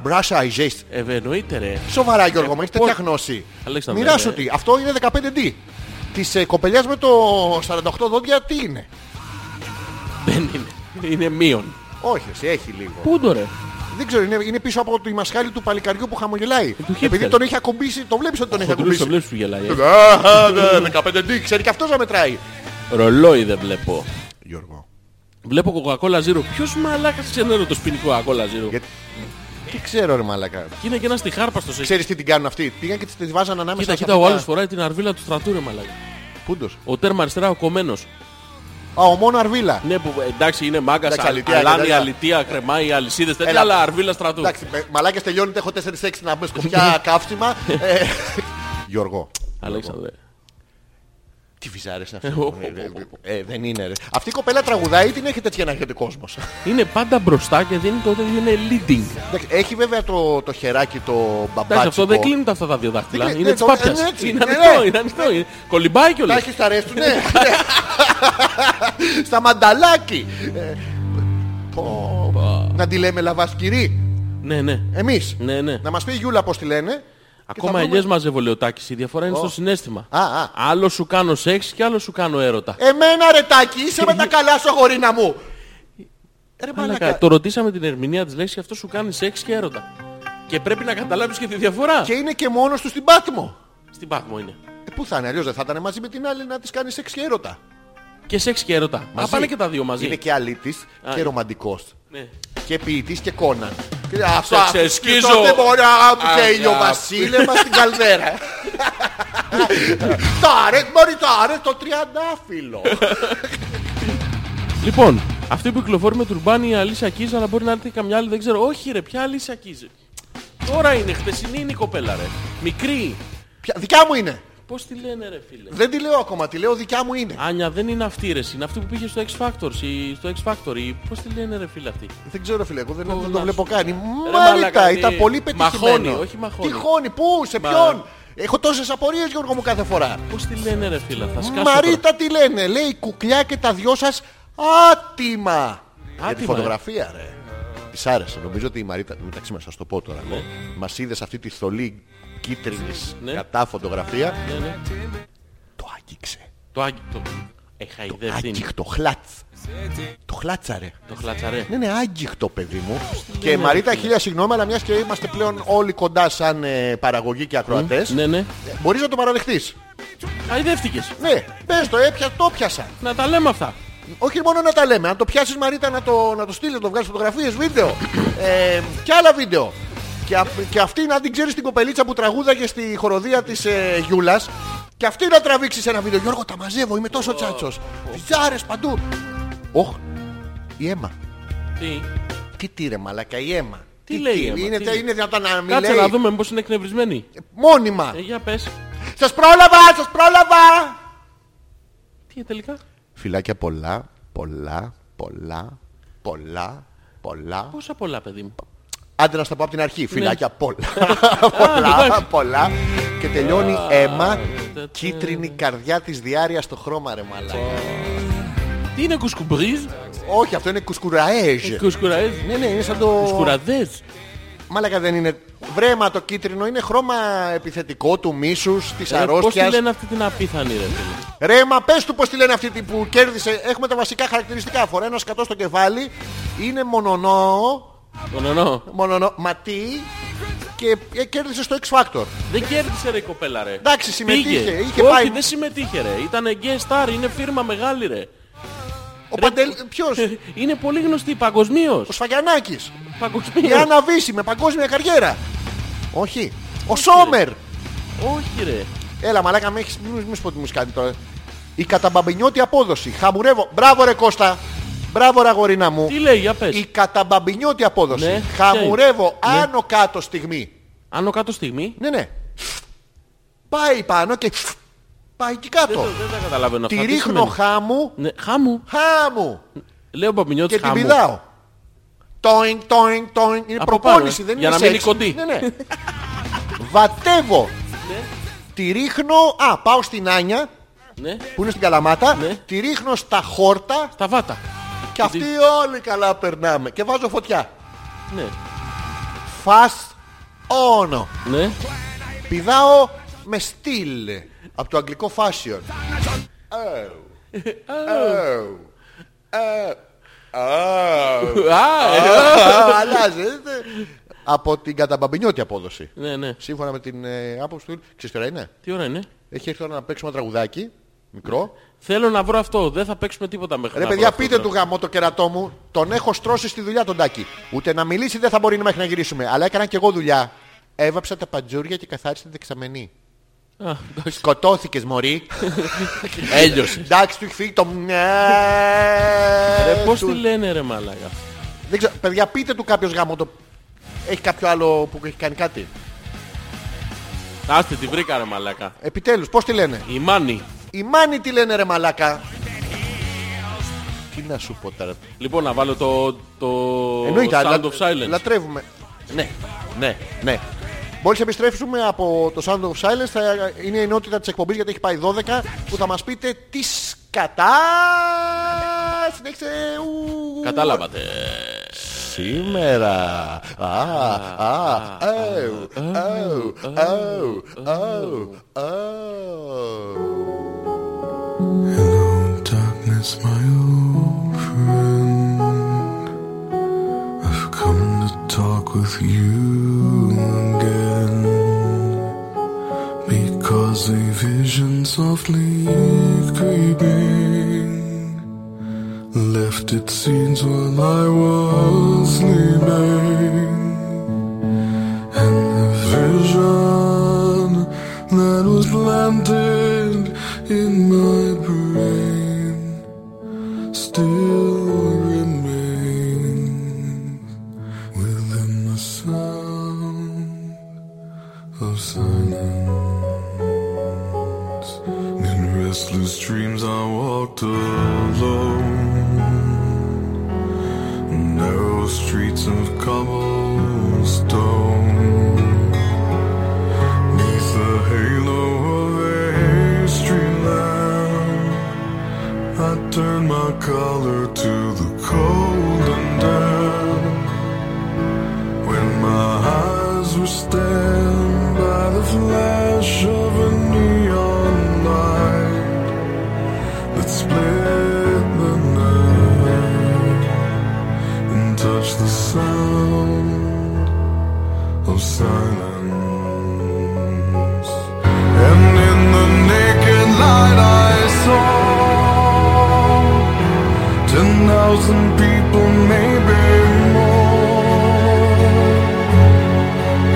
Speaker 1: brush I gest.
Speaker 2: Ευνοείται Ε, ρε.
Speaker 1: Σοβαρά, Γιώργο, μου έχεις τέτοια
Speaker 2: πώς-
Speaker 1: γνώση.
Speaker 2: Ε, Αλέξανδρε,
Speaker 1: Μοιράσου
Speaker 2: ε.
Speaker 1: τι. Αυτό είναι 15D. Της ε, κοπελιάς με το 48 δόντια τι είναι.
Speaker 2: Δεν είναι. Είναι μείον.
Speaker 1: Όχι, εσύ έχει λίγο.
Speaker 2: Πού το ρε.
Speaker 1: Δεν ξέρω, είναι, είναι πίσω από τη μασχάλη του παλικαριού που χαμογελάει.
Speaker 2: Ε, του hipster.
Speaker 1: Επειδή τον έχει ακουμπήσει, το βλέπεις ότι τον έχει
Speaker 2: Χοντρούς το
Speaker 1: ακουμπήσει.
Speaker 2: βλέπεις που γελάει. ε.
Speaker 1: Α, ναι, 15D, ξέρει και αυτός να μετράει.
Speaker 2: ε. Ρολόι δεν βλέπω.
Speaker 1: Γιώργο.
Speaker 2: Βλέπω Coca-Cola Zero. Ποιος μαλάκας ξενέρω το σπινικό Coca-Cola Zero.
Speaker 1: Γιατί- Τι ξέρω, ρε Μαλακά.
Speaker 2: Και είναι και ένας τυχάρπαστος εκεί.
Speaker 1: Ξέρεις τι την κάνουν αυτοί. Πήγαν και τη βάζαν ανάμεσα.
Speaker 2: Κοίτα,
Speaker 1: σε
Speaker 2: κοίτα,
Speaker 1: αυτά
Speaker 2: ο
Speaker 1: τα-
Speaker 2: άλλος φοράει την αρβίλα του στρατού ρε μαλάκα.
Speaker 1: Πούντος.
Speaker 2: Ο τέρμα αριστερά, ο κομμένος.
Speaker 1: Α, ο μόνο Αρβίλα.
Speaker 2: Ναι, που εντάξει είναι μάγκας,
Speaker 1: Εντάξει, αλητεία,
Speaker 2: αλάνι,
Speaker 1: εντάξει.
Speaker 2: αλητεία, κρεμάει, αλυσίδες, τέτοια,
Speaker 1: Έλα.
Speaker 2: αλλά αρβίλα στρατού.
Speaker 1: Εντάξει, μαλάκε τελειώνει, έχω 4-6 να μπει
Speaker 2: Ναι.
Speaker 1: σκοπιά καύσιμα. Ε, Γιώργο.
Speaker 2: Αλέξανδρε.
Speaker 1: Τι βυζάρες είναι αυτό. Ε, δεν είναι, ρε. Αυτή η κοπέλα τραγουδάει ή την έχει τέτοια να έρχεται κόσμος.
Speaker 2: Είναι πάντα μπροστά και δίνει το ότι είναι leading.
Speaker 1: Έχει βέβαια το, το χεράκι το μπαμπάτσικο.
Speaker 2: Εντάξει, αυτό δεν κλείνουν τα αυτά τα δύο δάχτυλα.
Speaker 1: Δεν κλείνει,
Speaker 2: Είναι
Speaker 1: ναι,
Speaker 2: της
Speaker 1: το-
Speaker 2: πάπιας.
Speaker 1: είναι έτσι,
Speaker 2: Είναι
Speaker 1: ναι,
Speaker 2: ανοιχτό,
Speaker 1: ναι.
Speaker 2: είναι ανοιχτό. είναι- Κολυμπάει
Speaker 1: Τα
Speaker 2: κιόλας.
Speaker 1: έχει στα ρες του, ναι. Στα μανταλάκι. Ε, πω, Να τη λέμε λαβασκυρί.
Speaker 2: Ναι, ναι.
Speaker 1: Εμείς.
Speaker 2: Ναι, ναι.
Speaker 1: Να μας πει η Γιούλα πώς τη λένε.
Speaker 2: Ακόμα ελιές μαζεύω, λέει ο Τάκης. Η διαφορά είναι στο συνέστημα.
Speaker 1: Α, α. Ε,
Speaker 2: Άλλο σου κάνω σεξ και άλλο σου κάνω έρωτα.
Speaker 1: Εμένα ρε Τάκη, είσαι με τα καλά σου αγορίνα μου. Ρε
Speaker 2: Ε, Μαλάκα,
Speaker 1: μαλακά.
Speaker 2: το ρωτήσαμε την ερμηνεία της λέξης και αυτό σου κάνει σεξ και έρωτα. Και πρέπει να καταλάβεις και τη διαφορά.
Speaker 1: Και είναι και μόνος του στην Πάτμο.
Speaker 2: Στην Πάτμο είναι.
Speaker 1: Ε, πού θα είναι, αλλιώς δεν θα ήταν μαζί με την άλλη να της κάνει σεξ και έρωτα.
Speaker 2: Και σεξ και έρωτα. Α,
Speaker 1: Μαζί.
Speaker 2: πάνε και τα δύο μαζί.
Speaker 1: Είναι και αλήτης
Speaker 2: Α. ε.
Speaker 1: και ρομαντικός.
Speaker 2: Ναι.
Speaker 1: Και ποιητής και κόναν. Και Αυτά.
Speaker 2: Σε ξεσκίζω.
Speaker 1: Και τότε μπορεί να μου
Speaker 2: Α,
Speaker 1: θέλει ο
Speaker 2: α.
Speaker 1: βασίλεμα στην καλδέρα. Τάρε, μπορεί τάρε το τριαντάφυλλο.
Speaker 2: Λοιπόν, αυτή που κυκλοφορεί με τουρμπάνι η Αλίσσα Κίζ, αλλά μπορεί να έρθει καμιά άλλη, δεν ξέρω. Όχι ρε, ποια Αλίσσα Κίζ. Τώρα είναι, χτεσινή είναι η κοπέλα ρε. Μικρή.
Speaker 1: Ποια- Δικιά μου είναι.
Speaker 2: Πώς τη λένε ρε φίλε.
Speaker 1: Δεν τη λέω ακόμα, τη λέω δικιά μου είναι.
Speaker 2: Άνια δεν είναι αυτή ρε, είναι αυτή που πήγε στο X Factor, στη- στο X Factor. η- Πώς τη λένε ρε φίλε αυτή.
Speaker 1: Δεν ξέρω φίλε, εγώ δεν,
Speaker 2: Πού
Speaker 1: δεν
Speaker 2: να
Speaker 1: το
Speaker 2: σου-
Speaker 1: βλέπω καν.
Speaker 2: μαλάκα,
Speaker 1: Μάλιστα,
Speaker 2: τι-
Speaker 1: ήταν πολύ πετυχημένο.
Speaker 2: μαχώνει, όχι μαχώνει.
Speaker 1: Τι χώνει, πού, σε
Speaker 2: Μα-
Speaker 1: ποιον. Έχω τόσες απορίες Γιώργο μου κάθε φορά.
Speaker 2: Πώς τη λένε ρε φίλε, θα σκάσω τώρα.
Speaker 1: Μαρίτα τι λένε, λέει κουκλιά και τα δυο σας άτιμα. ε. Για τη
Speaker 2: Άτιμα,
Speaker 1: φωτογραφία ρε. Της άρεσε, νομίζω ότι η Μαρίτα, μεταξύ μας θα σου το πω τώρα, ναι. μας είδες σε αυτή τη θολή κίτρινης
Speaker 2: Ναι.
Speaker 1: κατά φωτογραφία,
Speaker 2: Ναι, ναι.
Speaker 1: το άγγιξε.
Speaker 2: Το Ε, άγγικτο. Έχα ιδευτεί.
Speaker 1: Άγγιχτο, χλάτς. Το χλάτσαρε.
Speaker 2: Το χλατσαρέ.
Speaker 1: Ναι, είναι άγγιχτο παιδί μου. Και Μαρίτα, χίλια συγγνώμη, αλλά μιας και είμαστε πλέον όλοι κοντά σαν ε, παραγωγή και ακροατές.
Speaker 2: Ναι, ναι.
Speaker 1: Μπορείς να το παραδεχτείς
Speaker 2: Αιδεύτηκες.
Speaker 1: Ναι, πες το, έπιας, το πιάσα.
Speaker 2: Να τα λέμε αυτά.
Speaker 1: Όχι μόνο να τα λέμε, αν το πιάσεις Μαρίτα να το, να το στείλεις, να το βγάλεις φωτογραφίες, βίντεο. Ε, και άλλα βίντεο. Και, απ- και αυτή να την ξέρεις την κοπελίτσα που τραγούδαγε στη χοροδία της ε, Γιούλας. Και αυτή να τραβήξεις σε ένα βίντεο. Γιώργο, τα μαζεύω, είμαι τόσο τσάτσος. Ζάρες παντού. Όχ, η αίμα.
Speaker 2: Τι.
Speaker 1: Τι τύρε, μαλακά, η αίμα.
Speaker 2: Τι λέει η
Speaker 1: τύρε,
Speaker 2: Αίμα,
Speaker 1: είναι,
Speaker 2: τι
Speaker 1: τε-
Speaker 2: λέει.
Speaker 1: είναι δυνατόν να μην
Speaker 2: Κάτσε
Speaker 1: λέει.
Speaker 2: να δούμε μήπως είναι εκνευρισμένη.
Speaker 1: Μόνιμα.
Speaker 2: Ε, για πες.
Speaker 1: Σας πρόλαβα, σας πρόλαβα.
Speaker 2: Τι τελικά.
Speaker 1: Φιλάκια πολλά, πολλά, πολλά, πολλά, πολλά.
Speaker 2: Πόσα πολλά, παιδί μου.
Speaker 1: Άντε να στα πω από την αρχή. Φιλάκια πολλά.
Speaker 2: Ναι. Α, λοιπόν.
Speaker 1: πολλά,
Speaker 2: εντάξει.
Speaker 1: πολλά. Και τελειώνει αίμα. Κίτρινη καρδιά της διάρκειας στο χρώμα, ρε μαλάκα.
Speaker 2: Τι είναι κουσκουμπρίζ.
Speaker 1: Όχι, αυτό είναι
Speaker 2: Ε,
Speaker 1: κουσκουραέζ.
Speaker 2: Κουσκουραέζ.
Speaker 1: Ναι, ναι, είναι σαν το.
Speaker 2: Κουσκουραδές. Ε,
Speaker 1: Μάλακα δεν είναι. Βρέμα το κίτρινο είναι χρώμα επιθετικό του μίσους, της
Speaker 2: Ε, Πώς τη
Speaker 1: αρρώστιας.
Speaker 2: λένε αυτή την απίθανη ρε φίλε.
Speaker 1: Ρε, μα πες του πώς τη λένε αυτή την που κέρδισε. Έχουμε τα βασικά χαρακτηριστικά. Φορά ένα σκατό στο κεφάλι. Είναι μονονό.
Speaker 2: Τον εννοώ.
Speaker 1: Μονονό. Ματί. Και ε, κέρδισε στο X Factor.
Speaker 2: Δεν κέρδισε ρε η κοπέλα ρε.
Speaker 1: Εντάξει, συμμετείχε.
Speaker 2: Πήγε.
Speaker 1: Είχε
Speaker 2: Όχι,
Speaker 1: πάει.
Speaker 2: δεν συμμετείχε ρε. Ήταν γκέ star, είναι φίρμα μεγάλη ρε. Ε,
Speaker 1: Ο Παντελ. Ποιος.
Speaker 2: Είναι πολύ γνωστή παγκοσμίως.
Speaker 1: Ο Σφαγιανάκης. Η
Speaker 2: Παγκοσμίω.
Speaker 1: Άννα Βύση με παγκόσμια καριέρα. Όχι. Ο Σόμερ.
Speaker 2: Όχι ρε.
Speaker 1: Έλα, μαλάκα, με έχεις... Μην σου πω τι μου έχεις κάνει τώρα. Η καταμπαμπινιώτη απόδοση. Χαμουρεύω. Μπράβο, ρε Κώστα. Μπράβο, ρε αγορίνα μου.
Speaker 2: Τι λέει, για πες.
Speaker 1: Η καταμπαμπινιώτη απόδοση.
Speaker 2: Ναι,
Speaker 1: Χαμουρεύω
Speaker 2: ποια είναι? Ναι.
Speaker 1: άνω κάτω στιγμή.
Speaker 2: Άνω κάτω στιγμή.
Speaker 1: Ναι, ναι. Πάει πάνω και πάει και κάτω.
Speaker 2: Δεν, δεν τα καταλαβαίνω
Speaker 1: Τη
Speaker 2: αυτά. Τι
Speaker 1: ρίχνω
Speaker 2: σημαίνει?
Speaker 1: χάμου,
Speaker 2: Ναι, χάμου.
Speaker 1: χάμου
Speaker 2: Λέω
Speaker 1: και
Speaker 2: Μπαμπινιώτης
Speaker 1: την
Speaker 2: χάμου.
Speaker 1: πηδάω. Τόινγκ, τόινγκ, τόινγκ. Είναι
Speaker 2: Από
Speaker 1: προπόνηση,
Speaker 2: πάνω,
Speaker 1: δεν
Speaker 2: για
Speaker 1: είναι
Speaker 2: να μην
Speaker 1: σεξ.
Speaker 2: είναι κοντή.
Speaker 1: Ναι, ναι. Βατεύω. Τη ρίχνω, α, πάω στην Άνια
Speaker 2: Ναι.
Speaker 1: που είναι στην Καλαμάτα,
Speaker 2: Ναι.
Speaker 1: τη ρίχνω στα χόρτα
Speaker 2: Τα βάτα.
Speaker 1: και αυτοί όλοι καλά περνάμε. Και βάζω φωτιά.
Speaker 2: Ναι.
Speaker 1: Fast on.
Speaker 2: Ναι.
Speaker 1: Πηδάω με στυλ από το αγγλικό fashion. Oh. Oh. Oh. Oh.
Speaker 2: Α, ε,
Speaker 1: Α, Αλλάζει. ε. Από την καταμπαμπινιώτη απόδοση.
Speaker 2: Ναι, ναι.
Speaker 1: Σύμφωνα με την ε, άποψη του. Ξέρεις τώρα είναι.
Speaker 2: Τι ώρα είναι.
Speaker 1: Έχει έρθει τώρα να παίξουμε ένα τραγουδάκι. Μικρό.
Speaker 2: Θέλω να βρω αυτό. Δεν θα παίξουμε τίποτα μέχρι
Speaker 1: Ρε
Speaker 2: να
Speaker 1: παιδιά,
Speaker 2: βρω αυτό,
Speaker 1: πείτε
Speaker 2: τώρα.
Speaker 1: του γαμό το κερατό μου. Τον έχω στρώσει στη δουλειά τον τάκι. Ούτε να μιλήσει δεν θα μπορεί μέχρι να γυρίσουμε. Αλλά έκανα και εγώ δουλειά. Έβαψα τα παντζούρια και καθάρισα την δεξαμενή.
Speaker 2: Α, εντάξει.
Speaker 1: Σκοτώθηκες μωρή.
Speaker 2: Έλειωσε.
Speaker 1: Εντάξει, του έχει φύγει το μυα.
Speaker 2: Ρε, Ε, πώς
Speaker 1: του-
Speaker 2: τη λένε ρε μάλαγα.
Speaker 1: Δεν ξέρω, παιδιά, πείτε του κάποιος γάμο το. Έχει κάποιο άλλο που έχει κάνει κάτι.
Speaker 2: Άστε τη βρήκα ρε μαλάκα.
Speaker 1: Επιτέλους, πώς τη λένε.
Speaker 2: Η Μάνη.
Speaker 1: Η Μάνη τι λένε ρε μαλάκα. Τι να σου πω τώρα.
Speaker 2: Λοιπόν, να βάλω το, το
Speaker 1: Εννοείται,
Speaker 2: Sound
Speaker 1: αλλά-
Speaker 2: of Silence.
Speaker 1: λατρεύουμε.
Speaker 2: Ναι, ναι.
Speaker 1: Ναι. Μόλις επιστρέψουμε από το Sound of Silence θα είναι η ενότητα της εκπομπής γιατί έχει πάει 12 που θα μας πείτε τις σκατά... Συνέχισε... ου.
Speaker 2: Κατάλαβατε.
Speaker 1: Σήμερα. Α, α, ε, αου, αου, αου, αου, αου.
Speaker 6: Hello, darkness, my old friend. I've come to talk with you again because a vision softly creeping left its seeds while I was sleeping. And the vision that was planted in my brain still remains within the sound of silence. In restless dreams, I walked alone narrow streets of cobblestone. Neath the halo of a street lamp, I turn my collar to the cold and damp. When my eyes were stained by the flash of a neon light that split
Speaker 7: of silence. And in the naked light I saw ten thousand people, maybe more.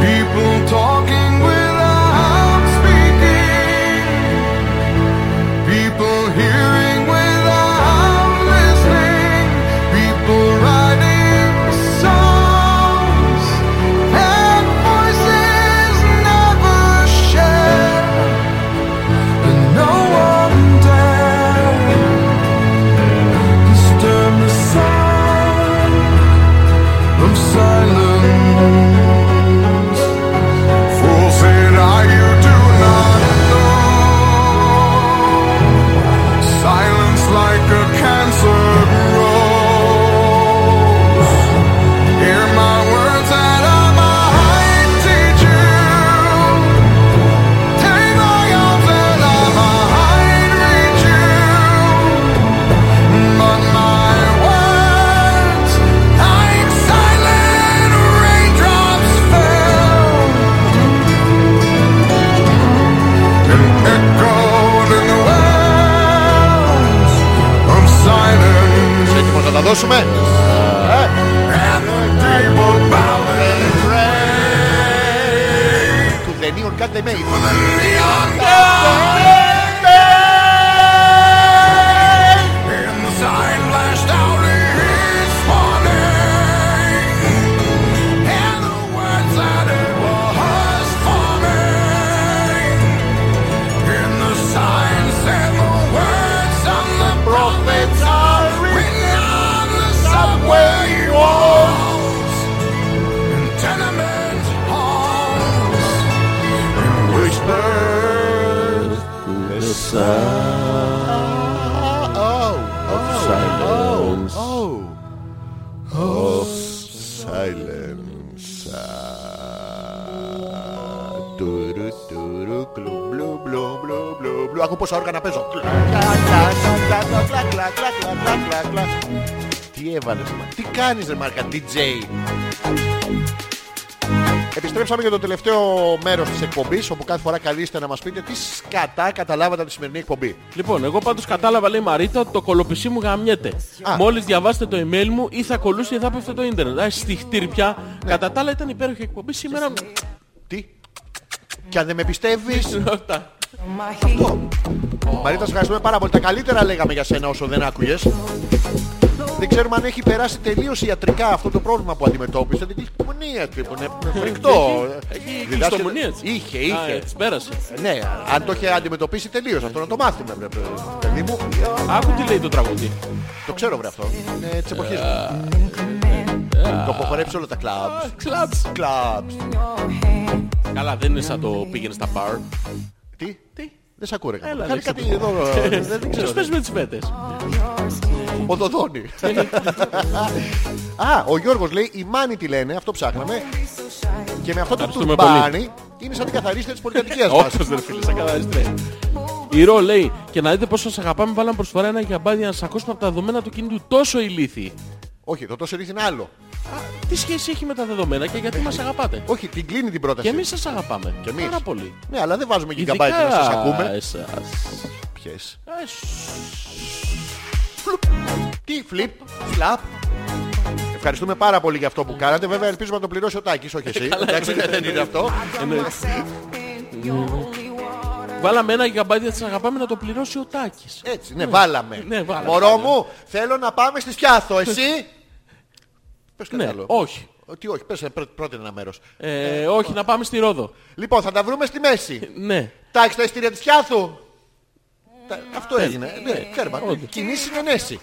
Speaker 7: People talking without speaking. People hearing without listening. People writing songs and voices never shared. But no one dared disturb the sound of silence. Fool, said I, you do not know. Silence like a cancer grows. Hear my words and I might teach you. Take my arms and I might reach you. But my words, like silent raindrops fell. Echoed in the wells of silence.
Speaker 1: Είσαι έτοιμος να τα δώσουμε.
Speaker 7: And the table bowing
Speaker 1: Του Δενίων κάτι δεν μένει.
Speaker 7: and the sign flashed out its warning. And the words that it was forming. In the signs and the words of the prophets are written on the subway walls. In tenement halls. In whispers.
Speaker 1: Silence. Ah, τουρου, τουρου, κλου, μπλου, μπλου, μπλου, μπλου, μπλου. Ακούω πόσα όργανα παίζω. Κλα, κλα, κλα, κλα, κλα, κλα, κλα, κλα, κλα, κλα. Τι έβαλες, μα. Τι κάνεις ρε Μάρκα, DJ. Επιστρέψαμε για το τελευταίο μέρος της εκπομπής όπου κάθε φορά καλείστε να μας πείτε τι σκατά καταλάβατε από τη σημερινή εκπομπή.
Speaker 2: Λοιπόν, εγώ πάντως κατάλαβα, λέει η Μαρίτα, ότι το κολοπισί μου γαμιέται.
Speaker 1: Α.
Speaker 2: Μόλις διαβάσετε το email μου, ή θα κολούσε ή θα πέφτε το ίντερνετ. Α, στη χτύρπια. Κατά τα άλλα ήταν υπέροχη εκπομπή. Σήμερα...
Speaker 1: Τι. Και αν δεν με πιστεύεις...
Speaker 2: Αυτά.
Speaker 1: Μαρίτα, σε ευχαριστούμε πάρα πολύ. Τα καλύτερα λέγαμε για σένα όσο δεν άκουγες. Δεν ξέρουμε αν έχει περάσει τελείως ιατρικά αυτό το πρόβλημα που αντιμετώπισε. Δεν έχει πνεύμονία, τύπου. Είναι φρικτό.
Speaker 2: Έχει- έχει
Speaker 1: Διδάσκεται-
Speaker 2: κλειστομονία, έτσι.
Speaker 1: Είχε,
Speaker 2: Α,
Speaker 1: είχε.
Speaker 2: έτσι πέρασε.
Speaker 1: Ναι, αν το είχε αντιμετωπίσει τελείως αυτό να το μάθουμε, βρε, παιδί μου.
Speaker 2: Άκου τι λέει το τραγούδι.
Speaker 1: Το ξέρω, βρε αυτό. Είναι της εποχής μου. Το έχω χορέψει όλα τα κλαμπ.
Speaker 2: Κλαμπς.
Speaker 1: Κλαμπ.
Speaker 2: Καλά, δεν είναι σαν το πήγαινες στα μπαρ.
Speaker 1: Τι.
Speaker 2: Τι.
Speaker 1: Δεν σ' ακούω, ρε.
Speaker 2: Έλα,
Speaker 1: Κάνει
Speaker 2: δείξε
Speaker 1: κάτι εδώ. ε, Δεν ξέρω.
Speaker 2: Πες με τις πέτες.
Speaker 1: Οδοδόνη. Α, ο Γιώργος λέει, η Μάνη τη λένε, αυτό ψάχναμε. Και με αυτό το
Speaker 2: Ευχαριστούμε
Speaker 1: τουρμπάνι είναι σαν την καθαρίστρια της πολυκατοικίας μας.
Speaker 2: Όντως δεν φίλε, σαν καθαριστρέ. Η Ρο ναι. λέει και να δείτε πόσο σας αγαπάμε βάλαμε προσφορά ένα γιαμπάδι για να σας ακούσουμε από τα δεδομένα του κινητού τόσο ηλίθιοι.
Speaker 1: Όχι, το τόσο ρίχνει είναι άλλο.
Speaker 2: Τι σχέση έχει με τα δεδομένα και γιατί μας αγαπάτε.
Speaker 1: Όχι, την κλείνει την
Speaker 2: Και
Speaker 1: πρόταση.
Speaker 2: εμείς σας αγαπάμε.
Speaker 1: Και εμείς.
Speaker 2: Πάρα πολύ.
Speaker 1: Ναι, αλλά δεν βάζουμε
Speaker 2: Ειδικά
Speaker 1: γιγαμπάιτ να σας ακούμε.
Speaker 2: εσάς.
Speaker 1: Ποιες.
Speaker 2: Εσ-
Speaker 1: Τι, flip, flap. Ευχαριστούμε πάρα πολύ για αυτό που κάνατε. Βέβαια, ελπίζουμε να το πληρώσει ο Τάκης,
Speaker 2: Ε,
Speaker 1: όχι εσύ. Εντάξει, δεν είναι αυτό.
Speaker 2: Βάλαμε ένα γιαμπάδι γιατί σας αγαπάμε να το πληρώσει ο Τάκης.
Speaker 1: Έτσι, ναι, βάλαμε.
Speaker 2: Ναι, βάλαμε.
Speaker 1: Μωρό μου, θέλω να πάμε στη Σκιάθο, εσύ. Πες κάτι
Speaker 2: Ναι,
Speaker 1: άλλο.
Speaker 2: όχι.
Speaker 1: Ότι όχι, πες πρω- πρότεινε ένα μέρος.
Speaker 2: Ε, όχι, να πάμε στη Ρόδο.
Speaker 1: Λοιπόν, θα τα βρούμε στη μέση.
Speaker 2: Ναι.
Speaker 1: Τάξει τα εισιτήρια της Χιάθου. Τα- Αυτό
Speaker 2: Ε,
Speaker 1: έγινε. Ναι, τέρμα.
Speaker 2: Όντως.
Speaker 1: Κοινή συνενέση.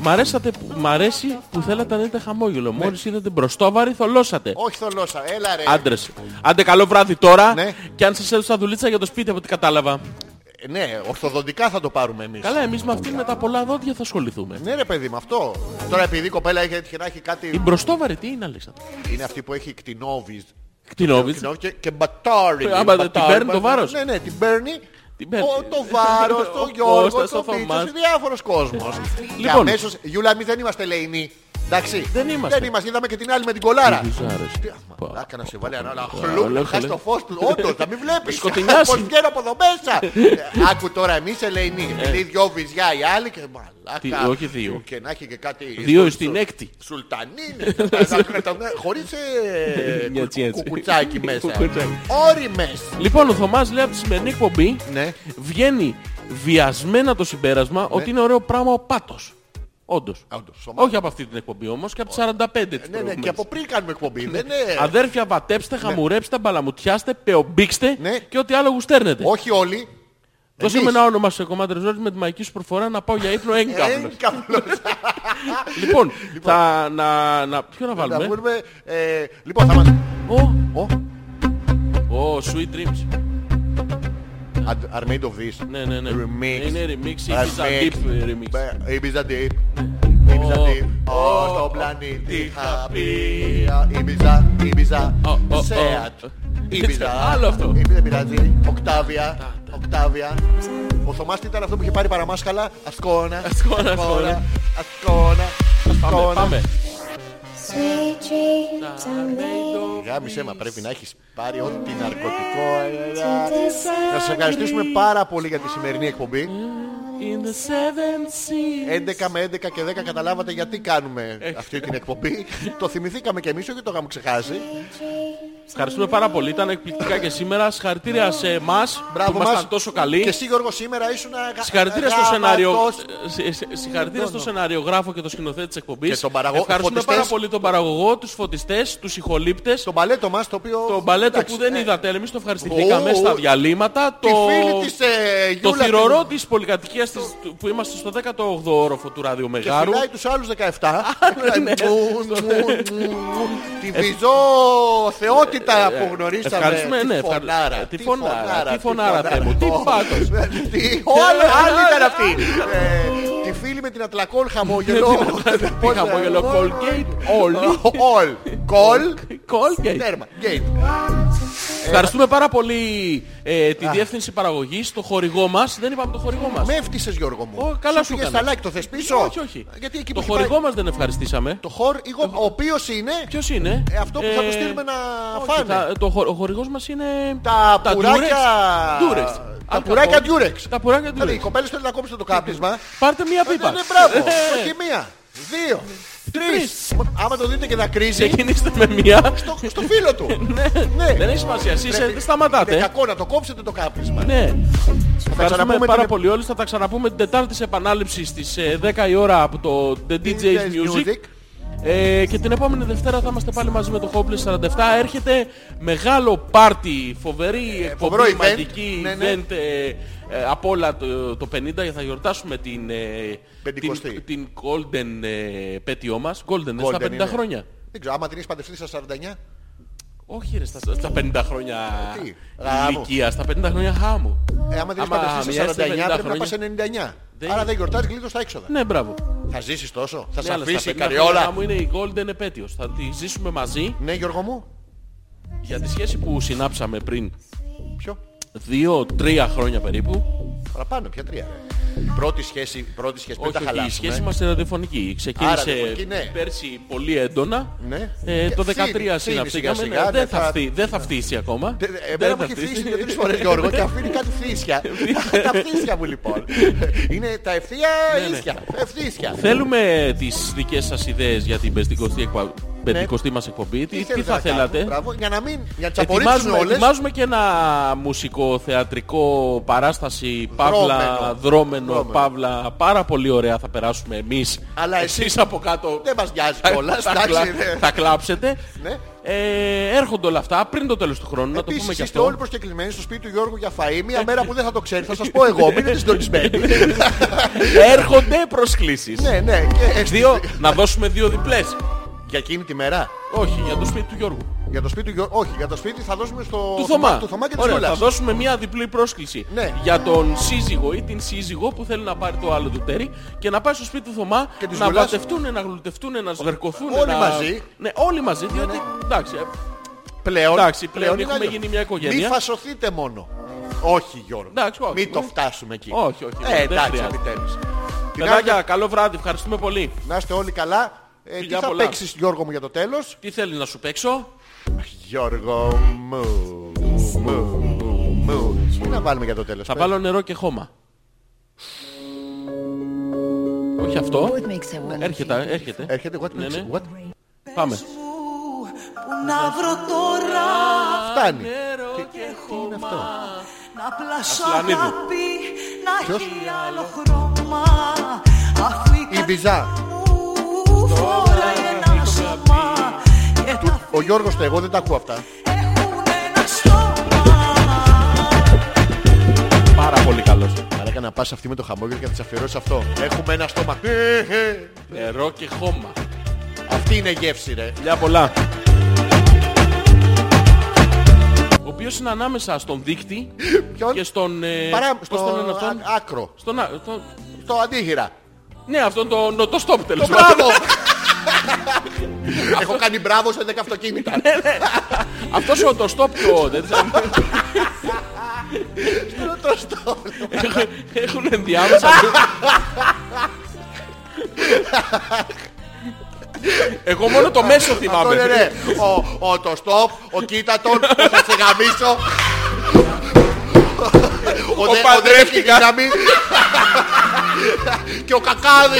Speaker 2: Μ' αρέσατε που- μ' αρέσει που θέλατε να δείτε χαμόγελο.
Speaker 1: Ναι.
Speaker 2: Μόλις είδατε μπροστόβαρη, θολώσατε.
Speaker 1: Όχι θολώσα. Έλα ρε.
Speaker 2: Άντρες. Άντε καλό βράδυ τώρα.
Speaker 1: Ναι.
Speaker 2: Και αν σας έδωσα δουλίτσα για το σπίτι από ό,τι κατάλαβα.
Speaker 1: Ε, Ναι, ορθοδοντικά θα το πάρουμε εμείς.
Speaker 2: Καλά, εμείς με αυτήν με τα πολλά δόντια θα ασχοληθούμε.
Speaker 1: Ναι ρε παιδί με αυτό. Τώρα επειδή η κοπέλα έχει έτυχε να έχει
Speaker 2: Η
Speaker 1: κάτι...
Speaker 2: μπροστόβαρη τι είναι, Αλέξανδρα.
Speaker 1: Είναι αυτή που έχει κτηνόβις.
Speaker 2: Κτηνόβιτς.
Speaker 1: Κτηνόβις και, και μπατάρι.
Speaker 2: Άμα δεν την παίρνει το βάρος.
Speaker 1: Ναι, ναι, την παίρνει.
Speaker 2: Την παίρνει.
Speaker 1: Ο- το βάρος,
Speaker 2: Ο
Speaker 1: το Γιώργο,
Speaker 2: Κώστας, ο
Speaker 1: το Μίτσος,
Speaker 2: Θωμάς.
Speaker 1: διάφορος κόσμος. Και
Speaker 2: Λοιπόν.
Speaker 1: αμέσως, Γιούλα, εμείς δεν είμαστε λεϊνοί. Εντάξει.
Speaker 2: Δεν είμαστε.
Speaker 1: Δεν είμαστε. Είδαμε και την άλλη με την κολάρα.
Speaker 2: Βυζάρες.
Speaker 1: Τι-
Speaker 2: Πα-
Speaker 1: άμα, Άκα να σε βάλει ένα άλλο
Speaker 2: Όλα
Speaker 1: χλουπ, χάσει
Speaker 2: χλουπ.
Speaker 1: το φως του. Όντως, να μην βλέπεις.
Speaker 2: σκοτεινιάσεις.
Speaker 1: Πώς βγαίνω από εδώ μέσα. Ε, Άκου τώρα εμείς Ελεηνοί. Λέει δυο βυζιά οι άλλοι και μαλάκα.
Speaker 2: Ε. Τι, όχι δύο.
Speaker 1: Και να έχει και κάτι...
Speaker 2: Δύο
Speaker 1: σου-
Speaker 2: στην
Speaker 1: σου-
Speaker 2: έκτη.
Speaker 1: Σουλτανίνη. Να κρατάμε- Χωρίς ε,
Speaker 2: Μια έτσι, έτσι.
Speaker 1: κουκουτσάκι μέσα.
Speaker 2: Κουκουτσάκι.
Speaker 1: Όριμες.
Speaker 2: Λοιπόν, ο Θωμάς λέει από τη σημερινή εκπομπή
Speaker 1: Ναι.
Speaker 2: βγαίνει βιασμένα το συμπέρασμα ότι είναι ωραίο πράγμα ο πάτος. Όντως.
Speaker 1: Όντως, σωμά.
Speaker 2: Όχι από αυτή την εκπομπή όμως και από τις 45 της
Speaker 1: Ναι, ναι,
Speaker 2: προηγούμενης.
Speaker 1: και από πριν κάνουμε εκπομπή. Δεν είναι...
Speaker 2: Αδέρφια, βατέψτε, χαμουρέψτε, μπαλαμουτιάστε, πεομπίξτε
Speaker 1: Ναι.
Speaker 2: και ό,τι άλλο γουστέρνετε.
Speaker 1: Όχι όλοι.
Speaker 2: Δώσε
Speaker 1: εμείς.
Speaker 2: μου ένα όνομα σε κομμάτι ρεζόρι με τη μαγική σου προφορά να πάω για ύπνο έγκαμπλος.
Speaker 1: Ε, καβλός.
Speaker 2: λοιπόν, θα να, να... Ποιο να
Speaker 1: Να
Speaker 2: βάλουμε.
Speaker 1: βγούμε, ε, Λοιπόν, θα μας...
Speaker 2: Ο,
Speaker 1: Ω,
Speaker 2: ο, Sweet Dreams.
Speaker 1: Ad- Armade of This.
Speaker 2: Ναι, ναι, ναι.
Speaker 1: Remix.
Speaker 2: Είναι remix ή
Speaker 1: Remix.
Speaker 2: Deep uh, remix. Ναι.
Speaker 1: Ε, Ibiza Deep. Ibiza
Speaker 2: Ω,
Speaker 1: Deep.
Speaker 2: ω,
Speaker 1: Ω, στον πλανήτη
Speaker 2: είχα
Speaker 1: χαπή. Ibiza, Ibiza,
Speaker 2: Ω, ω, ω.
Speaker 1: Seat. Ibiza.
Speaker 2: Άλλο αυτό.
Speaker 1: Ibiza, Δεν πειράζει. Οκτάβια, Οκτάβια. Ο Θωμάς τι ήταν αυτό που είχε πάρει παραμάσκαλα. Ασκόνα,
Speaker 2: Ασκόνα,
Speaker 1: Ασκόνα,
Speaker 2: ασκόνα.
Speaker 1: Ασκόνα.
Speaker 2: Πάμε,
Speaker 1: Ασκόνα.
Speaker 2: πάμε.
Speaker 8: Sweet dreams are made
Speaker 1: Γάμισε μα πρέπει να έχεις πάρει ό,τι ναρκωτικό. ε,
Speaker 8: to
Speaker 1: Να σας ευχαριστήσουμε
Speaker 8: decide.
Speaker 1: πάρα πολύ για τη σημερινή εκπομπή.
Speaker 2: In the seven seas.
Speaker 1: 11 με 11 και 10 καταλάβατε γιατί κάνουμε
Speaker 2: Ε.
Speaker 1: αυτή την εκπομπή. το θυμηθήκαμε και εμείς, όχι το είχαμε ξεχάσει.
Speaker 2: Ευχαριστούμε πάρα πολύ. Ήταν εκπληκτικά και σήμερα. Συγχαρητήρια σε εμάς που
Speaker 1: Μπράβο
Speaker 2: ήμασταν
Speaker 1: μας.
Speaker 2: τόσο καλοί.
Speaker 1: Και εσύ Γιώργο σήμερα ήσουν αγα...
Speaker 2: Συγχαρητήρια στο,
Speaker 1: γαμάτος.
Speaker 2: σενάριο... ε, σε- συγχαρητήρια στο σενάριογράφο και το σκηνοθέτη της εκπομπής.
Speaker 1: Και τον παραγω-
Speaker 2: Ευχαριστούμε
Speaker 1: φωτιστές.
Speaker 2: πάρα πολύ τον παραγωγό, τους φωτιστές, τους ηχολήπτες,
Speaker 1: Το μπαλέτο μας το οποίο...
Speaker 2: το μπαλέτο
Speaker 1: εντάξει,
Speaker 2: που δεν
Speaker 1: ε,
Speaker 2: είδατε, εμείς το ευχαριστηθήκαμε
Speaker 1: Ω,
Speaker 2: στα
Speaker 1: ω.
Speaker 2: διαλύματα.
Speaker 1: Τη
Speaker 2: το...
Speaker 1: φίλη της ε, Γιούλα...
Speaker 2: Το
Speaker 1: την-
Speaker 2: θηρορό της πολυκατοικίας της, του- που είμαστε στο 18ο όροφο του
Speaker 1: Και
Speaker 2: ραδιομεγάρου.
Speaker 1: φυλάει τους άλλους 17.
Speaker 2: ναι. Ε,
Speaker 1: Μου, μου, μου. Τη βυζό θεότητα που γνωρίσαμε.
Speaker 2: Ευχαριστούμε,
Speaker 1: Τη
Speaker 2: ναι, ευχαρι-
Speaker 1: φωνάρα.
Speaker 2: τη φωνάρα, τη φωνάρα, Θεέ μου, τι ε,
Speaker 1: Ω, ε,
Speaker 2: πάτος.
Speaker 1: τι- Ο άλλο άλλη ήταν αυτή. Ε, Τη φίλη με την Ατλακόλ χαμόγελο.
Speaker 2: Τι χαμόγελο, Colgate, όλοι.
Speaker 1: Όλ. Κολ.
Speaker 2: Colgate.
Speaker 1: Τέρμα. Γκέιτ.
Speaker 2: Ευχαριστούμε πάρα πολύ ε, τη διεύθυνση παραγωγής, το χορηγό μας. Δεν είπαμε το χορηγό μας.
Speaker 1: Με έφτυσες Γιώργο μου.
Speaker 2: Ω, καλά σου
Speaker 1: πήγες
Speaker 2: έκανα.
Speaker 1: στα like, το θες πίσω.
Speaker 2: Όχι, όχι.
Speaker 1: Γιατί εκεί
Speaker 2: το
Speaker 1: που έχει πάει-
Speaker 2: χορηγό μας δεν ευχαριστήσαμε.
Speaker 1: Το χορ, εγώ- ο οποίος είναι...
Speaker 2: Ποιος είναι?
Speaker 1: Ε, αυτό που θα
Speaker 2: Ε,
Speaker 1: του στείλουμε να
Speaker 2: όχι,
Speaker 1: φάνε.
Speaker 2: θα- το χο- ο χορηγός μας είναι...
Speaker 1: Τα πουράκια.
Speaker 2: Durex.
Speaker 1: Τα
Speaker 2: Alcatel.
Speaker 1: πουράκια Durex.
Speaker 2: Τα πουράκια
Speaker 1: Δηλαδή, οι
Speaker 2: Durex.
Speaker 1: κοπέλες θέλουν να κόψουν το κάπνισμα.
Speaker 2: Πάρτε μία
Speaker 1: Ε,
Speaker 2: πίπα.
Speaker 1: Ναι, μπράβο.
Speaker 2: Ε,
Speaker 1: Όχι μία. Δύο.
Speaker 2: Τρεις.
Speaker 1: Άμα το δείτε και να κρίζει,
Speaker 2: Ξεκινήστε με μία.
Speaker 1: στο, στο φίλο του. ναι.
Speaker 2: Δεν έχει σημασία. Εσείς
Speaker 1: Πρέπει- Ναι,
Speaker 2: ε, δεν σταματάτε.
Speaker 1: Είναι κακό να το κόψετε το κάπνισμα.
Speaker 2: Ναι. Θα
Speaker 1: ξαναπούμε την
Speaker 2: πάρα
Speaker 1: επο-
Speaker 2: πολύ όλους. Θα τα ξαναπούμε την Τετάρτη της επανάληψης στις ε, 10 η ώρα από το The DJ's Music. Ε, και την επόμενη Δευτέρα θα είμαστε πάλι μαζί με το Hopeless 47. Έρχεται μεγάλο πάρτι, φοβερή εκπομπή,
Speaker 1: Ε, φοβερό event.
Speaker 2: μαγική
Speaker 1: Ναι, ναι.
Speaker 2: event ε, ε, από όλα το, το 50 και θα γιορτάσουμε την, ε,
Speaker 1: Πεντηκοστή.
Speaker 2: την, την Golden ε, πέτειό μας. Golden, ε, στα
Speaker 1: Golden
Speaker 2: 50
Speaker 1: είναι.
Speaker 2: χρόνια.
Speaker 1: Δεν ξέρω, άμα την έχεις παντρευτεί στα 49.
Speaker 2: Όχι ρε, στα, στα 50 χρόνια
Speaker 1: Ε, Τι, γάμο.
Speaker 2: ηλικία, στα 50 χρόνια χάμου.
Speaker 1: Ε, άμα την έχεις
Speaker 2: Άμα
Speaker 1: παντρευτεί στα
Speaker 2: μοιάζει στα 50
Speaker 1: 49, πρέπει να
Speaker 2: χρόνια.
Speaker 1: πας σε 99.
Speaker 2: Δεν-
Speaker 1: Άρα δεν γιορτάζεις γλίτω στα έξοδα.
Speaker 2: Ναι, μπράβο.
Speaker 1: Θα ζήσεις τόσο. Θα σε
Speaker 2: Ναι, αλλά στα
Speaker 1: αφήσει η
Speaker 2: 50 χρόνια
Speaker 1: καριόλα.
Speaker 2: χάμου είναι η Golden επέτειος. Θα τη ζήσουμε μαζί
Speaker 1: Ναι, Γιώργο μου.
Speaker 2: για τη σχέση που συνάψαμε πριν
Speaker 1: Ποιο.
Speaker 2: 2-3 χρόνια περίπου.
Speaker 1: Παραπάνω, πια τρία. ρε. Η πρώτη σχέση, η πρώτη σχέση πριν
Speaker 2: Όχι,
Speaker 1: τα
Speaker 2: όχι, η
Speaker 1: χαλάσουμε.
Speaker 2: σχέση μας είναι ραδιοφωνική.
Speaker 1: Άρα,
Speaker 2: Ξεκίνησε
Speaker 1: ραδιοφωνική, ναι.
Speaker 2: πέρσι πολύ έντονα.
Speaker 1: Ναι.
Speaker 2: Ε, το
Speaker 1: Και
Speaker 2: 13
Speaker 1: φθήνει, φθήνει
Speaker 2: συναυθήκαμε.
Speaker 1: σιγά,
Speaker 2: Ναι,
Speaker 1: ναι,
Speaker 2: Δεν θα
Speaker 1: θα-
Speaker 2: φθεί- δεν θα φτύσει ακόμα.
Speaker 1: Ε, Εμένα
Speaker 2: Δεν
Speaker 1: μου
Speaker 2: θα
Speaker 1: έχει
Speaker 2: φτύσει.
Speaker 1: θύσει για τρεις φορές Γιώργο και αφήνει κάτι φθήσια. τα φθήσια μου λοιπόν. Είναι τα ευθεία
Speaker 2: ναι.
Speaker 1: ίσια. Ε, Ευθύσια.
Speaker 2: Θέλουμε τις δικές σας ιδέες για την πεντηκοστή εκπα- πεντηκοστή μας εκπομπή. Τι- Τι
Speaker 1: Ναι. θέλετε
Speaker 2: θα
Speaker 1: να κάνουμε,
Speaker 2: θέλατε.
Speaker 1: Μπράβο, για να μην για να τις απορρίψουμε
Speaker 2: Ετοιμάζουμε,
Speaker 1: όλες.
Speaker 2: ετοιμάζουμε και ένα μουσικό, θεατρικό, παράσταση, παύλα, δρόμενο,
Speaker 1: Δρόμενο.
Speaker 2: παύλα. Πάρα πολύ ωραία θα περάσουμε εμείς.
Speaker 1: Αλλά
Speaker 2: εσείς από κάτω
Speaker 1: Δεν μας νοιάζει
Speaker 2: Θα-
Speaker 1: κιόλας.
Speaker 2: θα
Speaker 1: εντάξει,
Speaker 2: κλα-
Speaker 1: ναι.
Speaker 2: Θα κλάψετε.
Speaker 1: Ναι.
Speaker 2: Ε, έρχονται όλα αυτά πριν το τέλος του χρόνου, να το
Speaker 1: Επίσης
Speaker 2: πούμε και
Speaker 1: είστε
Speaker 2: αυτό. Ναι.
Speaker 1: όλοι προσκεκλημένοι στο σπίτι του Γιώργου για φαΐ Μια μέρα που δεν θα το ξέρει θα σας πω εγώ Μείνετε συντονισμένοι
Speaker 2: Έρχονται προσκλήσεις.
Speaker 1: Ναι ναι και έχεις-
Speaker 2: Δύο, να δώσουμε δύο διπλές.
Speaker 1: Για εκείνη τη μέρα
Speaker 2: Όχι, για το σπίτι του Γιώργου.
Speaker 1: Για το σπίτι του Γιώργου Όχι για το σπίτι θα δώσουμε στο
Speaker 2: Του Θωμά.
Speaker 1: Του Θωμά και της
Speaker 2: Ωραία, θα
Speaker 1: Γιούλας
Speaker 2: δώσουμε μια διπλή πρόσκληση
Speaker 1: Ναι.
Speaker 2: για τον σύζυγο ή την σύζυγο που θέλει να πάρει το άλλο του τέρι και να πάει στο σπίτι του Θωμά
Speaker 1: Και της
Speaker 2: να
Speaker 1: Γιούλας.
Speaker 2: βατευτούν, να γλουτευτούν, να σβερκωθούν.
Speaker 1: Όλοι
Speaker 2: να...
Speaker 1: μαζί.
Speaker 2: Ναι, όλοι μαζί, διότι εντάξει, ε,
Speaker 1: Πλέον,
Speaker 2: Εντάξει, πλέον
Speaker 1: είναι
Speaker 2: έχουμε
Speaker 1: αλλιώς.
Speaker 2: γίνει μια οικογένεια.
Speaker 1: Μην φασωθείτε μόνο. Όχι Γιώργο.
Speaker 2: Εντάξει, όχι.
Speaker 1: Μην το φτάσουμε εκεί.
Speaker 2: Όχι, όχι,
Speaker 1: Ε,
Speaker 2: δεν
Speaker 1: εντάξει,
Speaker 2: χρειάζεται.
Speaker 1: επιτέλους. Την άλλη-
Speaker 2: παιδάκια, καλό βράδυ, ευχαριστούμε πολύ.
Speaker 1: Να είστε όλοι καλά. Ε, τι
Speaker 2: Φιλιά
Speaker 1: θα
Speaker 2: πολλά.
Speaker 1: παίξεις Γιώργο μου για το τέλος.
Speaker 2: Τι θέλεις να σου παίξω.
Speaker 1: Γιώργο μου, μου, μου, μου. Τι να βάλουμε για το τέλος.
Speaker 2: Θα
Speaker 1: πες.
Speaker 2: βάλω νερό και χώμα. Όχι αυτό.
Speaker 9: What makes I want
Speaker 2: Έρχεται, έρχεται.
Speaker 1: Έρχεται, what
Speaker 2: Ναι,
Speaker 1: makes-
Speaker 2: ναι.
Speaker 1: what?
Speaker 2: Πάμε.
Speaker 4: Να βρω τώρα
Speaker 1: Φτάνει.
Speaker 2: Νερό και
Speaker 1: Τι είναι αυτό.
Speaker 4: να πλάσω
Speaker 2: Ασλανίδου.
Speaker 4: αγάπη Να
Speaker 1: Ποιος?
Speaker 4: έχει άλλο χρώμα Αφού η
Speaker 2: ναι.
Speaker 1: Η Μπιζά.
Speaker 4: καρδιά μου φοράει ένα σώμα Και τα
Speaker 1: Ο Γιώργος το εγώ δεν τα ακούω αυτά.
Speaker 4: έχουν ένα στόμα
Speaker 2: Πάρα πολύ καλός.
Speaker 1: Μαράκα να πας αυτή με το χαμόγελο και θα της αφιερώσεις αυτό. Έχουμε ένα στόμα.
Speaker 2: Ε, Νερό και χώμα.
Speaker 1: Αυτή είναι η γεύση ρε.
Speaker 2: Μια πολλά. Ο οποίος είναι ανάμεσα στον δείκτη
Speaker 1: Ποιον?
Speaker 2: και στον... ε,
Speaker 1: Λοιπόν, Παρά
Speaker 2: πώς τον λένε
Speaker 1: στο
Speaker 2: αυτόν?
Speaker 1: α- άκρο.
Speaker 2: Στον... α- τον-
Speaker 1: Στο αντίχειρα.
Speaker 2: Ναι, αυτόν τον... Το, το stop τέλος πάντων.
Speaker 1: Μπράβο! Έχω κάνει μπράβο σε 10 αυτοκίνητα.
Speaker 2: Αυτός ο το stop το... δεν ξέρω.
Speaker 1: Το στο-
Speaker 2: Έχουν- Έχουν ενδιάμεσα. Εγώ μόνο το μέσο
Speaker 1: Αυτό είναι
Speaker 2: θυμάμαι.
Speaker 1: ρε. ναι. Ο- Ο το στόπ, ο κοίτατον, ο θα σε γαμίσω. Ο, δε- ο δεν έχει
Speaker 2: παντρεύτηκα.
Speaker 1: δύναμη. Και ο κακάδι.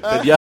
Speaker 2: Παιδιά,